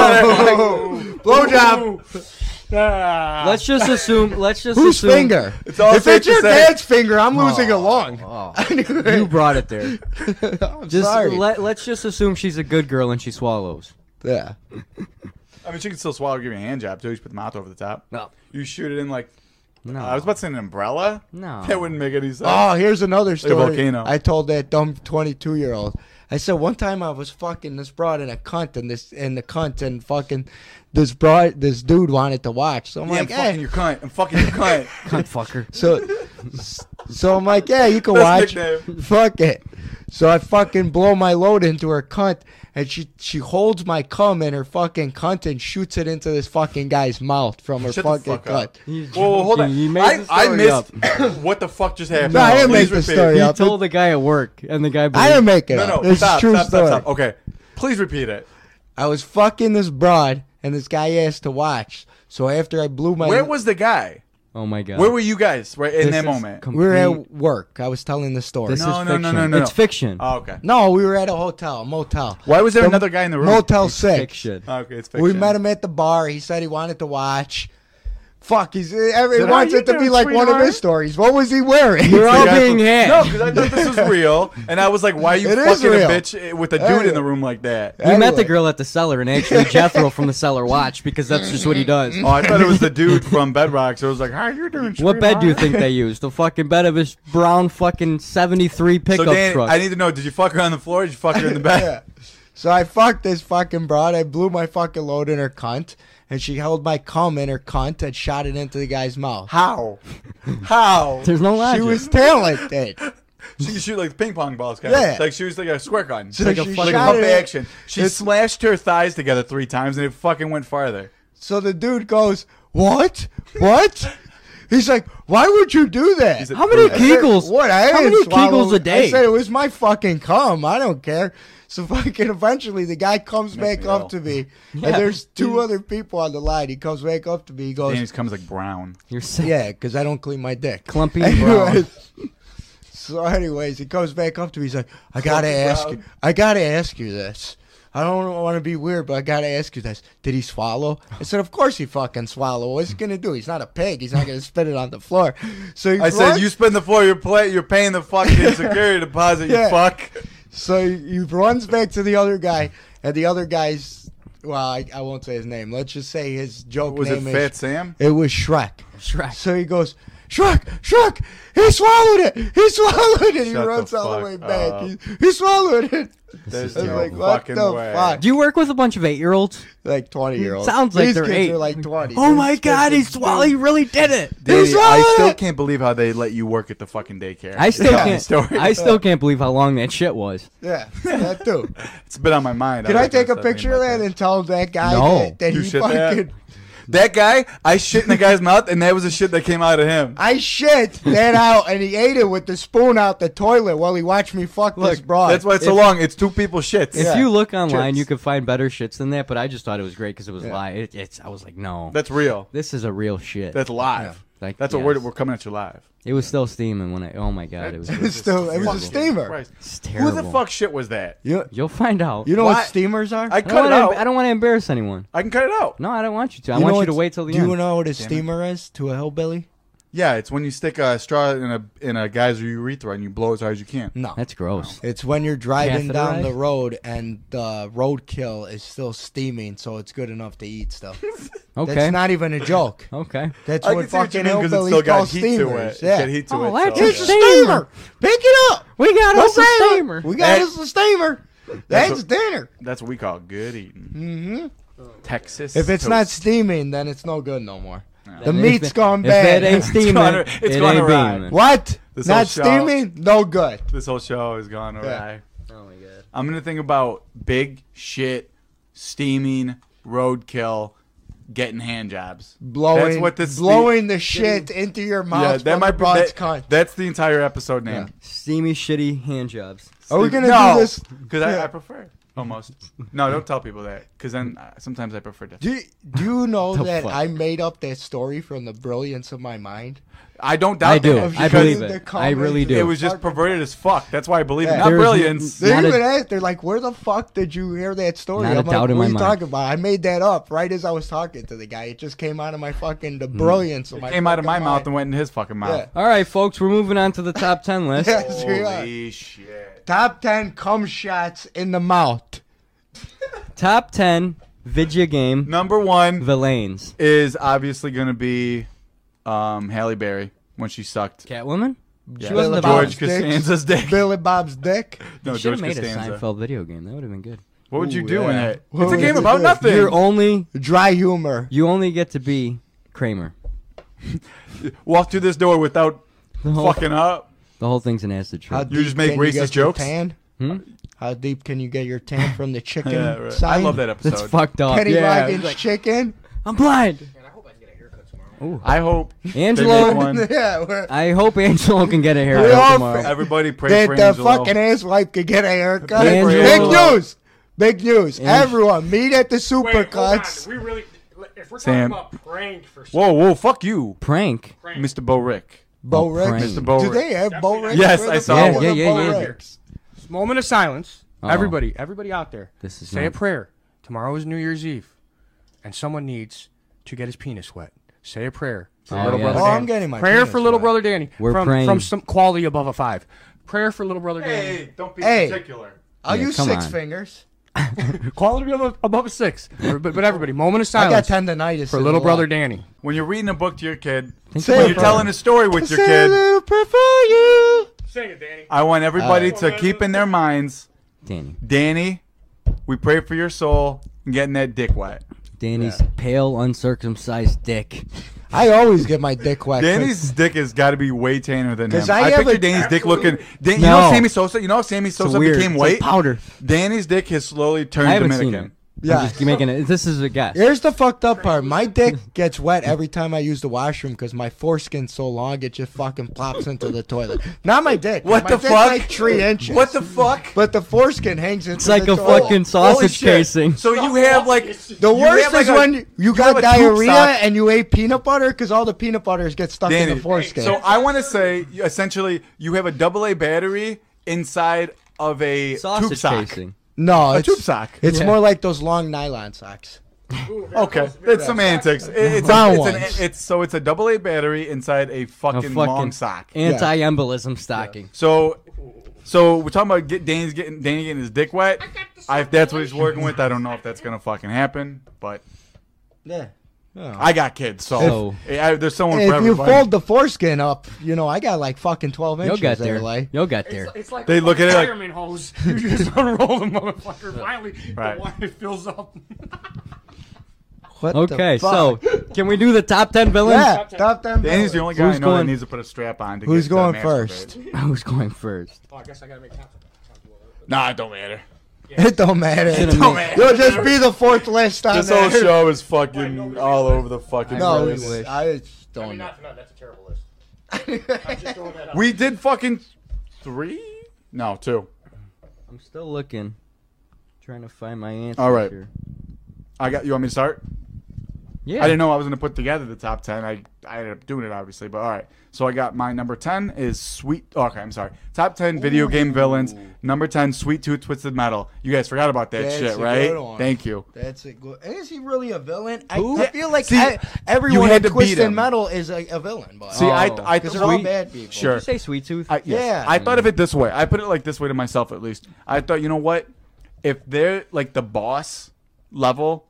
[SPEAKER 3] Blowjob.
[SPEAKER 6] Ah.
[SPEAKER 4] Let's just assume. Let's just
[SPEAKER 3] Whose
[SPEAKER 4] assume.
[SPEAKER 3] finger?
[SPEAKER 2] It's all
[SPEAKER 3] if
[SPEAKER 2] safe
[SPEAKER 3] it's
[SPEAKER 2] to
[SPEAKER 3] your
[SPEAKER 2] say.
[SPEAKER 3] dad's finger, I'm losing a lung.
[SPEAKER 4] Oh,
[SPEAKER 3] I knew it.
[SPEAKER 4] you brought it there.
[SPEAKER 3] I'm
[SPEAKER 4] Just
[SPEAKER 3] sorry.
[SPEAKER 4] let let's just assume she's a good girl and she swallows.
[SPEAKER 3] yeah.
[SPEAKER 2] I mean, she can still swallow, give you a hand job too. You just put the mouth over the top.
[SPEAKER 4] No.
[SPEAKER 2] You shoot it in like.
[SPEAKER 4] No.
[SPEAKER 2] I was about to say an umbrella.
[SPEAKER 4] No.
[SPEAKER 2] That wouldn't make any sense.
[SPEAKER 3] Oh, here's another
[SPEAKER 2] a
[SPEAKER 3] story.
[SPEAKER 2] volcano.
[SPEAKER 3] I told that dumb 22 year old. I said one time I was fucking this broad and a cunt and this and the cunt and fucking this broad this dude wanted to watch. So I'm
[SPEAKER 2] yeah, I'm
[SPEAKER 3] like, eh,
[SPEAKER 2] fucking
[SPEAKER 3] hey.
[SPEAKER 2] your cunt. I'm fucking your cunt.
[SPEAKER 4] Cunt fucker.
[SPEAKER 3] So so I'm like, yeah, you can
[SPEAKER 2] That's
[SPEAKER 3] watch.
[SPEAKER 2] nickname.
[SPEAKER 3] Fuck it. So I fucking blow my load into her cunt and she she holds my cum in her fucking cunt and shoots it into this fucking guy's mouth from her
[SPEAKER 2] Shut the
[SPEAKER 3] fucking
[SPEAKER 2] fuck up.
[SPEAKER 3] cunt.
[SPEAKER 4] He's
[SPEAKER 2] Whoa, whoa, hold on.
[SPEAKER 4] joking. He made
[SPEAKER 2] I,
[SPEAKER 4] the
[SPEAKER 2] I
[SPEAKER 4] story
[SPEAKER 2] missed. what the fuck just happened?
[SPEAKER 3] No, I didn't
[SPEAKER 2] Please
[SPEAKER 3] make this
[SPEAKER 2] repeat.
[SPEAKER 3] story
[SPEAKER 4] He
[SPEAKER 3] up.
[SPEAKER 4] told the guy at work, and the guy.
[SPEAKER 3] I
[SPEAKER 4] believed-
[SPEAKER 3] didn't make it
[SPEAKER 2] No,
[SPEAKER 3] up.
[SPEAKER 2] no.
[SPEAKER 3] This is
[SPEAKER 2] Stop,
[SPEAKER 3] true
[SPEAKER 2] stop,
[SPEAKER 3] story.
[SPEAKER 2] stop, stop. Okay. Please repeat it.
[SPEAKER 3] I was fucking this broad, and this guy asked to watch. So after I blew my
[SPEAKER 2] Where was the guy?
[SPEAKER 4] Oh my god.
[SPEAKER 2] Where were you guys right in
[SPEAKER 4] This
[SPEAKER 2] that
[SPEAKER 4] is
[SPEAKER 2] moment?
[SPEAKER 4] complete-
[SPEAKER 3] We were at work. I was telling the story.
[SPEAKER 4] This
[SPEAKER 2] No,
[SPEAKER 4] is
[SPEAKER 2] no, no,
[SPEAKER 4] fiction.
[SPEAKER 2] no, no,
[SPEAKER 4] It's
[SPEAKER 2] no.
[SPEAKER 4] fiction.
[SPEAKER 3] Uh,
[SPEAKER 2] oh, okay.
[SPEAKER 3] no, we were at a hotel, a motel.
[SPEAKER 2] Why was there another guy in the room?
[SPEAKER 3] Motel
[SPEAKER 4] It's
[SPEAKER 3] Six.
[SPEAKER 4] fiction.
[SPEAKER 2] Okay, it's fiction.
[SPEAKER 3] We met him at the bar. He said he wanted to watch. Fuck, he's eh, every, he
[SPEAKER 2] Said,
[SPEAKER 3] wants
[SPEAKER 2] "How you
[SPEAKER 3] it to be
[SPEAKER 2] doing,
[SPEAKER 3] like one of
[SPEAKER 2] sweetheart?"
[SPEAKER 3] his stories. What was he wearing?
[SPEAKER 4] You're all
[SPEAKER 2] The guy
[SPEAKER 4] being
[SPEAKER 2] from-
[SPEAKER 4] hacked.
[SPEAKER 2] No, because I thought this was real, and I was like, "Why are you
[SPEAKER 3] It is
[SPEAKER 2] fucking a
[SPEAKER 3] real.
[SPEAKER 2] bitch with a dude in the room like that?"
[SPEAKER 4] We met the
[SPEAKER 3] Anyway.
[SPEAKER 4] girl at the cellar, and actually Jethro from the cellar watched because that's just what he does.
[SPEAKER 3] Uh,
[SPEAKER 2] Oh, I thought it was the dude from Bedrock. So I was like, "How are you doing?"
[SPEAKER 4] What bed do you
[SPEAKER 2] sweetheart?"
[SPEAKER 4] think they used? The fucking bed of his brown fucking '73
[SPEAKER 2] So
[SPEAKER 4] pickup
[SPEAKER 2] Dan,
[SPEAKER 4] truck.
[SPEAKER 2] I need to know: Did you fuck her on the floor? Or did you fuck her in the bed?
[SPEAKER 3] Yeah. So I fucked this fucking broad. I blew my fucking load in her cunt, and she held my cum in her cunt and shot it into the guy's mouth.
[SPEAKER 2] How? How?
[SPEAKER 4] There's no
[SPEAKER 3] She
[SPEAKER 4] logic.
[SPEAKER 3] was talented.
[SPEAKER 2] She could shoot like ping pong balls, kind of.
[SPEAKER 3] Yeah.
[SPEAKER 2] Like she was like a square gun.
[SPEAKER 3] So
[SPEAKER 4] Like a
[SPEAKER 3] she
[SPEAKER 4] fucking-
[SPEAKER 2] like a
[SPEAKER 3] shot
[SPEAKER 2] pump
[SPEAKER 3] it.
[SPEAKER 2] action. She
[SPEAKER 3] It's-
[SPEAKER 2] slashed her thighs together three times, and it fucking went farther.
[SPEAKER 3] So the dude goes, "What? What?" He's like, "Why would you do that?"
[SPEAKER 2] He's a-
[SPEAKER 4] How many
[SPEAKER 3] I said,
[SPEAKER 4] kegels?
[SPEAKER 3] What? I
[SPEAKER 4] How
[SPEAKER 3] didn't
[SPEAKER 4] many
[SPEAKER 3] swallow-
[SPEAKER 4] kegels a day?
[SPEAKER 3] I said it was my fucking cum. I don't care. So fucking eventually the guy comes
[SPEAKER 2] Makes
[SPEAKER 3] back
[SPEAKER 2] me ill.
[SPEAKER 3] up to me, and there's two other people on the line. He comes back up to me. He
[SPEAKER 2] Dan
[SPEAKER 3] goes,
[SPEAKER 2] just comes like brown.
[SPEAKER 4] You're sick.
[SPEAKER 3] "Yeah, because I don't clean my dick."
[SPEAKER 4] Clumpy and brown.
[SPEAKER 3] Anyways, so anyways, he comes back up to me. He's like, "I gotta
[SPEAKER 2] Clumpy
[SPEAKER 3] ask
[SPEAKER 2] brown.
[SPEAKER 3] you. I gotta ask you this." I don't want to be weird, but I gotta ask you this: Did he swallow? I said, "Of course he fucking swallowed. What's he gonna do? He's not a pig. He's not gonna spit it on the floor." So he
[SPEAKER 2] I said,
[SPEAKER 3] runs-
[SPEAKER 2] "You spend the floor. You're play. You're paying the fucking security deposit. You
[SPEAKER 3] Yeah.
[SPEAKER 2] fuck."
[SPEAKER 3] So he he runs back to the other guy, and the other guy's well, I, I won't say his name. Let's just say his joke
[SPEAKER 2] Was it
[SPEAKER 3] name
[SPEAKER 2] Fat
[SPEAKER 3] is
[SPEAKER 2] Sam?
[SPEAKER 3] it was Shrek.
[SPEAKER 4] Shrek.
[SPEAKER 3] So he goes, Shrek, Shrek, he swallowed it, he swallowed it. He
[SPEAKER 2] Shut the
[SPEAKER 3] runs all
[SPEAKER 2] fuck
[SPEAKER 3] the way back.
[SPEAKER 2] up.
[SPEAKER 3] He, he swallowed it.
[SPEAKER 2] There's
[SPEAKER 3] I was
[SPEAKER 2] no
[SPEAKER 3] like, what
[SPEAKER 2] fucking
[SPEAKER 3] the
[SPEAKER 2] way.
[SPEAKER 3] fuck?
[SPEAKER 4] Do you work with a bunch of eight-year-olds?
[SPEAKER 3] Like twenty year old.
[SPEAKER 4] Sounds like
[SPEAKER 3] These
[SPEAKER 4] they're
[SPEAKER 3] kids
[SPEAKER 4] eight.
[SPEAKER 3] Are like twenty.
[SPEAKER 4] Oh
[SPEAKER 3] These
[SPEAKER 4] my
[SPEAKER 3] kids
[SPEAKER 4] god,
[SPEAKER 3] are
[SPEAKER 4] he
[SPEAKER 3] stupid.
[SPEAKER 4] swallowed. He really did it.
[SPEAKER 2] Danny,
[SPEAKER 3] He's
[SPEAKER 2] I
[SPEAKER 3] on
[SPEAKER 2] still
[SPEAKER 3] it!
[SPEAKER 2] can't believe how they let you work at the fucking daycare.
[SPEAKER 4] I still
[SPEAKER 2] Tell me
[SPEAKER 4] can't.
[SPEAKER 2] Story.
[SPEAKER 4] I still can't believe how long that shit was.
[SPEAKER 3] Yeah, that too.
[SPEAKER 2] it's been on my mind.
[SPEAKER 3] Can
[SPEAKER 2] was
[SPEAKER 3] I
[SPEAKER 2] like,
[SPEAKER 3] take a
[SPEAKER 2] "What's that
[SPEAKER 3] picture
[SPEAKER 2] name
[SPEAKER 3] of
[SPEAKER 2] about
[SPEAKER 3] that and tell that guy
[SPEAKER 4] No.
[SPEAKER 3] that, that
[SPEAKER 2] You
[SPEAKER 3] he
[SPEAKER 2] shit that?
[SPEAKER 3] fucking
[SPEAKER 2] That guy, I shit in the guy's mouth, and that was the shit that came out of him.
[SPEAKER 3] I shit that out, and he ate it with the spoon out the toilet while he watched me fuck this broad.
[SPEAKER 2] That's why it's so
[SPEAKER 4] If-
[SPEAKER 2] long. It's two people shits.
[SPEAKER 4] If you look online,
[SPEAKER 2] Shits.
[SPEAKER 4] you can find better shits than that. But I just thought it was great because it was live. It, it's. I was like, no,
[SPEAKER 2] That's real.
[SPEAKER 4] this is a real shit.
[SPEAKER 2] That's live.
[SPEAKER 4] Like,
[SPEAKER 2] That's what we're,
[SPEAKER 4] yes.
[SPEAKER 2] we're coming at you live.
[SPEAKER 4] It was still steaming when I. Oh my god, it was.
[SPEAKER 3] It's still, it was a
[SPEAKER 2] Fucking
[SPEAKER 3] steamer.
[SPEAKER 2] Christ.
[SPEAKER 4] It's
[SPEAKER 2] Who
[SPEAKER 4] terrible.
[SPEAKER 2] the fuck shit was that?
[SPEAKER 3] You,
[SPEAKER 4] You'll find out.
[SPEAKER 3] you know
[SPEAKER 2] Why-
[SPEAKER 3] what steamers are?
[SPEAKER 2] I
[SPEAKER 4] I don't
[SPEAKER 2] cut it
[SPEAKER 4] wanna- I
[SPEAKER 2] out.
[SPEAKER 4] don't want to embarrass anyone.
[SPEAKER 2] I can cut it out.
[SPEAKER 4] No, I don't want you to. I
[SPEAKER 3] You
[SPEAKER 4] want
[SPEAKER 3] know
[SPEAKER 4] you to
[SPEAKER 3] what's-
[SPEAKER 4] wait till the
[SPEAKER 3] Do
[SPEAKER 4] end.
[SPEAKER 3] you know what a steamer is to a hillbilly?
[SPEAKER 2] Yeah, it's when you stick a straw in a in a guy's urethra and you blow as hard as you can.
[SPEAKER 3] No.
[SPEAKER 4] That's gross.
[SPEAKER 3] It's when you're driving down
[SPEAKER 4] Catheterized?
[SPEAKER 3] the road and the roadkill is still steaming, so it's good enough to eat still.
[SPEAKER 4] Okay.
[SPEAKER 3] That's not even a joke.
[SPEAKER 4] okay.
[SPEAKER 3] That's
[SPEAKER 2] I can
[SPEAKER 3] what
[SPEAKER 2] see what you
[SPEAKER 3] fucking
[SPEAKER 2] mean because it's still
[SPEAKER 3] hillbillies call
[SPEAKER 2] got heat to
[SPEAKER 3] steamers.
[SPEAKER 2] it.
[SPEAKER 3] Yeah.
[SPEAKER 2] It's got heat to
[SPEAKER 4] Oh,
[SPEAKER 2] it.
[SPEAKER 4] that's
[SPEAKER 2] so-
[SPEAKER 4] it.
[SPEAKER 3] it's a steamer. Pick it up.
[SPEAKER 4] We got
[SPEAKER 3] Don't
[SPEAKER 4] us a
[SPEAKER 3] say it.
[SPEAKER 4] steamer.
[SPEAKER 3] We got
[SPEAKER 2] That-
[SPEAKER 3] us a steamer.
[SPEAKER 2] That's
[SPEAKER 3] That's
[SPEAKER 2] what-
[SPEAKER 3] dinner.
[SPEAKER 2] That's what we call good eating. Mm-hmm. Texas.
[SPEAKER 3] If it's not
[SPEAKER 2] toast. steaming,
[SPEAKER 3] steaming, then it's no good no more. The
[SPEAKER 4] If
[SPEAKER 3] meat's
[SPEAKER 4] it-
[SPEAKER 3] gone
[SPEAKER 4] if
[SPEAKER 3] bad.
[SPEAKER 4] It ain't steaming.
[SPEAKER 2] gone-
[SPEAKER 4] it
[SPEAKER 2] it's gone
[SPEAKER 4] ain't
[SPEAKER 2] awry.
[SPEAKER 4] beaming.
[SPEAKER 3] What?
[SPEAKER 2] This whole
[SPEAKER 3] Not
[SPEAKER 2] show-
[SPEAKER 3] steaming? No good.
[SPEAKER 2] this whole show is gone awry.
[SPEAKER 4] Oh my god.
[SPEAKER 2] I'm gonna think about big shit, steaming, roadkill, getting hand jobs.
[SPEAKER 3] Blowing,
[SPEAKER 2] That's what this
[SPEAKER 3] blowing the shit into your mouth.
[SPEAKER 2] Yeah, that might be
[SPEAKER 3] broad's
[SPEAKER 2] that,
[SPEAKER 3] cunt.
[SPEAKER 2] That's the entire episode name.
[SPEAKER 4] Steamy, shitty hand jobs.
[SPEAKER 3] Are we gonna
[SPEAKER 2] no,
[SPEAKER 3] do this?
[SPEAKER 2] Because I, I prefer it, almost. No, don't tell people that. Because then uh, sometimes I prefer death.
[SPEAKER 3] Do you, do you know
[SPEAKER 4] The
[SPEAKER 3] that
[SPEAKER 4] fuck?
[SPEAKER 3] I made up that story from the brilliance of my mind?
[SPEAKER 2] I don't doubt
[SPEAKER 4] I do.
[SPEAKER 2] that.
[SPEAKER 4] I
[SPEAKER 3] Because
[SPEAKER 4] believe
[SPEAKER 3] they're
[SPEAKER 4] it. I
[SPEAKER 3] calling
[SPEAKER 4] really
[SPEAKER 3] the-
[SPEAKER 4] do.
[SPEAKER 2] It was just perverted as fuck. That's why I believe it.
[SPEAKER 3] Yeah.
[SPEAKER 2] Not
[SPEAKER 4] There's
[SPEAKER 2] brilliance.
[SPEAKER 3] They
[SPEAKER 4] Not a-
[SPEAKER 3] even asked. They're like, "Where the fuck did you hear that story?"
[SPEAKER 4] Not a
[SPEAKER 3] I'm like,
[SPEAKER 4] doubt in
[SPEAKER 3] "What
[SPEAKER 4] my
[SPEAKER 3] are you
[SPEAKER 4] mind."
[SPEAKER 3] talking about? I made that up right as I was talking to the guy. It just came out of my fucking
[SPEAKER 4] Hmm.
[SPEAKER 3] the brilliance of my
[SPEAKER 2] came out of
[SPEAKER 3] fucking
[SPEAKER 2] my mouth
[SPEAKER 3] mind.
[SPEAKER 2] and went in his fucking mouth.
[SPEAKER 4] All right, folks. We're moving on to the top ten list.
[SPEAKER 3] Yes, we are.
[SPEAKER 2] Holy shit.
[SPEAKER 3] Top ten cum shots in the mouth.
[SPEAKER 4] Top ten video game
[SPEAKER 2] Number one
[SPEAKER 4] villains.
[SPEAKER 2] is obviously going to be um, Halle Berry when she sucked.
[SPEAKER 4] Catwoman.
[SPEAKER 2] Yeah.
[SPEAKER 4] She wasn't the
[SPEAKER 2] George
[SPEAKER 4] George.
[SPEAKER 3] Dicks.
[SPEAKER 2] Costanza's dick.
[SPEAKER 3] Billy Bob's dick.
[SPEAKER 2] No,
[SPEAKER 4] Should
[SPEAKER 2] George
[SPEAKER 4] have made a
[SPEAKER 2] Costanza.
[SPEAKER 4] Seinfeld video game. That would have been good.
[SPEAKER 2] What would you
[SPEAKER 3] Ooh,
[SPEAKER 2] do in
[SPEAKER 3] yeah.
[SPEAKER 2] it?
[SPEAKER 3] What
[SPEAKER 2] it's a
[SPEAKER 3] would
[SPEAKER 2] game
[SPEAKER 3] you
[SPEAKER 2] about
[SPEAKER 3] do?
[SPEAKER 2] nothing.
[SPEAKER 4] You're only
[SPEAKER 3] Dry humor.
[SPEAKER 4] you only get to be Kramer.
[SPEAKER 2] Walk through this door without
[SPEAKER 4] The whole,
[SPEAKER 2] fucking up.
[SPEAKER 4] the whole thing's an acid trip.
[SPEAKER 3] How
[SPEAKER 2] You just make
[SPEAKER 3] can you
[SPEAKER 2] racist
[SPEAKER 3] get your
[SPEAKER 2] jokes?
[SPEAKER 3] Tan?
[SPEAKER 4] Hmm?
[SPEAKER 3] How deep can you get your tan from the chicken
[SPEAKER 2] Yeah, right. I
[SPEAKER 3] side?
[SPEAKER 2] love that episode.
[SPEAKER 4] That's fucked up.
[SPEAKER 3] Penny
[SPEAKER 2] Yeah,
[SPEAKER 3] Loggins
[SPEAKER 2] it's like-
[SPEAKER 3] chicken.
[SPEAKER 4] I'm blind.
[SPEAKER 2] I hope they
[SPEAKER 4] Angelo-
[SPEAKER 2] make one.
[SPEAKER 3] yeah, we're-
[SPEAKER 4] I hope Angelo can get a haircut
[SPEAKER 3] We all
[SPEAKER 4] tomorrow.
[SPEAKER 2] Everybody pray
[SPEAKER 3] that
[SPEAKER 2] for
[SPEAKER 3] the
[SPEAKER 2] Angelo.
[SPEAKER 3] fucking asswipe could get a haircut.
[SPEAKER 4] Angelo-
[SPEAKER 3] Big news. Big news.
[SPEAKER 4] Angelo-
[SPEAKER 3] Everyone, meet at the
[SPEAKER 6] Wait, hold on.
[SPEAKER 3] Supercuts.
[SPEAKER 6] We really. If we're
[SPEAKER 2] Sam.
[SPEAKER 6] talking about prank for some
[SPEAKER 2] Whoa, whoa, fuck you,
[SPEAKER 4] Prank.
[SPEAKER 6] prank,
[SPEAKER 2] Mr. Bo Rick.
[SPEAKER 3] Bo
[SPEAKER 4] Oh,
[SPEAKER 3] Rick.
[SPEAKER 4] Frank.
[SPEAKER 2] Mr. Bo
[SPEAKER 3] Do
[SPEAKER 2] Rick.
[SPEAKER 3] they have Bo
[SPEAKER 6] Definitely.
[SPEAKER 3] Rick?
[SPEAKER 2] Yes,
[SPEAKER 3] Where
[SPEAKER 2] I
[SPEAKER 3] the
[SPEAKER 2] saw
[SPEAKER 3] Bo
[SPEAKER 2] it.
[SPEAKER 3] Rick-
[SPEAKER 4] Yeah, yeah,
[SPEAKER 3] Bo
[SPEAKER 4] yeah, yeah.
[SPEAKER 3] Ricks?
[SPEAKER 6] moment of silence.
[SPEAKER 4] Uh-oh.
[SPEAKER 6] Everybody, everybody out there,
[SPEAKER 4] This is
[SPEAKER 6] say a
[SPEAKER 4] not-
[SPEAKER 6] prayer. Tomorrow is New Year's Eve, and someone needs to get his penis wet. Say a prayer for
[SPEAKER 4] Oh,
[SPEAKER 6] little
[SPEAKER 4] yeah.
[SPEAKER 6] brother.
[SPEAKER 4] Oh,
[SPEAKER 6] Danny.
[SPEAKER 3] I'm getting my
[SPEAKER 6] prayer
[SPEAKER 3] penis
[SPEAKER 6] for little
[SPEAKER 3] wet.
[SPEAKER 6] brother Danny.
[SPEAKER 4] We're
[SPEAKER 6] from
[SPEAKER 4] praying.
[SPEAKER 6] from some quality above a five. Prayer for little brother Danny.
[SPEAKER 2] don't be
[SPEAKER 3] Hey.
[SPEAKER 2] particular.
[SPEAKER 3] I'll
[SPEAKER 4] Yeah,
[SPEAKER 3] use
[SPEAKER 4] come
[SPEAKER 3] six
[SPEAKER 4] on.
[SPEAKER 3] fingers.
[SPEAKER 6] Quality above, above a six. but, but everybody, moment of
[SPEAKER 3] I got
[SPEAKER 6] silence
[SPEAKER 3] tendonitis.
[SPEAKER 6] for
[SPEAKER 3] in
[SPEAKER 6] little
[SPEAKER 3] the
[SPEAKER 6] brother
[SPEAKER 3] lung.
[SPEAKER 6] Danny.
[SPEAKER 2] When you're reading a book to your kid,
[SPEAKER 3] Say
[SPEAKER 2] when
[SPEAKER 3] a
[SPEAKER 2] you're
[SPEAKER 3] prayer.
[SPEAKER 2] telling a story with your
[SPEAKER 3] Say a
[SPEAKER 2] kid,
[SPEAKER 3] little prayer for you.
[SPEAKER 6] Sing it, Danny.
[SPEAKER 2] I want everybody to
[SPEAKER 6] Alright.
[SPEAKER 2] keep in their minds,
[SPEAKER 4] Danny.
[SPEAKER 2] Danny, we pray for your soul and getting that dick wet.
[SPEAKER 4] Danny's pale, uncircumcised dick.
[SPEAKER 3] I always get my dick wet. 'cause-
[SPEAKER 2] Danny's dick has got to be way tanner than him.
[SPEAKER 3] 'Cause I
[SPEAKER 2] I,
[SPEAKER 3] have
[SPEAKER 2] picture
[SPEAKER 3] a-
[SPEAKER 2] Danny's dick looking. Dan, You
[SPEAKER 4] No.
[SPEAKER 2] know Sammy Sosa. You know how Sammy
[SPEAKER 4] It's
[SPEAKER 2] Sosa
[SPEAKER 4] weird.
[SPEAKER 2] became
[SPEAKER 4] It's like
[SPEAKER 2] white.
[SPEAKER 4] powder.
[SPEAKER 2] Danny's dick has slowly
[SPEAKER 4] I
[SPEAKER 2] turned
[SPEAKER 4] haven't seen it.
[SPEAKER 2] Dominican.
[SPEAKER 4] Yeah.
[SPEAKER 3] Yeah.
[SPEAKER 4] I'm just making it. This is a guess.
[SPEAKER 3] Here's the fucked up part. My dick gets wet every time I use the washroom because my foreskin's so long it just fucking plops into the toilet. Not my dick.
[SPEAKER 2] What
[SPEAKER 3] my
[SPEAKER 2] the
[SPEAKER 3] dick's
[SPEAKER 2] fuck?
[SPEAKER 3] Like three inches.
[SPEAKER 2] What the fuck?
[SPEAKER 3] But the foreskin hangs into
[SPEAKER 4] It's like
[SPEAKER 3] the
[SPEAKER 4] a
[SPEAKER 3] toilet.
[SPEAKER 4] fucking
[SPEAKER 2] Holy
[SPEAKER 4] sausage
[SPEAKER 2] shit.
[SPEAKER 4] casing.
[SPEAKER 2] So you have like
[SPEAKER 3] The
[SPEAKER 2] you
[SPEAKER 3] worst
[SPEAKER 2] have, like,
[SPEAKER 3] is
[SPEAKER 2] a-
[SPEAKER 3] when you,
[SPEAKER 2] have
[SPEAKER 3] got
[SPEAKER 2] a tube
[SPEAKER 3] diarrhea
[SPEAKER 2] sock.
[SPEAKER 3] and you ate peanut butter because all the peanut butters get stuck in the foreskin.
[SPEAKER 2] So I want to say, you- essentially, you have a double A battery inside of a tube
[SPEAKER 4] Sausage
[SPEAKER 2] sock.
[SPEAKER 4] casing.
[SPEAKER 3] no,
[SPEAKER 2] A
[SPEAKER 3] it's,
[SPEAKER 2] tube sock.
[SPEAKER 3] It's
[SPEAKER 4] Yeah.
[SPEAKER 3] more like those long nylon socks.
[SPEAKER 2] Okay, it's semantics. It- it's, a,
[SPEAKER 3] Brown
[SPEAKER 2] it's, an,
[SPEAKER 3] ones.
[SPEAKER 2] it's so it's a double A battery inside a fucking,
[SPEAKER 4] A fucking
[SPEAKER 2] long sock.
[SPEAKER 4] Anti-embolism stocking.
[SPEAKER 2] So, so we're talking about get Danny's getting Danny getting his dick wet. I, if that's what he's working with, I don't know if that's gonna fucking happen. But
[SPEAKER 3] Yeah.
[SPEAKER 2] I got kids, so
[SPEAKER 4] So-
[SPEAKER 2] I, there's someone for
[SPEAKER 3] If you
[SPEAKER 2] everybody.
[SPEAKER 3] fold the foreskin up, you know, I got like fucking 12
[SPEAKER 4] You'll
[SPEAKER 3] inches
[SPEAKER 4] get
[SPEAKER 3] there,
[SPEAKER 4] there.
[SPEAKER 3] like.
[SPEAKER 4] You'll get there.
[SPEAKER 6] It's like
[SPEAKER 2] They
[SPEAKER 6] a
[SPEAKER 2] look at it like-
[SPEAKER 6] fireman hose. You just unroll the motherfucker. Finally,
[SPEAKER 2] Right.
[SPEAKER 6] the water fills up.
[SPEAKER 3] What the
[SPEAKER 4] Okay,
[SPEAKER 3] fuck?
[SPEAKER 4] so can we do the top ten villains?
[SPEAKER 3] Yeah, top 10
[SPEAKER 2] Danny's
[SPEAKER 3] villains.
[SPEAKER 2] the only guy I
[SPEAKER 4] Who's
[SPEAKER 2] know
[SPEAKER 4] going-
[SPEAKER 2] that needs to put a strap on. To
[SPEAKER 3] Who's
[SPEAKER 2] get, uh,
[SPEAKER 3] going
[SPEAKER 2] masturbated.
[SPEAKER 3] first?
[SPEAKER 4] Who's going first?
[SPEAKER 6] oh, I guess I gotta make top.
[SPEAKER 2] Nah, it don't matter.
[SPEAKER 3] It don't matter.
[SPEAKER 4] It don't matter.
[SPEAKER 3] You'll just be the fourth list on
[SPEAKER 2] This
[SPEAKER 3] there.
[SPEAKER 2] whole show is fucking all over the fucking
[SPEAKER 3] No,
[SPEAKER 4] really
[SPEAKER 2] place.
[SPEAKER 4] wish.
[SPEAKER 3] I just
[SPEAKER 6] I mean,
[SPEAKER 3] don't
[SPEAKER 4] Oh,
[SPEAKER 3] know.
[SPEAKER 6] not for nothing. That's a terrible list. I'm just throwing that out.
[SPEAKER 2] We did fucking three? No, two.
[SPEAKER 4] I'm still looking, trying to find my answer.
[SPEAKER 2] All right. I got. You want me to start?
[SPEAKER 4] Yeah.
[SPEAKER 2] I didn't know I was gonna put together the top ten. I I ended up doing it obviously, but all right. So I got my number ten is Sweet. oh, Okay, I'm sorry. Top ten video game villains. Number ten, Sweet Tooth Twisted Metal. You guys forgot about that
[SPEAKER 3] That's
[SPEAKER 2] shit,
[SPEAKER 3] a good
[SPEAKER 2] right?
[SPEAKER 3] one.
[SPEAKER 2] Thank you.
[SPEAKER 3] That's a good. Is he really a villain? I,
[SPEAKER 4] Who?
[SPEAKER 3] I feel like
[SPEAKER 2] See,
[SPEAKER 3] I-
[SPEAKER 2] you
[SPEAKER 3] everyone
[SPEAKER 2] had
[SPEAKER 3] in
[SPEAKER 2] to beat
[SPEAKER 3] Twisted
[SPEAKER 2] him.
[SPEAKER 3] Metal is a, a villain, but
[SPEAKER 2] See, I
[SPEAKER 4] Oh.
[SPEAKER 2] I
[SPEAKER 3] because they're all
[SPEAKER 2] we-
[SPEAKER 3] bad people.
[SPEAKER 2] Sure.
[SPEAKER 4] you say sweet tooth?
[SPEAKER 2] I, yes.
[SPEAKER 3] Yeah.
[SPEAKER 2] I thought of it this way. I put it like this way to myself, at least. I thought, you know what? If they're like the boss level,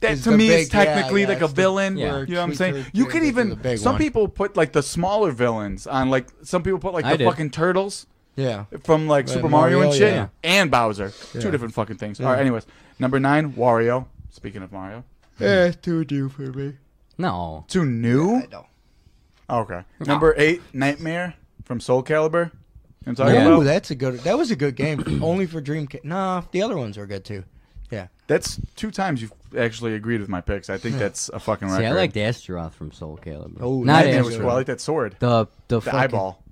[SPEAKER 2] that
[SPEAKER 3] Is
[SPEAKER 2] to
[SPEAKER 3] the
[SPEAKER 2] me
[SPEAKER 3] big-
[SPEAKER 2] is technically
[SPEAKER 3] yeah, yeah,
[SPEAKER 2] like a
[SPEAKER 3] it's the
[SPEAKER 2] villain.
[SPEAKER 4] Yeah.
[SPEAKER 2] You know what I'm
[SPEAKER 3] Sweet
[SPEAKER 2] saying?
[SPEAKER 3] Tooth
[SPEAKER 2] You
[SPEAKER 3] is
[SPEAKER 2] could
[SPEAKER 3] the
[SPEAKER 2] even
[SPEAKER 3] big
[SPEAKER 2] some
[SPEAKER 3] one.
[SPEAKER 2] people put like the smaller villains on. Like some people put like
[SPEAKER 4] I
[SPEAKER 2] the
[SPEAKER 4] did.
[SPEAKER 2] fucking turtles
[SPEAKER 3] Yeah.
[SPEAKER 2] from like
[SPEAKER 3] Right,
[SPEAKER 2] Super Mario,
[SPEAKER 3] Mario,
[SPEAKER 2] and shit,
[SPEAKER 3] yeah.
[SPEAKER 2] and Bowser. Two
[SPEAKER 3] Yeah.
[SPEAKER 2] different fucking things. All right. Anyways, number nine, Wario. Speaking of Mario, Mm.
[SPEAKER 3] Yeah, it's too new for me.
[SPEAKER 4] No.
[SPEAKER 2] two new.
[SPEAKER 3] I don't.
[SPEAKER 2] okay. Number eight, Nightmare from Soul Calibur. You know what I'm talking
[SPEAKER 4] Yeah.
[SPEAKER 2] about?
[SPEAKER 3] Ooh, that's a good. That was a good game. Only for Dreamcast. Nah, the other ones were good too. Yeah.
[SPEAKER 2] That's two times you've actually agreed with my picks. I think that's a fucking record.
[SPEAKER 4] See, I liked Astaroth from Soul Calibur.
[SPEAKER 3] Oh,
[SPEAKER 4] not
[SPEAKER 2] Nightmare was
[SPEAKER 4] Astaroth.
[SPEAKER 2] cool. I like that sword. The,
[SPEAKER 4] The the, fucking-
[SPEAKER 2] eyeball.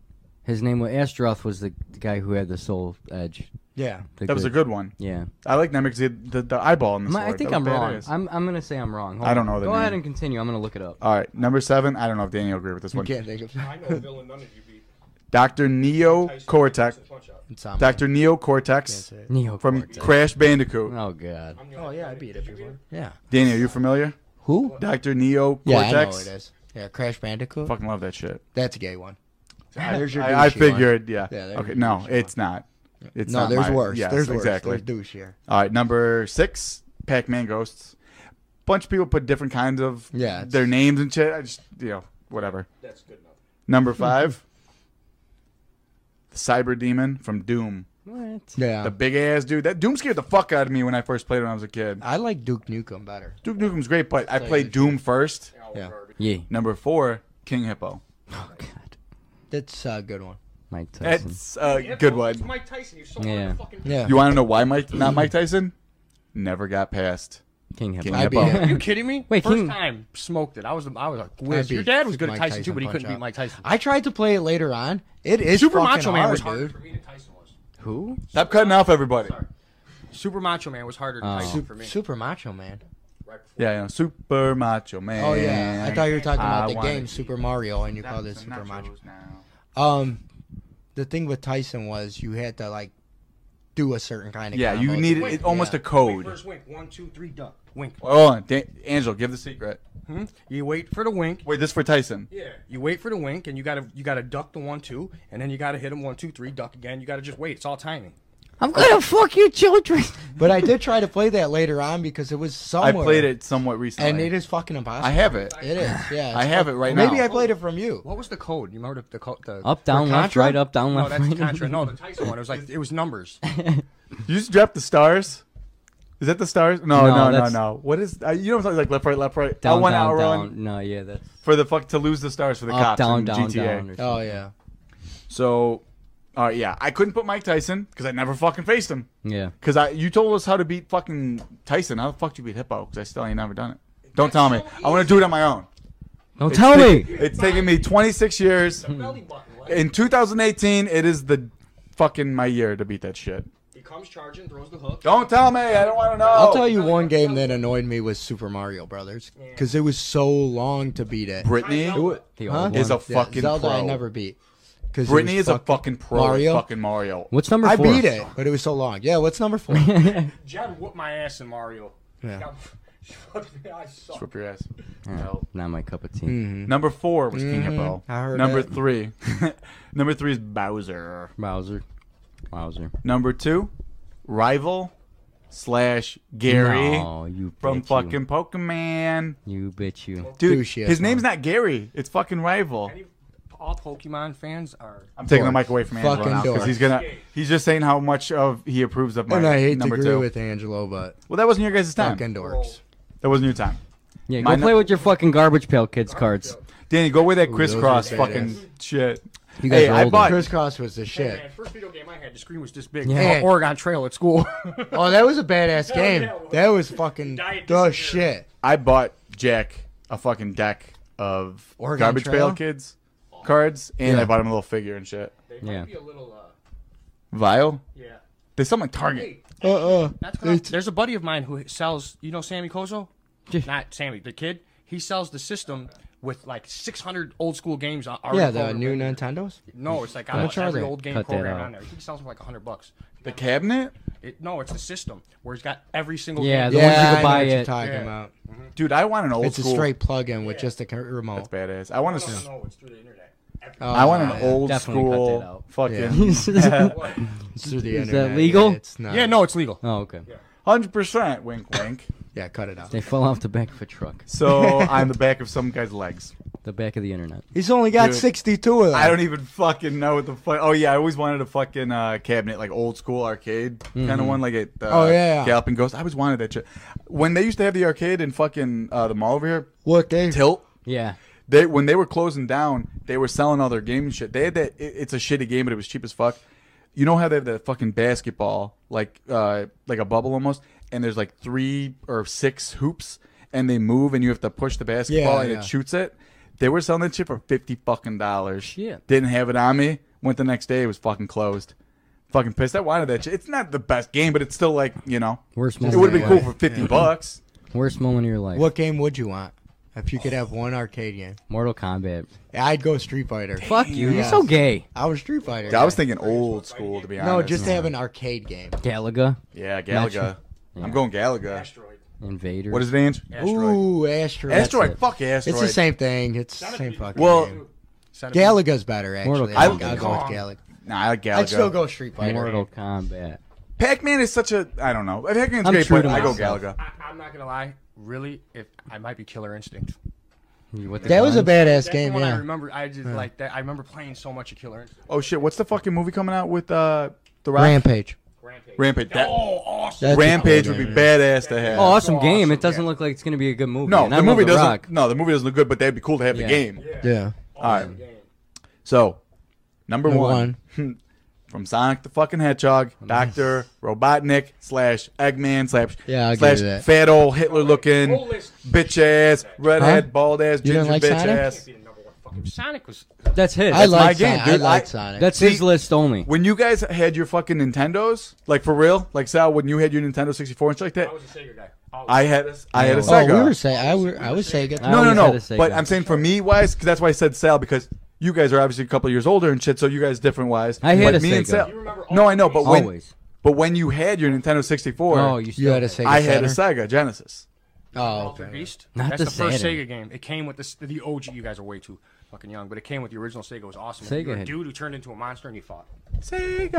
[SPEAKER 4] His name was Astaroth. Was the, the guy who had the soul edge.
[SPEAKER 3] Yeah.
[SPEAKER 4] The
[SPEAKER 2] That was a good one.
[SPEAKER 4] Yeah.
[SPEAKER 2] I like Nightmare because the, the eyeball in the
[SPEAKER 4] My-
[SPEAKER 2] sword.
[SPEAKER 4] I think
[SPEAKER 2] That
[SPEAKER 4] I'm
[SPEAKER 2] was
[SPEAKER 4] wrong.
[SPEAKER 2] badass.
[SPEAKER 4] I'm, I'm gonna say I'm wrong. Hold
[SPEAKER 2] I don't
[SPEAKER 4] on.
[SPEAKER 2] know the
[SPEAKER 4] Go ahead
[SPEAKER 2] name.
[SPEAKER 4] and continue. I'm gonna look it up.
[SPEAKER 2] All right, number seven. I don't know if Danny will agree with this one.
[SPEAKER 3] Can't think of.
[SPEAKER 6] I know a villain none of you beat.
[SPEAKER 2] Dr. Neo
[SPEAKER 6] Tyson
[SPEAKER 2] Cortex.
[SPEAKER 6] versus Punch-Out.
[SPEAKER 3] It's on
[SPEAKER 2] Dr. Neo Cortex
[SPEAKER 3] my-
[SPEAKER 4] Neo
[SPEAKER 2] from Crash Bandicoot.
[SPEAKER 4] Oh God.
[SPEAKER 6] I'm gonna
[SPEAKER 3] Oh yeah, I
[SPEAKER 6] beat
[SPEAKER 3] beat it before. Yeah.
[SPEAKER 2] Danny, are you familiar?
[SPEAKER 3] Who?
[SPEAKER 2] Dr. Neo
[SPEAKER 3] Yeah,
[SPEAKER 2] Cortex.
[SPEAKER 3] I know who it is. Yeah, Crash Bandicoot.
[SPEAKER 2] Fucking love that shit.
[SPEAKER 3] That's a gay one. There's your
[SPEAKER 2] I, I
[SPEAKER 3] douchey one.
[SPEAKER 2] figured, yeah.
[SPEAKER 3] Yeah, there's
[SPEAKER 2] okay,
[SPEAKER 3] your
[SPEAKER 2] no,
[SPEAKER 3] douchey
[SPEAKER 2] it's not. It's
[SPEAKER 3] No,
[SPEAKER 2] not
[SPEAKER 3] there's
[SPEAKER 2] my-
[SPEAKER 3] worse.
[SPEAKER 2] Yes,
[SPEAKER 3] there's worse.
[SPEAKER 2] exactly.
[SPEAKER 3] There's douche here.
[SPEAKER 2] All right, number six, Pac-Man Ghosts. Bunch of people put different kinds of
[SPEAKER 3] Yeah, it's-
[SPEAKER 2] their names and shit. I just you know whatever.
[SPEAKER 6] That's good enough.
[SPEAKER 2] Number five, the Cyber Demon from Doom.
[SPEAKER 4] What?
[SPEAKER 3] Yeah.
[SPEAKER 2] The big ass dude. That Doom scared the fuck out of me when I first played it when I was a kid.
[SPEAKER 3] I like Duke Nukem better.
[SPEAKER 2] Duke Nukem's great, but I
[SPEAKER 3] Tell you
[SPEAKER 2] played
[SPEAKER 3] the
[SPEAKER 2] Doom first.
[SPEAKER 3] Yeah.
[SPEAKER 4] Yeah.
[SPEAKER 2] Number four, King Hippo.
[SPEAKER 4] Oh God.
[SPEAKER 3] That's a good one.
[SPEAKER 4] Mike Tyson.
[SPEAKER 2] That's a good one.
[SPEAKER 6] Oh, Mike Tyson, you sold
[SPEAKER 4] Yeah.
[SPEAKER 6] yeah. fucking.
[SPEAKER 3] Yeah.
[SPEAKER 2] You want to know why Mike, not Mike Tyson? Never got past.
[SPEAKER 4] King Hippo.
[SPEAKER 2] King
[SPEAKER 3] I
[SPEAKER 2] Hippo.
[SPEAKER 3] beat him.
[SPEAKER 6] You kidding me?
[SPEAKER 4] Wait,
[SPEAKER 6] first
[SPEAKER 4] King-
[SPEAKER 6] time smoked it. I was I was a whiz.
[SPEAKER 3] beat
[SPEAKER 6] Your dad was good at
[SPEAKER 3] Mike
[SPEAKER 6] Tyson,
[SPEAKER 3] Tyson
[SPEAKER 6] too, but he couldn't
[SPEAKER 3] Punch-Out.
[SPEAKER 6] beat Mike Tyson.
[SPEAKER 3] I tried to play it later on. It is
[SPEAKER 6] Super
[SPEAKER 3] fucking
[SPEAKER 6] Macho Man
[SPEAKER 3] hard,
[SPEAKER 6] was harder
[SPEAKER 3] dude.
[SPEAKER 6] for me than Tyson was.
[SPEAKER 4] Who?
[SPEAKER 2] Stop cutting off everybody.
[SPEAKER 6] Super Macho Man was harder than
[SPEAKER 4] Oh.
[SPEAKER 6] Tyson for me.
[SPEAKER 3] Super Macho Man.
[SPEAKER 6] right before.
[SPEAKER 2] Yeah, yeah, Super Macho Man.
[SPEAKER 3] Oh yeah, I thought you were talking
[SPEAKER 2] I
[SPEAKER 3] about the
[SPEAKER 2] wanna
[SPEAKER 3] game
[SPEAKER 2] eat
[SPEAKER 3] Super Mario, and you
[SPEAKER 2] them
[SPEAKER 3] called it
[SPEAKER 2] some
[SPEAKER 3] Super Macho.
[SPEAKER 2] nachos now.
[SPEAKER 3] Um, the thing with Tyson was you had to like do a certain kind of
[SPEAKER 2] Yeah, you
[SPEAKER 3] combo.
[SPEAKER 2] needed it, almost
[SPEAKER 3] Yeah.
[SPEAKER 2] a code.
[SPEAKER 6] First wink, one, two, three, duck. Wink. Hmm?
[SPEAKER 2] Oh, Dan- Angel, give the secret.
[SPEAKER 6] You wait for the wink.
[SPEAKER 2] Wait, this for Tyson.
[SPEAKER 6] Yeah. You wait for the wink, and you gotta you gotta duck the one two, and then you gotta hit him one two three, duck again. You gotta just wait. It's all timing.
[SPEAKER 4] I'm gonna fuck your children.
[SPEAKER 3] But I did try to play that later on because it was
[SPEAKER 2] I
[SPEAKER 3] somewhere.
[SPEAKER 2] played it somewhat recently.
[SPEAKER 3] and it is fucking impossible.
[SPEAKER 2] I have it.
[SPEAKER 3] It is, yeah.
[SPEAKER 2] I
[SPEAKER 3] it's
[SPEAKER 2] have
[SPEAKER 3] fuck-
[SPEAKER 2] it right
[SPEAKER 3] Maybe
[SPEAKER 2] now.
[SPEAKER 3] I played it from you.
[SPEAKER 6] What was the code? You remember the the, co- the
[SPEAKER 4] Up, down,
[SPEAKER 6] for
[SPEAKER 4] left,
[SPEAKER 6] Contra?
[SPEAKER 4] right, up, down,
[SPEAKER 6] No,
[SPEAKER 4] left,
[SPEAKER 6] that's
[SPEAKER 4] right.
[SPEAKER 6] Contra. No, the Tyson one. It was like it was numbers.
[SPEAKER 2] You just drop the stars. Is that the stars? No,
[SPEAKER 4] No,
[SPEAKER 2] no, no, no.
[SPEAKER 4] that's-
[SPEAKER 2] What is? Uh, you know what I'm talking like left, right, left, right. I
[SPEAKER 4] Down,
[SPEAKER 2] want
[SPEAKER 4] down,
[SPEAKER 2] out
[SPEAKER 4] down. No, yeah, that's
[SPEAKER 2] for the fuck to lose the stars for the
[SPEAKER 4] up,
[SPEAKER 2] cops
[SPEAKER 4] down,
[SPEAKER 2] in
[SPEAKER 4] down,
[SPEAKER 2] GTA.
[SPEAKER 4] down. or something.
[SPEAKER 3] Oh yeah.
[SPEAKER 2] So, uh, yeah, I couldn't put Mike Tyson because I never fucking faced him.
[SPEAKER 4] Yeah.
[SPEAKER 2] Because I, you told us how to beat fucking Tyson. How the fuck did you beat Hippo? Because I still ain't never done it. Don't tell me. I want to do it on my own.
[SPEAKER 4] Don't
[SPEAKER 2] It's
[SPEAKER 4] tell
[SPEAKER 2] ta-
[SPEAKER 4] me.
[SPEAKER 2] It's taken me 26 years.
[SPEAKER 6] Belly button. Like,
[SPEAKER 2] In 2018, it is the fucking my year to beat that shit.
[SPEAKER 6] he comes charging, throws the hook.
[SPEAKER 2] Don't tell me. I don't want to know.
[SPEAKER 6] Oh.
[SPEAKER 3] I'll tell you one game that annoyed me was Super Mario Brothers because it was so long to beat it.
[SPEAKER 2] Brittany
[SPEAKER 4] The
[SPEAKER 3] Huh?
[SPEAKER 4] old
[SPEAKER 2] is a
[SPEAKER 4] one.
[SPEAKER 3] Yeah,
[SPEAKER 2] fucking
[SPEAKER 3] Zelda
[SPEAKER 2] pro.
[SPEAKER 3] I never beat. 'cause it
[SPEAKER 2] Brittany
[SPEAKER 3] was
[SPEAKER 2] is a fucking pro. at
[SPEAKER 3] Mario?
[SPEAKER 2] Fucking Mario.
[SPEAKER 4] What's number
[SPEAKER 3] I
[SPEAKER 4] four?
[SPEAKER 3] beat it, but it was so long. Yeah, what's number four?
[SPEAKER 6] John whooped my ass in Mario.
[SPEAKER 3] Yeah.
[SPEAKER 6] I suck.
[SPEAKER 2] Whip your ass.
[SPEAKER 4] Not my cup of tea.
[SPEAKER 2] Number four was King Hippo.
[SPEAKER 3] Mm-hmm. I heard
[SPEAKER 2] Number
[SPEAKER 3] it.
[SPEAKER 2] three. Number three is Bowser.
[SPEAKER 4] Bowser. Bowser.
[SPEAKER 2] Number two, Rival slash Gary
[SPEAKER 4] No, you
[SPEAKER 2] from
[SPEAKER 4] bitch,
[SPEAKER 2] fucking Pokemon.
[SPEAKER 4] You. you bitch you.
[SPEAKER 2] Dude,
[SPEAKER 3] Douchey ass
[SPEAKER 2] his name's not Gary. It's fucking Rival.
[SPEAKER 6] Any- All Pokemon fans are.
[SPEAKER 2] I'm taking the
[SPEAKER 3] dork.
[SPEAKER 2] mic away from
[SPEAKER 3] Fucking
[SPEAKER 2] Angelo because
[SPEAKER 3] dork.
[SPEAKER 2] he's gonna. He's just saying how much of he approves of my
[SPEAKER 3] and I hate to
[SPEAKER 2] number
[SPEAKER 3] agree
[SPEAKER 2] two.
[SPEAKER 3] with Angelo, but
[SPEAKER 2] well, that wasn't your guys' time.
[SPEAKER 3] fucking dorks.
[SPEAKER 2] That wasn't your time.
[SPEAKER 4] Yeah,
[SPEAKER 2] My
[SPEAKER 4] go
[SPEAKER 2] nu-
[SPEAKER 4] play with your fucking garbage pail kids cards.
[SPEAKER 2] Danny, go wear that crisscross
[SPEAKER 3] badass.
[SPEAKER 2] fucking shit.
[SPEAKER 4] You guys
[SPEAKER 2] Hey,
[SPEAKER 4] are
[SPEAKER 2] I
[SPEAKER 4] older.
[SPEAKER 2] bought.
[SPEAKER 3] Crisscross was the
[SPEAKER 6] Hey,
[SPEAKER 3] shit.
[SPEAKER 6] man, first video game I had, the screen was this big.
[SPEAKER 4] Yeah.
[SPEAKER 6] Uh, Oregon Trail at school.
[SPEAKER 3] Oh, that was a badass
[SPEAKER 6] yeah,
[SPEAKER 3] game.
[SPEAKER 6] it was.
[SPEAKER 3] That was fucking
[SPEAKER 6] Diet
[SPEAKER 3] the
[SPEAKER 6] disappeared.
[SPEAKER 3] shit.
[SPEAKER 2] I bought Jack a fucking deck of
[SPEAKER 3] Oregon
[SPEAKER 2] garbage
[SPEAKER 3] Trail?
[SPEAKER 2] pail kids cards, and
[SPEAKER 3] Yeah.
[SPEAKER 2] I bought him a little figure and shit.
[SPEAKER 6] they
[SPEAKER 4] Yeah.
[SPEAKER 6] might be a little. Uh,
[SPEAKER 2] Vile.
[SPEAKER 6] yeah.
[SPEAKER 2] They sell my Target.
[SPEAKER 3] Uh uh
[SPEAKER 6] That's what I'm- there's a buddy of mine who sells. You know Sammy Kozo?
[SPEAKER 4] Yeah.
[SPEAKER 6] Not Sammy, the kid. He sells the system with like 600 old school games. al- Already
[SPEAKER 3] Yeah, the
[SPEAKER 6] programmed
[SPEAKER 3] new
[SPEAKER 6] in.
[SPEAKER 3] Nintendos.
[SPEAKER 6] No, it's like
[SPEAKER 3] much
[SPEAKER 6] almost
[SPEAKER 3] are
[SPEAKER 6] every
[SPEAKER 3] they?
[SPEAKER 6] old game
[SPEAKER 4] Cut that
[SPEAKER 6] program
[SPEAKER 4] out.
[SPEAKER 6] on there. He sells them for like 100 bucks.
[SPEAKER 2] The cabinet,
[SPEAKER 6] It, no, it's the system where he's got every single
[SPEAKER 4] Yeah,
[SPEAKER 6] game.
[SPEAKER 4] the- ones you could
[SPEAKER 3] I know
[SPEAKER 4] buy
[SPEAKER 3] what you're
[SPEAKER 4] it.
[SPEAKER 3] talking
[SPEAKER 6] Yeah.
[SPEAKER 3] about.
[SPEAKER 2] dude. I want an old
[SPEAKER 3] It's a
[SPEAKER 2] school.
[SPEAKER 3] straight plug-in with just a c- remote.
[SPEAKER 2] That's badass. I want a.
[SPEAKER 6] No,
[SPEAKER 2] s-
[SPEAKER 6] no, no, it's through the internet. Every-
[SPEAKER 3] Oh,
[SPEAKER 2] I want an
[SPEAKER 3] yeah.
[SPEAKER 2] old
[SPEAKER 4] Definitely cut that
[SPEAKER 2] school
[SPEAKER 4] out.
[SPEAKER 2] fucking
[SPEAKER 3] It's through the
[SPEAKER 4] Is that
[SPEAKER 3] internet.
[SPEAKER 4] legal?
[SPEAKER 3] Yeah, it's not.
[SPEAKER 6] yeah, no, it's legal.
[SPEAKER 4] Oh, okay.
[SPEAKER 2] hundred percent. Wink, wink.
[SPEAKER 3] Yeah, cut it out.
[SPEAKER 4] They fell off the back of a truck.
[SPEAKER 2] So on the back of some guy's legs.
[SPEAKER 4] The back of the internet.
[SPEAKER 3] He's only got
[SPEAKER 2] Dude.
[SPEAKER 3] 62 of them.
[SPEAKER 2] I don't even fucking know what the fuck. Oh yeah, I always wanted a fucking uh, cabinet, like old school arcade kind of one, like at uh,
[SPEAKER 3] Oh, yeah, yeah.
[SPEAKER 2] Galloping Ghost. I always wanted that shit. When they used to have the arcade in fucking uh, the mall over here,
[SPEAKER 3] What game?
[SPEAKER 2] Tilt.
[SPEAKER 4] Yeah.
[SPEAKER 2] They when they were closing down, they were selling all their game and shit. They had that. It, it's a shitty game, but it was cheap as fuck. You know how they have that fucking basketball, like uh, like a bubble almost, and there's like three or six hoops, and they move, and you have to push the basketball,
[SPEAKER 3] Yeah,
[SPEAKER 2] and
[SPEAKER 3] yeah.
[SPEAKER 2] it shoots it. They were selling that shit for fifty fucking dollars.
[SPEAKER 4] Shit.
[SPEAKER 2] Didn't have it on me. Went the next day, it was fucking closed. Fucking pissed. I wanted that shit. It's not the best game, but it's still like you know,
[SPEAKER 4] Worst
[SPEAKER 2] it
[SPEAKER 4] moment.
[SPEAKER 2] would have
[SPEAKER 4] of
[SPEAKER 2] been
[SPEAKER 4] your
[SPEAKER 2] cool for fifty bucks.
[SPEAKER 4] life. Worst moment of your life.
[SPEAKER 3] What game would you want if you could have one arcade game?
[SPEAKER 4] Mortal Kombat.
[SPEAKER 3] I'd go Street Fighter.
[SPEAKER 4] Fuck you. You're
[SPEAKER 3] Yes.
[SPEAKER 4] so gay.
[SPEAKER 3] I was Street Fighter.
[SPEAKER 2] I was thinking old school, to be honest.
[SPEAKER 3] no, just have an arcade game.
[SPEAKER 4] Galaga.
[SPEAKER 2] yeah, Galaga. I'm going Galaga.
[SPEAKER 6] Asteroid.
[SPEAKER 4] Invader.
[SPEAKER 2] What is it, Ange?
[SPEAKER 3] Ooh, Asteroid.
[SPEAKER 2] Asteroid.
[SPEAKER 4] it.
[SPEAKER 2] Fuck Asteroid.
[SPEAKER 3] It's the same thing. It's the same fucking
[SPEAKER 2] Well,
[SPEAKER 3] game.
[SPEAKER 6] Centipede.
[SPEAKER 3] Galaga's better,
[SPEAKER 4] Mortal
[SPEAKER 3] actually. I'll
[SPEAKER 2] Kombat.
[SPEAKER 3] go with Galaga.
[SPEAKER 2] Nah, I like Galaga.
[SPEAKER 3] I'd still go Street Fighter.
[SPEAKER 4] Mortal Kombat.
[SPEAKER 2] Pac-Man is such a. I don't know. Pac-Man's
[SPEAKER 4] I'm
[SPEAKER 2] great,
[SPEAKER 4] true
[SPEAKER 2] but
[SPEAKER 4] to
[SPEAKER 2] I go
[SPEAKER 4] myself.
[SPEAKER 2] Galaga.
[SPEAKER 6] I, I'm not gonna lie. Really, if I might be Killer Instinct.
[SPEAKER 4] You- what the
[SPEAKER 3] That was a
[SPEAKER 4] guns?
[SPEAKER 3] badass
[SPEAKER 6] That's
[SPEAKER 3] game,
[SPEAKER 6] the one I
[SPEAKER 3] yeah.
[SPEAKER 6] remember. I just like that. I remember playing so much of Killer Instinct.
[SPEAKER 2] Oh shit! What's the fucking movie coming out with uh the Rock?
[SPEAKER 3] Rampage.
[SPEAKER 6] Rampage.
[SPEAKER 2] Rampage. That-
[SPEAKER 6] oh, awesome.
[SPEAKER 3] That's a
[SPEAKER 2] Rampage
[SPEAKER 3] cool
[SPEAKER 2] would be
[SPEAKER 3] game.
[SPEAKER 2] badass to have.
[SPEAKER 4] Oh, awesome
[SPEAKER 6] So
[SPEAKER 4] game.
[SPEAKER 6] awesome,
[SPEAKER 4] It doesn't
[SPEAKER 6] yeah.
[SPEAKER 4] look like it's going to be a good movie.
[SPEAKER 2] no,
[SPEAKER 4] And
[SPEAKER 2] the
[SPEAKER 4] I love
[SPEAKER 2] movie
[SPEAKER 4] The
[SPEAKER 2] doesn't.
[SPEAKER 4] Rock.
[SPEAKER 2] No, the movie doesn't look good, but that'd be cool to have
[SPEAKER 4] Yeah.
[SPEAKER 2] the game.
[SPEAKER 3] Yeah.
[SPEAKER 2] All right. So, number
[SPEAKER 3] Number
[SPEAKER 2] one,
[SPEAKER 3] one.
[SPEAKER 2] from Sonic the fucking Hedgehog, Doctor Robotnik slash Eggman slash
[SPEAKER 3] Yeah, I'll give
[SPEAKER 2] slash
[SPEAKER 3] you that.
[SPEAKER 2] fat old Hitler looking
[SPEAKER 6] Whole list.
[SPEAKER 2] bitch ass redhead bald ass ginger
[SPEAKER 3] You didn't like
[SPEAKER 2] bitch
[SPEAKER 3] Sonic?
[SPEAKER 2] ass.
[SPEAKER 6] Be the number one fucking- Sonic was.
[SPEAKER 4] That's his.
[SPEAKER 3] I
[SPEAKER 4] That's,
[SPEAKER 3] like
[SPEAKER 2] my
[SPEAKER 3] Sonic.
[SPEAKER 2] game, dude.
[SPEAKER 3] I like
[SPEAKER 2] I-
[SPEAKER 3] Sonic.
[SPEAKER 4] that's his list only.
[SPEAKER 2] When you guys had your fucking Nintendos, like for real, like Sal, when you had your Nintendo 64 and shit like that,
[SPEAKER 6] I was a Sega guy. Oh,
[SPEAKER 2] I had a, I had a
[SPEAKER 4] Oh,
[SPEAKER 3] Oh,
[SPEAKER 2] Sega.
[SPEAKER 3] we were saying I, were, I was saying
[SPEAKER 4] I
[SPEAKER 2] no, no,
[SPEAKER 4] always had
[SPEAKER 2] no.
[SPEAKER 4] a Sega.
[SPEAKER 2] But I'm saying for me wise, because that's why I said Sal because you guys are obviously a couple years older and shit, so you guys different wise.
[SPEAKER 4] I had
[SPEAKER 2] but
[SPEAKER 4] a
[SPEAKER 2] me and
[SPEAKER 4] Sega.
[SPEAKER 2] Sal.
[SPEAKER 6] You remember
[SPEAKER 2] No, I know, but when,
[SPEAKER 4] Always.
[SPEAKER 2] but when you had your Nintendo 64,
[SPEAKER 4] Oh, you,
[SPEAKER 3] you
[SPEAKER 4] still
[SPEAKER 3] had a Sega.
[SPEAKER 2] I had a
[SPEAKER 3] Saturn?
[SPEAKER 2] Sega Genesis.
[SPEAKER 3] Oh,
[SPEAKER 6] Altered
[SPEAKER 3] okay.
[SPEAKER 6] Beast.
[SPEAKER 4] Not
[SPEAKER 6] That's
[SPEAKER 4] the
[SPEAKER 6] the, first
[SPEAKER 4] Saturn.
[SPEAKER 6] Sega game. It came with this, the OG. You guys are way too fucking young, but it came with the original Sega. It was awesome.
[SPEAKER 4] Sega
[SPEAKER 6] You were a
[SPEAKER 4] had-
[SPEAKER 6] dude who turned into a monster and you fought.
[SPEAKER 2] Sega.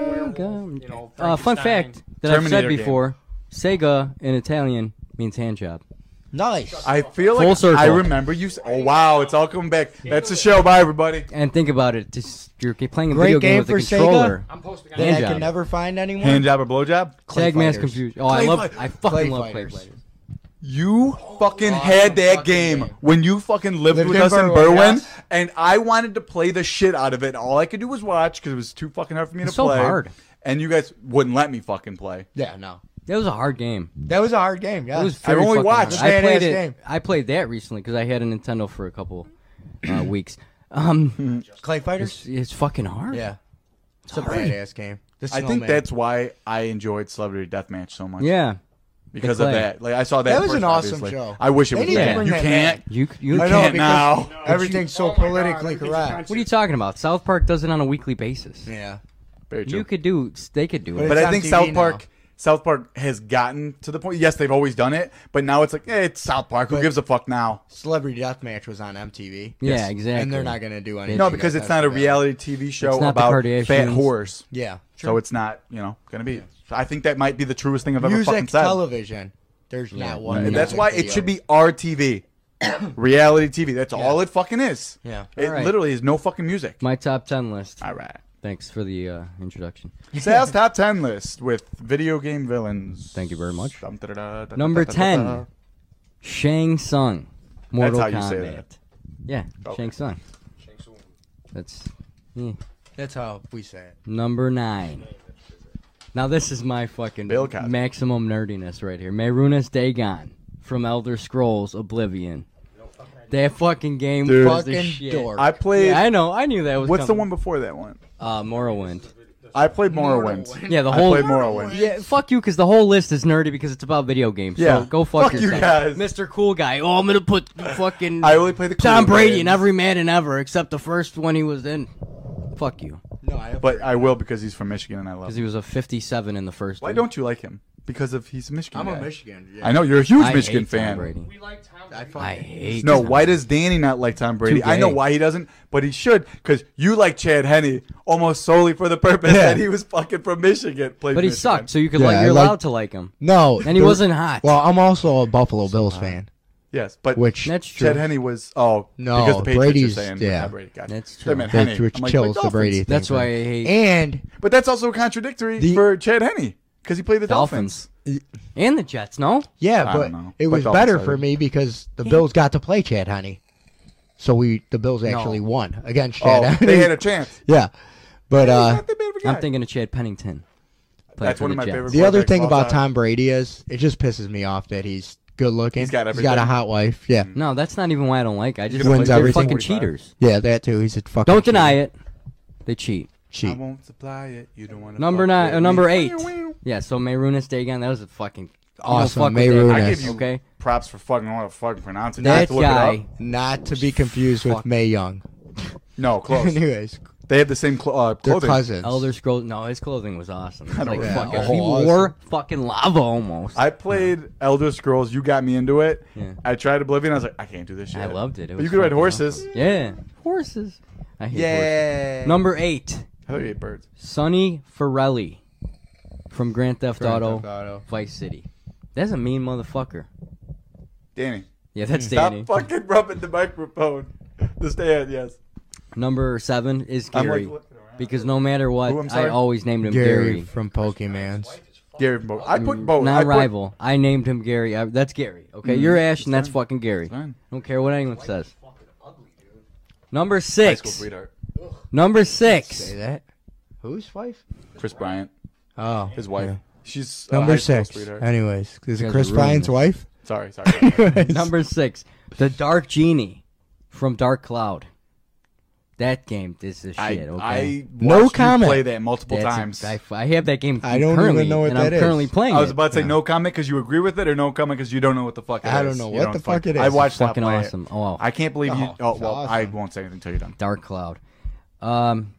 [SPEAKER 4] Sega.
[SPEAKER 6] You know,
[SPEAKER 4] uh, fun
[SPEAKER 6] Frankenstein.
[SPEAKER 4] fact that I've said
[SPEAKER 2] Terminator game.
[SPEAKER 4] before: Sega in Italian means hand job.
[SPEAKER 3] nice.
[SPEAKER 2] I feel
[SPEAKER 4] Full
[SPEAKER 2] like
[SPEAKER 4] circle.
[SPEAKER 2] I remember you. s- Oh wow, it's all coming back. That's the show. Bye everybody.
[SPEAKER 4] And think about it: just, you're playing a
[SPEAKER 3] Great
[SPEAKER 4] video
[SPEAKER 3] game
[SPEAKER 4] game with a
[SPEAKER 3] for Sega.
[SPEAKER 4] controller.
[SPEAKER 6] I'm posting on
[SPEAKER 3] That I
[SPEAKER 4] hand
[SPEAKER 3] can
[SPEAKER 4] job.
[SPEAKER 3] never find anyone.
[SPEAKER 2] Hand job or blow job?
[SPEAKER 3] Clay
[SPEAKER 4] Tag Mass
[SPEAKER 3] Fighters.
[SPEAKER 4] Confusion. Oh, I love. I
[SPEAKER 3] Clay
[SPEAKER 4] fucking love Clay
[SPEAKER 3] Fighters.
[SPEAKER 4] Fighters.
[SPEAKER 2] You fucking had that game when you fucking lived
[SPEAKER 3] Lived
[SPEAKER 2] with
[SPEAKER 3] in
[SPEAKER 2] us in
[SPEAKER 3] Berwyn,
[SPEAKER 2] Berwyn,
[SPEAKER 3] yes.
[SPEAKER 2] and I wanted to play the shit out of it. All I could do was watch because it was too fucking hard for me
[SPEAKER 4] It's
[SPEAKER 2] to
[SPEAKER 4] so
[SPEAKER 2] play.
[SPEAKER 4] hard.
[SPEAKER 2] And you guys wouldn't let me fucking play.
[SPEAKER 3] Yeah, no.
[SPEAKER 4] That was a hard game.
[SPEAKER 3] That was a hard game. Yeah.
[SPEAKER 4] It was
[SPEAKER 2] I've
[SPEAKER 4] very
[SPEAKER 2] only
[SPEAKER 4] fucking
[SPEAKER 2] watched
[SPEAKER 4] hard. I
[SPEAKER 3] that
[SPEAKER 4] played
[SPEAKER 3] ass
[SPEAKER 4] it.
[SPEAKER 3] game.
[SPEAKER 4] I played that recently because I had a Nintendo for a couple uh, weeks. Um,
[SPEAKER 3] Clay Fighters.
[SPEAKER 4] it's, it's fucking hard.
[SPEAKER 3] Yeah. It's a badass game. The
[SPEAKER 2] I think
[SPEAKER 3] Snowman.
[SPEAKER 2] that's why I enjoyed Celebrity Deathmatch so much.
[SPEAKER 4] Yeah.
[SPEAKER 2] because of
[SPEAKER 4] Clay.
[SPEAKER 2] that. Like I saw that.
[SPEAKER 3] That was
[SPEAKER 2] first,
[SPEAKER 3] an awesome
[SPEAKER 2] obviously.
[SPEAKER 3] show.
[SPEAKER 2] I wish it
[SPEAKER 3] They
[SPEAKER 2] was
[SPEAKER 3] need
[SPEAKER 4] to
[SPEAKER 2] that.
[SPEAKER 4] bring
[SPEAKER 2] You
[SPEAKER 3] that
[SPEAKER 2] can't.
[SPEAKER 4] You you
[SPEAKER 3] I
[SPEAKER 4] can't.
[SPEAKER 3] know,
[SPEAKER 2] can't
[SPEAKER 3] because
[SPEAKER 2] now.
[SPEAKER 3] Everything's so politically correct.
[SPEAKER 4] What are you talking about? South Park does it on a weekly basis.
[SPEAKER 3] Yeah.
[SPEAKER 2] Very true.
[SPEAKER 4] You could do. They could do it.
[SPEAKER 2] but
[SPEAKER 3] It's
[SPEAKER 2] I
[SPEAKER 3] on
[SPEAKER 2] think
[SPEAKER 3] TV
[SPEAKER 2] South
[SPEAKER 3] now.
[SPEAKER 2] Park. South Park has gotten to the point. Yes, they've always done it, but now it's like, eh, it's South Park. Who
[SPEAKER 3] But-
[SPEAKER 2] gives a fuck now?
[SPEAKER 3] Celebrity Deathmatch was on MTV.
[SPEAKER 4] Yeah, Yes. exactly.
[SPEAKER 3] And they're not going to do anything.
[SPEAKER 2] No,
[SPEAKER 3] like
[SPEAKER 2] because
[SPEAKER 3] that
[SPEAKER 2] it's not a
[SPEAKER 3] for that.
[SPEAKER 2] reality TV show
[SPEAKER 4] It's not the
[SPEAKER 2] about
[SPEAKER 4] Kardashians.
[SPEAKER 2] fat whores.
[SPEAKER 3] Yeah.
[SPEAKER 2] So it's not, you know, going to be. I think that might be the truest thing I've ever fucking
[SPEAKER 3] Music
[SPEAKER 2] said.
[SPEAKER 3] television. There's not one.
[SPEAKER 2] And
[SPEAKER 3] music
[SPEAKER 2] that's why it
[SPEAKER 3] video.
[SPEAKER 2] should be RTV. reality TV. That's all it fucking is.
[SPEAKER 3] Yeah.
[SPEAKER 2] It
[SPEAKER 4] Alright.
[SPEAKER 2] literally is no fucking music.
[SPEAKER 4] My top ten list.
[SPEAKER 2] all right.
[SPEAKER 4] Thanks for the uh, introduction.
[SPEAKER 2] Sal's top 10 list with video game villains.
[SPEAKER 4] Thank you very much.
[SPEAKER 2] Dum, da, da, da, da,
[SPEAKER 4] Number
[SPEAKER 2] da, da, da, da.
[SPEAKER 4] ten, Shang Tsung, Mortal
[SPEAKER 2] how you
[SPEAKER 4] Kombat.
[SPEAKER 2] say that.
[SPEAKER 4] Yeah,
[SPEAKER 2] Okay.
[SPEAKER 4] Shang Tsung. That's eh.
[SPEAKER 3] That's how we say it.
[SPEAKER 4] number nine. Now this is my fucking
[SPEAKER 2] Bill Cosby.
[SPEAKER 4] maximum nerdiness right here. Marunas Dagon from Elder Scrolls Oblivion. That fucking game
[SPEAKER 2] Dude.
[SPEAKER 4] was the
[SPEAKER 3] Fucking
[SPEAKER 4] shit.
[SPEAKER 3] dork.
[SPEAKER 2] I played.
[SPEAKER 4] Yeah, I know. I knew that was.
[SPEAKER 2] what's the
[SPEAKER 4] coming.
[SPEAKER 2] one before that one?
[SPEAKER 4] Uh, Morrowind.
[SPEAKER 2] I played Morrowind.
[SPEAKER 4] Yeah, the
[SPEAKER 2] I
[SPEAKER 4] whole.
[SPEAKER 2] played Morrowind.
[SPEAKER 4] Yeah, fuck you, because the whole list is nerdy because it's about video games.
[SPEAKER 2] Yeah.
[SPEAKER 4] So go fuck,
[SPEAKER 2] Fuck you guys.
[SPEAKER 4] yourself. Mr. Cool Guy. Oh, I'm gonna put fucking
[SPEAKER 2] I only played the
[SPEAKER 4] Tom
[SPEAKER 2] cool
[SPEAKER 4] Brady
[SPEAKER 2] games.
[SPEAKER 4] in every Madden ever, except the first one he was in. Fuck you,
[SPEAKER 3] No, I
[SPEAKER 2] But I will because he's from Michigan and I love
[SPEAKER 4] because
[SPEAKER 2] him.
[SPEAKER 4] he was a 57 in the first.
[SPEAKER 2] Why
[SPEAKER 4] one.
[SPEAKER 2] don't you like him? Because of he's a Michigan.
[SPEAKER 3] I'm
[SPEAKER 2] guy.
[SPEAKER 3] a Michigan. Yeah.
[SPEAKER 2] I know you're a huge
[SPEAKER 4] I
[SPEAKER 2] Michigan
[SPEAKER 4] hate Tom
[SPEAKER 2] fan.
[SPEAKER 4] Brady.
[SPEAKER 6] We like Tom
[SPEAKER 3] I
[SPEAKER 6] Brady.
[SPEAKER 3] fucking-
[SPEAKER 4] I hate.
[SPEAKER 2] No,
[SPEAKER 4] Tom
[SPEAKER 2] why does Danny not like Tom Brady? I know
[SPEAKER 4] gay.
[SPEAKER 2] why he doesn't, but he should because you like Chad Henney almost solely for the purpose
[SPEAKER 3] Yeah.
[SPEAKER 2] that he was fucking from Michigan. Played
[SPEAKER 4] But he
[SPEAKER 2] Michigan.
[SPEAKER 4] sucked, so you could
[SPEAKER 3] Yeah,
[SPEAKER 4] like
[SPEAKER 3] I
[SPEAKER 4] you're
[SPEAKER 3] like-
[SPEAKER 4] allowed to like him.
[SPEAKER 3] No.
[SPEAKER 4] And he wasn't hot.
[SPEAKER 3] Well, I'm also a Buffalo Bills fan,
[SPEAKER 2] Yes, but
[SPEAKER 3] which
[SPEAKER 4] That's true.
[SPEAKER 2] Chad Henney was oh
[SPEAKER 3] No,
[SPEAKER 2] because the Patriots
[SPEAKER 3] Brady's-
[SPEAKER 2] are saying
[SPEAKER 3] yeah.
[SPEAKER 2] not Brady, God.
[SPEAKER 4] That's
[SPEAKER 2] They
[SPEAKER 4] true.
[SPEAKER 2] meant
[SPEAKER 3] that
[SPEAKER 2] Henney.
[SPEAKER 3] which
[SPEAKER 2] I'm like,
[SPEAKER 3] kills
[SPEAKER 2] but
[SPEAKER 3] the Brady.
[SPEAKER 2] Dolphins.
[SPEAKER 3] thing
[SPEAKER 4] That's
[SPEAKER 3] for
[SPEAKER 4] why I
[SPEAKER 3] me.
[SPEAKER 4] hate.
[SPEAKER 3] And
[SPEAKER 2] But that's also contradictory
[SPEAKER 3] The-
[SPEAKER 2] for Chad Henney because he played the
[SPEAKER 4] Dolphins.
[SPEAKER 2] Dolphins.
[SPEAKER 4] and the Jets, no?
[SPEAKER 3] yeah,
[SPEAKER 2] I
[SPEAKER 3] but
[SPEAKER 2] don't know.
[SPEAKER 3] it
[SPEAKER 2] But
[SPEAKER 3] was
[SPEAKER 2] Dolphins
[SPEAKER 3] better
[SPEAKER 2] are-
[SPEAKER 3] for me because the Bills got to play Chad Honey, so we the Bills actually won against Chad.
[SPEAKER 2] Oh,
[SPEAKER 3] Henne.
[SPEAKER 2] they had a chance.
[SPEAKER 3] yeah, but
[SPEAKER 2] He's
[SPEAKER 3] uh,
[SPEAKER 2] not that bad of a guy.
[SPEAKER 4] I'm thinking of Chad Pennington. Played
[SPEAKER 2] That's
[SPEAKER 4] for
[SPEAKER 2] one
[SPEAKER 4] the
[SPEAKER 2] of my
[SPEAKER 4] Jets.
[SPEAKER 2] favorite-
[SPEAKER 3] The other
[SPEAKER 2] Quarterback
[SPEAKER 3] thing
[SPEAKER 2] of all
[SPEAKER 3] about
[SPEAKER 2] time.
[SPEAKER 3] Tom Brady is it just pisses me off that he's good looking.
[SPEAKER 2] He's got
[SPEAKER 3] He's
[SPEAKER 2] everything.
[SPEAKER 3] got a
[SPEAKER 2] Mm-hmm.
[SPEAKER 3] hot wife. Yeah.
[SPEAKER 4] No, that's not even why I don't like. I just
[SPEAKER 2] gonna
[SPEAKER 3] play
[SPEAKER 4] they're
[SPEAKER 3] everything?
[SPEAKER 4] fucking
[SPEAKER 2] 45.
[SPEAKER 4] cheaters.
[SPEAKER 3] Yeah, that too. He's a fucking
[SPEAKER 4] Don't deny it. They cheat.
[SPEAKER 2] I
[SPEAKER 3] Cheat.
[SPEAKER 2] won't supply it. You don't want to.
[SPEAKER 4] Number nine, uh, number eight. Yeah, so Mayrunas Dagon, that was a fucking
[SPEAKER 3] Awesome,
[SPEAKER 4] I don't fuck with
[SPEAKER 3] Mayrunas.
[SPEAKER 4] that
[SPEAKER 2] I
[SPEAKER 4] guy,
[SPEAKER 2] give you
[SPEAKER 4] okay.
[SPEAKER 2] props for fucking I don't know how to fucking pronounce it. You have
[SPEAKER 4] That
[SPEAKER 2] to look it up.
[SPEAKER 4] guy,
[SPEAKER 3] Not to be confused with May Young.
[SPEAKER 2] No, close.
[SPEAKER 3] Anyways,
[SPEAKER 2] they have the same clo- uh,
[SPEAKER 3] they're
[SPEAKER 2] clothing.
[SPEAKER 3] cousins.
[SPEAKER 4] Elder Scrolls. No, his clothing was awesome. It's like
[SPEAKER 2] know.
[SPEAKER 4] fucking,
[SPEAKER 3] Yeah,
[SPEAKER 4] he
[SPEAKER 3] awesome.
[SPEAKER 4] wore fucking lava almost.
[SPEAKER 2] I played Elder Scrolls. You got me into it.
[SPEAKER 4] Yeah.
[SPEAKER 2] I tried Oblivion. I was like, I can't do this shit.
[SPEAKER 4] I loved it. It
[SPEAKER 2] But
[SPEAKER 4] was
[SPEAKER 2] you could ride
[SPEAKER 4] fucking
[SPEAKER 2] horses.
[SPEAKER 4] awesome. Yeah, horses. I hate horses.
[SPEAKER 2] No.
[SPEAKER 4] Number eight,
[SPEAKER 2] I thought you ate birds.
[SPEAKER 4] Sonny Farelli from Grand Theft,
[SPEAKER 3] Grand
[SPEAKER 4] Auto,
[SPEAKER 3] Theft Auto.
[SPEAKER 4] Vice City. That's a mean motherfucker.
[SPEAKER 2] Danny,
[SPEAKER 4] Yeah, that's
[SPEAKER 2] Hmm. stop
[SPEAKER 4] Danny.
[SPEAKER 2] fucking rubbing the microphone. The stand, yes.
[SPEAKER 4] Number seven is
[SPEAKER 2] I'm
[SPEAKER 4] Gary.
[SPEAKER 2] like looking around.
[SPEAKER 4] because no matter what,
[SPEAKER 2] Who, I'm
[SPEAKER 4] I
[SPEAKER 2] sorry?
[SPEAKER 4] always named him
[SPEAKER 3] Gary
[SPEAKER 4] Gary.
[SPEAKER 3] from Pokemans.
[SPEAKER 2] Gary Bo. I put both. Oh, I put-
[SPEAKER 4] Mm, Non-rival. I, named him Gary. I, that's Gary. Okay, you're Ash, and that's fucking Gary.
[SPEAKER 2] fine.
[SPEAKER 4] don't care what anyone says. Number
[SPEAKER 2] High school
[SPEAKER 4] six.
[SPEAKER 2] sweetheart.
[SPEAKER 4] Number
[SPEAKER 3] Say
[SPEAKER 4] six.
[SPEAKER 3] that. Whose wife?
[SPEAKER 2] Chris Bryant,
[SPEAKER 3] Oh.
[SPEAKER 2] his wife.
[SPEAKER 3] Yeah.
[SPEAKER 2] She's a
[SPEAKER 3] Number
[SPEAKER 2] high school
[SPEAKER 3] six.
[SPEAKER 2] sweetheart.
[SPEAKER 3] Anyways, is
[SPEAKER 4] guys
[SPEAKER 3] it
[SPEAKER 4] are
[SPEAKER 3] Chris
[SPEAKER 4] ruining
[SPEAKER 3] Bryant's
[SPEAKER 4] this.
[SPEAKER 3] wife?
[SPEAKER 2] Sorry, sorry.
[SPEAKER 3] Anyways.
[SPEAKER 4] Number six. The Dark Genie from Dark Cloud. That game is the shit.
[SPEAKER 2] I,
[SPEAKER 4] okay.
[SPEAKER 2] I watched
[SPEAKER 3] No
[SPEAKER 2] you
[SPEAKER 3] comment.
[SPEAKER 2] play that multiple
[SPEAKER 4] That's a-
[SPEAKER 2] times.
[SPEAKER 4] I,
[SPEAKER 2] I
[SPEAKER 4] I have that game.
[SPEAKER 3] I don't even
[SPEAKER 4] currently,
[SPEAKER 3] know what
[SPEAKER 4] and
[SPEAKER 3] that
[SPEAKER 4] I'm
[SPEAKER 3] is.
[SPEAKER 4] currently playing.
[SPEAKER 2] was
[SPEAKER 4] it.
[SPEAKER 2] about to say
[SPEAKER 4] Yeah.
[SPEAKER 2] no comment because you agree with it, or no comment because you don't know what the fuck it is.
[SPEAKER 3] I don't know
[SPEAKER 2] You
[SPEAKER 3] what the fuck
[SPEAKER 2] fucking-
[SPEAKER 3] it
[SPEAKER 2] I
[SPEAKER 3] is.
[SPEAKER 2] watched that
[SPEAKER 4] Fucking
[SPEAKER 2] play.
[SPEAKER 4] awesome. Oh.
[SPEAKER 2] I can't believe you.
[SPEAKER 3] Oh,
[SPEAKER 2] Oh
[SPEAKER 3] it's
[SPEAKER 2] well, I
[SPEAKER 3] awesome.
[SPEAKER 2] won't say anything until you're done.
[SPEAKER 4] Dark Cloud. Um,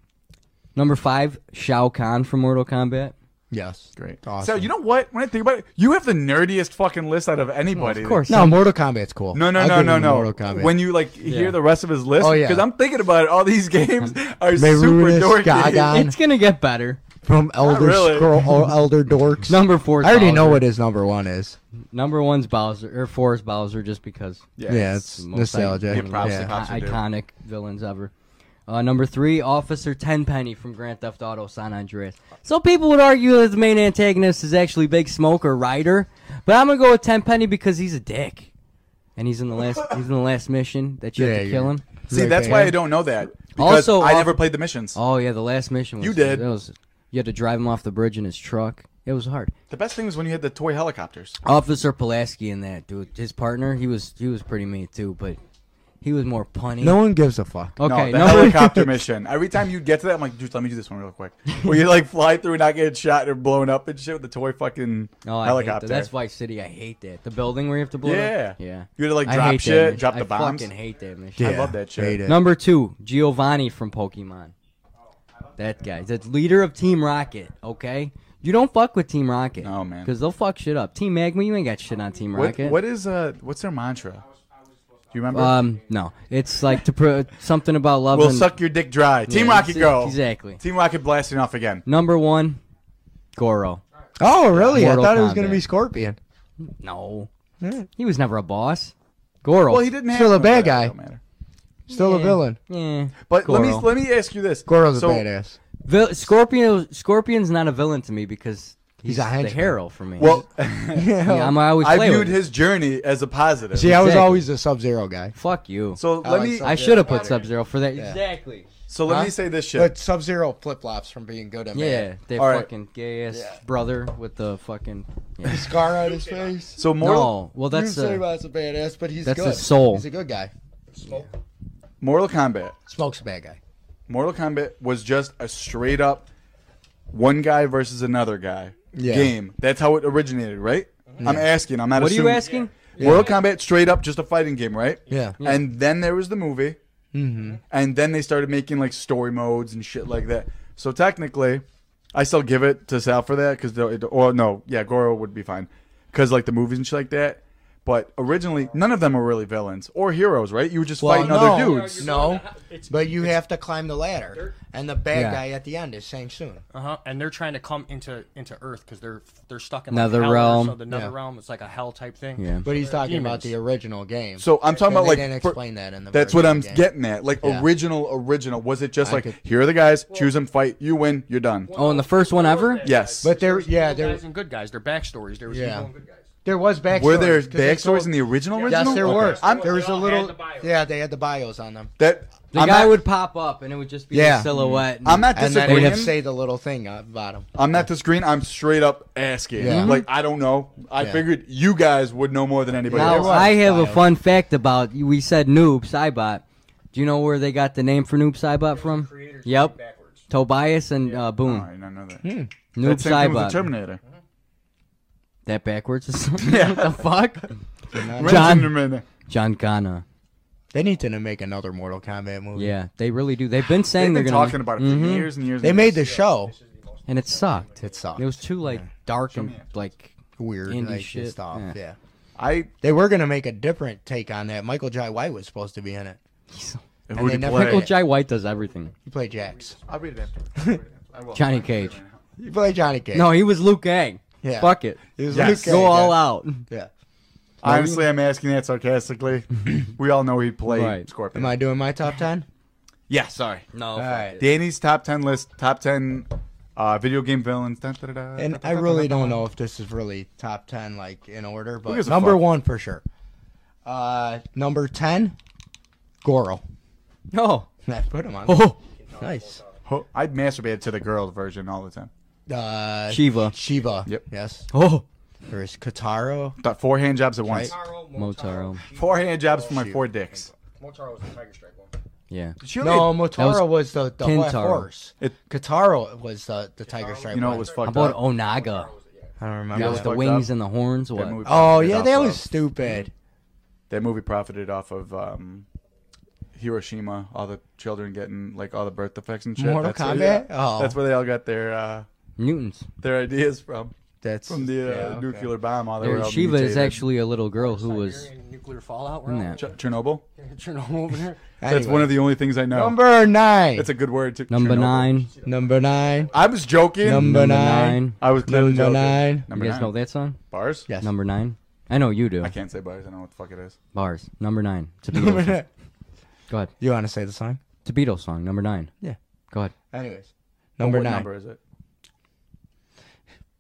[SPEAKER 4] number five, Shao Kahn from Mortal Kombat.
[SPEAKER 3] Yes.
[SPEAKER 2] Great. So
[SPEAKER 3] Awesome.
[SPEAKER 2] you know what? When I think about it, you have the nerdiest fucking list out of anybody.
[SPEAKER 4] Of course.
[SPEAKER 3] No, Mortal Kombat's cool.
[SPEAKER 2] No, no,
[SPEAKER 3] I'll
[SPEAKER 2] no,
[SPEAKER 3] give
[SPEAKER 2] no,
[SPEAKER 3] him
[SPEAKER 2] no.
[SPEAKER 3] Mortal Kombat.
[SPEAKER 2] When you like hear the rest of his list,
[SPEAKER 3] Oh, yeah.
[SPEAKER 2] because I'm thinking about it, all these games are
[SPEAKER 3] Marunas,
[SPEAKER 2] super dorky.
[SPEAKER 3] Gaga.
[SPEAKER 4] it's gonna get better.
[SPEAKER 3] from Elder
[SPEAKER 2] really.
[SPEAKER 3] Scroll or Elder Dorks.
[SPEAKER 4] Number four.
[SPEAKER 3] I already
[SPEAKER 4] Bowser.
[SPEAKER 3] know what his number one is.
[SPEAKER 4] Number one's Bowser or four is Bowser, just because
[SPEAKER 2] Yeah,
[SPEAKER 3] Yeah,
[SPEAKER 2] it's-
[SPEAKER 3] it's,
[SPEAKER 4] most
[SPEAKER 3] nostalgic.
[SPEAKER 2] Yeah, props to
[SPEAKER 3] Yeah.
[SPEAKER 2] Bob. Bowser
[SPEAKER 4] i-
[SPEAKER 2] do.
[SPEAKER 4] iconic villains ever. Uh, number three, Officer Tenpenny from Grand Theft Auto San Andreas. So people would argue that the main antagonist is actually Big Smoke or Ryder, but I'm gonna go with Tenpenny because he's a dick, and he's in the last he's in the last mission that you have
[SPEAKER 3] Yeah,
[SPEAKER 4] to
[SPEAKER 3] yeah.
[SPEAKER 4] kill him.
[SPEAKER 2] See,
[SPEAKER 3] Like
[SPEAKER 2] that's
[SPEAKER 3] that.
[SPEAKER 2] why I don't know that. Because
[SPEAKER 4] Also,
[SPEAKER 2] I
[SPEAKER 3] uh,
[SPEAKER 4] off-
[SPEAKER 2] never played the missions.
[SPEAKER 4] Oh yeah, the last mission was
[SPEAKER 2] You did.
[SPEAKER 4] that was- you had to drive him off the bridge in his truck. It was hard.
[SPEAKER 2] The best thing was when you had the toy helicopters.
[SPEAKER 4] Officer Pulaski in that dude, his partner, he was he was pretty mean too, but he was more punny.
[SPEAKER 3] No one gives a fuck.
[SPEAKER 2] no,
[SPEAKER 4] okay,
[SPEAKER 2] the
[SPEAKER 4] number
[SPEAKER 2] helicopter mission. Every time you get to that, I'm like, dude, let me do this one real quick. Where you like fly through and not get shot or blown up and shit with the toy fucking
[SPEAKER 4] No, Oh, I hate
[SPEAKER 2] helicopter.
[SPEAKER 4] that. That's Vice City. I hate that. The building where you have to blow. it
[SPEAKER 2] Yeah.
[SPEAKER 4] up? yeah.
[SPEAKER 2] You had to, like,
[SPEAKER 4] I
[SPEAKER 2] drop
[SPEAKER 4] hate that
[SPEAKER 2] shit,
[SPEAKER 4] mission.
[SPEAKER 2] drop the bombs.
[SPEAKER 4] I fucking hate that mission.
[SPEAKER 2] Yeah. love that shit.
[SPEAKER 3] Hate it.
[SPEAKER 4] Number two, Giovanni from Pokemon. That guy, that's leader of Team Rocket. Okay, you don't fuck with Team Rocket.
[SPEAKER 2] No, man.
[SPEAKER 4] because they'll fuck shit up. Team Magma, you ain't got shit on Team
[SPEAKER 2] what,
[SPEAKER 4] Rocket.
[SPEAKER 2] what is uh what's their mantra? Do you remember?
[SPEAKER 4] Um, no, it's like to pro- something about love.
[SPEAKER 2] we'll
[SPEAKER 4] and-
[SPEAKER 2] suck your dick dry. Team
[SPEAKER 4] Yeah,
[SPEAKER 2] Rocket
[SPEAKER 4] exa-
[SPEAKER 2] go.
[SPEAKER 4] exactly.
[SPEAKER 2] Team Rocket blasting off again.
[SPEAKER 4] Number one, Goro.
[SPEAKER 3] Oh, really?
[SPEAKER 4] Mortal
[SPEAKER 3] I thought it was going
[SPEAKER 4] Kombat.
[SPEAKER 3] to be Scorpion.
[SPEAKER 4] No, he was never a boss. Goro.
[SPEAKER 2] Well, he didn't have
[SPEAKER 3] Still a
[SPEAKER 2] no-
[SPEAKER 3] bad
[SPEAKER 2] that
[SPEAKER 3] guy.
[SPEAKER 2] don't matter.
[SPEAKER 3] Still a
[SPEAKER 4] Yeah.
[SPEAKER 3] villain.
[SPEAKER 4] Yeah,
[SPEAKER 2] But let me
[SPEAKER 4] Goro.
[SPEAKER 2] let me ask you this.
[SPEAKER 3] Goro's
[SPEAKER 2] so,
[SPEAKER 3] a badass.
[SPEAKER 4] Vil- Scorpio. Scorpion's not a villain to me because he's,
[SPEAKER 3] He's a
[SPEAKER 4] the
[SPEAKER 3] henchman.
[SPEAKER 4] hero for me.
[SPEAKER 2] Well,
[SPEAKER 4] yeah, I'm I always
[SPEAKER 2] I
[SPEAKER 4] play
[SPEAKER 2] viewed
[SPEAKER 4] with it.
[SPEAKER 2] his journey as a positive.
[SPEAKER 3] See, I was
[SPEAKER 4] Exactly.
[SPEAKER 3] always a Sub Zero guy.
[SPEAKER 4] Fuck you.
[SPEAKER 2] So
[SPEAKER 3] I
[SPEAKER 2] let
[SPEAKER 3] like
[SPEAKER 2] me
[SPEAKER 3] some-
[SPEAKER 4] I
[SPEAKER 3] Yeah,
[SPEAKER 4] should have put
[SPEAKER 3] better.
[SPEAKER 4] Sub Zero for that.
[SPEAKER 3] Yeah.
[SPEAKER 4] Exactly.
[SPEAKER 2] so let
[SPEAKER 3] Huh?
[SPEAKER 2] me say this shit.
[SPEAKER 3] But Sub Zero flip flops from being good at
[SPEAKER 4] Yeah, that
[SPEAKER 2] All right.
[SPEAKER 4] fucking gay ass
[SPEAKER 3] Yeah.
[SPEAKER 4] brother with the fucking. Yeah.
[SPEAKER 3] Scar on his face.
[SPEAKER 2] so Mortal
[SPEAKER 4] no, well
[SPEAKER 3] That's
[SPEAKER 4] that's
[SPEAKER 3] you say
[SPEAKER 4] uh,
[SPEAKER 3] Rod's a badass, but he's
[SPEAKER 4] that's
[SPEAKER 3] good.
[SPEAKER 4] his soul.
[SPEAKER 3] He's a good guy.
[SPEAKER 2] Mortal Kombat.
[SPEAKER 3] Smoke's a bad guy.
[SPEAKER 2] Mortal Kombat was just a straight up one guy versus another guy
[SPEAKER 3] Yeah. Mm-hmm.
[SPEAKER 2] game. That's how it originated, right? I'm asking. I'm not.
[SPEAKER 4] What are you
[SPEAKER 2] assuming.
[SPEAKER 4] asking?
[SPEAKER 2] Mortal Kombat, straight up, just a fighting game, right?
[SPEAKER 3] Yeah. Mm-hmm.
[SPEAKER 2] And then there was the movie, and then they started making like story modes and shit like that. So technically, I still give it to Sal for that because or no, yeah, Goro would be fine because like the movies and shit like that. But originally, none of them were really villains or heroes, right? You were just fighting other
[SPEAKER 3] no.
[SPEAKER 2] dudes.
[SPEAKER 3] No,
[SPEAKER 6] It's-
[SPEAKER 3] but you have to climb the ladder, and the bad
[SPEAKER 4] Yeah.
[SPEAKER 3] guy at the end is Shang Tsung.
[SPEAKER 6] Uh-huh. And they're trying to come into into Earth because they're they're stuck in
[SPEAKER 4] Nether
[SPEAKER 6] like hell,
[SPEAKER 4] realm.
[SPEAKER 6] So the nether
[SPEAKER 3] Yeah.
[SPEAKER 6] realm is like a hell type thing.
[SPEAKER 4] Yeah.
[SPEAKER 3] But he's talking about
[SPEAKER 6] demons.
[SPEAKER 3] the original game.
[SPEAKER 2] So I'm talking
[SPEAKER 3] And
[SPEAKER 2] about
[SPEAKER 3] they
[SPEAKER 2] like
[SPEAKER 3] didn't
[SPEAKER 2] for-
[SPEAKER 3] explain that in the.
[SPEAKER 2] That's what
[SPEAKER 3] version
[SPEAKER 2] I'm
[SPEAKER 3] game.
[SPEAKER 2] getting at. Like
[SPEAKER 3] Yeah.
[SPEAKER 2] original, original. Was it just
[SPEAKER 3] I
[SPEAKER 2] like
[SPEAKER 3] could-
[SPEAKER 2] here are the guys, choose them, fight, you win, you're done.
[SPEAKER 4] Oh, and the first one ever.
[SPEAKER 2] Yes.
[SPEAKER 3] But there, yeah,
[SPEAKER 6] Evil
[SPEAKER 3] there,
[SPEAKER 6] guys and good guys. Their backstories. There was
[SPEAKER 3] Yeah.
[SPEAKER 6] evil and good guys.
[SPEAKER 3] there was backstories.
[SPEAKER 2] were there
[SPEAKER 3] 'cause they
[SPEAKER 2] backstories
[SPEAKER 3] told-
[SPEAKER 2] in the original? original?
[SPEAKER 3] Yes, there
[SPEAKER 2] Okay.
[SPEAKER 3] were.
[SPEAKER 2] I'm,
[SPEAKER 3] there was a
[SPEAKER 6] all
[SPEAKER 3] little.
[SPEAKER 6] had the bios.
[SPEAKER 3] yeah, they had the bios on them.
[SPEAKER 2] that
[SPEAKER 4] The
[SPEAKER 2] I'm
[SPEAKER 4] guy
[SPEAKER 2] not,
[SPEAKER 4] would pop up and it would just be
[SPEAKER 3] Yeah.
[SPEAKER 4] a silhouette. and-
[SPEAKER 2] I'm not
[SPEAKER 3] And then
[SPEAKER 2] disagreeing.
[SPEAKER 3] they'd say the little thing about them.
[SPEAKER 2] I'm not disagreeing. I'm straight up asking.
[SPEAKER 3] Yeah.
[SPEAKER 2] Like I don't know. I
[SPEAKER 3] Yeah.
[SPEAKER 2] figured you guys would know more than anybody.
[SPEAKER 4] Now
[SPEAKER 2] else.
[SPEAKER 3] was
[SPEAKER 4] I have a
[SPEAKER 3] wild.
[SPEAKER 4] fun fact about we said Noob Saibot. Do you know where they got the name for Noob Saibot from?
[SPEAKER 6] creators
[SPEAKER 4] Yep,
[SPEAKER 6] backwards.
[SPEAKER 4] Tobias and uh,
[SPEAKER 2] All
[SPEAKER 4] Boone.
[SPEAKER 2] right, Oh, I know that.
[SPEAKER 4] Noob
[SPEAKER 2] That same thing with the
[SPEAKER 4] Saibot.
[SPEAKER 2] Terminator.
[SPEAKER 4] That backwards is something. what the fuck? John-
[SPEAKER 2] John.
[SPEAKER 4] John Connor.
[SPEAKER 3] They need to make another Mortal Kombat movie.
[SPEAKER 4] Oh, Yeah, they really do. They've been saying
[SPEAKER 2] They've been
[SPEAKER 4] they're gonna Mm-hmm.
[SPEAKER 2] talking about it for years and years.
[SPEAKER 3] They
[SPEAKER 2] and
[SPEAKER 3] made the
[SPEAKER 2] years.
[SPEAKER 3] show
[SPEAKER 4] and it sucked.
[SPEAKER 3] It sucked.
[SPEAKER 4] It was too like dark and like
[SPEAKER 3] weird,
[SPEAKER 4] indie
[SPEAKER 3] like
[SPEAKER 4] shit.
[SPEAKER 3] shit. stuff.
[SPEAKER 4] Yeah.
[SPEAKER 3] Yeah.
[SPEAKER 2] I
[SPEAKER 3] they were gonna make a different take on that. Michael Jai White was supposed to be in it.
[SPEAKER 2] who
[SPEAKER 3] they
[SPEAKER 2] would you
[SPEAKER 3] never-
[SPEAKER 2] play?
[SPEAKER 4] Michael Jai White does everything.
[SPEAKER 3] He played Jax.
[SPEAKER 2] I'll read it after. I will.
[SPEAKER 4] Johnny Cage.
[SPEAKER 3] He played Johnny Cage.
[SPEAKER 4] No, he was Luke Gang.
[SPEAKER 3] Yeah.
[SPEAKER 4] Fuck it.
[SPEAKER 3] he was
[SPEAKER 2] Yes.
[SPEAKER 3] Luke
[SPEAKER 4] Go
[SPEAKER 3] Cage,
[SPEAKER 4] all
[SPEAKER 3] yeah.
[SPEAKER 4] out.
[SPEAKER 3] Yeah.
[SPEAKER 2] Honestly, I'm asking that sarcastically. we all know he played
[SPEAKER 4] Right.
[SPEAKER 2] Scorpion.
[SPEAKER 3] Am I doing my top ten?
[SPEAKER 2] Yeah, sorry.
[SPEAKER 4] No.
[SPEAKER 3] All right.
[SPEAKER 2] Danny's top ten list, top ten uh, video game villains. Dun, dun, dun, dun,
[SPEAKER 3] And
[SPEAKER 2] dun,
[SPEAKER 3] I
[SPEAKER 2] dun,
[SPEAKER 3] really
[SPEAKER 2] dun,
[SPEAKER 3] don't
[SPEAKER 2] dun,
[SPEAKER 3] know if this is really top ten like in order, but
[SPEAKER 2] gives a
[SPEAKER 3] number
[SPEAKER 2] fuck?
[SPEAKER 3] one for sure. Uh, number ten, Goro.
[SPEAKER 4] No.
[SPEAKER 3] I put him on.
[SPEAKER 4] Oh.
[SPEAKER 3] Nice.
[SPEAKER 2] dun. Ho- I'd masturbate to the girl version all the time.
[SPEAKER 3] Uh,
[SPEAKER 4] Shiva.
[SPEAKER 3] Shiva.
[SPEAKER 2] Yep.
[SPEAKER 3] Yes.
[SPEAKER 4] Oh.
[SPEAKER 3] There is Kataro.
[SPEAKER 2] Thought four hand jobs at once.
[SPEAKER 3] Right.
[SPEAKER 4] Motaro.
[SPEAKER 2] Four hand jobs for my four dicks.
[SPEAKER 6] Motaro was the Tiger Strike one.
[SPEAKER 4] Yeah.
[SPEAKER 2] She only-
[SPEAKER 3] No,
[SPEAKER 4] That
[SPEAKER 3] Motaro was, the, the
[SPEAKER 4] Kintaro.
[SPEAKER 3] black horse.
[SPEAKER 2] It-
[SPEAKER 3] Kataro was the, the tiger stripe.
[SPEAKER 2] you know it
[SPEAKER 3] one.
[SPEAKER 2] was
[SPEAKER 4] How
[SPEAKER 2] fucked
[SPEAKER 4] about
[SPEAKER 2] up.
[SPEAKER 4] Onaga?
[SPEAKER 3] I don't remember.
[SPEAKER 4] That
[SPEAKER 2] Yeah,
[SPEAKER 4] was
[SPEAKER 2] it
[SPEAKER 4] the
[SPEAKER 2] fucked up.
[SPEAKER 4] wings and the horns.
[SPEAKER 2] That
[SPEAKER 4] What?
[SPEAKER 2] movie
[SPEAKER 3] oh
[SPEAKER 2] profited
[SPEAKER 3] yeah,
[SPEAKER 2] off
[SPEAKER 3] that
[SPEAKER 2] of-
[SPEAKER 3] was stupid.
[SPEAKER 2] that movie profited off of um, Hiroshima, all the children getting like all the birth defects and shit.
[SPEAKER 3] Mortal
[SPEAKER 2] that's where-
[SPEAKER 3] Kombat?
[SPEAKER 2] yeah.
[SPEAKER 3] Oh.
[SPEAKER 2] That's where they all got their uh,
[SPEAKER 4] Mutants.
[SPEAKER 2] their ideas from.
[SPEAKER 3] That's
[SPEAKER 2] From the uh,
[SPEAKER 3] yeah, okay.
[SPEAKER 2] nuclear bomb, all they were
[SPEAKER 4] There,
[SPEAKER 2] all
[SPEAKER 4] Shiva is
[SPEAKER 2] mutated.
[SPEAKER 4] actually a little girl who was.
[SPEAKER 6] Siberian nuclear fallout.
[SPEAKER 4] in
[SPEAKER 6] Right?
[SPEAKER 2] Ch-
[SPEAKER 4] that.
[SPEAKER 2] Chernobyl.
[SPEAKER 6] Chernobyl over there.
[SPEAKER 2] That's one of the uh, only things I know.
[SPEAKER 3] number nine.
[SPEAKER 2] That's a good word. To
[SPEAKER 4] Number
[SPEAKER 2] Chernobyl.
[SPEAKER 4] nine.
[SPEAKER 3] number nine.
[SPEAKER 2] I was joking.
[SPEAKER 3] Number
[SPEAKER 4] Number
[SPEAKER 3] nine.
[SPEAKER 4] nine.
[SPEAKER 2] I was clearly
[SPEAKER 3] Number
[SPEAKER 2] joking.
[SPEAKER 3] nine.
[SPEAKER 2] Number
[SPEAKER 4] you guys
[SPEAKER 2] nine.
[SPEAKER 4] know that song?
[SPEAKER 2] Bars?
[SPEAKER 3] Yes.
[SPEAKER 4] Number nine. I know you do.
[SPEAKER 2] I can't say bars. I don't know what the fuck it is.
[SPEAKER 4] Bars. Number nine. It's a
[SPEAKER 3] Number
[SPEAKER 4] Beatles. song.
[SPEAKER 3] nine.
[SPEAKER 4] Go ahead.
[SPEAKER 3] You want to say the song?
[SPEAKER 4] It's a Beatles song. Number nine.
[SPEAKER 3] Yeah.
[SPEAKER 4] Go ahead.
[SPEAKER 3] Anyways, number
[SPEAKER 2] what
[SPEAKER 3] nine.
[SPEAKER 2] number is it?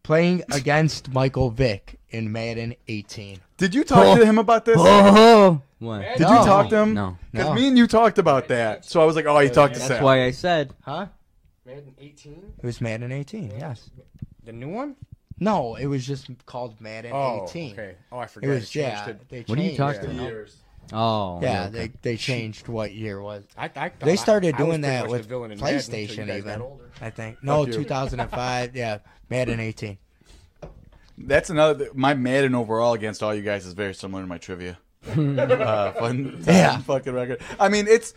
[SPEAKER 3] Playing against Michael Vick in Madden 18.
[SPEAKER 2] Did you talk to him about this?
[SPEAKER 4] Oh. What?
[SPEAKER 2] Did you
[SPEAKER 3] No.
[SPEAKER 2] talk to him?
[SPEAKER 4] No.
[SPEAKER 2] Because
[SPEAKER 3] No.
[SPEAKER 2] me and you talked about that. So I was like, oh, he talked to
[SPEAKER 4] That's
[SPEAKER 2] Sam.
[SPEAKER 4] why I said.
[SPEAKER 3] Huh?
[SPEAKER 6] Madden 18.
[SPEAKER 3] It was Madden 18. Yes.
[SPEAKER 6] The new one?
[SPEAKER 3] No, it was just called Madden 18.
[SPEAKER 6] Oh, I
[SPEAKER 3] It
[SPEAKER 6] forgot.
[SPEAKER 3] was yeah. They changed.
[SPEAKER 4] What are you talking about? Oh.
[SPEAKER 3] Yeah,
[SPEAKER 4] okay.
[SPEAKER 3] they they changed what year was.
[SPEAKER 6] I, I
[SPEAKER 3] They
[SPEAKER 6] thought
[SPEAKER 3] started
[SPEAKER 6] I- I was
[SPEAKER 3] doing
[SPEAKER 6] pretty
[SPEAKER 3] that
[SPEAKER 6] much
[SPEAKER 3] with
[SPEAKER 6] the villain in Madden until you
[SPEAKER 3] PlayStation
[SPEAKER 6] guys got
[SPEAKER 3] even.
[SPEAKER 6] older.
[SPEAKER 3] I think no,
[SPEAKER 2] you.
[SPEAKER 3] 2005. yeah, Madden 18.
[SPEAKER 2] That's another. th- My Madden overall against all you guys is very similar to my trivia. uh, fun,
[SPEAKER 3] Yeah.
[SPEAKER 2] fucking record. I mean, it's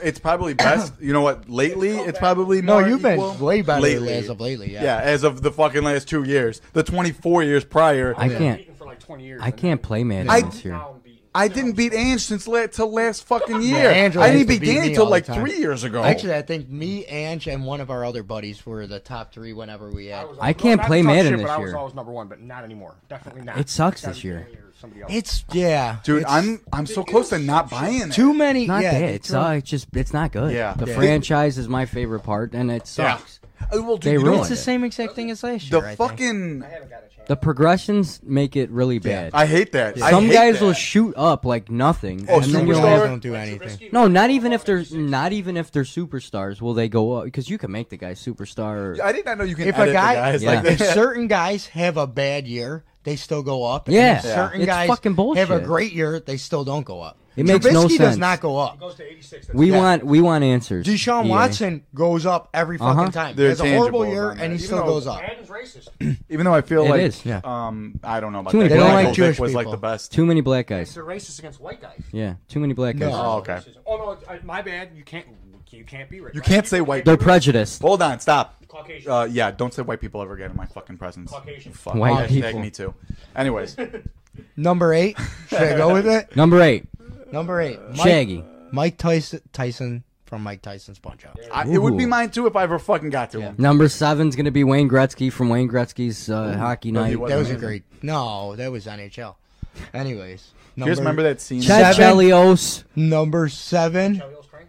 [SPEAKER 2] it's probably best. You know what? Lately, it's probably
[SPEAKER 3] No,
[SPEAKER 2] more
[SPEAKER 3] you've been
[SPEAKER 2] equal.
[SPEAKER 3] way better
[SPEAKER 2] lately.
[SPEAKER 3] as of lately. Yeah.
[SPEAKER 2] yeah, as of the fucking last two years, the twenty four years prior.
[SPEAKER 4] I can't.
[SPEAKER 6] Beaten for like 20 years.
[SPEAKER 4] I can't play Madden
[SPEAKER 2] I-
[SPEAKER 4] this year.
[SPEAKER 6] Down beaten.
[SPEAKER 2] I didn't beat Ange since la- till last fucking year.
[SPEAKER 3] Yeah, Ange
[SPEAKER 2] I
[SPEAKER 3] used
[SPEAKER 2] didn't
[SPEAKER 3] to
[SPEAKER 2] beat
[SPEAKER 3] beat me
[SPEAKER 2] Danny till
[SPEAKER 3] all the
[SPEAKER 2] like
[SPEAKER 3] time.
[SPEAKER 2] three years ago.
[SPEAKER 3] Actually, I think me, Ange, and one of our other buddies were the top three whenever we had.
[SPEAKER 6] was
[SPEAKER 4] I
[SPEAKER 6] always-
[SPEAKER 4] can't
[SPEAKER 6] not to
[SPEAKER 4] play
[SPEAKER 6] talk
[SPEAKER 4] Madden
[SPEAKER 6] shit,
[SPEAKER 4] this
[SPEAKER 6] but I was
[SPEAKER 4] year.
[SPEAKER 6] always number one, but not anymore. Definitely not.
[SPEAKER 4] It sucks
[SPEAKER 6] Gotta
[SPEAKER 4] this
[SPEAKER 6] be
[SPEAKER 4] year.
[SPEAKER 6] me or somebody else.
[SPEAKER 3] It's yeah,
[SPEAKER 2] dude,
[SPEAKER 3] it's
[SPEAKER 2] I'm I'm so close to not buying it.
[SPEAKER 3] too many.
[SPEAKER 4] Not
[SPEAKER 3] yeah,
[SPEAKER 4] that.
[SPEAKER 3] they
[SPEAKER 4] It's
[SPEAKER 3] threw-
[SPEAKER 4] uh, it's just it's not good.
[SPEAKER 2] Yeah.
[SPEAKER 4] The
[SPEAKER 2] Yeah.
[SPEAKER 4] franchise is my favorite part, and it sucks.
[SPEAKER 2] Uh, well, dude,
[SPEAKER 4] They
[SPEAKER 2] you know
[SPEAKER 4] ruined
[SPEAKER 2] what's
[SPEAKER 4] it.
[SPEAKER 3] It's the same exact thing as last
[SPEAKER 2] The
[SPEAKER 3] year. I think.
[SPEAKER 2] fucking
[SPEAKER 4] The progressions make it really
[SPEAKER 3] Yeah.
[SPEAKER 4] bad.
[SPEAKER 2] I hate that. I
[SPEAKER 4] Some
[SPEAKER 2] hate
[SPEAKER 4] guys
[SPEAKER 2] that.
[SPEAKER 4] will shoot up like nothing.
[SPEAKER 2] Oh,
[SPEAKER 4] and then
[SPEAKER 3] You
[SPEAKER 2] superstar.
[SPEAKER 4] you're like,
[SPEAKER 3] guys
[SPEAKER 2] Superstar.
[SPEAKER 3] don't do anything.
[SPEAKER 4] no, not even if they're not even if they're superstars, will they go up? Because you can make the guy superstar.
[SPEAKER 2] I did not know you can
[SPEAKER 3] If
[SPEAKER 2] edit
[SPEAKER 3] a
[SPEAKER 2] the
[SPEAKER 3] guy,
[SPEAKER 2] guys like
[SPEAKER 4] Yeah.
[SPEAKER 3] if
[SPEAKER 2] that.
[SPEAKER 3] certain guys have a bad year, they still go up. and
[SPEAKER 4] Yeah.
[SPEAKER 3] if certain
[SPEAKER 4] It's
[SPEAKER 3] guys
[SPEAKER 4] fucking bullshit.
[SPEAKER 3] have a great year, they still don't go up.
[SPEAKER 4] It makes no
[SPEAKER 3] Trubisky does
[SPEAKER 4] sense.
[SPEAKER 3] not go up.
[SPEAKER 6] goes to 86. That's
[SPEAKER 4] we
[SPEAKER 3] Yeah.
[SPEAKER 4] want we want answers.
[SPEAKER 3] Deshaun
[SPEAKER 4] EA.
[SPEAKER 3] Watson goes up every fucking
[SPEAKER 4] Uh-huh.
[SPEAKER 3] time.
[SPEAKER 2] They're
[SPEAKER 3] He has a horrible
[SPEAKER 2] tangible
[SPEAKER 3] year
[SPEAKER 2] on
[SPEAKER 3] and he
[SPEAKER 2] that.
[SPEAKER 3] still
[SPEAKER 2] Even
[SPEAKER 3] goes up.
[SPEAKER 6] Madden's racist.
[SPEAKER 2] Even though I feel
[SPEAKER 4] It
[SPEAKER 2] like
[SPEAKER 4] is,
[SPEAKER 3] yeah.
[SPEAKER 2] um I don't know about
[SPEAKER 4] Too
[SPEAKER 2] that.
[SPEAKER 4] many black
[SPEAKER 2] Michael
[SPEAKER 4] guys.
[SPEAKER 2] Vick
[SPEAKER 3] Jewish
[SPEAKER 2] was like
[SPEAKER 3] people.
[SPEAKER 2] the best.
[SPEAKER 4] Too many black guys.
[SPEAKER 6] They're racist against white guys.
[SPEAKER 4] Yeah, too many black
[SPEAKER 3] No.
[SPEAKER 4] guys.
[SPEAKER 2] Oh, okay.
[SPEAKER 6] Oh no, it's- I, my bad. You can't. You can't be racist.
[SPEAKER 2] You can't say white.
[SPEAKER 4] They're prejudiced.
[SPEAKER 2] Hold on, stop.
[SPEAKER 6] Caucasian.
[SPEAKER 2] Uh, yeah, don't say white people ever again in my fucking presence.
[SPEAKER 6] Caucasian.
[SPEAKER 2] Fuck.
[SPEAKER 4] White
[SPEAKER 2] Hashtag
[SPEAKER 4] people.
[SPEAKER 2] Me too. Anyways,
[SPEAKER 3] Number eight. Should I go with it?
[SPEAKER 4] Number eight,
[SPEAKER 3] Number eight. Mike,
[SPEAKER 4] Shaggy.
[SPEAKER 3] Mike Tyson, Tyson from Mike Tyson's Punch Out.
[SPEAKER 2] I, it would be
[SPEAKER 4] Ooh.
[SPEAKER 2] mine too if I ever fucking got to him.
[SPEAKER 4] Number seven's gonna be Wayne Gretzky from Wayne Gretzky's uh, Hockey
[SPEAKER 2] No, Oh, he
[SPEAKER 4] Night.
[SPEAKER 2] wasn't.
[SPEAKER 3] That was a great. No, that was NHL. Anyways.
[SPEAKER 2] You guys remember that scene?
[SPEAKER 4] Chad
[SPEAKER 3] Seven.
[SPEAKER 4] Chelios.
[SPEAKER 3] Number seven.
[SPEAKER 6] Chelios Crane.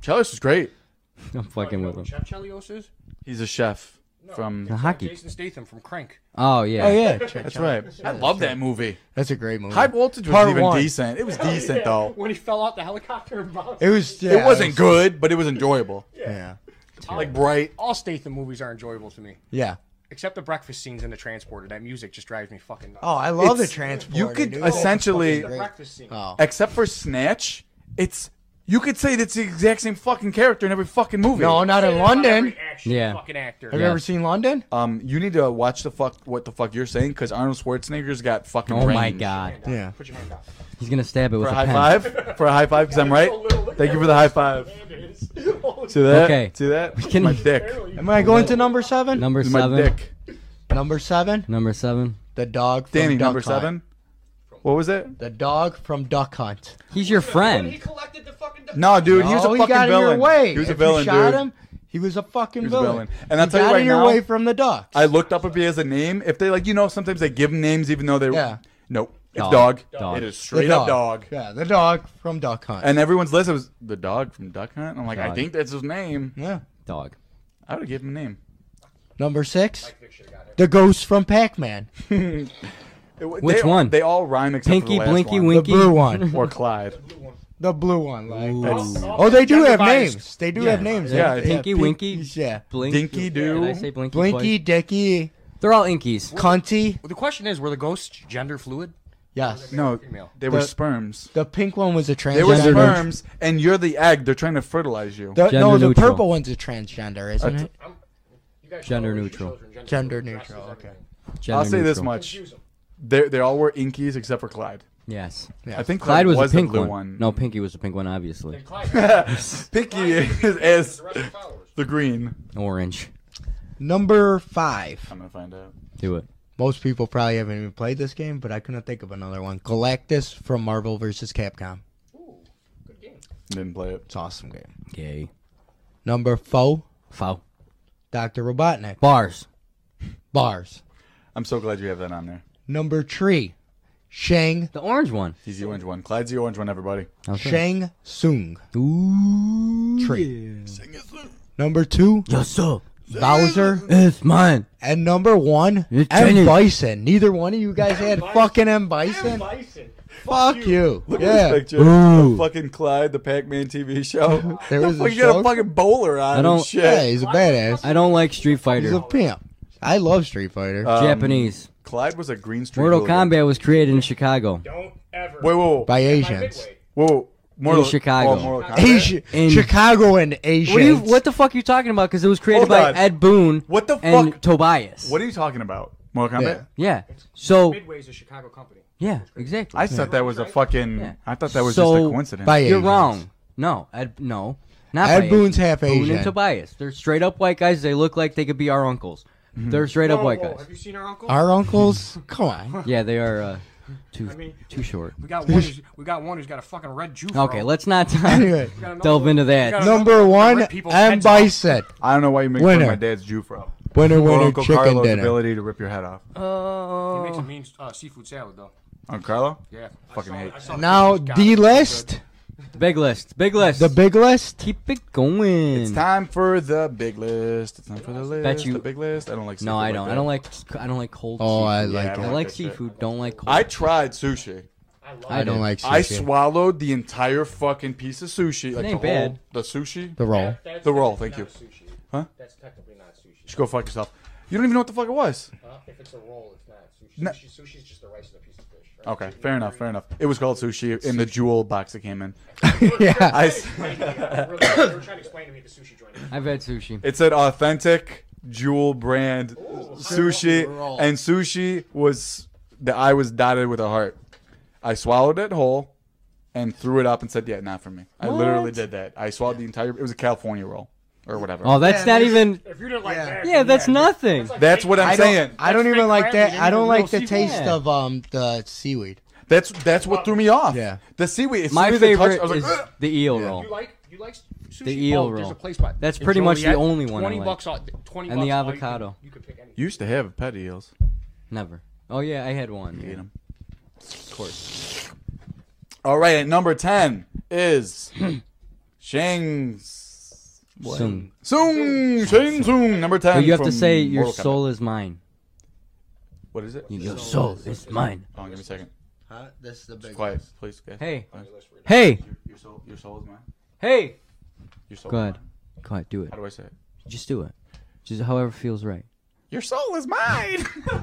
[SPEAKER 2] Chalice is great.
[SPEAKER 4] I'm fucking with him.
[SPEAKER 6] Chef Chelios is.
[SPEAKER 2] He's a chef from.
[SPEAKER 4] The hockey.
[SPEAKER 6] Jason Statham from Crank.
[SPEAKER 4] Oh yeah.
[SPEAKER 3] Oh yeah, Ch-
[SPEAKER 2] That's right. I love that movie.
[SPEAKER 3] that's a great movie.
[SPEAKER 2] High Voltage was
[SPEAKER 3] Part
[SPEAKER 2] even
[SPEAKER 3] one.
[SPEAKER 2] decent. It was decent though.
[SPEAKER 6] When he fell out the helicopter and bounced.
[SPEAKER 3] It was. yeah,
[SPEAKER 2] It wasn't good, but it was enjoyable.
[SPEAKER 3] Yeah.
[SPEAKER 2] Like bright.
[SPEAKER 6] All Statham movies are enjoyable to me,
[SPEAKER 3] Yeah.
[SPEAKER 6] except the breakfast scenes in the transporter. That music just drives me fucking nuts.
[SPEAKER 3] Oh, I love the
[SPEAKER 2] It's-
[SPEAKER 3] transport.
[SPEAKER 2] you could essentially-
[SPEAKER 6] the breakfast scene.
[SPEAKER 3] Oh.
[SPEAKER 2] except for Snatch, it's you could say that's the exact same fucking character in every fucking movie.
[SPEAKER 3] No, not in London.
[SPEAKER 6] Every action
[SPEAKER 4] Yeah.
[SPEAKER 6] Fucking actor.
[SPEAKER 3] Have you ever seen London?
[SPEAKER 2] Um, you need to watch the fuck what the fuck you're saying because Arnold Schwarzenegger's got fucking.
[SPEAKER 4] Oh my
[SPEAKER 2] range.
[SPEAKER 4] God.
[SPEAKER 3] Yeah.
[SPEAKER 6] Put your hand down.
[SPEAKER 4] He's gonna stab it
[SPEAKER 2] For
[SPEAKER 4] with
[SPEAKER 2] a
[SPEAKER 4] a
[SPEAKER 2] high
[SPEAKER 4] pen.
[SPEAKER 2] five, for a high five, because I'm right. Thank you for the high five. See that?
[SPEAKER 4] Okay.
[SPEAKER 2] See that?
[SPEAKER 4] can-
[SPEAKER 2] my dick.
[SPEAKER 3] Am I going to number seven?
[SPEAKER 4] Number
[SPEAKER 2] This is my
[SPEAKER 4] seven.
[SPEAKER 2] dick.
[SPEAKER 3] Number seven.
[SPEAKER 4] Number seven.
[SPEAKER 3] The dog. From
[SPEAKER 2] Danny,
[SPEAKER 3] Duck
[SPEAKER 2] number
[SPEAKER 3] Hunt.
[SPEAKER 2] seven. What was it?
[SPEAKER 3] The dog from Duck Hunt.
[SPEAKER 4] He's your friend.
[SPEAKER 6] collected the fucking.
[SPEAKER 2] No, dude, he was a
[SPEAKER 3] Oh,
[SPEAKER 2] fucking
[SPEAKER 3] got
[SPEAKER 2] villain.
[SPEAKER 3] in your way.
[SPEAKER 2] He was a
[SPEAKER 3] If
[SPEAKER 2] villain,
[SPEAKER 3] you shot
[SPEAKER 2] dude.
[SPEAKER 3] Him, he was a fucking
[SPEAKER 2] He was a
[SPEAKER 3] villain.
[SPEAKER 2] villain. And I'll
[SPEAKER 3] You
[SPEAKER 2] tell you
[SPEAKER 3] got
[SPEAKER 2] right
[SPEAKER 3] in your
[SPEAKER 2] now-
[SPEAKER 3] way from the ducks.
[SPEAKER 2] I looked up if he has a name. If they like, you know, sometimes they give him names even though they.
[SPEAKER 3] Yeah.
[SPEAKER 2] Nope. It's
[SPEAKER 4] Dog.
[SPEAKER 2] dog.
[SPEAKER 4] Dog.
[SPEAKER 2] It is
[SPEAKER 3] The
[SPEAKER 2] straight up dog.
[SPEAKER 3] Yeah, the dog from Duck Hunt.
[SPEAKER 2] And everyone's list was the dog from Duck Hunt. I'm like, I
[SPEAKER 4] Dog.
[SPEAKER 2] think that's his name.
[SPEAKER 3] yeah.
[SPEAKER 4] Dog.
[SPEAKER 2] I would have given him a name.
[SPEAKER 3] Number six. The ghost from Pac-Man.
[SPEAKER 2] It w- they-
[SPEAKER 4] Which one?
[SPEAKER 2] They all rhyme except
[SPEAKER 4] Pinky,
[SPEAKER 2] for the last
[SPEAKER 4] Blinky,
[SPEAKER 2] one.
[SPEAKER 3] The
[SPEAKER 4] Winky.
[SPEAKER 3] blue one.
[SPEAKER 2] or Clyde.
[SPEAKER 3] The blue one. Like.
[SPEAKER 2] That's
[SPEAKER 3] Oh, they do have names. They do have names.
[SPEAKER 2] Yeah, it's-
[SPEAKER 4] Pinky,
[SPEAKER 3] Pink-
[SPEAKER 4] Winky.
[SPEAKER 3] Yeah.
[SPEAKER 4] Blinky.
[SPEAKER 2] Dinky
[SPEAKER 4] Did I
[SPEAKER 2] Doo.
[SPEAKER 4] say Blinky?
[SPEAKER 3] Blinky,
[SPEAKER 4] twice?
[SPEAKER 3] Dicky,
[SPEAKER 4] They're all Inkies.
[SPEAKER 3] Cunty.
[SPEAKER 6] The question is, were the ghosts gender fluid?
[SPEAKER 3] Yes.
[SPEAKER 2] No,
[SPEAKER 6] Female.
[SPEAKER 2] they were
[SPEAKER 3] The-
[SPEAKER 2] sperms.
[SPEAKER 3] The pink one was a transgender.
[SPEAKER 2] They were
[SPEAKER 4] Gender neutral.
[SPEAKER 2] sperms, and you're the egg. They're trying to fertilize you.
[SPEAKER 3] The, no,
[SPEAKER 4] Gender
[SPEAKER 3] the
[SPEAKER 4] neutral.
[SPEAKER 3] purple one's a transgender, isn't it?
[SPEAKER 6] You guys
[SPEAKER 4] Gender
[SPEAKER 6] should always
[SPEAKER 4] neutral.
[SPEAKER 6] use children,
[SPEAKER 3] Gender
[SPEAKER 6] dresses,
[SPEAKER 3] neutral,
[SPEAKER 6] everything.
[SPEAKER 3] okay.
[SPEAKER 4] Gender
[SPEAKER 2] I'll say this
[SPEAKER 4] neutral.
[SPEAKER 2] much: they they all were inkies except for Clyde.
[SPEAKER 4] Yes.
[SPEAKER 2] I think
[SPEAKER 4] Clyde was, a
[SPEAKER 2] the
[SPEAKER 4] pink
[SPEAKER 2] blue
[SPEAKER 4] one.
[SPEAKER 2] one.
[SPEAKER 4] No, Pinky was a pink one, obviously.
[SPEAKER 6] And Clyde,
[SPEAKER 2] Pinky is, is
[SPEAKER 6] the rest of the followers.
[SPEAKER 2] the green.
[SPEAKER 4] Orange.
[SPEAKER 3] Number five.
[SPEAKER 2] I'm gonna find out.
[SPEAKER 4] Do it.
[SPEAKER 3] Most people probably haven't even played this game, but I couldn't think of another one. Galactus from Marvel vs. Capcom.
[SPEAKER 2] Didn't play it.
[SPEAKER 3] It's an awesome game.
[SPEAKER 4] Gay.
[SPEAKER 3] Number four,
[SPEAKER 4] Foul.
[SPEAKER 3] Dr. Robotnik.
[SPEAKER 4] Bars.
[SPEAKER 3] Bars.
[SPEAKER 2] I'm so glad you have that on there.
[SPEAKER 3] Number three, Shang
[SPEAKER 4] The orange one.
[SPEAKER 2] He's the orange one. Clyde's the orange one. Everybody.
[SPEAKER 4] Okay.
[SPEAKER 3] Shang Tsung.
[SPEAKER 4] Ooh.
[SPEAKER 3] Tree. Number two,
[SPEAKER 4] Yes, sir.
[SPEAKER 3] Bowser.
[SPEAKER 4] It's mine.
[SPEAKER 3] And number one,
[SPEAKER 4] It's
[SPEAKER 3] M.
[SPEAKER 4] Chinese.
[SPEAKER 3] Bison. Neither one of you guys had fucking M. Bison.
[SPEAKER 6] Bison.
[SPEAKER 3] Fuck you.
[SPEAKER 2] Look at
[SPEAKER 3] Yeah.
[SPEAKER 2] this picture.
[SPEAKER 4] Ooh.
[SPEAKER 2] The fucking Clyde, the Pac-Man TV show.
[SPEAKER 3] There
[SPEAKER 2] the
[SPEAKER 3] was a
[SPEAKER 2] fuck, you got
[SPEAKER 3] show?
[SPEAKER 2] a fucking bowler on.
[SPEAKER 4] I don't-
[SPEAKER 2] And shit.
[SPEAKER 3] Yeah, he's a badass.
[SPEAKER 4] I don't like Street Fighter.
[SPEAKER 3] He's a pimp. I love Street Fighter.
[SPEAKER 2] Um,
[SPEAKER 4] Japanese.
[SPEAKER 2] Clyde was a green street.
[SPEAKER 4] Mortal
[SPEAKER 2] hooligan.
[SPEAKER 4] Kombat was created in Chicago.
[SPEAKER 6] Don't ever.
[SPEAKER 2] Wait, whoa, whoa,
[SPEAKER 3] by Asians.
[SPEAKER 2] whoa, whoa. Mortal
[SPEAKER 4] Chicago.
[SPEAKER 2] Oh, Mortal Kombat.
[SPEAKER 3] Asian,
[SPEAKER 4] In-
[SPEAKER 3] Chicago and Asians.
[SPEAKER 4] What, do you, what the fuck are you talking about? Because it was created
[SPEAKER 2] Hold
[SPEAKER 4] by
[SPEAKER 2] on.
[SPEAKER 4] Ed Boone
[SPEAKER 2] What the
[SPEAKER 4] and
[SPEAKER 2] fuck?
[SPEAKER 4] Tobias.
[SPEAKER 2] What are you talking about? Mortal Kombat.
[SPEAKER 3] Yeah.
[SPEAKER 4] yeah.
[SPEAKER 2] Oh.
[SPEAKER 4] So,
[SPEAKER 6] Midway's a Chicago company.
[SPEAKER 4] yeah, exactly.
[SPEAKER 2] I thought that was a fucking.
[SPEAKER 4] Yeah.
[SPEAKER 2] I thought that was just
[SPEAKER 4] So,
[SPEAKER 2] a coincidence.
[SPEAKER 3] by
[SPEAKER 4] You're
[SPEAKER 3] Asians.
[SPEAKER 4] wrong. No, Ed, no, not
[SPEAKER 3] Ed
[SPEAKER 4] by
[SPEAKER 3] Boon's
[SPEAKER 4] Asians.
[SPEAKER 3] half
[SPEAKER 4] Boone
[SPEAKER 3] Asian.
[SPEAKER 4] and Tobias. They're straight up white guys. They look like they could be our uncles. They're straight up white guys.
[SPEAKER 6] Have you seen our uncle?
[SPEAKER 3] Our uncles? Come on.
[SPEAKER 4] Yeah, they are uh, too
[SPEAKER 6] mean-
[SPEAKER 4] too short.
[SPEAKER 6] we got one. Who's, we got one who's got a fucking red juice.
[SPEAKER 4] Okay, let's not
[SPEAKER 3] Anyway.
[SPEAKER 4] delve into
[SPEAKER 6] Got
[SPEAKER 4] that.
[SPEAKER 6] another
[SPEAKER 3] Number
[SPEAKER 6] one.
[SPEAKER 3] one,
[SPEAKER 6] Rip people's
[SPEAKER 3] M.
[SPEAKER 6] heads off.
[SPEAKER 3] Bison.
[SPEAKER 2] I don't know why you make fun
[SPEAKER 3] Winner.
[SPEAKER 2] of my dad's Jufro.
[SPEAKER 3] Winner,
[SPEAKER 2] Or
[SPEAKER 3] winner,
[SPEAKER 2] Uncle
[SPEAKER 3] chicken
[SPEAKER 2] Carlo's
[SPEAKER 3] dinner.
[SPEAKER 2] ability to rip your head off.
[SPEAKER 6] He
[SPEAKER 4] Oh,
[SPEAKER 6] makes a mean uh, seafood salad though.
[SPEAKER 2] On Carlo?
[SPEAKER 6] Yeah.
[SPEAKER 2] Fucking
[SPEAKER 6] I saw,
[SPEAKER 2] hate.
[SPEAKER 6] I saw
[SPEAKER 3] Now,
[SPEAKER 6] God,
[SPEAKER 3] D list,
[SPEAKER 4] big list, big list.
[SPEAKER 3] the big list.
[SPEAKER 4] Keep it going.
[SPEAKER 2] It's time for the big list. It's time for the list.
[SPEAKER 4] Bet you-
[SPEAKER 2] The big list. I don't like.
[SPEAKER 4] No,
[SPEAKER 2] seafood
[SPEAKER 4] I don't.
[SPEAKER 2] that.
[SPEAKER 4] I don't like. I don't like cold.
[SPEAKER 3] Oh, I
[SPEAKER 4] seafood.
[SPEAKER 3] like
[SPEAKER 2] Yeah, I
[SPEAKER 4] I
[SPEAKER 2] don't
[SPEAKER 3] it.
[SPEAKER 4] like
[SPEAKER 2] that shit.
[SPEAKER 4] seafood. Don't like cold.
[SPEAKER 2] I tried sushi.
[SPEAKER 6] I love
[SPEAKER 4] I
[SPEAKER 3] I
[SPEAKER 4] did.
[SPEAKER 3] don't like sushi.
[SPEAKER 2] I swallowed the entire fucking piece of sushi. Like
[SPEAKER 4] ain't
[SPEAKER 2] the whole
[SPEAKER 4] bad.
[SPEAKER 2] the sushi.
[SPEAKER 3] the roll.
[SPEAKER 6] That's
[SPEAKER 2] The roll,
[SPEAKER 6] technically
[SPEAKER 2] thank
[SPEAKER 6] not Sushi.
[SPEAKER 2] Huh?
[SPEAKER 6] That's technically not sushi.
[SPEAKER 2] Just go fuck yourself. You don't even know what the fuck it was.
[SPEAKER 6] Huh? If it's a roll, it's not sushi.
[SPEAKER 2] No.
[SPEAKER 6] Sushi, sushi is just the rice and a piece of fish. Right?
[SPEAKER 2] Okay, fair enough, fair enough. It was called sushi in the jewel box it came in.
[SPEAKER 3] yeah.
[SPEAKER 2] I s-
[SPEAKER 6] They were trying to explain to me the sushi joint.
[SPEAKER 4] I've had sushi.
[SPEAKER 2] it said authentic jewel brand sushi,
[SPEAKER 3] Roll.
[SPEAKER 2] and sushi was the I was dotted with a heart. I swallowed it whole and threw it up and said, "Yeah, not for me." I literally did that. I swallowed the entire. It was a California roll or whatever.
[SPEAKER 4] Oh, that's
[SPEAKER 3] Yeah,
[SPEAKER 4] not
[SPEAKER 3] there's-
[SPEAKER 4] even.
[SPEAKER 6] If you didn't like
[SPEAKER 3] Yeah.
[SPEAKER 6] that,
[SPEAKER 4] Yeah, that's nothing.
[SPEAKER 2] That's what I'm
[SPEAKER 3] I
[SPEAKER 2] saying.
[SPEAKER 3] don't, I don't even like that. I don't like the taste
[SPEAKER 4] Yeah.
[SPEAKER 3] of um the seaweed.
[SPEAKER 2] that's that's what threw me off.
[SPEAKER 3] Yeah.
[SPEAKER 2] the seaweed. As
[SPEAKER 4] My
[SPEAKER 2] soon as it
[SPEAKER 4] favorite
[SPEAKER 2] touched, I was like,
[SPEAKER 4] is
[SPEAKER 2] "Ugh."
[SPEAKER 4] the eel
[SPEAKER 3] Yeah.
[SPEAKER 4] roll.
[SPEAKER 6] You like you like sushi?
[SPEAKER 4] The eel
[SPEAKER 6] oh, There's
[SPEAKER 4] roll.
[SPEAKER 6] a place by
[SPEAKER 4] That's
[SPEAKER 6] in
[SPEAKER 4] pretty much the
[SPEAKER 6] Joliet,
[SPEAKER 4] only one I
[SPEAKER 6] Twenty
[SPEAKER 4] like.
[SPEAKER 6] bucks on twenty
[SPEAKER 4] And
[SPEAKER 6] bucks
[SPEAKER 4] the
[SPEAKER 6] all you
[SPEAKER 4] avocado.
[SPEAKER 6] can- You could pick any.
[SPEAKER 2] You used to have pet eels.
[SPEAKER 4] Never. Oh yeah, I had one.
[SPEAKER 2] Eat 'em. Of course. All right, at number ten is Shang.
[SPEAKER 4] Soon.
[SPEAKER 2] Soon, Shang Tsung, number ten.
[SPEAKER 4] But you have
[SPEAKER 2] from
[SPEAKER 4] to say your
[SPEAKER 2] Mortal Kombat.
[SPEAKER 4] soul is mine.
[SPEAKER 2] What is it?
[SPEAKER 4] Your soul is mine.
[SPEAKER 2] Hold on, give me a second.
[SPEAKER 3] Huh? This is the big
[SPEAKER 2] Quiet, please, guys.
[SPEAKER 4] Hey.
[SPEAKER 2] Quiet.
[SPEAKER 4] Hey,
[SPEAKER 2] Your, your soul, your soul is mine.
[SPEAKER 4] hey.
[SPEAKER 2] Your soul.
[SPEAKER 4] Go
[SPEAKER 2] is
[SPEAKER 4] ahead.
[SPEAKER 2] mine.
[SPEAKER 4] Go ahead. Do it.
[SPEAKER 2] How do I say it?
[SPEAKER 4] Just do it. Just however feels right.
[SPEAKER 2] Your soul is mine.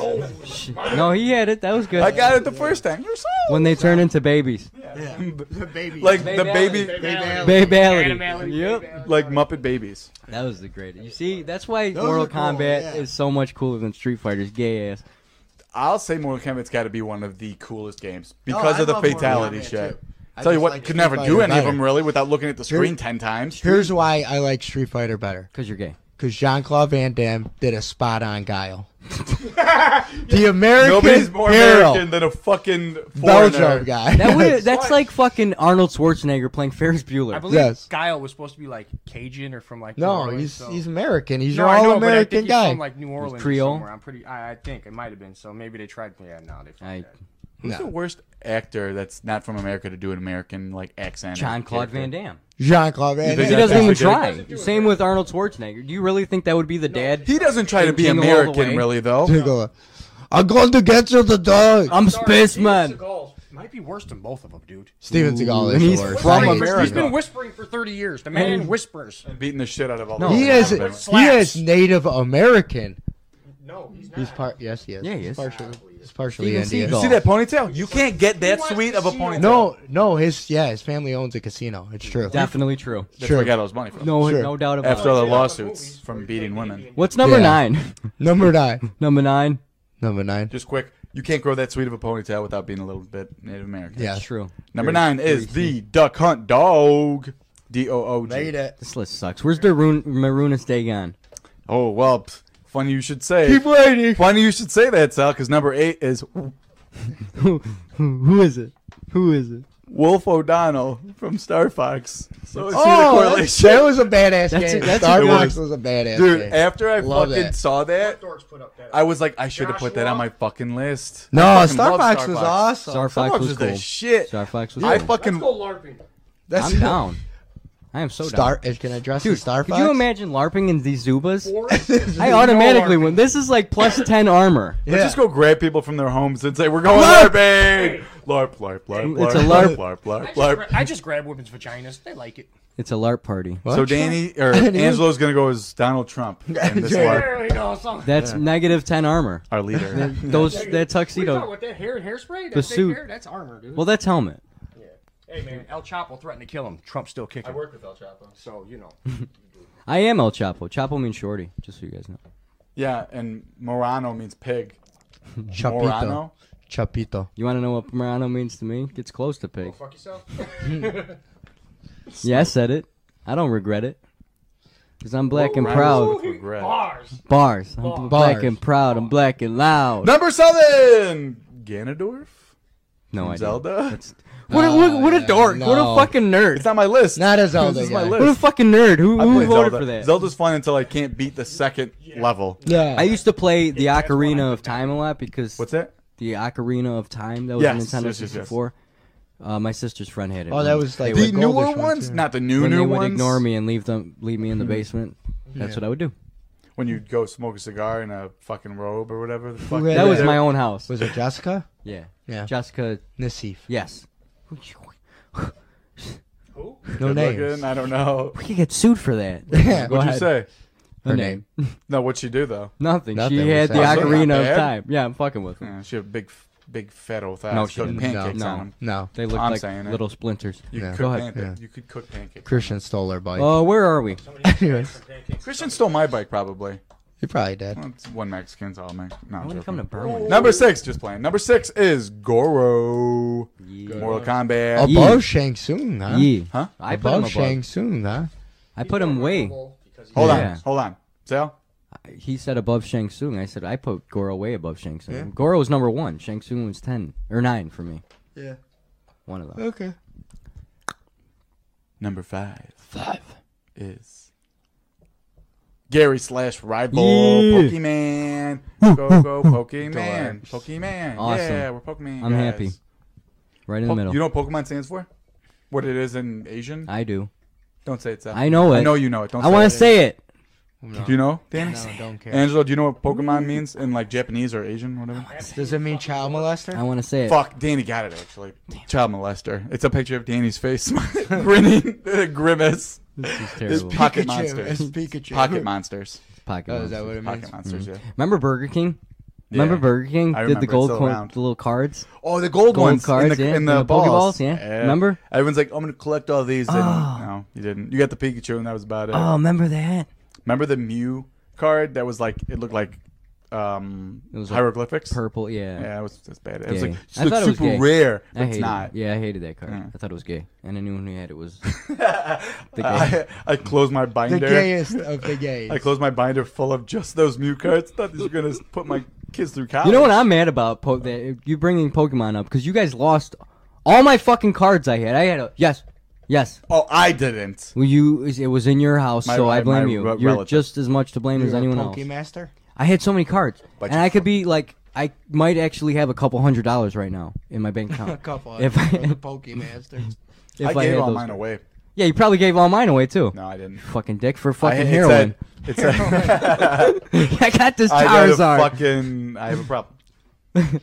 [SPEAKER 3] Oh.
[SPEAKER 4] Sh- No, he had it. That was good.
[SPEAKER 2] I got it the first time. Your soul.
[SPEAKER 4] When they turn into babies.
[SPEAKER 3] The baby.
[SPEAKER 2] like the
[SPEAKER 4] Baby
[SPEAKER 2] baby,
[SPEAKER 4] Babality. Yep.
[SPEAKER 2] like Muppet babies.
[SPEAKER 4] That was the greatest. You see, that's why
[SPEAKER 3] Those
[SPEAKER 4] Mortal
[SPEAKER 3] are cool,
[SPEAKER 4] Kombat
[SPEAKER 3] yeah.
[SPEAKER 4] is so much cooler than Street Fighter's gay ass.
[SPEAKER 2] I'll say Mortal Kombat's got to be one of the coolest games because
[SPEAKER 3] Oh, I
[SPEAKER 2] of the
[SPEAKER 3] love Mortal
[SPEAKER 2] fatality
[SPEAKER 3] Kombat,
[SPEAKER 2] shit.
[SPEAKER 3] too. I
[SPEAKER 2] Tell you
[SPEAKER 3] just
[SPEAKER 2] what,
[SPEAKER 3] like
[SPEAKER 2] could
[SPEAKER 3] Street
[SPEAKER 2] never do
[SPEAKER 3] Fighter
[SPEAKER 2] any of
[SPEAKER 3] better.
[SPEAKER 2] them really without looking at the screen
[SPEAKER 3] Here's-
[SPEAKER 2] ten times.
[SPEAKER 3] Here's why I like Street Fighter better.
[SPEAKER 4] Cause you're gay.
[SPEAKER 3] Because Jean Claude Van Damme did a spot on Guile. the American
[SPEAKER 2] Nobody's more
[SPEAKER 3] hero,
[SPEAKER 2] American than a fucking foreigner.
[SPEAKER 3] Belgium guy.
[SPEAKER 4] That would, that's like fucking Arnold Schwarzenegger playing Ferris Bueller.
[SPEAKER 6] I believe
[SPEAKER 3] Yes.
[SPEAKER 6] Guile was supposed to be like Cajun or from like New
[SPEAKER 3] no,
[SPEAKER 6] Orleans,
[SPEAKER 3] he's
[SPEAKER 6] so-
[SPEAKER 3] he's American. He's
[SPEAKER 6] No,
[SPEAKER 3] your
[SPEAKER 6] I know,
[SPEAKER 3] all
[SPEAKER 6] but I think
[SPEAKER 3] American
[SPEAKER 6] he's
[SPEAKER 3] guy.
[SPEAKER 6] From like New Orleans, or
[SPEAKER 4] Creole.
[SPEAKER 6] somewhere. I'm pretty. I, I think it might have been. So maybe they tried. Yeah, no, they. fucked
[SPEAKER 4] I-
[SPEAKER 6] that.
[SPEAKER 2] Who's the worst actor that's not from America to do an American like accent?
[SPEAKER 4] John Claude Van Damme.
[SPEAKER 3] Jean Claude Van
[SPEAKER 2] think
[SPEAKER 4] He
[SPEAKER 2] Yeah,
[SPEAKER 3] Damme.
[SPEAKER 4] doesn't
[SPEAKER 2] that's
[SPEAKER 4] even
[SPEAKER 2] what
[SPEAKER 4] try.
[SPEAKER 2] he
[SPEAKER 4] Same with Arnold Schwarzenegger. Do you really think that would be the dad?
[SPEAKER 2] He doesn't try to be
[SPEAKER 4] Jingle all the way.
[SPEAKER 2] American really though.
[SPEAKER 3] Take over. I'm going to get you the dog.
[SPEAKER 4] I'm
[SPEAKER 6] Steven
[SPEAKER 4] Spaceman.
[SPEAKER 6] Seagal might be worse than both of them, dude.
[SPEAKER 3] Steven Seagal
[SPEAKER 4] and
[SPEAKER 3] is
[SPEAKER 4] he's
[SPEAKER 3] the worst.
[SPEAKER 4] from
[SPEAKER 3] I hate
[SPEAKER 4] America.
[SPEAKER 6] He's
[SPEAKER 3] Steven
[SPEAKER 6] been
[SPEAKER 3] Seagal.
[SPEAKER 6] whispering for 30 years. The man
[SPEAKER 4] And-
[SPEAKER 6] whispers.
[SPEAKER 2] Beating the shit out of all.
[SPEAKER 4] No.
[SPEAKER 2] the
[SPEAKER 3] He is
[SPEAKER 2] Americans.
[SPEAKER 3] he is Native American.
[SPEAKER 6] No, he's not.
[SPEAKER 3] He's part. Yes, he is.
[SPEAKER 4] Yeah, he
[SPEAKER 3] He's
[SPEAKER 4] is.
[SPEAKER 3] partial. It's partially
[SPEAKER 4] Steven
[SPEAKER 3] Indian.
[SPEAKER 4] Seagal.
[SPEAKER 7] See that ponytail? You can't get that sweet of a ponytail.
[SPEAKER 3] No, no, his yeah, his family owns a casino. It's true.
[SPEAKER 4] Definitely true.
[SPEAKER 2] That's
[SPEAKER 3] Sure.
[SPEAKER 2] where I got all his money from.
[SPEAKER 4] No,
[SPEAKER 3] Sure.
[SPEAKER 4] no doubt about
[SPEAKER 2] After
[SPEAKER 4] it.
[SPEAKER 2] all the lawsuits from beating women.
[SPEAKER 4] What's number
[SPEAKER 3] Yeah.
[SPEAKER 4] nine?
[SPEAKER 3] Number nine.
[SPEAKER 4] number nine.
[SPEAKER 3] Number nine.
[SPEAKER 2] Just quick, you can't grow that sweet of a ponytail without being a little bit Native American.
[SPEAKER 3] Yeah.
[SPEAKER 4] True.
[SPEAKER 2] Number nine is the Duck Hunt Dog. D O O G.
[SPEAKER 3] it.
[SPEAKER 4] This list sucks. Where's the Rune, Maroonus day gone?
[SPEAKER 2] Oh well, pff, funny you should say.
[SPEAKER 3] Keep waiting.
[SPEAKER 2] Funny you should say that, Sal, because number eight is
[SPEAKER 4] Who is it? Who is it?
[SPEAKER 2] Wolf O'Donnell from Star Fox. So see the
[SPEAKER 3] Oh, that's-
[SPEAKER 2] correlation,
[SPEAKER 3] that was a badass
[SPEAKER 4] That's
[SPEAKER 3] game.
[SPEAKER 4] it, that's
[SPEAKER 3] Star
[SPEAKER 2] it.
[SPEAKER 3] Fox
[SPEAKER 2] It
[SPEAKER 3] was a badass
[SPEAKER 2] dude. eh,
[SPEAKER 3] game.
[SPEAKER 2] After I
[SPEAKER 3] Love
[SPEAKER 2] fucking
[SPEAKER 3] that.
[SPEAKER 2] saw that,
[SPEAKER 7] Dorks put up that.
[SPEAKER 2] I was like, I should have put that on my fucking list. I
[SPEAKER 3] no,
[SPEAKER 2] fucking
[SPEAKER 3] Star
[SPEAKER 2] love
[SPEAKER 3] Fox was awesome.
[SPEAKER 2] Star
[SPEAKER 4] Star Fox
[SPEAKER 2] Fox
[SPEAKER 4] was
[SPEAKER 2] is the
[SPEAKER 4] cool.
[SPEAKER 2] shit.
[SPEAKER 4] Star Fox was
[SPEAKER 2] I
[SPEAKER 4] cool.
[SPEAKER 2] fucking
[SPEAKER 6] LARPing.
[SPEAKER 4] I'm down. I am so
[SPEAKER 3] Star.
[SPEAKER 4] down.
[SPEAKER 3] If can address
[SPEAKER 4] Dude,
[SPEAKER 3] the Star
[SPEAKER 4] could
[SPEAKER 3] Fox.
[SPEAKER 4] you imagine LARPing in these Zubas?
[SPEAKER 3] imagine?
[SPEAKER 4] I automatically win. This is like plus 10 armor.
[SPEAKER 3] Yeah.
[SPEAKER 2] Let's just go grab people from their homes and say we're going
[SPEAKER 3] LARP!
[SPEAKER 2] LARPing. LARP, LARP, LARP,
[SPEAKER 4] It's a
[SPEAKER 2] LARP,
[SPEAKER 4] LARP.
[SPEAKER 2] LARP, LARP,
[SPEAKER 6] I just, gra-
[SPEAKER 2] LARP.
[SPEAKER 6] I just grab women's vaginas. They like it.
[SPEAKER 4] It's a LARP party.
[SPEAKER 3] What?
[SPEAKER 2] So Danny or
[SPEAKER 3] didn't even-
[SPEAKER 2] Angelo's gonna go as Donald Trump in this
[SPEAKER 3] Yeah.
[SPEAKER 2] LARP.
[SPEAKER 6] we go. Some,
[SPEAKER 4] That's negative 10 armor.
[SPEAKER 2] Our leader.
[SPEAKER 4] Those that tuxedo.
[SPEAKER 6] with that hair and hairspray? That
[SPEAKER 4] The
[SPEAKER 6] fake
[SPEAKER 4] suit.
[SPEAKER 6] Hair, that's armor, dude.
[SPEAKER 4] Well, that's helmet.
[SPEAKER 6] hey, man, El Chapo threatened to kill him. Trump's still kicking. I work with El Chapo. So, you know.
[SPEAKER 4] I am El Chapo. Chapo means shorty, just so you guys know.
[SPEAKER 2] Yeah, and Morano means pig.
[SPEAKER 3] Chapito.
[SPEAKER 2] Morano.
[SPEAKER 3] Chapito.
[SPEAKER 4] You want to know what Murano means to me? Gets close to pig.
[SPEAKER 6] Oh, Fuck yourself.
[SPEAKER 4] Yeah, I said it. I don't regret it. Because I'm black and proud.
[SPEAKER 2] With regret.
[SPEAKER 6] Bars.
[SPEAKER 4] Bars. I'm
[SPEAKER 6] Bars.
[SPEAKER 4] black and proud. I'm black and loud.
[SPEAKER 2] Number seven, Ganondorf.
[SPEAKER 4] No idea.
[SPEAKER 2] Zelda?
[SPEAKER 4] That's- What, a,
[SPEAKER 3] Oh,
[SPEAKER 4] what, what a
[SPEAKER 3] yeah,
[SPEAKER 4] dork. What
[SPEAKER 3] no.
[SPEAKER 4] a fucking
[SPEAKER 2] It's
[SPEAKER 4] nerd.
[SPEAKER 2] not my list.
[SPEAKER 3] Not a Zelda
[SPEAKER 2] This is my
[SPEAKER 3] guy.
[SPEAKER 4] What a
[SPEAKER 2] list.
[SPEAKER 4] fucking nerd. Who,
[SPEAKER 2] I
[SPEAKER 4] who
[SPEAKER 2] play
[SPEAKER 4] voted
[SPEAKER 2] Zelda.
[SPEAKER 4] for that?
[SPEAKER 2] Zelda's fun until I can't beat the second level.
[SPEAKER 3] Yeah.
[SPEAKER 4] I used to play the Ocarina of Time a lot because
[SPEAKER 2] What's that?
[SPEAKER 4] the Ocarina of Time that was
[SPEAKER 2] Yes,
[SPEAKER 4] Nintendo
[SPEAKER 2] yes, yes, yes.
[SPEAKER 4] 64. Uh, my sister's friend had it.
[SPEAKER 3] Oh, that was like
[SPEAKER 4] they
[SPEAKER 2] The
[SPEAKER 4] would,
[SPEAKER 3] goldish
[SPEAKER 2] newer
[SPEAKER 3] one,
[SPEAKER 2] ones,
[SPEAKER 3] too.
[SPEAKER 2] not the new
[SPEAKER 4] when
[SPEAKER 2] new
[SPEAKER 4] they would
[SPEAKER 2] ones.
[SPEAKER 4] ignore me and leave them, leave me in
[SPEAKER 3] Mm-hmm.
[SPEAKER 4] the basement. That's what I would do.
[SPEAKER 2] When you go smoke a cigar in a fucking robe or whatever. The fuck
[SPEAKER 3] had
[SPEAKER 4] That was
[SPEAKER 3] Yeah.
[SPEAKER 4] my own house.
[SPEAKER 3] Was it Jessica?
[SPEAKER 4] Yeah,
[SPEAKER 3] Yeah.
[SPEAKER 4] Jessica.
[SPEAKER 3] Nasif.
[SPEAKER 4] Yes.
[SPEAKER 3] No
[SPEAKER 2] Good
[SPEAKER 3] names.
[SPEAKER 2] looking, I don't know.
[SPEAKER 4] We could get sued for that.
[SPEAKER 3] Yeah.
[SPEAKER 4] Go
[SPEAKER 2] What'd you say?
[SPEAKER 4] ahead. Her name.
[SPEAKER 2] No, what'd she do though?
[SPEAKER 4] Nothing.
[SPEAKER 3] Nothing.
[SPEAKER 4] She had the
[SPEAKER 3] That's
[SPEAKER 2] not
[SPEAKER 4] Ocarina of
[SPEAKER 2] bad.
[SPEAKER 4] Time. Yeah, I'm fucking with them.
[SPEAKER 2] Yeah, she had big, big fat old thighs.
[SPEAKER 4] No, she
[SPEAKER 2] cooked
[SPEAKER 4] didn't.
[SPEAKER 2] pancakes
[SPEAKER 4] No,
[SPEAKER 2] on
[SPEAKER 4] no.
[SPEAKER 2] them.
[SPEAKER 3] No.
[SPEAKER 4] They look
[SPEAKER 2] I'm
[SPEAKER 4] like
[SPEAKER 2] saying it.
[SPEAKER 4] little splinters.
[SPEAKER 2] You
[SPEAKER 3] Yeah.
[SPEAKER 2] could
[SPEAKER 4] Go
[SPEAKER 2] cook
[SPEAKER 4] ahead.
[SPEAKER 2] pancakes. You could cook pancakes.
[SPEAKER 3] Christian stole her bike.
[SPEAKER 4] Uh, where are we?
[SPEAKER 3] Anyways,
[SPEAKER 2] Christian stole my bike probably.
[SPEAKER 3] he probably did.
[SPEAKER 2] Well, it's one Mexican's all Mexican. No, I'm
[SPEAKER 4] I want to come
[SPEAKER 2] joking.
[SPEAKER 4] to Berlin.
[SPEAKER 2] Number six, just playing. Number six is Goro. Mortal Kombat.
[SPEAKER 4] Yeah.
[SPEAKER 3] Above Shang Tsung, huh?
[SPEAKER 4] Yee.
[SPEAKER 2] Huh?
[SPEAKER 4] I put him
[SPEAKER 3] Above
[SPEAKER 4] above.
[SPEAKER 3] Shang Tsung, huh?
[SPEAKER 4] I put him way.
[SPEAKER 2] Hold
[SPEAKER 4] Yeah.
[SPEAKER 2] on. Hold on. Sal?
[SPEAKER 4] He said above Shang Tsung. I said I put Goro way above Shang Tsung. Goro was number one. Shang Tsung was ten or nine for me.
[SPEAKER 3] Yeah.
[SPEAKER 4] One of them.
[SPEAKER 3] Okay.
[SPEAKER 2] Number five. Five. Is Gary slash Rival
[SPEAKER 4] Yeah.
[SPEAKER 2] Pokemon. Go, go, Pokemon. Pokemon.
[SPEAKER 4] Awesome.
[SPEAKER 2] Yeah, we're Pokemon.
[SPEAKER 4] I'm
[SPEAKER 2] guys.
[SPEAKER 4] happy. Right in
[SPEAKER 2] Po-
[SPEAKER 4] the middle.
[SPEAKER 2] You know what Pokemon stands for? What it is in Asian?
[SPEAKER 4] I do.
[SPEAKER 2] Don't say it, Sal.
[SPEAKER 4] I know it.
[SPEAKER 2] I know you know it. Don't
[SPEAKER 4] I want to say it.
[SPEAKER 2] Do you know, Danny?
[SPEAKER 3] No, don't care.
[SPEAKER 2] Angelo, do you know what Pokemon means in like Japanese or Asian, whatever?
[SPEAKER 3] Does it mean child
[SPEAKER 4] I
[SPEAKER 3] molester?
[SPEAKER 4] want to say it.
[SPEAKER 2] Fuck, Danny got it actually. Child molester. It's a picture of Danny's face, grinning, grimace.
[SPEAKER 4] This is
[SPEAKER 2] It's
[SPEAKER 4] terrible.
[SPEAKER 2] pocket
[SPEAKER 3] Pikachu.
[SPEAKER 2] monsters.
[SPEAKER 3] It's Pikachu.
[SPEAKER 2] Pocket monsters.
[SPEAKER 4] Pocket
[SPEAKER 3] Oh, is
[SPEAKER 4] monster.
[SPEAKER 3] that what it means?
[SPEAKER 2] Pocket monsters. Yeah.
[SPEAKER 4] Remember Burger King? Remember
[SPEAKER 2] Yeah.
[SPEAKER 4] Burger King
[SPEAKER 2] I
[SPEAKER 4] did
[SPEAKER 2] remember.
[SPEAKER 4] the
[SPEAKER 2] It's
[SPEAKER 4] gold
[SPEAKER 2] still
[SPEAKER 4] coin,
[SPEAKER 2] around.
[SPEAKER 4] the little cards?
[SPEAKER 2] Oh, the gold,
[SPEAKER 4] Gold
[SPEAKER 2] ones
[SPEAKER 4] cards,
[SPEAKER 2] in the
[SPEAKER 4] yeah,
[SPEAKER 2] in the,
[SPEAKER 4] and the
[SPEAKER 2] balls.
[SPEAKER 4] Pokeballs, yeah. Remember?
[SPEAKER 2] Everyone's like, I'm gonna collect all these. And,
[SPEAKER 4] Oh.
[SPEAKER 2] No, you didn't. You got the Pikachu, and that was about it.
[SPEAKER 4] Oh, remember that?
[SPEAKER 2] Remember the Mew card? That was like it looked like um
[SPEAKER 4] It was, like,
[SPEAKER 2] hieroglyphics.
[SPEAKER 4] Purple, yeah.
[SPEAKER 2] yeah, it was that's bad. It was
[SPEAKER 4] Gay.
[SPEAKER 2] like
[SPEAKER 4] I thought it was
[SPEAKER 2] super
[SPEAKER 4] gay.
[SPEAKER 2] rare.
[SPEAKER 4] I
[SPEAKER 2] but It's
[SPEAKER 4] hated
[SPEAKER 2] not.
[SPEAKER 4] It. Yeah, I hated that card.
[SPEAKER 2] Yeah.
[SPEAKER 4] I thought it was gay, and anyone who had it was. The
[SPEAKER 2] I, I closed my binder.
[SPEAKER 3] The gayest of the gays.
[SPEAKER 2] I closed my binder full of just those Mew cards. Thought these were gonna put my kids through college.
[SPEAKER 4] you know what I'm mad about? Po- that you bringing Pokemon up because you guys lost all my fucking cards I had. I had a yes, yes.
[SPEAKER 2] Oh, I didn't.
[SPEAKER 4] Well, you it was in your house,
[SPEAKER 2] My-
[SPEAKER 4] so I
[SPEAKER 2] my-
[SPEAKER 4] blame
[SPEAKER 2] my
[SPEAKER 4] you.
[SPEAKER 2] re-
[SPEAKER 4] You're
[SPEAKER 2] relative.
[SPEAKER 4] just as much to blame as
[SPEAKER 3] You're a
[SPEAKER 4] anyone else.
[SPEAKER 3] Pokemaster?
[SPEAKER 4] I had so many cards,
[SPEAKER 2] But
[SPEAKER 4] and
[SPEAKER 2] you-
[SPEAKER 4] I could be like, I might actually have a couple hundred dollars right now in my bank account.
[SPEAKER 3] A couple.
[SPEAKER 4] If I,
[SPEAKER 3] You're the Pokemaster.
[SPEAKER 4] if
[SPEAKER 2] I gave
[SPEAKER 4] had
[SPEAKER 2] all
[SPEAKER 4] those-
[SPEAKER 2] mine away.
[SPEAKER 4] Yeah, you probably gave all mine away too.
[SPEAKER 2] No, I didn't.
[SPEAKER 4] Fucking dick for
[SPEAKER 2] I,
[SPEAKER 4] fucking
[SPEAKER 2] it's
[SPEAKER 4] heroin.
[SPEAKER 2] that- It's a,
[SPEAKER 4] I got this
[SPEAKER 2] I got a
[SPEAKER 4] Charizard.
[SPEAKER 2] fucking. I have a problem.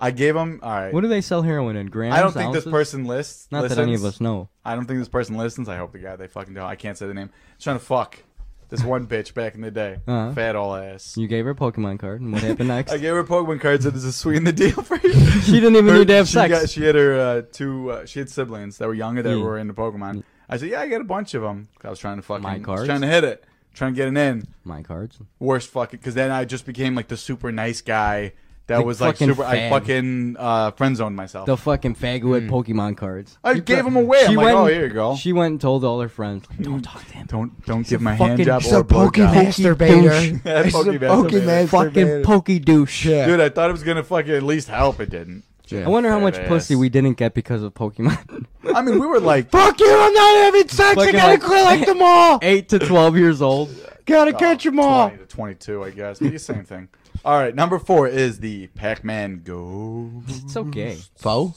[SPEAKER 2] I gave them. All right.
[SPEAKER 4] What do they sell heroin in? Grams?
[SPEAKER 2] I don't think this
[SPEAKER 4] ounces?
[SPEAKER 2] person lists.
[SPEAKER 4] Not
[SPEAKER 2] listens.
[SPEAKER 4] that any of us know.
[SPEAKER 2] I don't think this person listens. I hope the guy they fucking don't. I can't say the name. He's trying to fuck. This one bitch back in the day,
[SPEAKER 4] Uh-huh.
[SPEAKER 2] fat all ass.
[SPEAKER 4] You gave her a Pokemon card, and what happened next?
[SPEAKER 2] I gave her Pokemon cards. That is a sweet in the deal for you.
[SPEAKER 4] she didn't even
[SPEAKER 2] Her-
[SPEAKER 4] need to have
[SPEAKER 2] she
[SPEAKER 4] sex.
[SPEAKER 2] Got, she had her uh, two. Uh, she had siblings that were younger that
[SPEAKER 4] Yeah.
[SPEAKER 2] were into Pokemon. I said, "Yeah, I got a bunch of them." I was trying to fucking,
[SPEAKER 4] Hmm. My
[SPEAKER 2] I was
[SPEAKER 4] cards?
[SPEAKER 2] trying to hit it, trying to get an in.
[SPEAKER 4] My cards.
[SPEAKER 2] Worst fucking, because then I just became like the super nice guy that
[SPEAKER 4] The
[SPEAKER 2] was like
[SPEAKER 4] fucking
[SPEAKER 2] super. I
[SPEAKER 4] fag.
[SPEAKER 2] fucking uh, friend zoned myself.
[SPEAKER 4] The fucking fag who had
[SPEAKER 2] Hmm.
[SPEAKER 4] Pokemon cards.
[SPEAKER 2] I
[SPEAKER 4] You
[SPEAKER 2] gave
[SPEAKER 4] pro-
[SPEAKER 2] them away. I'm
[SPEAKER 4] She
[SPEAKER 2] like,
[SPEAKER 4] went-
[SPEAKER 2] "Oh, here you go."
[SPEAKER 4] She went and told all her friends, "Don't talk to him."
[SPEAKER 2] don't don't give
[SPEAKER 4] a
[SPEAKER 2] my
[SPEAKER 4] fucking-
[SPEAKER 2] hand job
[SPEAKER 3] He's
[SPEAKER 2] or
[SPEAKER 3] a
[SPEAKER 2] a blowjob.
[SPEAKER 3] Pokemon
[SPEAKER 2] Yeah,
[SPEAKER 3] masturbator. He's a
[SPEAKER 2] Pokey
[SPEAKER 3] Pokemon
[SPEAKER 2] masturbator.
[SPEAKER 4] Fucking pokey douche.
[SPEAKER 3] Yeah.
[SPEAKER 2] Dude, I thought it was gonna fucking at least help. It didn't.
[SPEAKER 4] I wonder how much
[SPEAKER 2] Fat
[SPEAKER 4] pussy
[SPEAKER 2] ass.
[SPEAKER 4] we didn't get because of Pokemon.
[SPEAKER 2] I mean, we were like,
[SPEAKER 3] Fuck you! I'm not having sex. I
[SPEAKER 4] Fucking
[SPEAKER 3] gotta
[SPEAKER 4] like-
[SPEAKER 3] collect them all.
[SPEAKER 4] Eight to twelve years old.
[SPEAKER 3] Gotta catch them all.
[SPEAKER 2] 20 Uh, to 22, I guess. But the same thing. All right, number four is the Pac-Man Go.
[SPEAKER 4] It's okay.
[SPEAKER 3] Foe?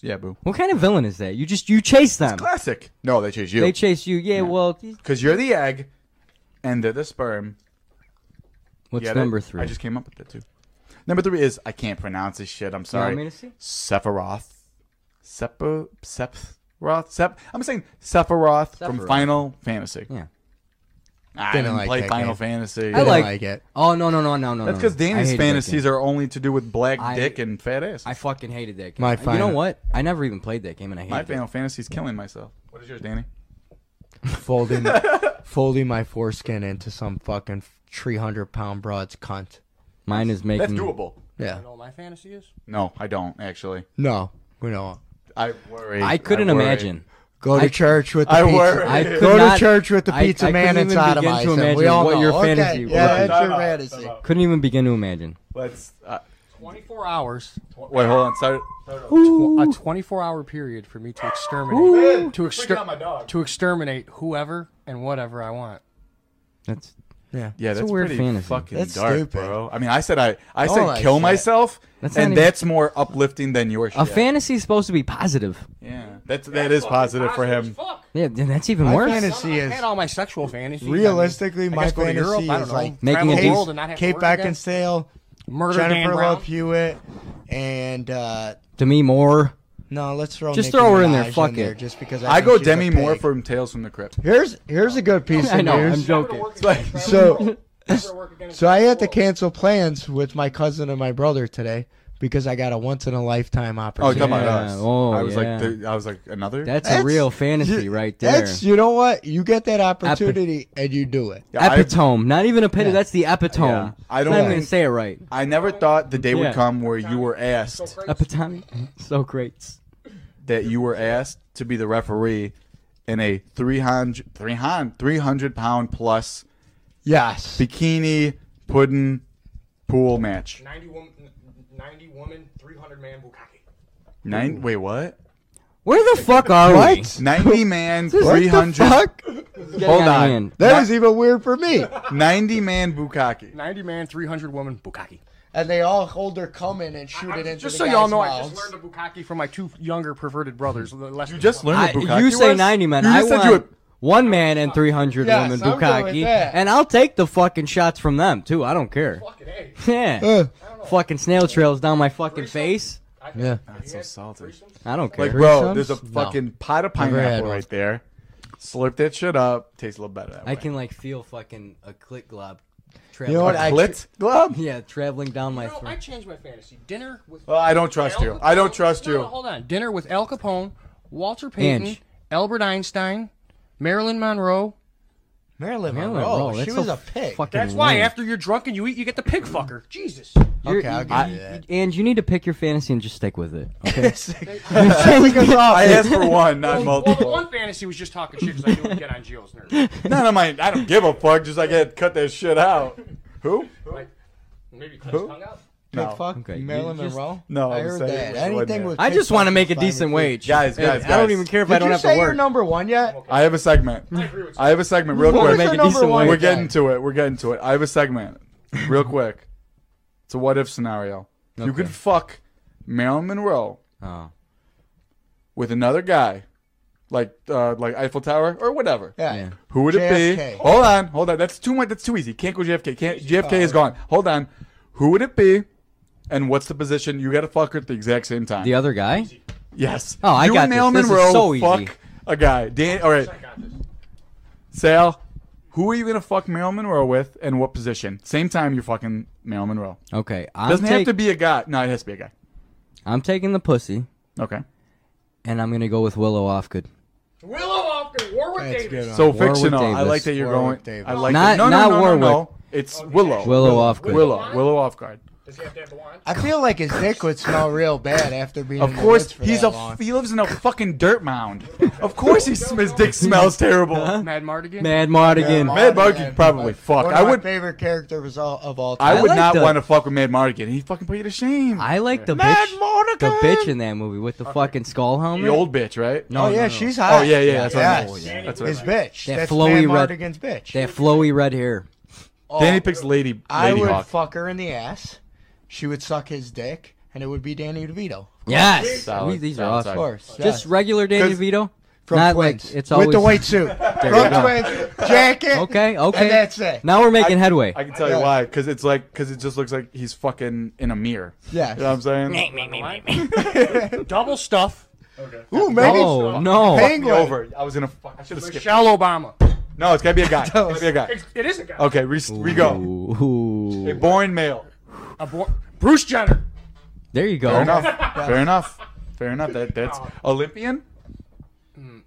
[SPEAKER 2] Yeah, boo.
[SPEAKER 4] What kind of villain is that? You just you chase them.
[SPEAKER 2] Classic. No, they chase
[SPEAKER 4] They
[SPEAKER 2] you
[SPEAKER 4] chase you. Yeah. Well,
[SPEAKER 2] because you're the egg, and they're the sperm.
[SPEAKER 4] what's
[SPEAKER 2] Get it?
[SPEAKER 4] number three?
[SPEAKER 2] I just came up with that too. Number three is I can't pronounce this shit. I'm
[SPEAKER 4] you
[SPEAKER 2] sorry.
[SPEAKER 4] want me to see?
[SPEAKER 2] Sephiroth. Seppo. Sephiroth. Sep. I'm saying Sephiroth,
[SPEAKER 4] Sephiroth.
[SPEAKER 2] from Final Fantasy.
[SPEAKER 4] Yeah.
[SPEAKER 2] I
[SPEAKER 3] Didn't
[SPEAKER 2] didn't
[SPEAKER 3] like
[SPEAKER 2] play
[SPEAKER 3] that
[SPEAKER 2] Final
[SPEAKER 3] game.
[SPEAKER 2] Fantasy.
[SPEAKER 4] I
[SPEAKER 3] Didn't
[SPEAKER 4] like-
[SPEAKER 3] it.
[SPEAKER 4] Oh no no no no no.
[SPEAKER 2] That's
[SPEAKER 4] no,
[SPEAKER 2] because
[SPEAKER 4] no. I
[SPEAKER 2] Danny's
[SPEAKER 4] hated that
[SPEAKER 2] fantasies
[SPEAKER 4] game.
[SPEAKER 2] are only to do with black
[SPEAKER 4] I-
[SPEAKER 2] dick and fat ass.
[SPEAKER 4] I fucking hated that game.
[SPEAKER 3] My
[SPEAKER 4] You know
[SPEAKER 3] final-
[SPEAKER 4] what? I never even played that game, and I hated
[SPEAKER 2] My
[SPEAKER 4] it.
[SPEAKER 2] Final Fantasy's killing myself. What is yours, Danny?
[SPEAKER 3] Folding, folding my foreskin into some fucking three hundred pound broad's cunt.
[SPEAKER 4] Mine is making.
[SPEAKER 2] That's doable.
[SPEAKER 3] Yeah.
[SPEAKER 6] You know what my fantasy is?
[SPEAKER 2] No, I don't actually.
[SPEAKER 3] No, we don't.
[SPEAKER 2] I worry.
[SPEAKER 4] I couldn't
[SPEAKER 2] worry.
[SPEAKER 4] imagine.
[SPEAKER 3] Go to
[SPEAKER 4] I-
[SPEAKER 3] church with the
[SPEAKER 2] I
[SPEAKER 3] pizza.
[SPEAKER 2] worry.
[SPEAKER 4] I
[SPEAKER 2] Go
[SPEAKER 4] could
[SPEAKER 3] Go
[SPEAKER 4] not-
[SPEAKER 3] to church with the
[SPEAKER 4] I-
[SPEAKER 3] pide
[SPEAKER 4] I
[SPEAKER 3] man
[SPEAKER 4] couldn't
[SPEAKER 3] and
[SPEAKER 4] even begin to
[SPEAKER 3] sodomize him.
[SPEAKER 4] imagine
[SPEAKER 3] We all
[SPEAKER 4] what
[SPEAKER 3] know.
[SPEAKER 4] your
[SPEAKER 3] Okay,
[SPEAKER 4] fantasy was.
[SPEAKER 3] Yeah, that's
[SPEAKER 2] Time
[SPEAKER 3] your
[SPEAKER 2] out,
[SPEAKER 3] fantasy.
[SPEAKER 2] time out.
[SPEAKER 4] Couldn't even begin to imagine.
[SPEAKER 2] Let's. Uh,
[SPEAKER 6] 24 hours.
[SPEAKER 2] wait, hold on. Sorry.
[SPEAKER 6] Tw- a 24 hour period for me to exterminate. To,
[SPEAKER 2] Freaking out my
[SPEAKER 6] exter-
[SPEAKER 2] dog.
[SPEAKER 6] to exterminate whoever and whatever I want.
[SPEAKER 4] That's
[SPEAKER 3] Yeah.
[SPEAKER 2] Yeah,
[SPEAKER 4] It's a
[SPEAKER 2] that's
[SPEAKER 4] weird
[SPEAKER 2] pretty
[SPEAKER 4] fantasy.
[SPEAKER 2] fucking
[SPEAKER 3] That's
[SPEAKER 2] dark,
[SPEAKER 3] stupid.
[SPEAKER 2] bro. I mean, I said I, I said
[SPEAKER 3] like
[SPEAKER 2] kill
[SPEAKER 3] that.
[SPEAKER 2] myself,
[SPEAKER 4] That's not
[SPEAKER 2] and
[SPEAKER 4] even-
[SPEAKER 2] that's more uplifting than your shit.
[SPEAKER 4] a fantasy is supposed to be positive.
[SPEAKER 2] Yeah, that's that is positive for him.
[SPEAKER 4] Yeah, then that's even
[SPEAKER 3] My
[SPEAKER 4] worse.
[SPEAKER 3] fantasy
[SPEAKER 6] I
[SPEAKER 3] is
[SPEAKER 6] had all my sexual fantasies.
[SPEAKER 3] realistically
[SPEAKER 6] I mean, I
[SPEAKER 3] my
[SPEAKER 6] guess go to
[SPEAKER 3] fantasy
[SPEAKER 6] Europe, I don't
[SPEAKER 3] is
[SPEAKER 6] know,
[SPEAKER 3] like
[SPEAKER 4] Making
[SPEAKER 6] travel
[SPEAKER 4] a
[SPEAKER 6] the
[SPEAKER 4] decent-
[SPEAKER 6] world and not have to
[SPEAKER 3] Kate
[SPEAKER 6] work again.
[SPEAKER 3] Beckinsale,
[SPEAKER 6] murder Dan
[SPEAKER 3] Jennifer
[SPEAKER 6] Brown.
[SPEAKER 3] Love Hewitt, and uh,
[SPEAKER 4] to me, more.
[SPEAKER 3] no, let's throw
[SPEAKER 4] Just
[SPEAKER 3] Nicki
[SPEAKER 4] throw her in there,
[SPEAKER 3] Minaj
[SPEAKER 4] fuck
[SPEAKER 3] there
[SPEAKER 4] it.
[SPEAKER 3] just because I,
[SPEAKER 2] I
[SPEAKER 3] think
[SPEAKER 2] go
[SPEAKER 3] she's a
[SPEAKER 2] Demi Moore
[SPEAKER 3] pig.
[SPEAKER 2] from Tales from the Crypt.
[SPEAKER 3] Here's here's a good piece
[SPEAKER 4] I
[SPEAKER 3] of
[SPEAKER 4] know. I'm
[SPEAKER 3] news.
[SPEAKER 4] joking.
[SPEAKER 2] It's like
[SPEAKER 3] So
[SPEAKER 6] Never work again in
[SPEAKER 3] so I had to
[SPEAKER 6] the world.
[SPEAKER 3] cancel plans with my cousin and my brother today because I got a once in a lifetime
[SPEAKER 2] oh,
[SPEAKER 3] opportunity.
[SPEAKER 2] come on,
[SPEAKER 4] Yeah,
[SPEAKER 2] us.
[SPEAKER 4] oh,
[SPEAKER 2] I was
[SPEAKER 4] yeah.
[SPEAKER 2] like, the, I was like another.
[SPEAKER 4] That's,
[SPEAKER 3] That's-
[SPEAKER 4] a real fantasy
[SPEAKER 3] You-
[SPEAKER 4] right there.
[SPEAKER 3] That's you know what? You get that opportunity and you do it.
[SPEAKER 2] Yeah, I-
[SPEAKER 4] epitome. not even a pity.
[SPEAKER 3] Yeah.
[SPEAKER 4] That's the epitome.
[SPEAKER 2] Yeah. I
[SPEAKER 4] I'm
[SPEAKER 2] don't
[SPEAKER 4] not even gonna
[SPEAKER 2] think-
[SPEAKER 4] say it right.
[SPEAKER 2] I never thought the day
[SPEAKER 4] Yeah.
[SPEAKER 2] would come where you were asked
[SPEAKER 4] Epitome. So great.
[SPEAKER 2] that you were asked to be the referee in a 300, 300, 300 pound plus
[SPEAKER 3] Yes.
[SPEAKER 2] bikini pudding pool match.
[SPEAKER 6] 90 woman, 90 woman 300 man bukkake.
[SPEAKER 2] Nine, wait, what?
[SPEAKER 4] Where the fuck are we?
[SPEAKER 3] What?
[SPEAKER 2] 90 man,
[SPEAKER 3] What
[SPEAKER 2] 300.
[SPEAKER 3] the fuck?
[SPEAKER 2] Hold
[SPEAKER 4] outta
[SPEAKER 2] on.
[SPEAKER 4] hand.
[SPEAKER 3] That was even weird for me.
[SPEAKER 2] 90 man bukkake.
[SPEAKER 6] 90 man 300 woman bukkake.
[SPEAKER 3] And they all hold their cum in and shoot it into
[SPEAKER 6] Just
[SPEAKER 3] the
[SPEAKER 6] so y'all
[SPEAKER 3] guys'
[SPEAKER 6] know, I
[SPEAKER 3] mouths.
[SPEAKER 6] just learned a bukkake from my two younger perverted brothers. You
[SPEAKER 4] I, you say 90 men.
[SPEAKER 2] You
[SPEAKER 4] I
[SPEAKER 2] just said you
[SPEAKER 4] want
[SPEAKER 2] would-
[SPEAKER 4] one man and 300
[SPEAKER 3] Yes,
[SPEAKER 4] women
[SPEAKER 3] I'm good with
[SPEAKER 4] bukkake,
[SPEAKER 3] that.
[SPEAKER 4] and I'll take the fucking shots from them too. I don't care.
[SPEAKER 6] Fucking A.
[SPEAKER 4] Yeah.
[SPEAKER 3] Ugh.
[SPEAKER 4] Fucking snail trails down my fucking face.
[SPEAKER 3] Yeah.
[SPEAKER 2] That's so salty.
[SPEAKER 4] I don't care.
[SPEAKER 2] Like, bro,
[SPEAKER 3] Threesomes?
[SPEAKER 2] there's a
[SPEAKER 3] No.
[SPEAKER 2] fucking pot of
[SPEAKER 3] Never had
[SPEAKER 2] pineapple
[SPEAKER 3] one.
[SPEAKER 2] right there. Slurp that shit up. Tastes a little better. That
[SPEAKER 4] I
[SPEAKER 2] way.
[SPEAKER 4] can like feel fucking a clit glob. Traveling.
[SPEAKER 3] You know what? I
[SPEAKER 2] Clit glove?
[SPEAKER 4] yeah, traveling down my
[SPEAKER 6] No, I
[SPEAKER 4] throat.
[SPEAKER 6] changed my fantasy. Dinner with.
[SPEAKER 2] Well, I don't trust you. I don't trust
[SPEAKER 6] No, no,
[SPEAKER 2] you.
[SPEAKER 6] hold on. Dinner with Al Capone, Walter Payton,
[SPEAKER 4] Ange.
[SPEAKER 6] Albert Einstein, Marilyn Monroe.
[SPEAKER 3] Marilyn
[SPEAKER 4] Marilyn
[SPEAKER 3] Monroe.
[SPEAKER 4] Monroe,
[SPEAKER 3] she
[SPEAKER 4] that's
[SPEAKER 3] was
[SPEAKER 4] so
[SPEAKER 3] a pig.
[SPEAKER 4] Fucking
[SPEAKER 6] That's why
[SPEAKER 4] lame.
[SPEAKER 6] after you're drunk and you eat, you get the pig fucker. Jesus.
[SPEAKER 4] You're-
[SPEAKER 3] Okay, I'll
[SPEAKER 4] you-
[SPEAKER 3] give
[SPEAKER 4] you-
[SPEAKER 3] you that.
[SPEAKER 4] And you need to pick your fantasy and just stick with it. Okay.
[SPEAKER 2] I asked for one, not
[SPEAKER 6] Well, the
[SPEAKER 2] multiple.
[SPEAKER 6] one fantasy was just talking shit because I knew would get on Gio's nerves.
[SPEAKER 2] None of mine. I don't give a fuck. Just I get cut that shit out. Who?
[SPEAKER 6] Like, maybe cut his
[SPEAKER 2] Who?
[SPEAKER 6] tongue out.
[SPEAKER 2] No.
[SPEAKER 3] Pig fuck.
[SPEAKER 4] Okay, you
[SPEAKER 3] Marilyn
[SPEAKER 4] just-
[SPEAKER 3] Monroe.
[SPEAKER 2] No,
[SPEAKER 3] I
[SPEAKER 2] I'm
[SPEAKER 3] heard
[SPEAKER 2] saying
[SPEAKER 3] that.
[SPEAKER 2] it wasn't
[SPEAKER 3] Anything
[SPEAKER 2] it.
[SPEAKER 3] with
[SPEAKER 4] I
[SPEAKER 3] pig
[SPEAKER 4] just want to
[SPEAKER 3] fuck
[SPEAKER 4] make a
[SPEAKER 3] is fine with
[SPEAKER 4] decent
[SPEAKER 3] me.
[SPEAKER 4] wage.
[SPEAKER 2] Guys,
[SPEAKER 4] And
[SPEAKER 2] guys,
[SPEAKER 4] I don't
[SPEAKER 2] guys.
[SPEAKER 4] even care if
[SPEAKER 3] Did
[SPEAKER 4] I don't
[SPEAKER 3] you
[SPEAKER 4] have
[SPEAKER 3] say
[SPEAKER 4] to
[SPEAKER 3] your
[SPEAKER 4] work.
[SPEAKER 3] number one yet?
[SPEAKER 2] I have a segment.
[SPEAKER 6] I agree with you.
[SPEAKER 2] I have a segment real
[SPEAKER 3] What was
[SPEAKER 2] quick.
[SPEAKER 4] make
[SPEAKER 3] your
[SPEAKER 4] a
[SPEAKER 3] number
[SPEAKER 4] decent
[SPEAKER 3] one
[SPEAKER 4] wage.
[SPEAKER 2] We're
[SPEAKER 3] yet?
[SPEAKER 2] getting to it. We're getting to it. I have a segment, real quick. It's a what if scenario. You could fuck Marilyn Monroe
[SPEAKER 4] Oh.
[SPEAKER 2] with another guy, like uh, like Eiffel Tower or whatever.
[SPEAKER 3] Yeah.
[SPEAKER 2] Who would it
[SPEAKER 3] JFK.
[SPEAKER 2] be? Hold on, hold on. That's too much. That's too easy. Can't go JFK. Can't JFK
[SPEAKER 3] Oh.
[SPEAKER 2] is gone. Hold on. Who would it be? And what's the position? You got to fuck her at the exact same time.
[SPEAKER 4] The other guy?
[SPEAKER 2] yes.
[SPEAKER 4] Oh, I
[SPEAKER 2] you
[SPEAKER 4] got
[SPEAKER 2] and
[SPEAKER 4] this.
[SPEAKER 2] Marilyn
[SPEAKER 4] This is
[SPEAKER 2] Monroe
[SPEAKER 4] so easy.
[SPEAKER 2] fuck a guy. Dan. All right. Sal. Who are you gonna fuck Marilyn Monroe with, and what position? Same time you're fucking Marilyn Monroe.
[SPEAKER 4] Okay, I'm,
[SPEAKER 2] Doesn't have
[SPEAKER 4] take-
[SPEAKER 2] to be a guy. No, it has to be a guy.
[SPEAKER 4] I'm taking the pussy,
[SPEAKER 2] Okay.
[SPEAKER 4] Uh, and I'm gonna go with Willow Offgood.
[SPEAKER 6] Willow Offgood, Warwick
[SPEAKER 3] That's
[SPEAKER 6] Davis.
[SPEAKER 3] good.
[SPEAKER 2] So
[SPEAKER 4] Warwick
[SPEAKER 2] fictional. I
[SPEAKER 4] Davis.
[SPEAKER 2] like that you're
[SPEAKER 3] Warwick
[SPEAKER 2] going.
[SPEAKER 3] Davis.
[SPEAKER 2] I like
[SPEAKER 4] Not-
[SPEAKER 2] that. No, no,
[SPEAKER 4] not
[SPEAKER 2] no, no,
[SPEAKER 4] Warwick.
[SPEAKER 2] no. It's Oh, Willow.
[SPEAKER 4] Willow Offgood.
[SPEAKER 2] Willow. Willow Offguard.
[SPEAKER 6] Does he have to have the wand?
[SPEAKER 3] I feel like his dick would smell real bad after being.
[SPEAKER 2] Of
[SPEAKER 3] in the
[SPEAKER 2] course,
[SPEAKER 3] woods for
[SPEAKER 2] he's a
[SPEAKER 3] that long.
[SPEAKER 2] he lives in a fucking dirt mound. Of course, he's, his dick smells terrible.
[SPEAKER 6] Mad Mardigan?
[SPEAKER 4] Mad Mardigan.
[SPEAKER 2] Mad Mardigan could probably fuck.
[SPEAKER 3] One of
[SPEAKER 2] I
[SPEAKER 3] my
[SPEAKER 2] would-
[SPEAKER 3] favorite character was all, of all time.
[SPEAKER 2] I would
[SPEAKER 4] like
[SPEAKER 2] not
[SPEAKER 4] the-
[SPEAKER 2] want to fuck with Mad Mardigan. He fucking put you to shame.
[SPEAKER 4] I like the
[SPEAKER 2] Mad
[SPEAKER 4] bitch.
[SPEAKER 2] Mardigan.
[SPEAKER 4] The bitch in that movie with the fucking skull helmet.
[SPEAKER 2] the old bitch, right?
[SPEAKER 4] No,
[SPEAKER 3] oh yeah,
[SPEAKER 4] no, no.
[SPEAKER 3] she's
[SPEAKER 2] Oh
[SPEAKER 3] hot.
[SPEAKER 2] yeah, yeah. That's
[SPEAKER 3] Yes.
[SPEAKER 2] what. I'm- That's what.
[SPEAKER 3] His
[SPEAKER 2] I'm-
[SPEAKER 3] bitch.
[SPEAKER 4] That
[SPEAKER 3] That's
[SPEAKER 4] flowy
[SPEAKER 3] Van
[SPEAKER 4] red-
[SPEAKER 3] Mardigan's bitch.
[SPEAKER 4] that flowy red hair.
[SPEAKER 3] Oh,
[SPEAKER 2] Danny picks Lady Lady
[SPEAKER 3] I would
[SPEAKER 2] Hawk.
[SPEAKER 3] fuck her in the ass. She would suck his dick, and it would be Danny DeVito.
[SPEAKER 4] Yes,
[SPEAKER 2] Solid,
[SPEAKER 4] We- these are
[SPEAKER 2] solid,
[SPEAKER 4] awesome.
[SPEAKER 2] solid.
[SPEAKER 3] Of course.
[SPEAKER 4] Just
[SPEAKER 3] yes.
[SPEAKER 4] regular Danny
[SPEAKER 2] 'Cause-
[SPEAKER 4] DeVito.
[SPEAKER 3] from
[SPEAKER 4] not
[SPEAKER 3] Twins.
[SPEAKER 4] like it's
[SPEAKER 3] with
[SPEAKER 4] always
[SPEAKER 3] the white suit. from Twins. Jacket.
[SPEAKER 4] Okay, okay.
[SPEAKER 3] And that's it.
[SPEAKER 4] Now we're making
[SPEAKER 2] I-
[SPEAKER 4] headway.
[SPEAKER 2] I can tell you
[SPEAKER 3] Yeah.
[SPEAKER 2] why, because it's like, because it just looks like he's fucking in a mirror.
[SPEAKER 3] Yes.
[SPEAKER 2] You know what I'm saying?
[SPEAKER 6] Double stuff.
[SPEAKER 3] Ooh, maybe.
[SPEAKER 4] oh no!
[SPEAKER 3] Hey,
[SPEAKER 2] Fuck me
[SPEAKER 3] England.
[SPEAKER 2] over. I was gonna. Fuck, I should have skipped.
[SPEAKER 6] Michelle Obama.
[SPEAKER 2] No, it's gotta be a guy. It's gotta be a guy.
[SPEAKER 6] It's, it is a guy.
[SPEAKER 2] Okay, we we go.
[SPEAKER 4] Ooh.
[SPEAKER 2] A born male.
[SPEAKER 6] A boy- Bruce Jenner.
[SPEAKER 4] There you go.
[SPEAKER 2] Fair enough. Fair enough. Fair enough. That that's Olympian.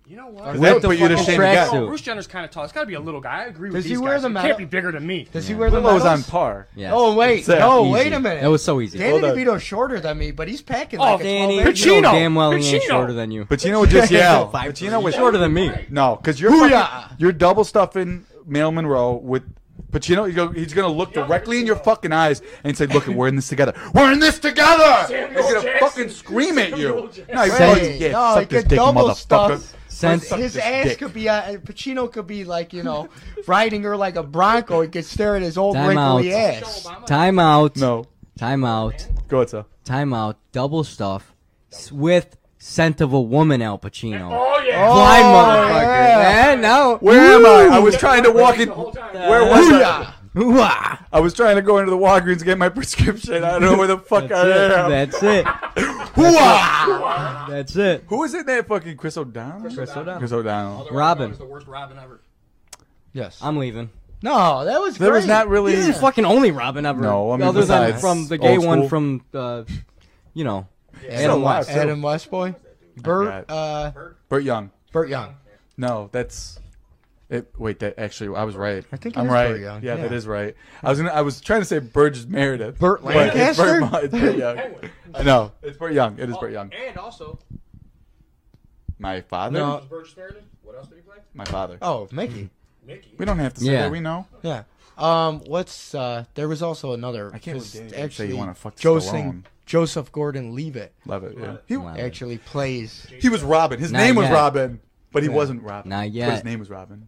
[SPEAKER 6] You know what?
[SPEAKER 2] That would
[SPEAKER 4] the
[SPEAKER 2] put you to
[SPEAKER 4] fucking
[SPEAKER 2] shame. again.
[SPEAKER 4] tracksuit?
[SPEAKER 6] Oh, Bruce Jenner's kind of tall. It's got to be a little guy. I agree with
[SPEAKER 3] Does he
[SPEAKER 6] these
[SPEAKER 3] wear
[SPEAKER 6] guys.
[SPEAKER 3] the
[SPEAKER 6] It
[SPEAKER 3] medal?
[SPEAKER 6] can't be bigger than me.
[SPEAKER 2] Oh,
[SPEAKER 3] Does he wear the
[SPEAKER 2] Willow's on
[SPEAKER 3] medals?
[SPEAKER 2] par.
[SPEAKER 4] Yes.
[SPEAKER 3] Oh wait,
[SPEAKER 2] That's it.
[SPEAKER 3] no,
[SPEAKER 2] Easy.
[SPEAKER 3] wait a minute.
[SPEAKER 4] That was so easy.
[SPEAKER 3] Danny
[SPEAKER 2] Hold on.
[SPEAKER 3] DeVito's shorter than me, but he's packing
[SPEAKER 6] Oh,
[SPEAKER 3] like a
[SPEAKER 4] Danny, you
[SPEAKER 3] 12
[SPEAKER 4] know
[SPEAKER 3] inch.
[SPEAKER 6] Pacino!
[SPEAKER 4] damn well he ain't
[SPEAKER 6] Pacino!
[SPEAKER 4] shorter than you.
[SPEAKER 2] But you know what? Just yell.
[SPEAKER 4] Five
[SPEAKER 2] But you know what?
[SPEAKER 4] shorter than me.
[SPEAKER 2] No, because you're fucking, you're double stuffing Mail Monroe with. But you know you go, he's gonna look directly in your fucking eyes and say, "Look, we're in this together. We're in this together." he's gonna
[SPEAKER 6] Jackson.
[SPEAKER 2] fucking scream at you. No, he's
[SPEAKER 4] Samuel
[SPEAKER 2] fucking, yeah,
[SPEAKER 3] no,
[SPEAKER 2] suck
[SPEAKER 3] he
[SPEAKER 2] this
[SPEAKER 3] could
[SPEAKER 2] dick,
[SPEAKER 3] double
[SPEAKER 2] motherfucker.
[SPEAKER 3] stuff.
[SPEAKER 4] Since
[SPEAKER 3] His
[SPEAKER 2] this
[SPEAKER 3] ass
[SPEAKER 2] dick.
[SPEAKER 3] could be, uh, Pacino could be like, you know, riding her like a Bronco. He could stare at his old
[SPEAKER 4] Time
[SPEAKER 3] wrinkly
[SPEAKER 4] out.
[SPEAKER 3] ass.
[SPEAKER 4] time out.
[SPEAKER 2] No,
[SPEAKER 4] Time out.
[SPEAKER 2] go ahead, sir.
[SPEAKER 4] Time out. Double stuff s- with scent of a woman. Al Pacino.
[SPEAKER 6] Oh, yeah.
[SPEAKER 4] Blind motherfucker.
[SPEAKER 3] yeah.
[SPEAKER 4] Man, no.
[SPEAKER 2] Where am I? I was trying to walk in. Where was I?
[SPEAKER 4] Ooh-ah.
[SPEAKER 2] I was trying to go into the Walgreens to get my prescription. I don't know where the fuck I am.
[SPEAKER 4] That's it.
[SPEAKER 2] Hoo-ah!
[SPEAKER 4] That's it.
[SPEAKER 2] Who was in that fucking Chris O'Donnell? Chris
[SPEAKER 6] O'Donnell.
[SPEAKER 2] Chris O'Donnell.
[SPEAKER 4] Robin.
[SPEAKER 6] the worst Robin ever.
[SPEAKER 3] Yes.
[SPEAKER 4] I'm leaving.
[SPEAKER 3] No, that was
[SPEAKER 2] There
[SPEAKER 3] great.
[SPEAKER 2] was not really.
[SPEAKER 4] This is fucking only Robin ever.
[SPEAKER 2] No, I mean,
[SPEAKER 4] other than
[SPEAKER 2] besides
[SPEAKER 4] from the gay
[SPEAKER 2] old
[SPEAKER 4] one
[SPEAKER 2] school.
[SPEAKER 4] from, uh, you know,
[SPEAKER 2] Still
[SPEAKER 4] Adam
[SPEAKER 2] alive,
[SPEAKER 4] West.
[SPEAKER 2] too.
[SPEAKER 3] Adam Westboy, Burt,
[SPEAKER 2] forgot.
[SPEAKER 3] uh,
[SPEAKER 2] Burt Young.
[SPEAKER 3] Burt Young.
[SPEAKER 2] No, that's. It, wait, that actually, I was right. I
[SPEAKER 3] think it
[SPEAKER 2] I'm
[SPEAKER 3] is
[SPEAKER 2] right.
[SPEAKER 3] Burt Young,
[SPEAKER 2] Yeah, that
[SPEAKER 3] yeah.
[SPEAKER 2] is right. I was gonna. I was trying to say Burgess Meredith.
[SPEAKER 3] Burt
[SPEAKER 2] but it's
[SPEAKER 3] Lancaster?
[SPEAKER 2] Burt, Mo- it's Burt Young. I know it's Burt Young. It is Burt Young.
[SPEAKER 6] And also,
[SPEAKER 2] My father.
[SPEAKER 3] No.
[SPEAKER 6] Burgess Meredith. What else did he play?
[SPEAKER 2] My father.
[SPEAKER 3] Oh, Mickey.
[SPEAKER 6] Mickey.
[SPEAKER 2] We don't have to say
[SPEAKER 4] Yeah.
[SPEAKER 2] that. We know.
[SPEAKER 3] Yeah. Um. What's uh? There was also another.
[SPEAKER 2] I can't
[SPEAKER 3] was
[SPEAKER 2] believe Danny didn't say
[SPEAKER 3] actually
[SPEAKER 2] you wanna fuck
[SPEAKER 3] Joseph
[SPEAKER 2] Stallone.
[SPEAKER 3] Joseph Gordon-Levitt
[SPEAKER 2] Love it. Yeah. He,
[SPEAKER 4] Wow.
[SPEAKER 3] actually plays.
[SPEAKER 2] he was Robin. His
[SPEAKER 4] Not
[SPEAKER 2] name was
[SPEAKER 4] yet.
[SPEAKER 2] Robin, but he wasn't Robin.
[SPEAKER 4] Not
[SPEAKER 2] But
[SPEAKER 4] yet.
[SPEAKER 2] his name was Robin.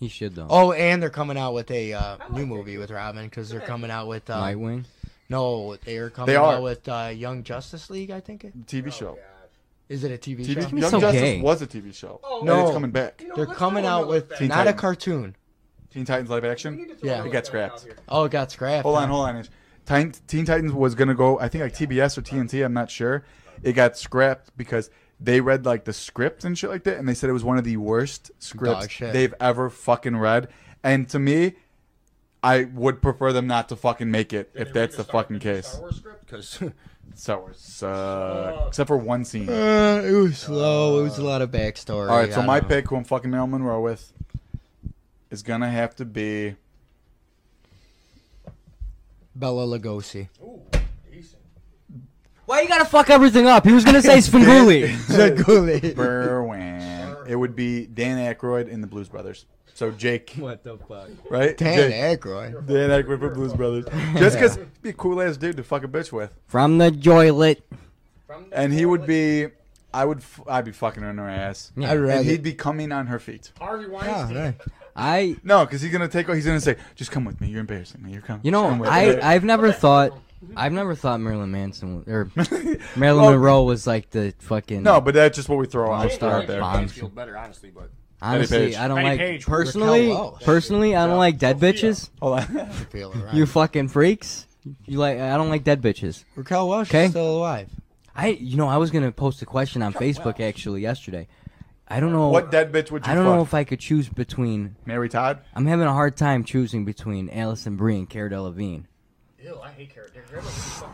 [SPEAKER 4] He should though.
[SPEAKER 3] Oh, and they're coming out with a uh, new movie with Robin because they're coming out with. Uh,
[SPEAKER 4] Nightwing.
[SPEAKER 3] no, they're coming
[SPEAKER 2] They are.
[SPEAKER 3] out with uh, Young Justice League. I think it
[SPEAKER 2] The TV show.
[SPEAKER 3] is it a TV,
[SPEAKER 2] TV
[SPEAKER 3] show.
[SPEAKER 2] Young
[SPEAKER 4] so
[SPEAKER 2] Justice
[SPEAKER 4] gay.
[SPEAKER 2] was a TV show.
[SPEAKER 6] Oh,
[SPEAKER 2] and
[SPEAKER 3] No.
[SPEAKER 2] it's coming back.
[SPEAKER 3] They're coming out with
[SPEAKER 2] Teen
[SPEAKER 3] not a
[SPEAKER 2] Titans.
[SPEAKER 3] cartoon.
[SPEAKER 2] Teen Titans live action.
[SPEAKER 3] Yeah.
[SPEAKER 2] it got scrapped.
[SPEAKER 3] Oh, it got scrapped.
[SPEAKER 2] Hold
[SPEAKER 3] huh?
[SPEAKER 2] on, hold on. Teen, Teen Titans was gonna go. I think like TBS or TNT. I'm not sure. It got scrapped because they read like the script and shit like that, and they said it was one of the worst
[SPEAKER 3] Dog
[SPEAKER 2] scripts
[SPEAKER 3] shit.
[SPEAKER 2] they've ever fucking read. And to me, I would prefer them not to fucking make it if that's the fucking case.
[SPEAKER 6] Because
[SPEAKER 2] Star Wars, uh, except for one scene.
[SPEAKER 3] Uh, it was slow. It was a lot of backstory.
[SPEAKER 2] All right, so
[SPEAKER 3] I
[SPEAKER 2] my
[SPEAKER 3] don't know.
[SPEAKER 2] pick, who I'm fucking Marilyn Monroe with, is gonna have to be.
[SPEAKER 3] Bella Lugosi.
[SPEAKER 4] Why you gotta fuck everything up? He was gonna say Spenguli.
[SPEAKER 3] Zaguli.
[SPEAKER 2] Berwin. It would be Dan Aykroyd and the Blues Brothers. So Jake,
[SPEAKER 4] what the fuck?
[SPEAKER 2] right?
[SPEAKER 3] Dan
[SPEAKER 2] Jake.
[SPEAKER 3] Aykroyd.
[SPEAKER 2] Dan Aykroyd for Blues Brothers. Just because he'd be a cool ass dude to fuck a bitch with,
[SPEAKER 4] From the toilet.
[SPEAKER 2] and he would be, I would, f- I'd be fucking her in her ass,
[SPEAKER 3] I'd rather-
[SPEAKER 2] and he'd be coming on her feet.
[SPEAKER 6] Harvey
[SPEAKER 3] Yeah,
[SPEAKER 6] Weinstein.
[SPEAKER 3] right.
[SPEAKER 4] I,
[SPEAKER 2] No, because he's gonna take. He's gonna say, "Just come with me. You're embarrassing me. You're coming."
[SPEAKER 4] you know,
[SPEAKER 2] Come with
[SPEAKER 4] I,
[SPEAKER 2] me."
[SPEAKER 4] I've never thought, I've never thought Marilyn Manson was- or Marilyn
[SPEAKER 2] Well-
[SPEAKER 4] Monroe was like the fucking.
[SPEAKER 2] no, but that's just what we throw out,
[SPEAKER 4] Star
[SPEAKER 2] out there.
[SPEAKER 4] Bob.
[SPEAKER 6] I'd feel better, honestly, but
[SPEAKER 4] honestly,
[SPEAKER 2] Page.
[SPEAKER 4] I don't
[SPEAKER 6] Penny
[SPEAKER 4] like
[SPEAKER 6] Page,
[SPEAKER 4] personally.
[SPEAKER 3] Raquel Welch.
[SPEAKER 4] Personally, I don't like dead bitches.
[SPEAKER 2] Hold on.
[SPEAKER 3] Feel it, right.
[SPEAKER 4] You fucking freaks. You like? I don't like dead bitches.
[SPEAKER 3] Raquel Welch
[SPEAKER 4] Okay.
[SPEAKER 3] is still alive.
[SPEAKER 4] I you know I was gonna post a question on Facebook actually yesterday. I don't know.
[SPEAKER 2] What dead bitch would you
[SPEAKER 4] I don't
[SPEAKER 2] fuck?
[SPEAKER 4] know if I could choose between.
[SPEAKER 2] Mary Todd?
[SPEAKER 4] I'm having a hard time choosing between Allison Brie and Cara Delevingne.
[SPEAKER 6] Ew, I hate carrot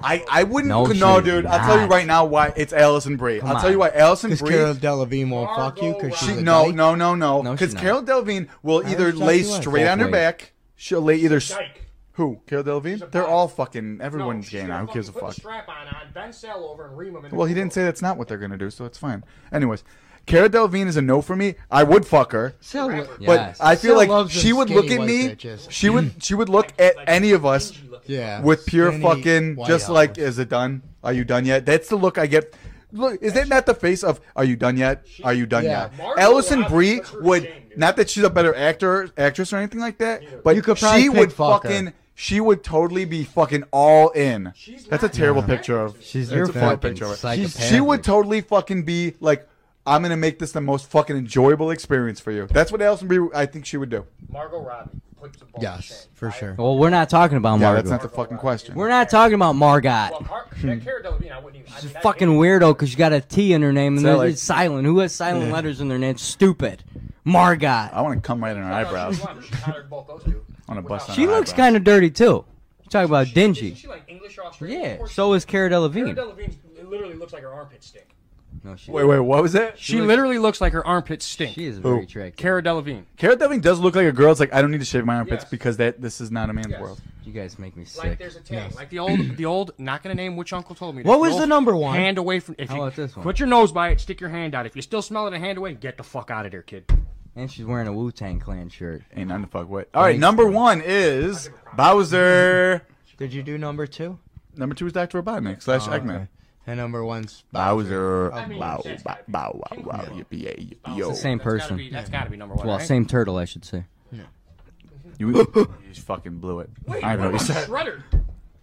[SPEAKER 2] I, I wouldn't.
[SPEAKER 4] No,
[SPEAKER 2] No,
[SPEAKER 4] she's
[SPEAKER 2] dude. I'll tell you
[SPEAKER 4] not.
[SPEAKER 2] right now why it's Allison Brie. I'll tell you why Allison
[SPEAKER 3] Because
[SPEAKER 2] Brie.
[SPEAKER 3] Carol Delevingne won't fuck you because she's
[SPEAKER 2] She,
[SPEAKER 3] a
[SPEAKER 2] no,
[SPEAKER 3] dyke.
[SPEAKER 2] no, no, no.
[SPEAKER 4] No,
[SPEAKER 2] Because
[SPEAKER 4] she's not.
[SPEAKER 2] Carol Delvine will either
[SPEAKER 3] was
[SPEAKER 2] lay
[SPEAKER 3] talking about
[SPEAKER 2] straight
[SPEAKER 4] both
[SPEAKER 2] on her
[SPEAKER 4] ways.
[SPEAKER 2] back. She'll lay either. s-
[SPEAKER 6] Dyke.
[SPEAKER 2] Who? Carol Delvine? They're all fucking. Everyone's gay now. Who gives a fuck?
[SPEAKER 6] strap on, on, bend sail over, and ream him.
[SPEAKER 2] Well, he didn't say that's not what they're gonna do, so it's fine. Anyways, Cara Delvine is a no for me. I would fuck her,
[SPEAKER 3] Sal, yeah.
[SPEAKER 4] Yes.
[SPEAKER 2] but I feel
[SPEAKER 3] Still
[SPEAKER 2] like
[SPEAKER 3] loves them
[SPEAKER 2] she would
[SPEAKER 3] skinny
[SPEAKER 2] look at
[SPEAKER 3] white
[SPEAKER 2] me.
[SPEAKER 3] bitches.
[SPEAKER 2] She would she would look at any of us with pure
[SPEAKER 3] skinny
[SPEAKER 2] fucking
[SPEAKER 3] white
[SPEAKER 2] just like
[SPEAKER 3] outfits.
[SPEAKER 2] is it done? Are you done yet? That's the look I get. Look, is that not the face of are you done yet? Are you done
[SPEAKER 3] Yeah.
[SPEAKER 2] yet?
[SPEAKER 6] Margot
[SPEAKER 2] Allison Brie
[SPEAKER 6] Robbie took her
[SPEAKER 2] would
[SPEAKER 6] shame, dude.
[SPEAKER 2] not that she's a better actor, actress or anything like that, but
[SPEAKER 3] You could probably
[SPEAKER 2] she would
[SPEAKER 3] pig fuck her.
[SPEAKER 2] fucking she would totally be fucking all in.
[SPEAKER 6] She's
[SPEAKER 2] That's a
[SPEAKER 6] not.
[SPEAKER 2] terrible picture of.
[SPEAKER 4] She's
[SPEAKER 2] that's
[SPEAKER 4] your
[SPEAKER 2] a terrible
[SPEAKER 4] fucking
[SPEAKER 2] picture of her.
[SPEAKER 4] psychopath.
[SPEAKER 2] She's- She would totally fucking be like, I'm gonna make this the most fucking enjoyable experience for you. That's what Allison Brie. I think she would do.
[SPEAKER 6] Margot Robbie puts the ball.
[SPEAKER 3] Yes, for sure.
[SPEAKER 4] Well, we're not talking about
[SPEAKER 2] Yeah,
[SPEAKER 4] Margot.
[SPEAKER 2] that's not the fucking question.
[SPEAKER 4] we're not talking about Margot.
[SPEAKER 6] Well, Car-
[SPEAKER 2] Hmm.
[SPEAKER 6] that Cara Delevingne, I wouldn't even. I mean, I
[SPEAKER 4] fucking
[SPEAKER 6] hate-
[SPEAKER 4] weirdo because you got a T in her name and
[SPEAKER 2] So,
[SPEAKER 4] then
[SPEAKER 2] like-
[SPEAKER 4] it's silent. Who has silent letters in their name? Stupid. Margot.
[SPEAKER 2] I want to come right in her
[SPEAKER 6] I thought
[SPEAKER 2] eyebrows.
[SPEAKER 6] she was one, but she countered both those two.
[SPEAKER 2] On a bus.
[SPEAKER 4] She looks kind of dirty too. You talk about dingy.
[SPEAKER 6] Isn't she like English or Australian? Of
[SPEAKER 4] Yeah.
[SPEAKER 6] course
[SPEAKER 4] So
[SPEAKER 6] she
[SPEAKER 4] is Cara
[SPEAKER 6] Cara
[SPEAKER 4] Delevingne.
[SPEAKER 6] Delevingne literally looks like her armpit stink.
[SPEAKER 4] No, she.
[SPEAKER 2] Wait, wait, what was that?
[SPEAKER 6] She literally looks like her armpit stink.
[SPEAKER 4] She is very
[SPEAKER 2] Who?
[SPEAKER 4] attractive.
[SPEAKER 6] Cara Delevingne.
[SPEAKER 2] Cara Delevingne does look like a girl. It's like I don't need to shave my armpits
[SPEAKER 6] Yes.
[SPEAKER 2] because that this is not a man's
[SPEAKER 6] Yes.
[SPEAKER 2] world.
[SPEAKER 4] You guys make me
[SPEAKER 6] Like
[SPEAKER 4] sick.
[SPEAKER 6] there's a tag. Like the old, the old. Not gonna name which uncle told me.
[SPEAKER 3] What
[SPEAKER 6] this.
[SPEAKER 3] was
[SPEAKER 6] old
[SPEAKER 3] the number one?
[SPEAKER 6] Hand away from. If
[SPEAKER 4] How
[SPEAKER 6] you
[SPEAKER 4] about this one?
[SPEAKER 6] Put your nose by it. Stick your hand out. If you still smell it, and hand away. Get the fuck out of there, kid.
[SPEAKER 4] And she's wearing a Wu Tang Clan shirt.
[SPEAKER 2] Ain't nothing to fuck with. All right, number one is Bowser.
[SPEAKER 3] Did you do number two?
[SPEAKER 2] Number two is Doctor Robotnik slash
[SPEAKER 4] Oh,
[SPEAKER 2] Eggman.
[SPEAKER 3] And number one's
[SPEAKER 2] Bowser,
[SPEAKER 3] I
[SPEAKER 6] mean,
[SPEAKER 2] bow,
[SPEAKER 6] that's
[SPEAKER 2] bow,
[SPEAKER 6] gotta be-
[SPEAKER 2] bow, wow, wow, yippee, yay, yippee, yo.
[SPEAKER 4] It's the same
[SPEAKER 6] That's gotta
[SPEAKER 4] person.
[SPEAKER 6] be- that's gotta be number one.
[SPEAKER 4] Well,
[SPEAKER 6] right?
[SPEAKER 4] same turtle, I should say.
[SPEAKER 2] You, you just fucking blew it. I don't know. what you said.
[SPEAKER 6] Shredder.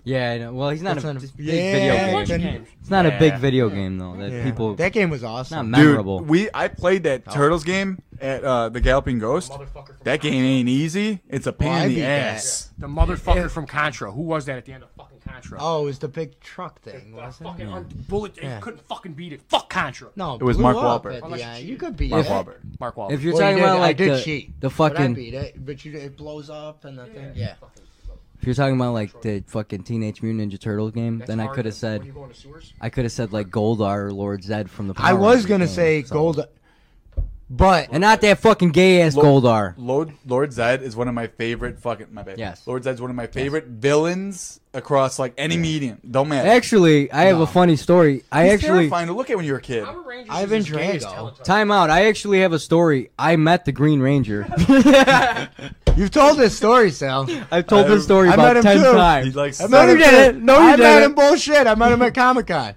[SPEAKER 4] Yeah, I know. well, he's not
[SPEAKER 3] That's
[SPEAKER 4] a,
[SPEAKER 3] not a-
[SPEAKER 4] big
[SPEAKER 3] Yeah,
[SPEAKER 4] video
[SPEAKER 3] Bunch
[SPEAKER 4] game.
[SPEAKER 3] of
[SPEAKER 6] games.
[SPEAKER 4] It's not a big video game though. That
[SPEAKER 3] Yeah.
[SPEAKER 4] people.
[SPEAKER 3] That game was
[SPEAKER 4] it's not
[SPEAKER 3] awesome.
[SPEAKER 4] memorable.
[SPEAKER 2] Dude, we I played that Turtles game at uh, the Galloping Ghost.
[SPEAKER 6] Motherfucker from
[SPEAKER 2] That game ain't easy. It's a pain
[SPEAKER 3] I
[SPEAKER 2] in
[SPEAKER 3] beat
[SPEAKER 2] the
[SPEAKER 3] that.
[SPEAKER 2] ass.
[SPEAKER 6] The motherfucker from Contra. Who was that at the end of fucking Contra?
[SPEAKER 3] Oh, it was the big truck thing,
[SPEAKER 6] That
[SPEAKER 3] wasn't
[SPEAKER 6] fucking
[SPEAKER 3] it?
[SPEAKER 6] un- bullet.
[SPEAKER 3] Yeah.
[SPEAKER 6] You couldn't fucking beat it. Fuck Contra.
[SPEAKER 3] No,
[SPEAKER 2] It was
[SPEAKER 3] blew
[SPEAKER 2] Mark
[SPEAKER 3] up
[SPEAKER 2] Wahlberg.
[SPEAKER 3] at the
[SPEAKER 6] Unless you
[SPEAKER 3] end.
[SPEAKER 6] cheated.
[SPEAKER 3] You could beat
[SPEAKER 2] Mark
[SPEAKER 3] it.
[SPEAKER 2] Wahlberg.
[SPEAKER 6] Mark Wahlberg.
[SPEAKER 4] if you're
[SPEAKER 3] Well, you
[SPEAKER 4] talking
[SPEAKER 3] did-
[SPEAKER 4] about
[SPEAKER 3] I
[SPEAKER 4] like
[SPEAKER 3] did
[SPEAKER 4] the,
[SPEAKER 3] cheat,
[SPEAKER 4] the
[SPEAKER 3] But I
[SPEAKER 4] fucking,
[SPEAKER 3] beat it, but you, it blows up and the thing. Yeah.
[SPEAKER 4] if you're talking about like the fucking Teenage Mutant Ninja Turtle game,
[SPEAKER 6] That's
[SPEAKER 4] then I
[SPEAKER 6] hard.
[SPEAKER 4] could have said
[SPEAKER 6] When you go into sewers?
[SPEAKER 4] I could have said like Goldar or Lord Zed from the. Power
[SPEAKER 3] I was
[SPEAKER 4] Rangers
[SPEAKER 3] gonna
[SPEAKER 4] game,
[SPEAKER 3] say
[SPEAKER 4] so-
[SPEAKER 3] gold, but
[SPEAKER 4] and not that fucking gay ass
[SPEAKER 2] Lord-
[SPEAKER 4] Goldar.
[SPEAKER 2] Lord Lord Zed is one of my favorite fucking my bad.
[SPEAKER 4] Yes.
[SPEAKER 2] Lord Zed's one of my favorite villains across like any medium. Don't matter.
[SPEAKER 4] Actually, I have a funny story. I
[SPEAKER 2] He's
[SPEAKER 4] actually
[SPEAKER 2] terrifying to look at when you're a kid.
[SPEAKER 6] Power Rangers
[SPEAKER 3] Ivan
[SPEAKER 6] is as gay as
[SPEAKER 3] Drago.
[SPEAKER 6] Teletubbies.
[SPEAKER 4] time out. I actually have a story. I met the Green Ranger.
[SPEAKER 3] you've told this story, Sal.
[SPEAKER 4] I've told this story
[SPEAKER 3] I met
[SPEAKER 4] about
[SPEAKER 3] him
[SPEAKER 4] ten
[SPEAKER 3] too.
[SPEAKER 2] He
[SPEAKER 4] times.
[SPEAKER 2] likes
[SPEAKER 3] I met
[SPEAKER 4] you
[SPEAKER 3] him
[SPEAKER 4] didn't.
[SPEAKER 3] too.
[SPEAKER 4] No, you
[SPEAKER 3] I met
[SPEAKER 4] didn't.
[SPEAKER 3] him bullshit. I met him at Comic Con.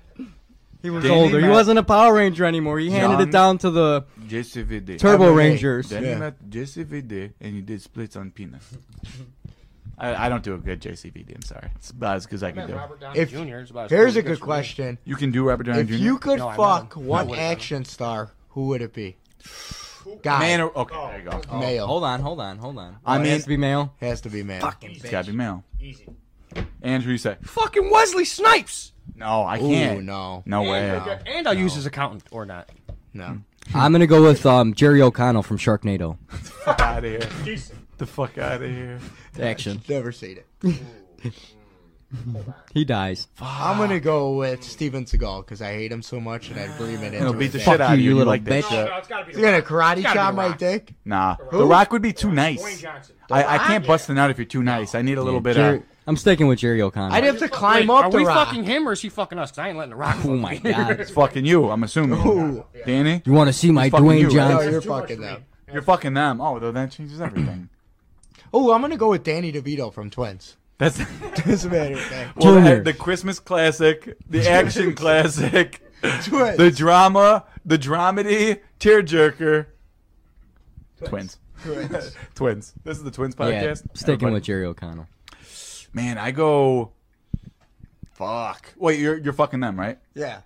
[SPEAKER 4] He was
[SPEAKER 2] Danny
[SPEAKER 4] older. He
[SPEAKER 2] met-
[SPEAKER 4] wasn't a Power Ranger anymore. He handed
[SPEAKER 2] John-
[SPEAKER 4] it down to the
[SPEAKER 2] JCVD.
[SPEAKER 4] Turbo
[SPEAKER 3] Everybody.
[SPEAKER 4] Rangers.
[SPEAKER 2] Then
[SPEAKER 3] Yeah.
[SPEAKER 2] you met JCVD and you did splits on penis. I, I don't do a good JCVD. I'm sorry. It's about as good as I can
[SPEAKER 6] Met
[SPEAKER 2] do.
[SPEAKER 6] Robert Downey
[SPEAKER 3] If-
[SPEAKER 6] Jr. is about as cool
[SPEAKER 3] Here's
[SPEAKER 6] as
[SPEAKER 3] a
[SPEAKER 6] it gets
[SPEAKER 3] good
[SPEAKER 6] for me.
[SPEAKER 3] question.
[SPEAKER 2] You can do Robert Downey
[SPEAKER 3] If
[SPEAKER 2] Jr.
[SPEAKER 3] you could
[SPEAKER 6] No, I met
[SPEAKER 3] fuck
[SPEAKER 6] him. I
[SPEAKER 3] one
[SPEAKER 6] would've done.
[SPEAKER 3] action star, who would it be? Guy.
[SPEAKER 2] man, or, okay,
[SPEAKER 6] Oh,
[SPEAKER 2] there you go.
[SPEAKER 3] male.
[SPEAKER 4] Hold on, hold on, hold on.
[SPEAKER 2] I
[SPEAKER 4] Oh, it
[SPEAKER 2] mean-
[SPEAKER 4] has to be male.
[SPEAKER 3] Has to be male.
[SPEAKER 2] It's gotta be male.
[SPEAKER 6] Easy.
[SPEAKER 2] Andrew, you say
[SPEAKER 6] Fucking Wesley Snipes.
[SPEAKER 2] no. I
[SPEAKER 3] Ooh,
[SPEAKER 2] can't.
[SPEAKER 3] no.
[SPEAKER 2] No
[SPEAKER 6] And,
[SPEAKER 2] way.
[SPEAKER 6] I get- and I'll use his accountant or not.
[SPEAKER 3] No.
[SPEAKER 4] I'm gonna go with um, Jerry O'Connell from Sharknado.
[SPEAKER 2] fuck out of here.
[SPEAKER 6] Decent.
[SPEAKER 2] The fuck out of here.
[SPEAKER 4] Action.
[SPEAKER 3] Never seen it.
[SPEAKER 4] He dies.
[SPEAKER 3] I'm gonna go with Steven Seagal because I hate him so much and I'd breathe it into
[SPEAKER 2] It'll
[SPEAKER 3] his
[SPEAKER 2] beat the
[SPEAKER 3] head.
[SPEAKER 2] shit out
[SPEAKER 4] you,
[SPEAKER 2] of you.
[SPEAKER 4] you
[SPEAKER 2] You
[SPEAKER 4] little
[SPEAKER 2] like that
[SPEAKER 4] bitch.
[SPEAKER 2] shit.
[SPEAKER 6] it's gotta be.
[SPEAKER 3] He's gonna karate
[SPEAKER 6] It's gotta
[SPEAKER 3] chop
[SPEAKER 6] be
[SPEAKER 3] my
[SPEAKER 6] Rock.
[SPEAKER 3] dick.
[SPEAKER 2] Nah, The Rock would be too
[SPEAKER 6] Dwayne
[SPEAKER 2] nice.
[SPEAKER 6] Johnson.
[SPEAKER 2] I, I can't bust it out if you're too nice. I need a little bit
[SPEAKER 4] Jerry,
[SPEAKER 2] of.
[SPEAKER 4] I'm sticking with Jerry O'Connell.
[SPEAKER 3] I'd have to climb
[SPEAKER 6] Wait,
[SPEAKER 3] up
[SPEAKER 6] are
[SPEAKER 3] the
[SPEAKER 6] we
[SPEAKER 3] rock.
[SPEAKER 6] fucking him or is he fucking us? 'Cause I ain't letting the rock.
[SPEAKER 4] oh my god.
[SPEAKER 2] It's fucking you. I'm assuming.
[SPEAKER 3] Ooh.
[SPEAKER 2] Danny,
[SPEAKER 4] You want to see my
[SPEAKER 2] It's fucking
[SPEAKER 4] Dwayne
[SPEAKER 2] you, right? Oh,
[SPEAKER 3] no,
[SPEAKER 4] Johnson?
[SPEAKER 3] you're
[SPEAKER 6] Too much for
[SPEAKER 3] fucking
[SPEAKER 6] me.
[SPEAKER 3] up.
[SPEAKER 2] you're fucking them. Oh, though that changes everything.
[SPEAKER 3] Oh, I'm gonna go with Danny DeVito from Twins.
[SPEAKER 2] That's
[SPEAKER 3] Doesn't matter. okay.
[SPEAKER 2] well,
[SPEAKER 4] Junior.
[SPEAKER 2] the, the Christmas classic, the action classic,
[SPEAKER 3] Twins.
[SPEAKER 2] the drama, the dramedy, tearjerker. Twins.
[SPEAKER 3] Twins.
[SPEAKER 2] Twins. This is the Twins
[SPEAKER 4] Yeah,
[SPEAKER 2] podcast.
[SPEAKER 4] sticking
[SPEAKER 2] Everybody-
[SPEAKER 4] with Jerry O'Connell.
[SPEAKER 2] Man, I go. Fuck. Wait, you're you're fucking them, right?
[SPEAKER 3] yeah.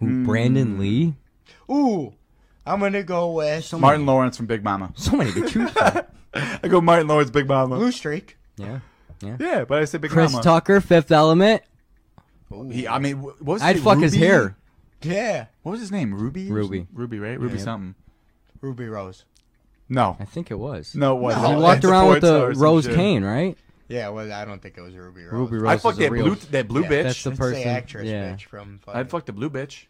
[SPEAKER 4] Who?
[SPEAKER 2] Hmm.
[SPEAKER 4] Brandon Lee.
[SPEAKER 3] Ooh, I'm gonna go with
[SPEAKER 2] Martin Lawrence from Big Mama.
[SPEAKER 4] So many to choose from.
[SPEAKER 2] I go Martin Lawrence, Big Mama.
[SPEAKER 3] Blue Streak.
[SPEAKER 4] Yeah.
[SPEAKER 2] Yeah, but I say Big
[SPEAKER 4] Chris
[SPEAKER 2] Mama.
[SPEAKER 4] Tucker, Fifth Element.
[SPEAKER 2] He, I mean, wh- what was
[SPEAKER 4] I'd
[SPEAKER 2] it,
[SPEAKER 4] fuck his
[SPEAKER 2] Ruby?
[SPEAKER 4] hair.
[SPEAKER 3] Yeah,
[SPEAKER 2] What was his name? Ruby? or
[SPEAKER 4] Ruby.
[SPEAKER 2] something? Ruby, right? Ruby something.
[SPEAKER 3] Ruby Rose.
[SPEAKER 2] No.
[SPEAKER 4] I think it was.
[SPEAKER 2] No, it wasn't.
[SPEAKER 3] No,
[SPEAKER 2] It
[SPEAKER 4] He
[SPEAKER 2] was
[SPEAKER 4] walked
[SPEAKER 2] the
[SPEAKER 4] around with
[SPEAKER 2] Ford Star
[SPEAKER 4] the
[SPEAKER 2] or some
[SPEAKER 4] rose
[SPEAKER 2] shit.
[SPEAKER 4] cane, right?
[SPEAKER 3] Yeah, well, I don't think it was Ruby Rose.
[SPEAKER 4] Ruby Rose.
[SPEAKER 2] I'd fuck
[SPEAKER 4] is a
[SPEAKER 2] that
[SPEAKER 4] real-
[SPEAKER 2] blue, that blue
[SPEAKER 3] Yeah,
[SPEAKER 2] bitch.
[SPEAKER 4] That's the
[SPEAKER 3] That's
[SPEAKER 4] person.
[SPEAKER 3] the actress
[SPEAKER 4] yeah,
[SPEAKER 3] bitch from.
[SPEAKER 2] I'd
[SPEAKER 3] fucking-
[SPEAKER 2] fuck the blue bitch.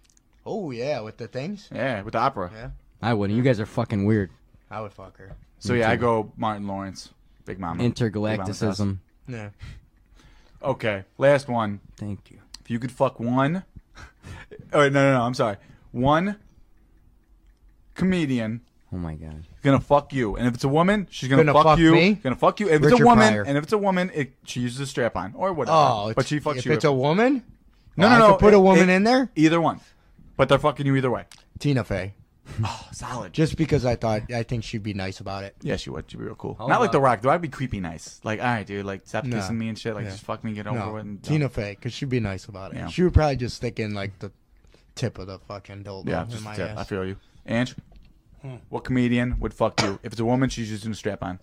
[SPEAKER 3] Oh yeah, with the things.
[SPEAKER 2] Yeah, with the opera.
[SPEAKER 3] Yeah,
[SPEAKER 4] I wouldn't. You guys are fucking weird.
[SPEAKER 3] I would fuck her.
[SPEAKER 2] So yeah, I go Martin Lawrence, Big Mama. Big Mama's
[SPEAKER 4] Intergalacticism.
[SPEAKER 3] Yeah.
[SPEAKER 2] house. Okay, last one.
[SPEAKER 4] Thank you.
[SPEAKER 2] If you could fuck one, oh no, no, no, I'm sorry. One comedian
[SPEAKER 4] Oh my god.
[SPEAKER 2] is gonna fuck you, and if it's a woman, she's gonna,
[SPEAKER 3] Gonna
[SPEAKER 2] fuck,
[SPEAKER 3] fuck
[SPEAKER 2] you.
[SPEAKER 3] me?
[SPEAKER 2] Gonna fuck you. If it's a
[SPEAKER 3] Richard
[SPEAKER 2] woman,
[SPEAKER 3] Pryor.
[SPEAKER 2] and if it's a woman, it, she uses a strap on or whatever.
[SPEAKER 3] Oh,
[SPEAKER 2] but
[SPEAKER 3] it's-
[SPEAKER 2] she fucks
[SPEAKER 3] if
[SPEAKER 2] you.
[SPEAKER 3] it's a woman.
[SPEAKER 2] no, no,
[SPEAKER 3] I
[SPEAKER 2] no.
[SPEAKER 3] could put a
[SPEAKER 2] it-
[SPEAKER 3] woman
[SPEAKER 2] it-
[SPEAKER 3] in there.
[SPEAKER 2] Either one, but they're fucking you either way.
[SPEAKER 3] Tina Fey. Oh,
[SPEAKER 2] Solid.
[SPEAKER 3] Just because I thought I think she'd be nice about it.
[SPEAKER 2] Yeah, she would. She'd be real cool. Not like
[SPEAKER 4] about-
[SPEAKER 2] The Rock, though. I'd be creepy nice. Like, all right, dude, like, stop
[SPEAKER 3] No.
[SPEAKER 2] kissing me and shit. Like,
[SPEAKER 3] Yeah.
[SPEAKER 2] just fuck me, get over
[SPEAKER 3] No,
[SPEAKER 2] with. And,
[SPEAKER 3] Tina Fey, cause she'd be nice about it.
[SPEAKER 2] Yeah.
[SPEAKER 3] She would probably just stick in like the tip of the fucking dildo
[SPEAKER 2] Yeah,
[SPEAKER 3] in
[SPEAKER 2] just
[SPEAKER 3] my
[SPEAKER 2] yeah, I
[SPEAKER 3] ass. Hmm.
[SPEAKER 2] feel you. Ange, what comedian would fuck you? If it's a woman, she's using a strap on.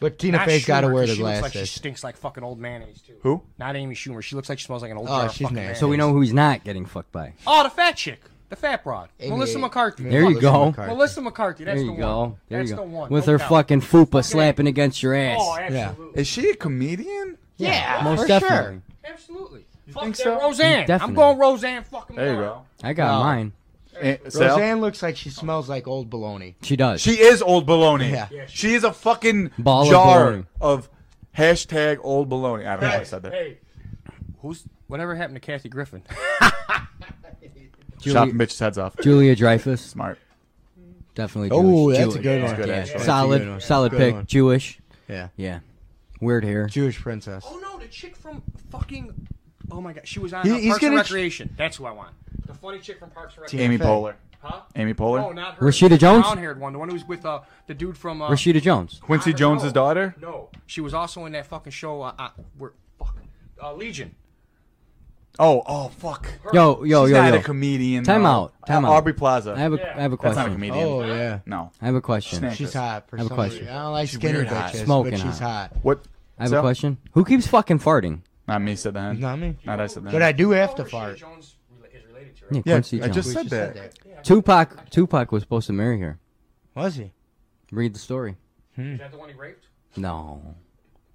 [SPEAKER 3] But Tina
[SPEAKER 6] Not
[SPEAKER 3] Fey's got to
[SPEAKER 6] Schumer,
[SPEAKER 3] wear
[SPEAKER 6] 'cause
[SPEAKER 3] the
[SPEAKER 6] she looks like she
[SPEAKER 3] glasses.
[SPEAKER 6] stinks like fucking old mayonnaise too.
[SPEAKER 2] Who?
[SPEAKER 6] Not Amy Schumer. She looks like she smells like an old
[SPEAKER 3] Oh,
[SPEAKER 6] jar of
[SPEAKER 3] she's
[SPEAKER 6] fucking
[SPEAKER 3] nasty.
[SPEAKER 6] mayonnaise.
[SPEAKER 4] So we know who he's not getting fucked by.
[SPEAKER 6] Oh, the fat chick, the fat broad,
[SPEAKER 3] Amy-
[SPEAKER 6] Melissa McCarthy.
[SPEAKER 4] There you
[SPEAKER 3] Melissa
[SPEAKER 4] go.
[SPEAKER 3] McCarthy.
[SPEAKER 6] Melissa McCarthy. That's
[SPEAKER 4] There
[SPEAKER 6] the
[SPEAKER 4] you go.
[SPEAKER 6] one.
[SPEAKER 4] There
[SPEAKER 6] that's
[SPEAKER 4] you go.
[SPEAKER 6] the one.
[SPEAKER 4] With
[SPEAKER 6] no
[SPEAKER 4] her
[SPEAKER 6] doubt.
[SPEAKER 4] fucking fupa
[SPEAKER 6] Fucking
[SPEAKER 4] slapping against your ass.
[SPEAKER 6] Oh,
[SPEAKER 3] Yeah.
[SPEAKER 6] absolutely.
[SPEAKER 2] Is she a comedian?
[SPEAKER 6] Yeah.
[SPEAKER 4] Most
[SPEAKER 3] for
[SPEAKER 4] definitely.
[SPEAKER 3] sure.
[SPEAKER 6] Absolutely. Fuck
[SPEAKER 2] think
[SPEAKER 6] that
[SPEAKER 2] so?
[SPEAKER 6] Roseanne.
[SPEAKER 4] Definitely.
[SPEAKER 6] I'm going Roseanne fucking
[SPEAKER 2] There you
[SPEAKER 6] Morrow.
[SPEAKER 4] I got
[SPEAKER 3] No.
[SPEAKER 4] mine.
[SPEAKER 3] Roseanne looks like she smells like old baloney.
[SPEAKER 4] She does.
[SPEAKER 2] She is old baloney.
[SPEAKER 3] Yeah.
[SPEAKER 6] Yeah,
[SPEAKER 2] she is a fucking
[SPEAKER 4] Ball of
[SPEAKER 2] jar
[SPEAKER 4] baloney.
[SPEAKER 2] of hashtag old baloney. I don't know why I said that.
[SPEAKER 6] Hey. Who's whatever happened to Kathy Griffin?
[SPEAKER 2] Chopping
[SPEAKER 4] Julia,
[SPEAKER 2] bitches' heads off.
[SPEAKER 4] Julia Dreyfus.
[SPEAKER 2] Smart.
[SPEAKER 4] Definitely Jewish.
[SPEAKER 3] Oh, that's a
[SPEAKER 4] Jewish.
[SPEAKER 3] good
[SPEAKER 6] That's
[SPEAKER 3] one.
[SPEAKER 2] good,
[SPEAKER 4] Yeah,
[SPEAKER 2] actually. That's a
[SPEAKER 4] solid,
[SPEAKER 3] good one.
[SPEAKER 4] solid
[SPEAKER 3] Good
[SPEAKER 4] pick.
[SPEAKER 3] one.
[SPEAKER 4] Jewish.
[SPEAKER 3] Yeah.
[SPEAKER 4] Yeah. Weird hair.
[SPEAKER 3] Jewish princess.
[SPEAKER 6] oh no, the chick from fucking Oh my god, she was on
[SPEAKER 3] He-
[SPEAKER 6] uh,
[SPEAKER 3] he's
[SPEAKER 6] Parks and
[SPEAKER 3] gonna-
[SPEAKER 6] Recreation. That's who I want. The funny chick from Parks and Recreation.
[SPEAKER 2] Amy
[SPEAKER 3] Fey.
[SPEAKER 2] Poehler.
[SPEAKER 6] Huh?
[SPEAKER 2] Amy Poehler.
[SPEAKER 6] No, not her.
[SPEAKER 4] Rashida
[SPEAKER 6] The
[SPEAKER 4] Jones?
[SPEAKER 6] Brown-haired one, the one who's with uh, the dude from uh,
[SPEAKER 4] Rashida Jones.
[SPEAKER 2] Quincy
[SPEAKER 6] I don't
[SPEAKER 2] Jones's
[SPEAKER 6] know.
[SPEAKER 2] daughter.
[SPEAKER 6] No, she was also in that fucking show. Uh, uh, where fuck, uh, Legion.
[SPEAKER 2] Oh, oh, fuck.
[SPEAKER 4] Yo, yo,
[SPEAKER 2] She's
[SPEAKER 4] yo,
[SPEAKER 2] not
[SPEAKER 4] yo.
[SPEAKER 2] a comedian.
[SPEAKER 4] Time
[SPEAKER 2] no.
[SPEAKER 4] out, time out.
[SPEAKER 2] Aubrey Plaza.
[SPEAKER 4] I have a, I have a
[SPEAKER 2] That's not a
[SPEAKER 4] question.
[SPEAKER 2] comedian.
[SPEAKER 3] Oh yeah.
[SPEAKER 2] No.
[SPEAKER 4] I have a question.
[SPEAKER 2] Snake.
[SPEAKER 3] She's hot. For
[SPEAKER 4] I have a
[SPEAKER 3] some
[SPEAKER 4] question.
[SPEAKER 3] reason. I don't like
[SPEAKER 2] She's
[SPEAKER 3] skinny
[SPEAKER 2] weird hot.
[SPEAKER 3] bitches,
[SPEAKER 4] Smoking
[SPEAKER 3] but she's hot.
[SPEAKER 2] What?
[SPEAKER 4] I have
[SPEAKER 2] So?
[SPEAKER 4] a question. Who keeps fucking farting?
[SPEAKER 2] Not me said that.
[SPEAKER 3] Not me.
[SPEAKER 2] Not I said that.
[SPEAKER 3] But I do have
[SPEAKER 6] Oh,
[SPEAKER 3] to
[SPEAKER 6] Rashida
[SPEAKER 3] fart.
[SPEAKER 6] Jones rela- is related to her.
[SPEAKER 4] Yeah,
[SPEAKER 2] Yeah,
[SPEAKER 4] Quincy
[SPEAKER 2] I
[SPEAKER 4] Jones.
[SPEAKER 2] just
[SPEAKER 3] We
[SPEAKER 2] said
[SPEAKER 3] just
[SPEAKER 2] that.
[SPEAKER 3] said that.
[SPEAKER 4] Tupac. Tupac was supposed to marry her.
[SPEAKER 3] Was he?
[SPEAKER 4] Read the story.
[SPEAKER 6] Is that the one he raped?
[SPEAKER 4] No,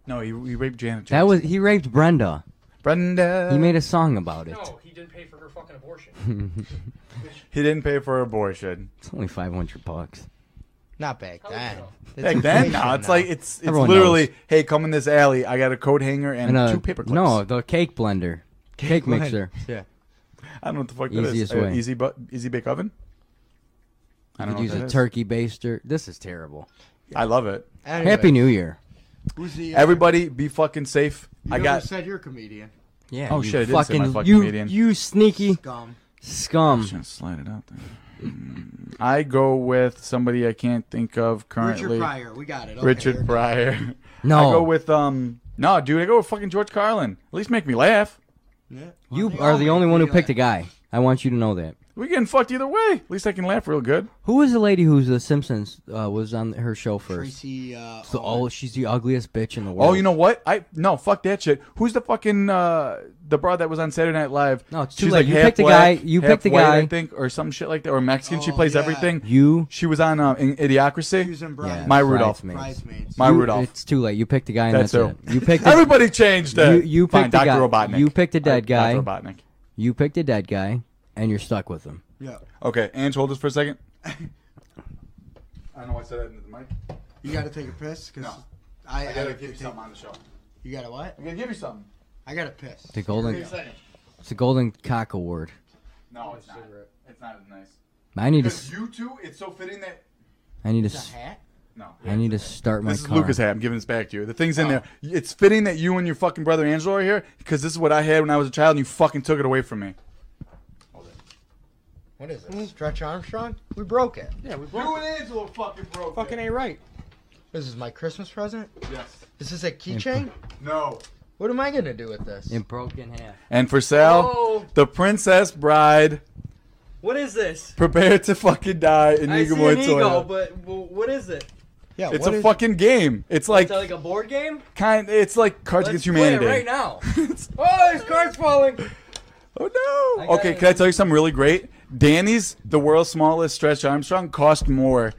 [SPEAKER 2] No, he, he raped Janet.
[SPEAKER 4] that
[SPEAKER 2] Jackson.
[SPEAKER 4] was he raped Brenda.
[SPEAKER 2] Brenda.
[SPEAKER 4] He made a song about it.
[SPEAKER 6] No, he didn't pay for her fucking abortion.
[SPEAKER 2] He didn't pay for abortion.
[SPEAKER 4] It's only five hundred bucks.
[SPEAKER 3] Not back then. It's
[SPEAKER 2] Back then,
[SPEAKER 3] inflation
[SPEAKER 2] no, it's
[SPEAKER 3] now.
[SPEAKER 2] like it's it's
[SPEAKER 4] Everyone
[SPEAKER 2] literally,
[SPEAKER 4] knows.
[SPEAKER 2] hey, come in this alley. I got a coat hanger and,
[SPEAKER 4] And uh,
[SPEAKER 2] two paper clips.
[SPEAKER 4] no, the cake blender, cake, mixer.
[SPEAKER 3] Yeah.
[SPEAKER 2] I don't know what the fuck that is.
[SPEAKER 4] Easiest
[SPEAKER 2] Uh,
[SPEAKER 4] way.
[SPEAKER 2] easy, bu- easy bake oven. I
[SPEAKER 4] You
[SPEAKER 2] don't
[SPEAKER 4] could
[SPEAKER 2] know.
[SPEAKER 4] use
[SPEAKER 2] what
[SPEAKER 4] a
[SPEAKER 2] that is.
[SPEAKER 4] turkey baster. This is terrible.
[SPEAKER 2] I love it.
[SPEAKER 3] Anyway,
[SPEAKER 4] Happy New Year.
[SPEAKER 3] Who's the,
[SPEAKER 2] Everybody, be fucking safe. I got.
[SPEAKER 3] said you're a comedian.
[SPEAKER 4] Yeah.
[SPEAKER 2] Oh,
[SPEAKER 4] you
[SPEAKER 2] shit, I did say my
[SPEAKER 4] Fucking,
[SPEAKER 2] fucking
[SPEAKER 4] you,
[SPEAKER 2] comedian. Oh,
[SPEAKER 4] you sneaky
[SPEAKER 3] Scum.
[SPEAKER 4] scum.
[SPEAKER 2] Just slide it out there. Mm. I go with somebody I can't think of currently.
[SPEAKER 3] Richard Pryor. We got it. Okay,
[SPEAKER 2] Richard
[SPEAKER 3] you're-
[SPEAKER 2] Pryor.
[SPEAKER 4] No.
[SPEAKER 2] I go with um. No, dude, I go with fucking George Carlin. At least make me laugh.
[SPEAKER 3] Yeah.
[SPEAKER 4] You
[SPEAKER 3] They
[SPEAKER 4] are the
[SPEAKER 3] all
[SPEAKER 4] only one who
[SPEAKER 3] make me
[SPEAKER 4] picked a guy. I want you to know that.
[SPEAKER 2] We getting fucked either way. At least I can laugh real good.
[SPEAKER 4] Who was the lady who's The Simpsons uh, was on her show
[SPEAKER 3] laugh.
[SPEAKER 4] first?
[SPEAKER 3] Tracy. Uh,
[SPEAKER 4] So,
[SPEAKER 3] Ullman.
[SPEAKER 4] oh, she's the ugliest bitch in the world.
[SPEAKER 2] Oh, you know what? I no fuck that shit. Who's the fucking uh the broad that was on Saturday Night Live?
[SPEAKER 4] No, it's too
[SPEAKER 2] She's
[SPEAKER 4] late.
[SPEAKER 2] Like
[SPEAKER 4] You
[SPEAKER 2] half
[SPEAKER 4] picked a
[SPEAKER 2] black,
[SPEAKER 4] guy- you
[SPEAKER 2] half
[SPEAKER 4] picked a
[SPEAKER 2] white, I
[SPEAKER 4] guy.
[SPEAKER 2] think, or some shit like that, or Mexican. she
[SPEAKER 3] Oh,
[SPEAKER 2] plays
[SPEAKER 3] yeah.
[SPEAKER 2] everything.
[SPEAKER 4] You-
[SPEAKER 2] She was on uh, in Idiocracy.
[SPEAKER 3] She was in
[SPEAKER 4] Yeah,
[SPEAKER 3] Brian.
[SPEAKER 2] My Rudolph.
[SPEAKER 4] Bridesmaids.
[SPEAKER 3] Bridesmaids.
[SPEAKER 2] My
[SPEAKER 4] You-
[SPEAKER 2] Rudolph.
[SPEAKER 4] It's too late. You picked a guy, and
[SPEAKER 2] That's
[SPEAKER 4] that's,
[SPEAKER 2] who.
[SPEAKER 4] it. You picked. A,
[SPEAKER 2] Everybody changed it.
[SPEAKER 4] You- you
[SPEAKER 2] Fine,
[SPEAKER 4] picked
[SPEAKER 2] Dr.
[SPEAKER 4] a guy-
[SPEAKER 2] Robotnik.
[SPEAKER 4] you picked a dead guy.
[SPEAKER 2] Dr. Robotnik.
[SPEAKER 4] you picked a dead guy, and you're stuck with him.
[SPEAKER 3] Yeah.
[SPEAKER 2] Okay, Ange, hold this for a second. I don't know why I said that into the mic.
[SPEAKER 3] You got to take a piss because
[SPEAKER 2] No.
[SPEAKER 3] I,
[SPEAKER 2] I
[SPEAKER 3] gotta
[SPEAKER 2] gotta give you something on the show.
[SPEAKER 3] You got to what?
[SPEAKER 2] I'm gonna give you something.
[SPEAKER 3] I got to piss.
[SPEAKER 4] The golden,
[SPEAKER 2] seconds.
[SPEAKER 4] it's the golden cock award.
[SPEAKER 2] No, it's not. It's not as nice.
[SPEAKER 4] I need to,
[SPEAKER 2] Because
[SPEAKER 4] s-
[SPEAKER 2] you two, it's so fitting that
[SPEAKER 4] I need to,
[SPEAKER 3] The
[SPEAKER 4] s-
[SPEAKER 3] hat.
[SPEAKER 2] no.
[SPEAKER 4] I need to start my
[SPEAKER 2] This is
[SPEAKER 4] car. Oh.
[SPEAKER 2] Lucas hat. I'm giving this back to you. The thing's in there. It's fitting that you and your fucking brother Angelo are here because this is what I had when I was a child and you fucking took it away from me.
[SPEAKER 3] What is it? Stretch Armstrong? We broke it.
[SPEAKER 6] Mm. Yeah, we
[SPEAKER 2] You and Angelo fucking broke
[SPEAKER 6] fucking ain't right.
[SPEAKER 3] This is my Christmas present.
[SPEAKER 2] Yes.
[SPEAKER 3] Is this a keychain?
[SPEAKER 2] No.
[SPEAKER 3] What am I gonna do with this?
[SPEAKER 4] in broken half.
[SPEAKER 2] And for sale,
[SPEAKER 4] Oh.
[SPEAKER 2] the Princess Bride
[SPEAKER 4] What is this?
[SPEAKER 2] prepared to fucking die in Nigamoy Toilet.
[SPEAKER 4] but what is it?
[SPEAKER 3] yeah,
[SPEAKER 2] it's
[SPEAKER 3] what
[SPEAKER 2] a
[SPEAKER 3] is-
[SPEAKER 2] fucking game. It's like
[SPEAKER 4] a board game?
[SPEAKER 2] kind. It's like Cards Against Humanity.
[SPEAKER 4] now. oh, there's cards falling.
[SPEAKER 2] Oh
[SPEAKER 4] I
[SPEAKER 2] no!
[SPEAKER 4] got
[SPEAKER 2] Okay,
[SPEAKER 4] it.
[SPEAKER 2] can I tell you something really great? Danny's the world's smallest Stretch Armstrong cost more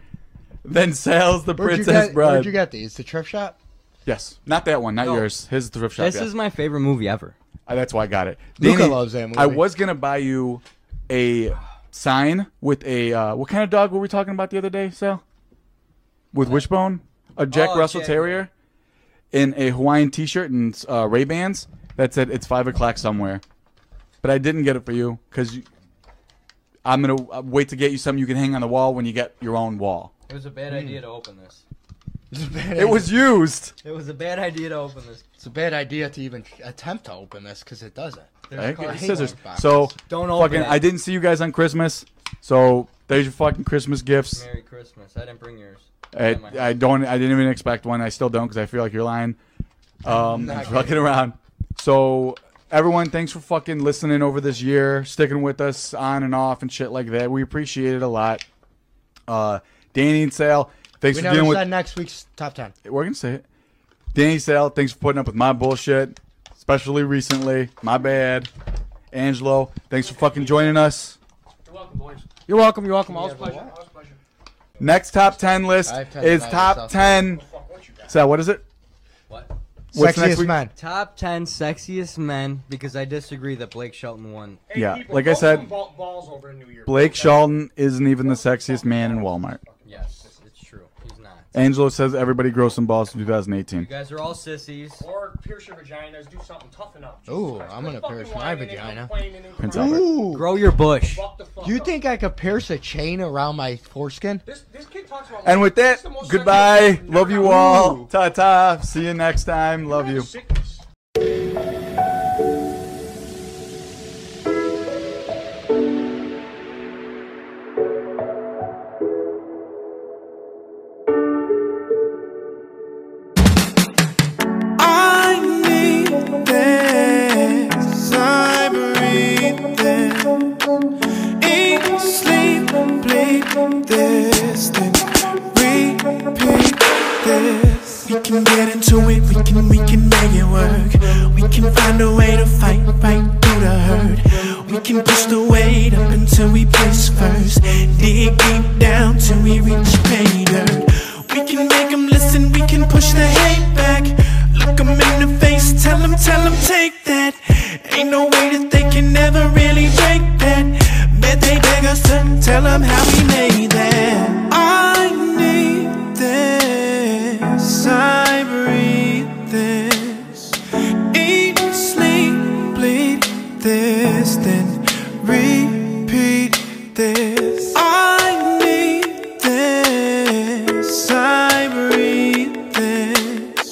[SPEAKER 2] than Sal's the
[SPEAKER 3] Where'd you,
[SPEAKER 2] Princess
[SPEAKER 3] get, where'd you
[SPEAKER 2] Bride.
[SPEAKER 3] get these? The thrift shop?
[SPEAKER 2] Yes, not that one, not yours. His thrift shop.
[SPEAKER 4] This
[SPEAKER 2] yeah.
[SPEAKER 4] is my favorite movie ever.
[SPEAKER 2] Uh, That's why I got it.
[SPEAKER 3] Luca loves that movie.
[SPEAKER 2] I was gonna buy you a sign with a uh, what kind of dog were we talking about the other day, Sal? With wishbone, a Jack
[SPEAKER 4] Oh,
[SPEAKER 2] Russell
[SPEAKER 4] Jack.
[SPEAKER 2] Terrier, in a Hawaiian T-shirt and uh, Ray Bans. That said, it's five o'clock somewhere, but I didn't get it for you because I'm gonna uh, wait to get you something you can hang on the wall when you get your own wall.
[SPEAKER 4] It was a
[SPEAKER 2] Hmm.
[SPEAKER 4] bad idea to open this.
[SPEAKER 2] It was used.
[SPEAKER 4] It was a bad idea to open this.
[SPEAKER 3] It's a bad idea to even attempt to open this because it doesn't.
[SPEAKER 2] Right?
[SPEAKER 3] called
[SPEAKER 2] Scissors.
[SPEAKER 3] Halo boxes.
[SPEAKER 2] So
[SPEAKER 4] Don't open
[SPEAKER 2] fucking.
[SPEAKER 4] it.
[SPEAKER 2] I didn't see you guys on Christmas, so there's your fucking Christmas gifts.
[SPEAKER 4] Merry Christmas. I didn't bring yours.
[SPEAKER 2] I, I don't. I didn't even expect one. I still don't because I feel like you're lying. Um,
[SPEAKER 3] Not
[SPEAKER 2] fucking around. So everyone, thanks for fucking listening over this year, sticking with us on and off and shit like that. We appreciate it a lot. Uh, Danny and Sal, thanks for
[SPEAKER 3] We never
[SPEAKER 2] dealing
[SPEAKER 3] said
[SPEAKER 2] with.
[SPEAKER 3] next week's top ten.
[SPEAKER 2] We're gonna say it. Danny Sal, thanks for putting up with my bullshit, especially recently. My bad. Angelo, thanks for fucking joining us.
[SPEAKER 6] You're welcome, boys.
[SPEAKER 4] You're welcome. You're welcome. Always
[SPEAKER 6] pleasure.
[SPEAKER 2] Next top ten list
[SPEAKER 3] I have to
[SPEAKER 2] is
[SPEAKER 3] buy
[SPEAKER 2] top
[SPEAKER 3] yourself.
[SPEAKER 2] ten. Sal, what is it?
[SPEAKER 4] What?
[SPEAKER 2] What's next
[SPEAKER 3] Sexiest
[SPEAKER 2] week?
[SPEAKER 3] man.
[SPEAKER 4] Top ten sexiest men because I disagree that Blake Shelton won.
[SPEAKER 2] Yeah, like I said-
[SPEAKER 6] balls over in New Year.
[SPEAKER 2] Blake Shelton isn't even the sexiest man in Walmart.
[SPEAKER 4] Yes, it's true. He's not.
[SPEAKER 2] Angelo says everybody grows some balls in
[SPEAKER 4] You
[SPEAKER 2] 2018.
[SPEAKER 4] guys are all sissies.
[SPEAKER 6] Or pierce your vaginas. Do something tough enough. Jesus
[SPEAKER 3] Ooh,
[SPEAKER 6] Christ.
[SPEAKER 3] I'm
[SPEAKER 6] Quit
[SPEAKER 3] gonna
[SPEAKER 6] fucking
[SPEAKER 3] pierce my
[SPEAKER 6] whining and
[SPEAKER 3] vagina.
[SPEAKER 6] complaining and
[SPEAKER 2] Prince
[SPEAKER 6] crying.
[SPEAKER 2] Albert.
[SPEAKER 3] Ooh.
[SPEAKER 4] Grow your bush.
[SPEAKER 6] Fuck the fuck
[SPEAKER 3] Do you
[SPEAKER 6] up.
[SPEAKER 3] think I could pierce a chain around my foreskin?
[SPEAKER 6] This, this kid talks about
[SPEAKER 2] And with
[SPEAKER 6] This
[SPEAKER 2] that,
[SPEAKER 6] is the most
[SPEAKER 2] goodbye.
[SPEAKER 6] sexual-
[SPEAKER 2] Love you all. Ta ta. See you next time. Love you.
[SPEAKER 6] Sickness.
[SPEAKER 8] I need this. I breathe in. Eat, sleep, bleed this. Then repeat this. We can get into it. We can, we can make it work. We can find a way to fight, fight through the hurt. We can push the weight up until we place first. Dig deep down till we reach pay dirt. We can make them listen. We can push the hate back. Look 'em in the face, tell 'em, tell 'em, take that. Ain't no way that they can never really break that. Bet they beg us to tell 'em how we made that. I need this, I breathe this. Eat, sleep, bleed this, then repeat this. I need this, I breathe this.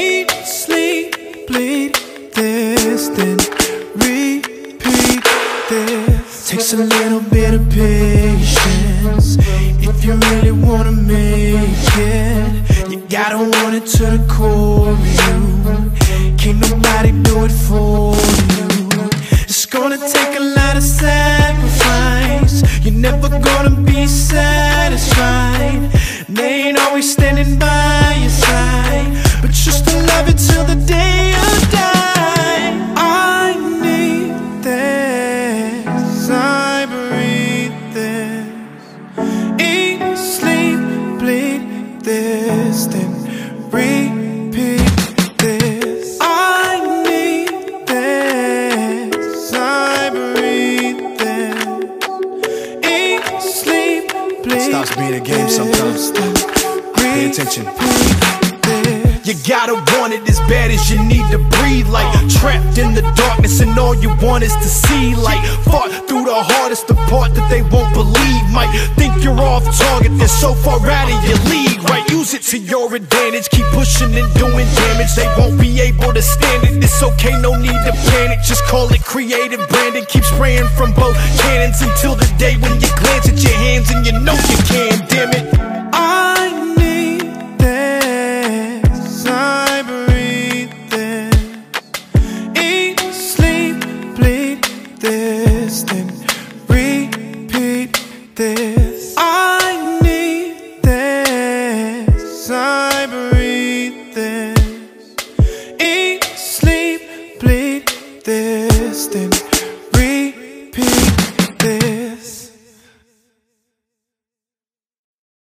[SPEAKER 8] Eat, sleep, bleed this, then repeat this. Takes a little bit of patience if you really wanna make it. You gotta want it to the core of you. Can't nobody do it for you. It's gonna take a lot of sacrifice. You're never gonna be satisfied. They ain't always standing by your side. But just to love it till the day you die. I need this. I breathe this. Eat, sleep, bleed this, then repeat this. I need this. I breathe this. Eat, sleep, bleed.
[SPEAKER 9] Stops being a game sometimes.
[SPEAKER 8] this,
[SPEAKER 9] Pay attention.
[SPEAKER 8] repeat this.
[SPEAKER 9] You gotta want it as bad as you need to breathe. Like trapped in the darkness, and all you want is to see. Like fought through the hardest, the part that they won't believe. Might think you're off target, they're so far out of your league. Right, use it to your advantage. Keep pushing and doing damage. They won't be able to stand it. It's okay, no need to panic. Just call it creative branding. Keep spraying from both cannons until the day when you glance at your hands and you know you can. Damn it.
[SPEAKER 8] I need this. I breathe this. Eat, sleep, bleed this, then repeat this. I need this. I breathe this. Eat, sleep, bleed this, then repeat.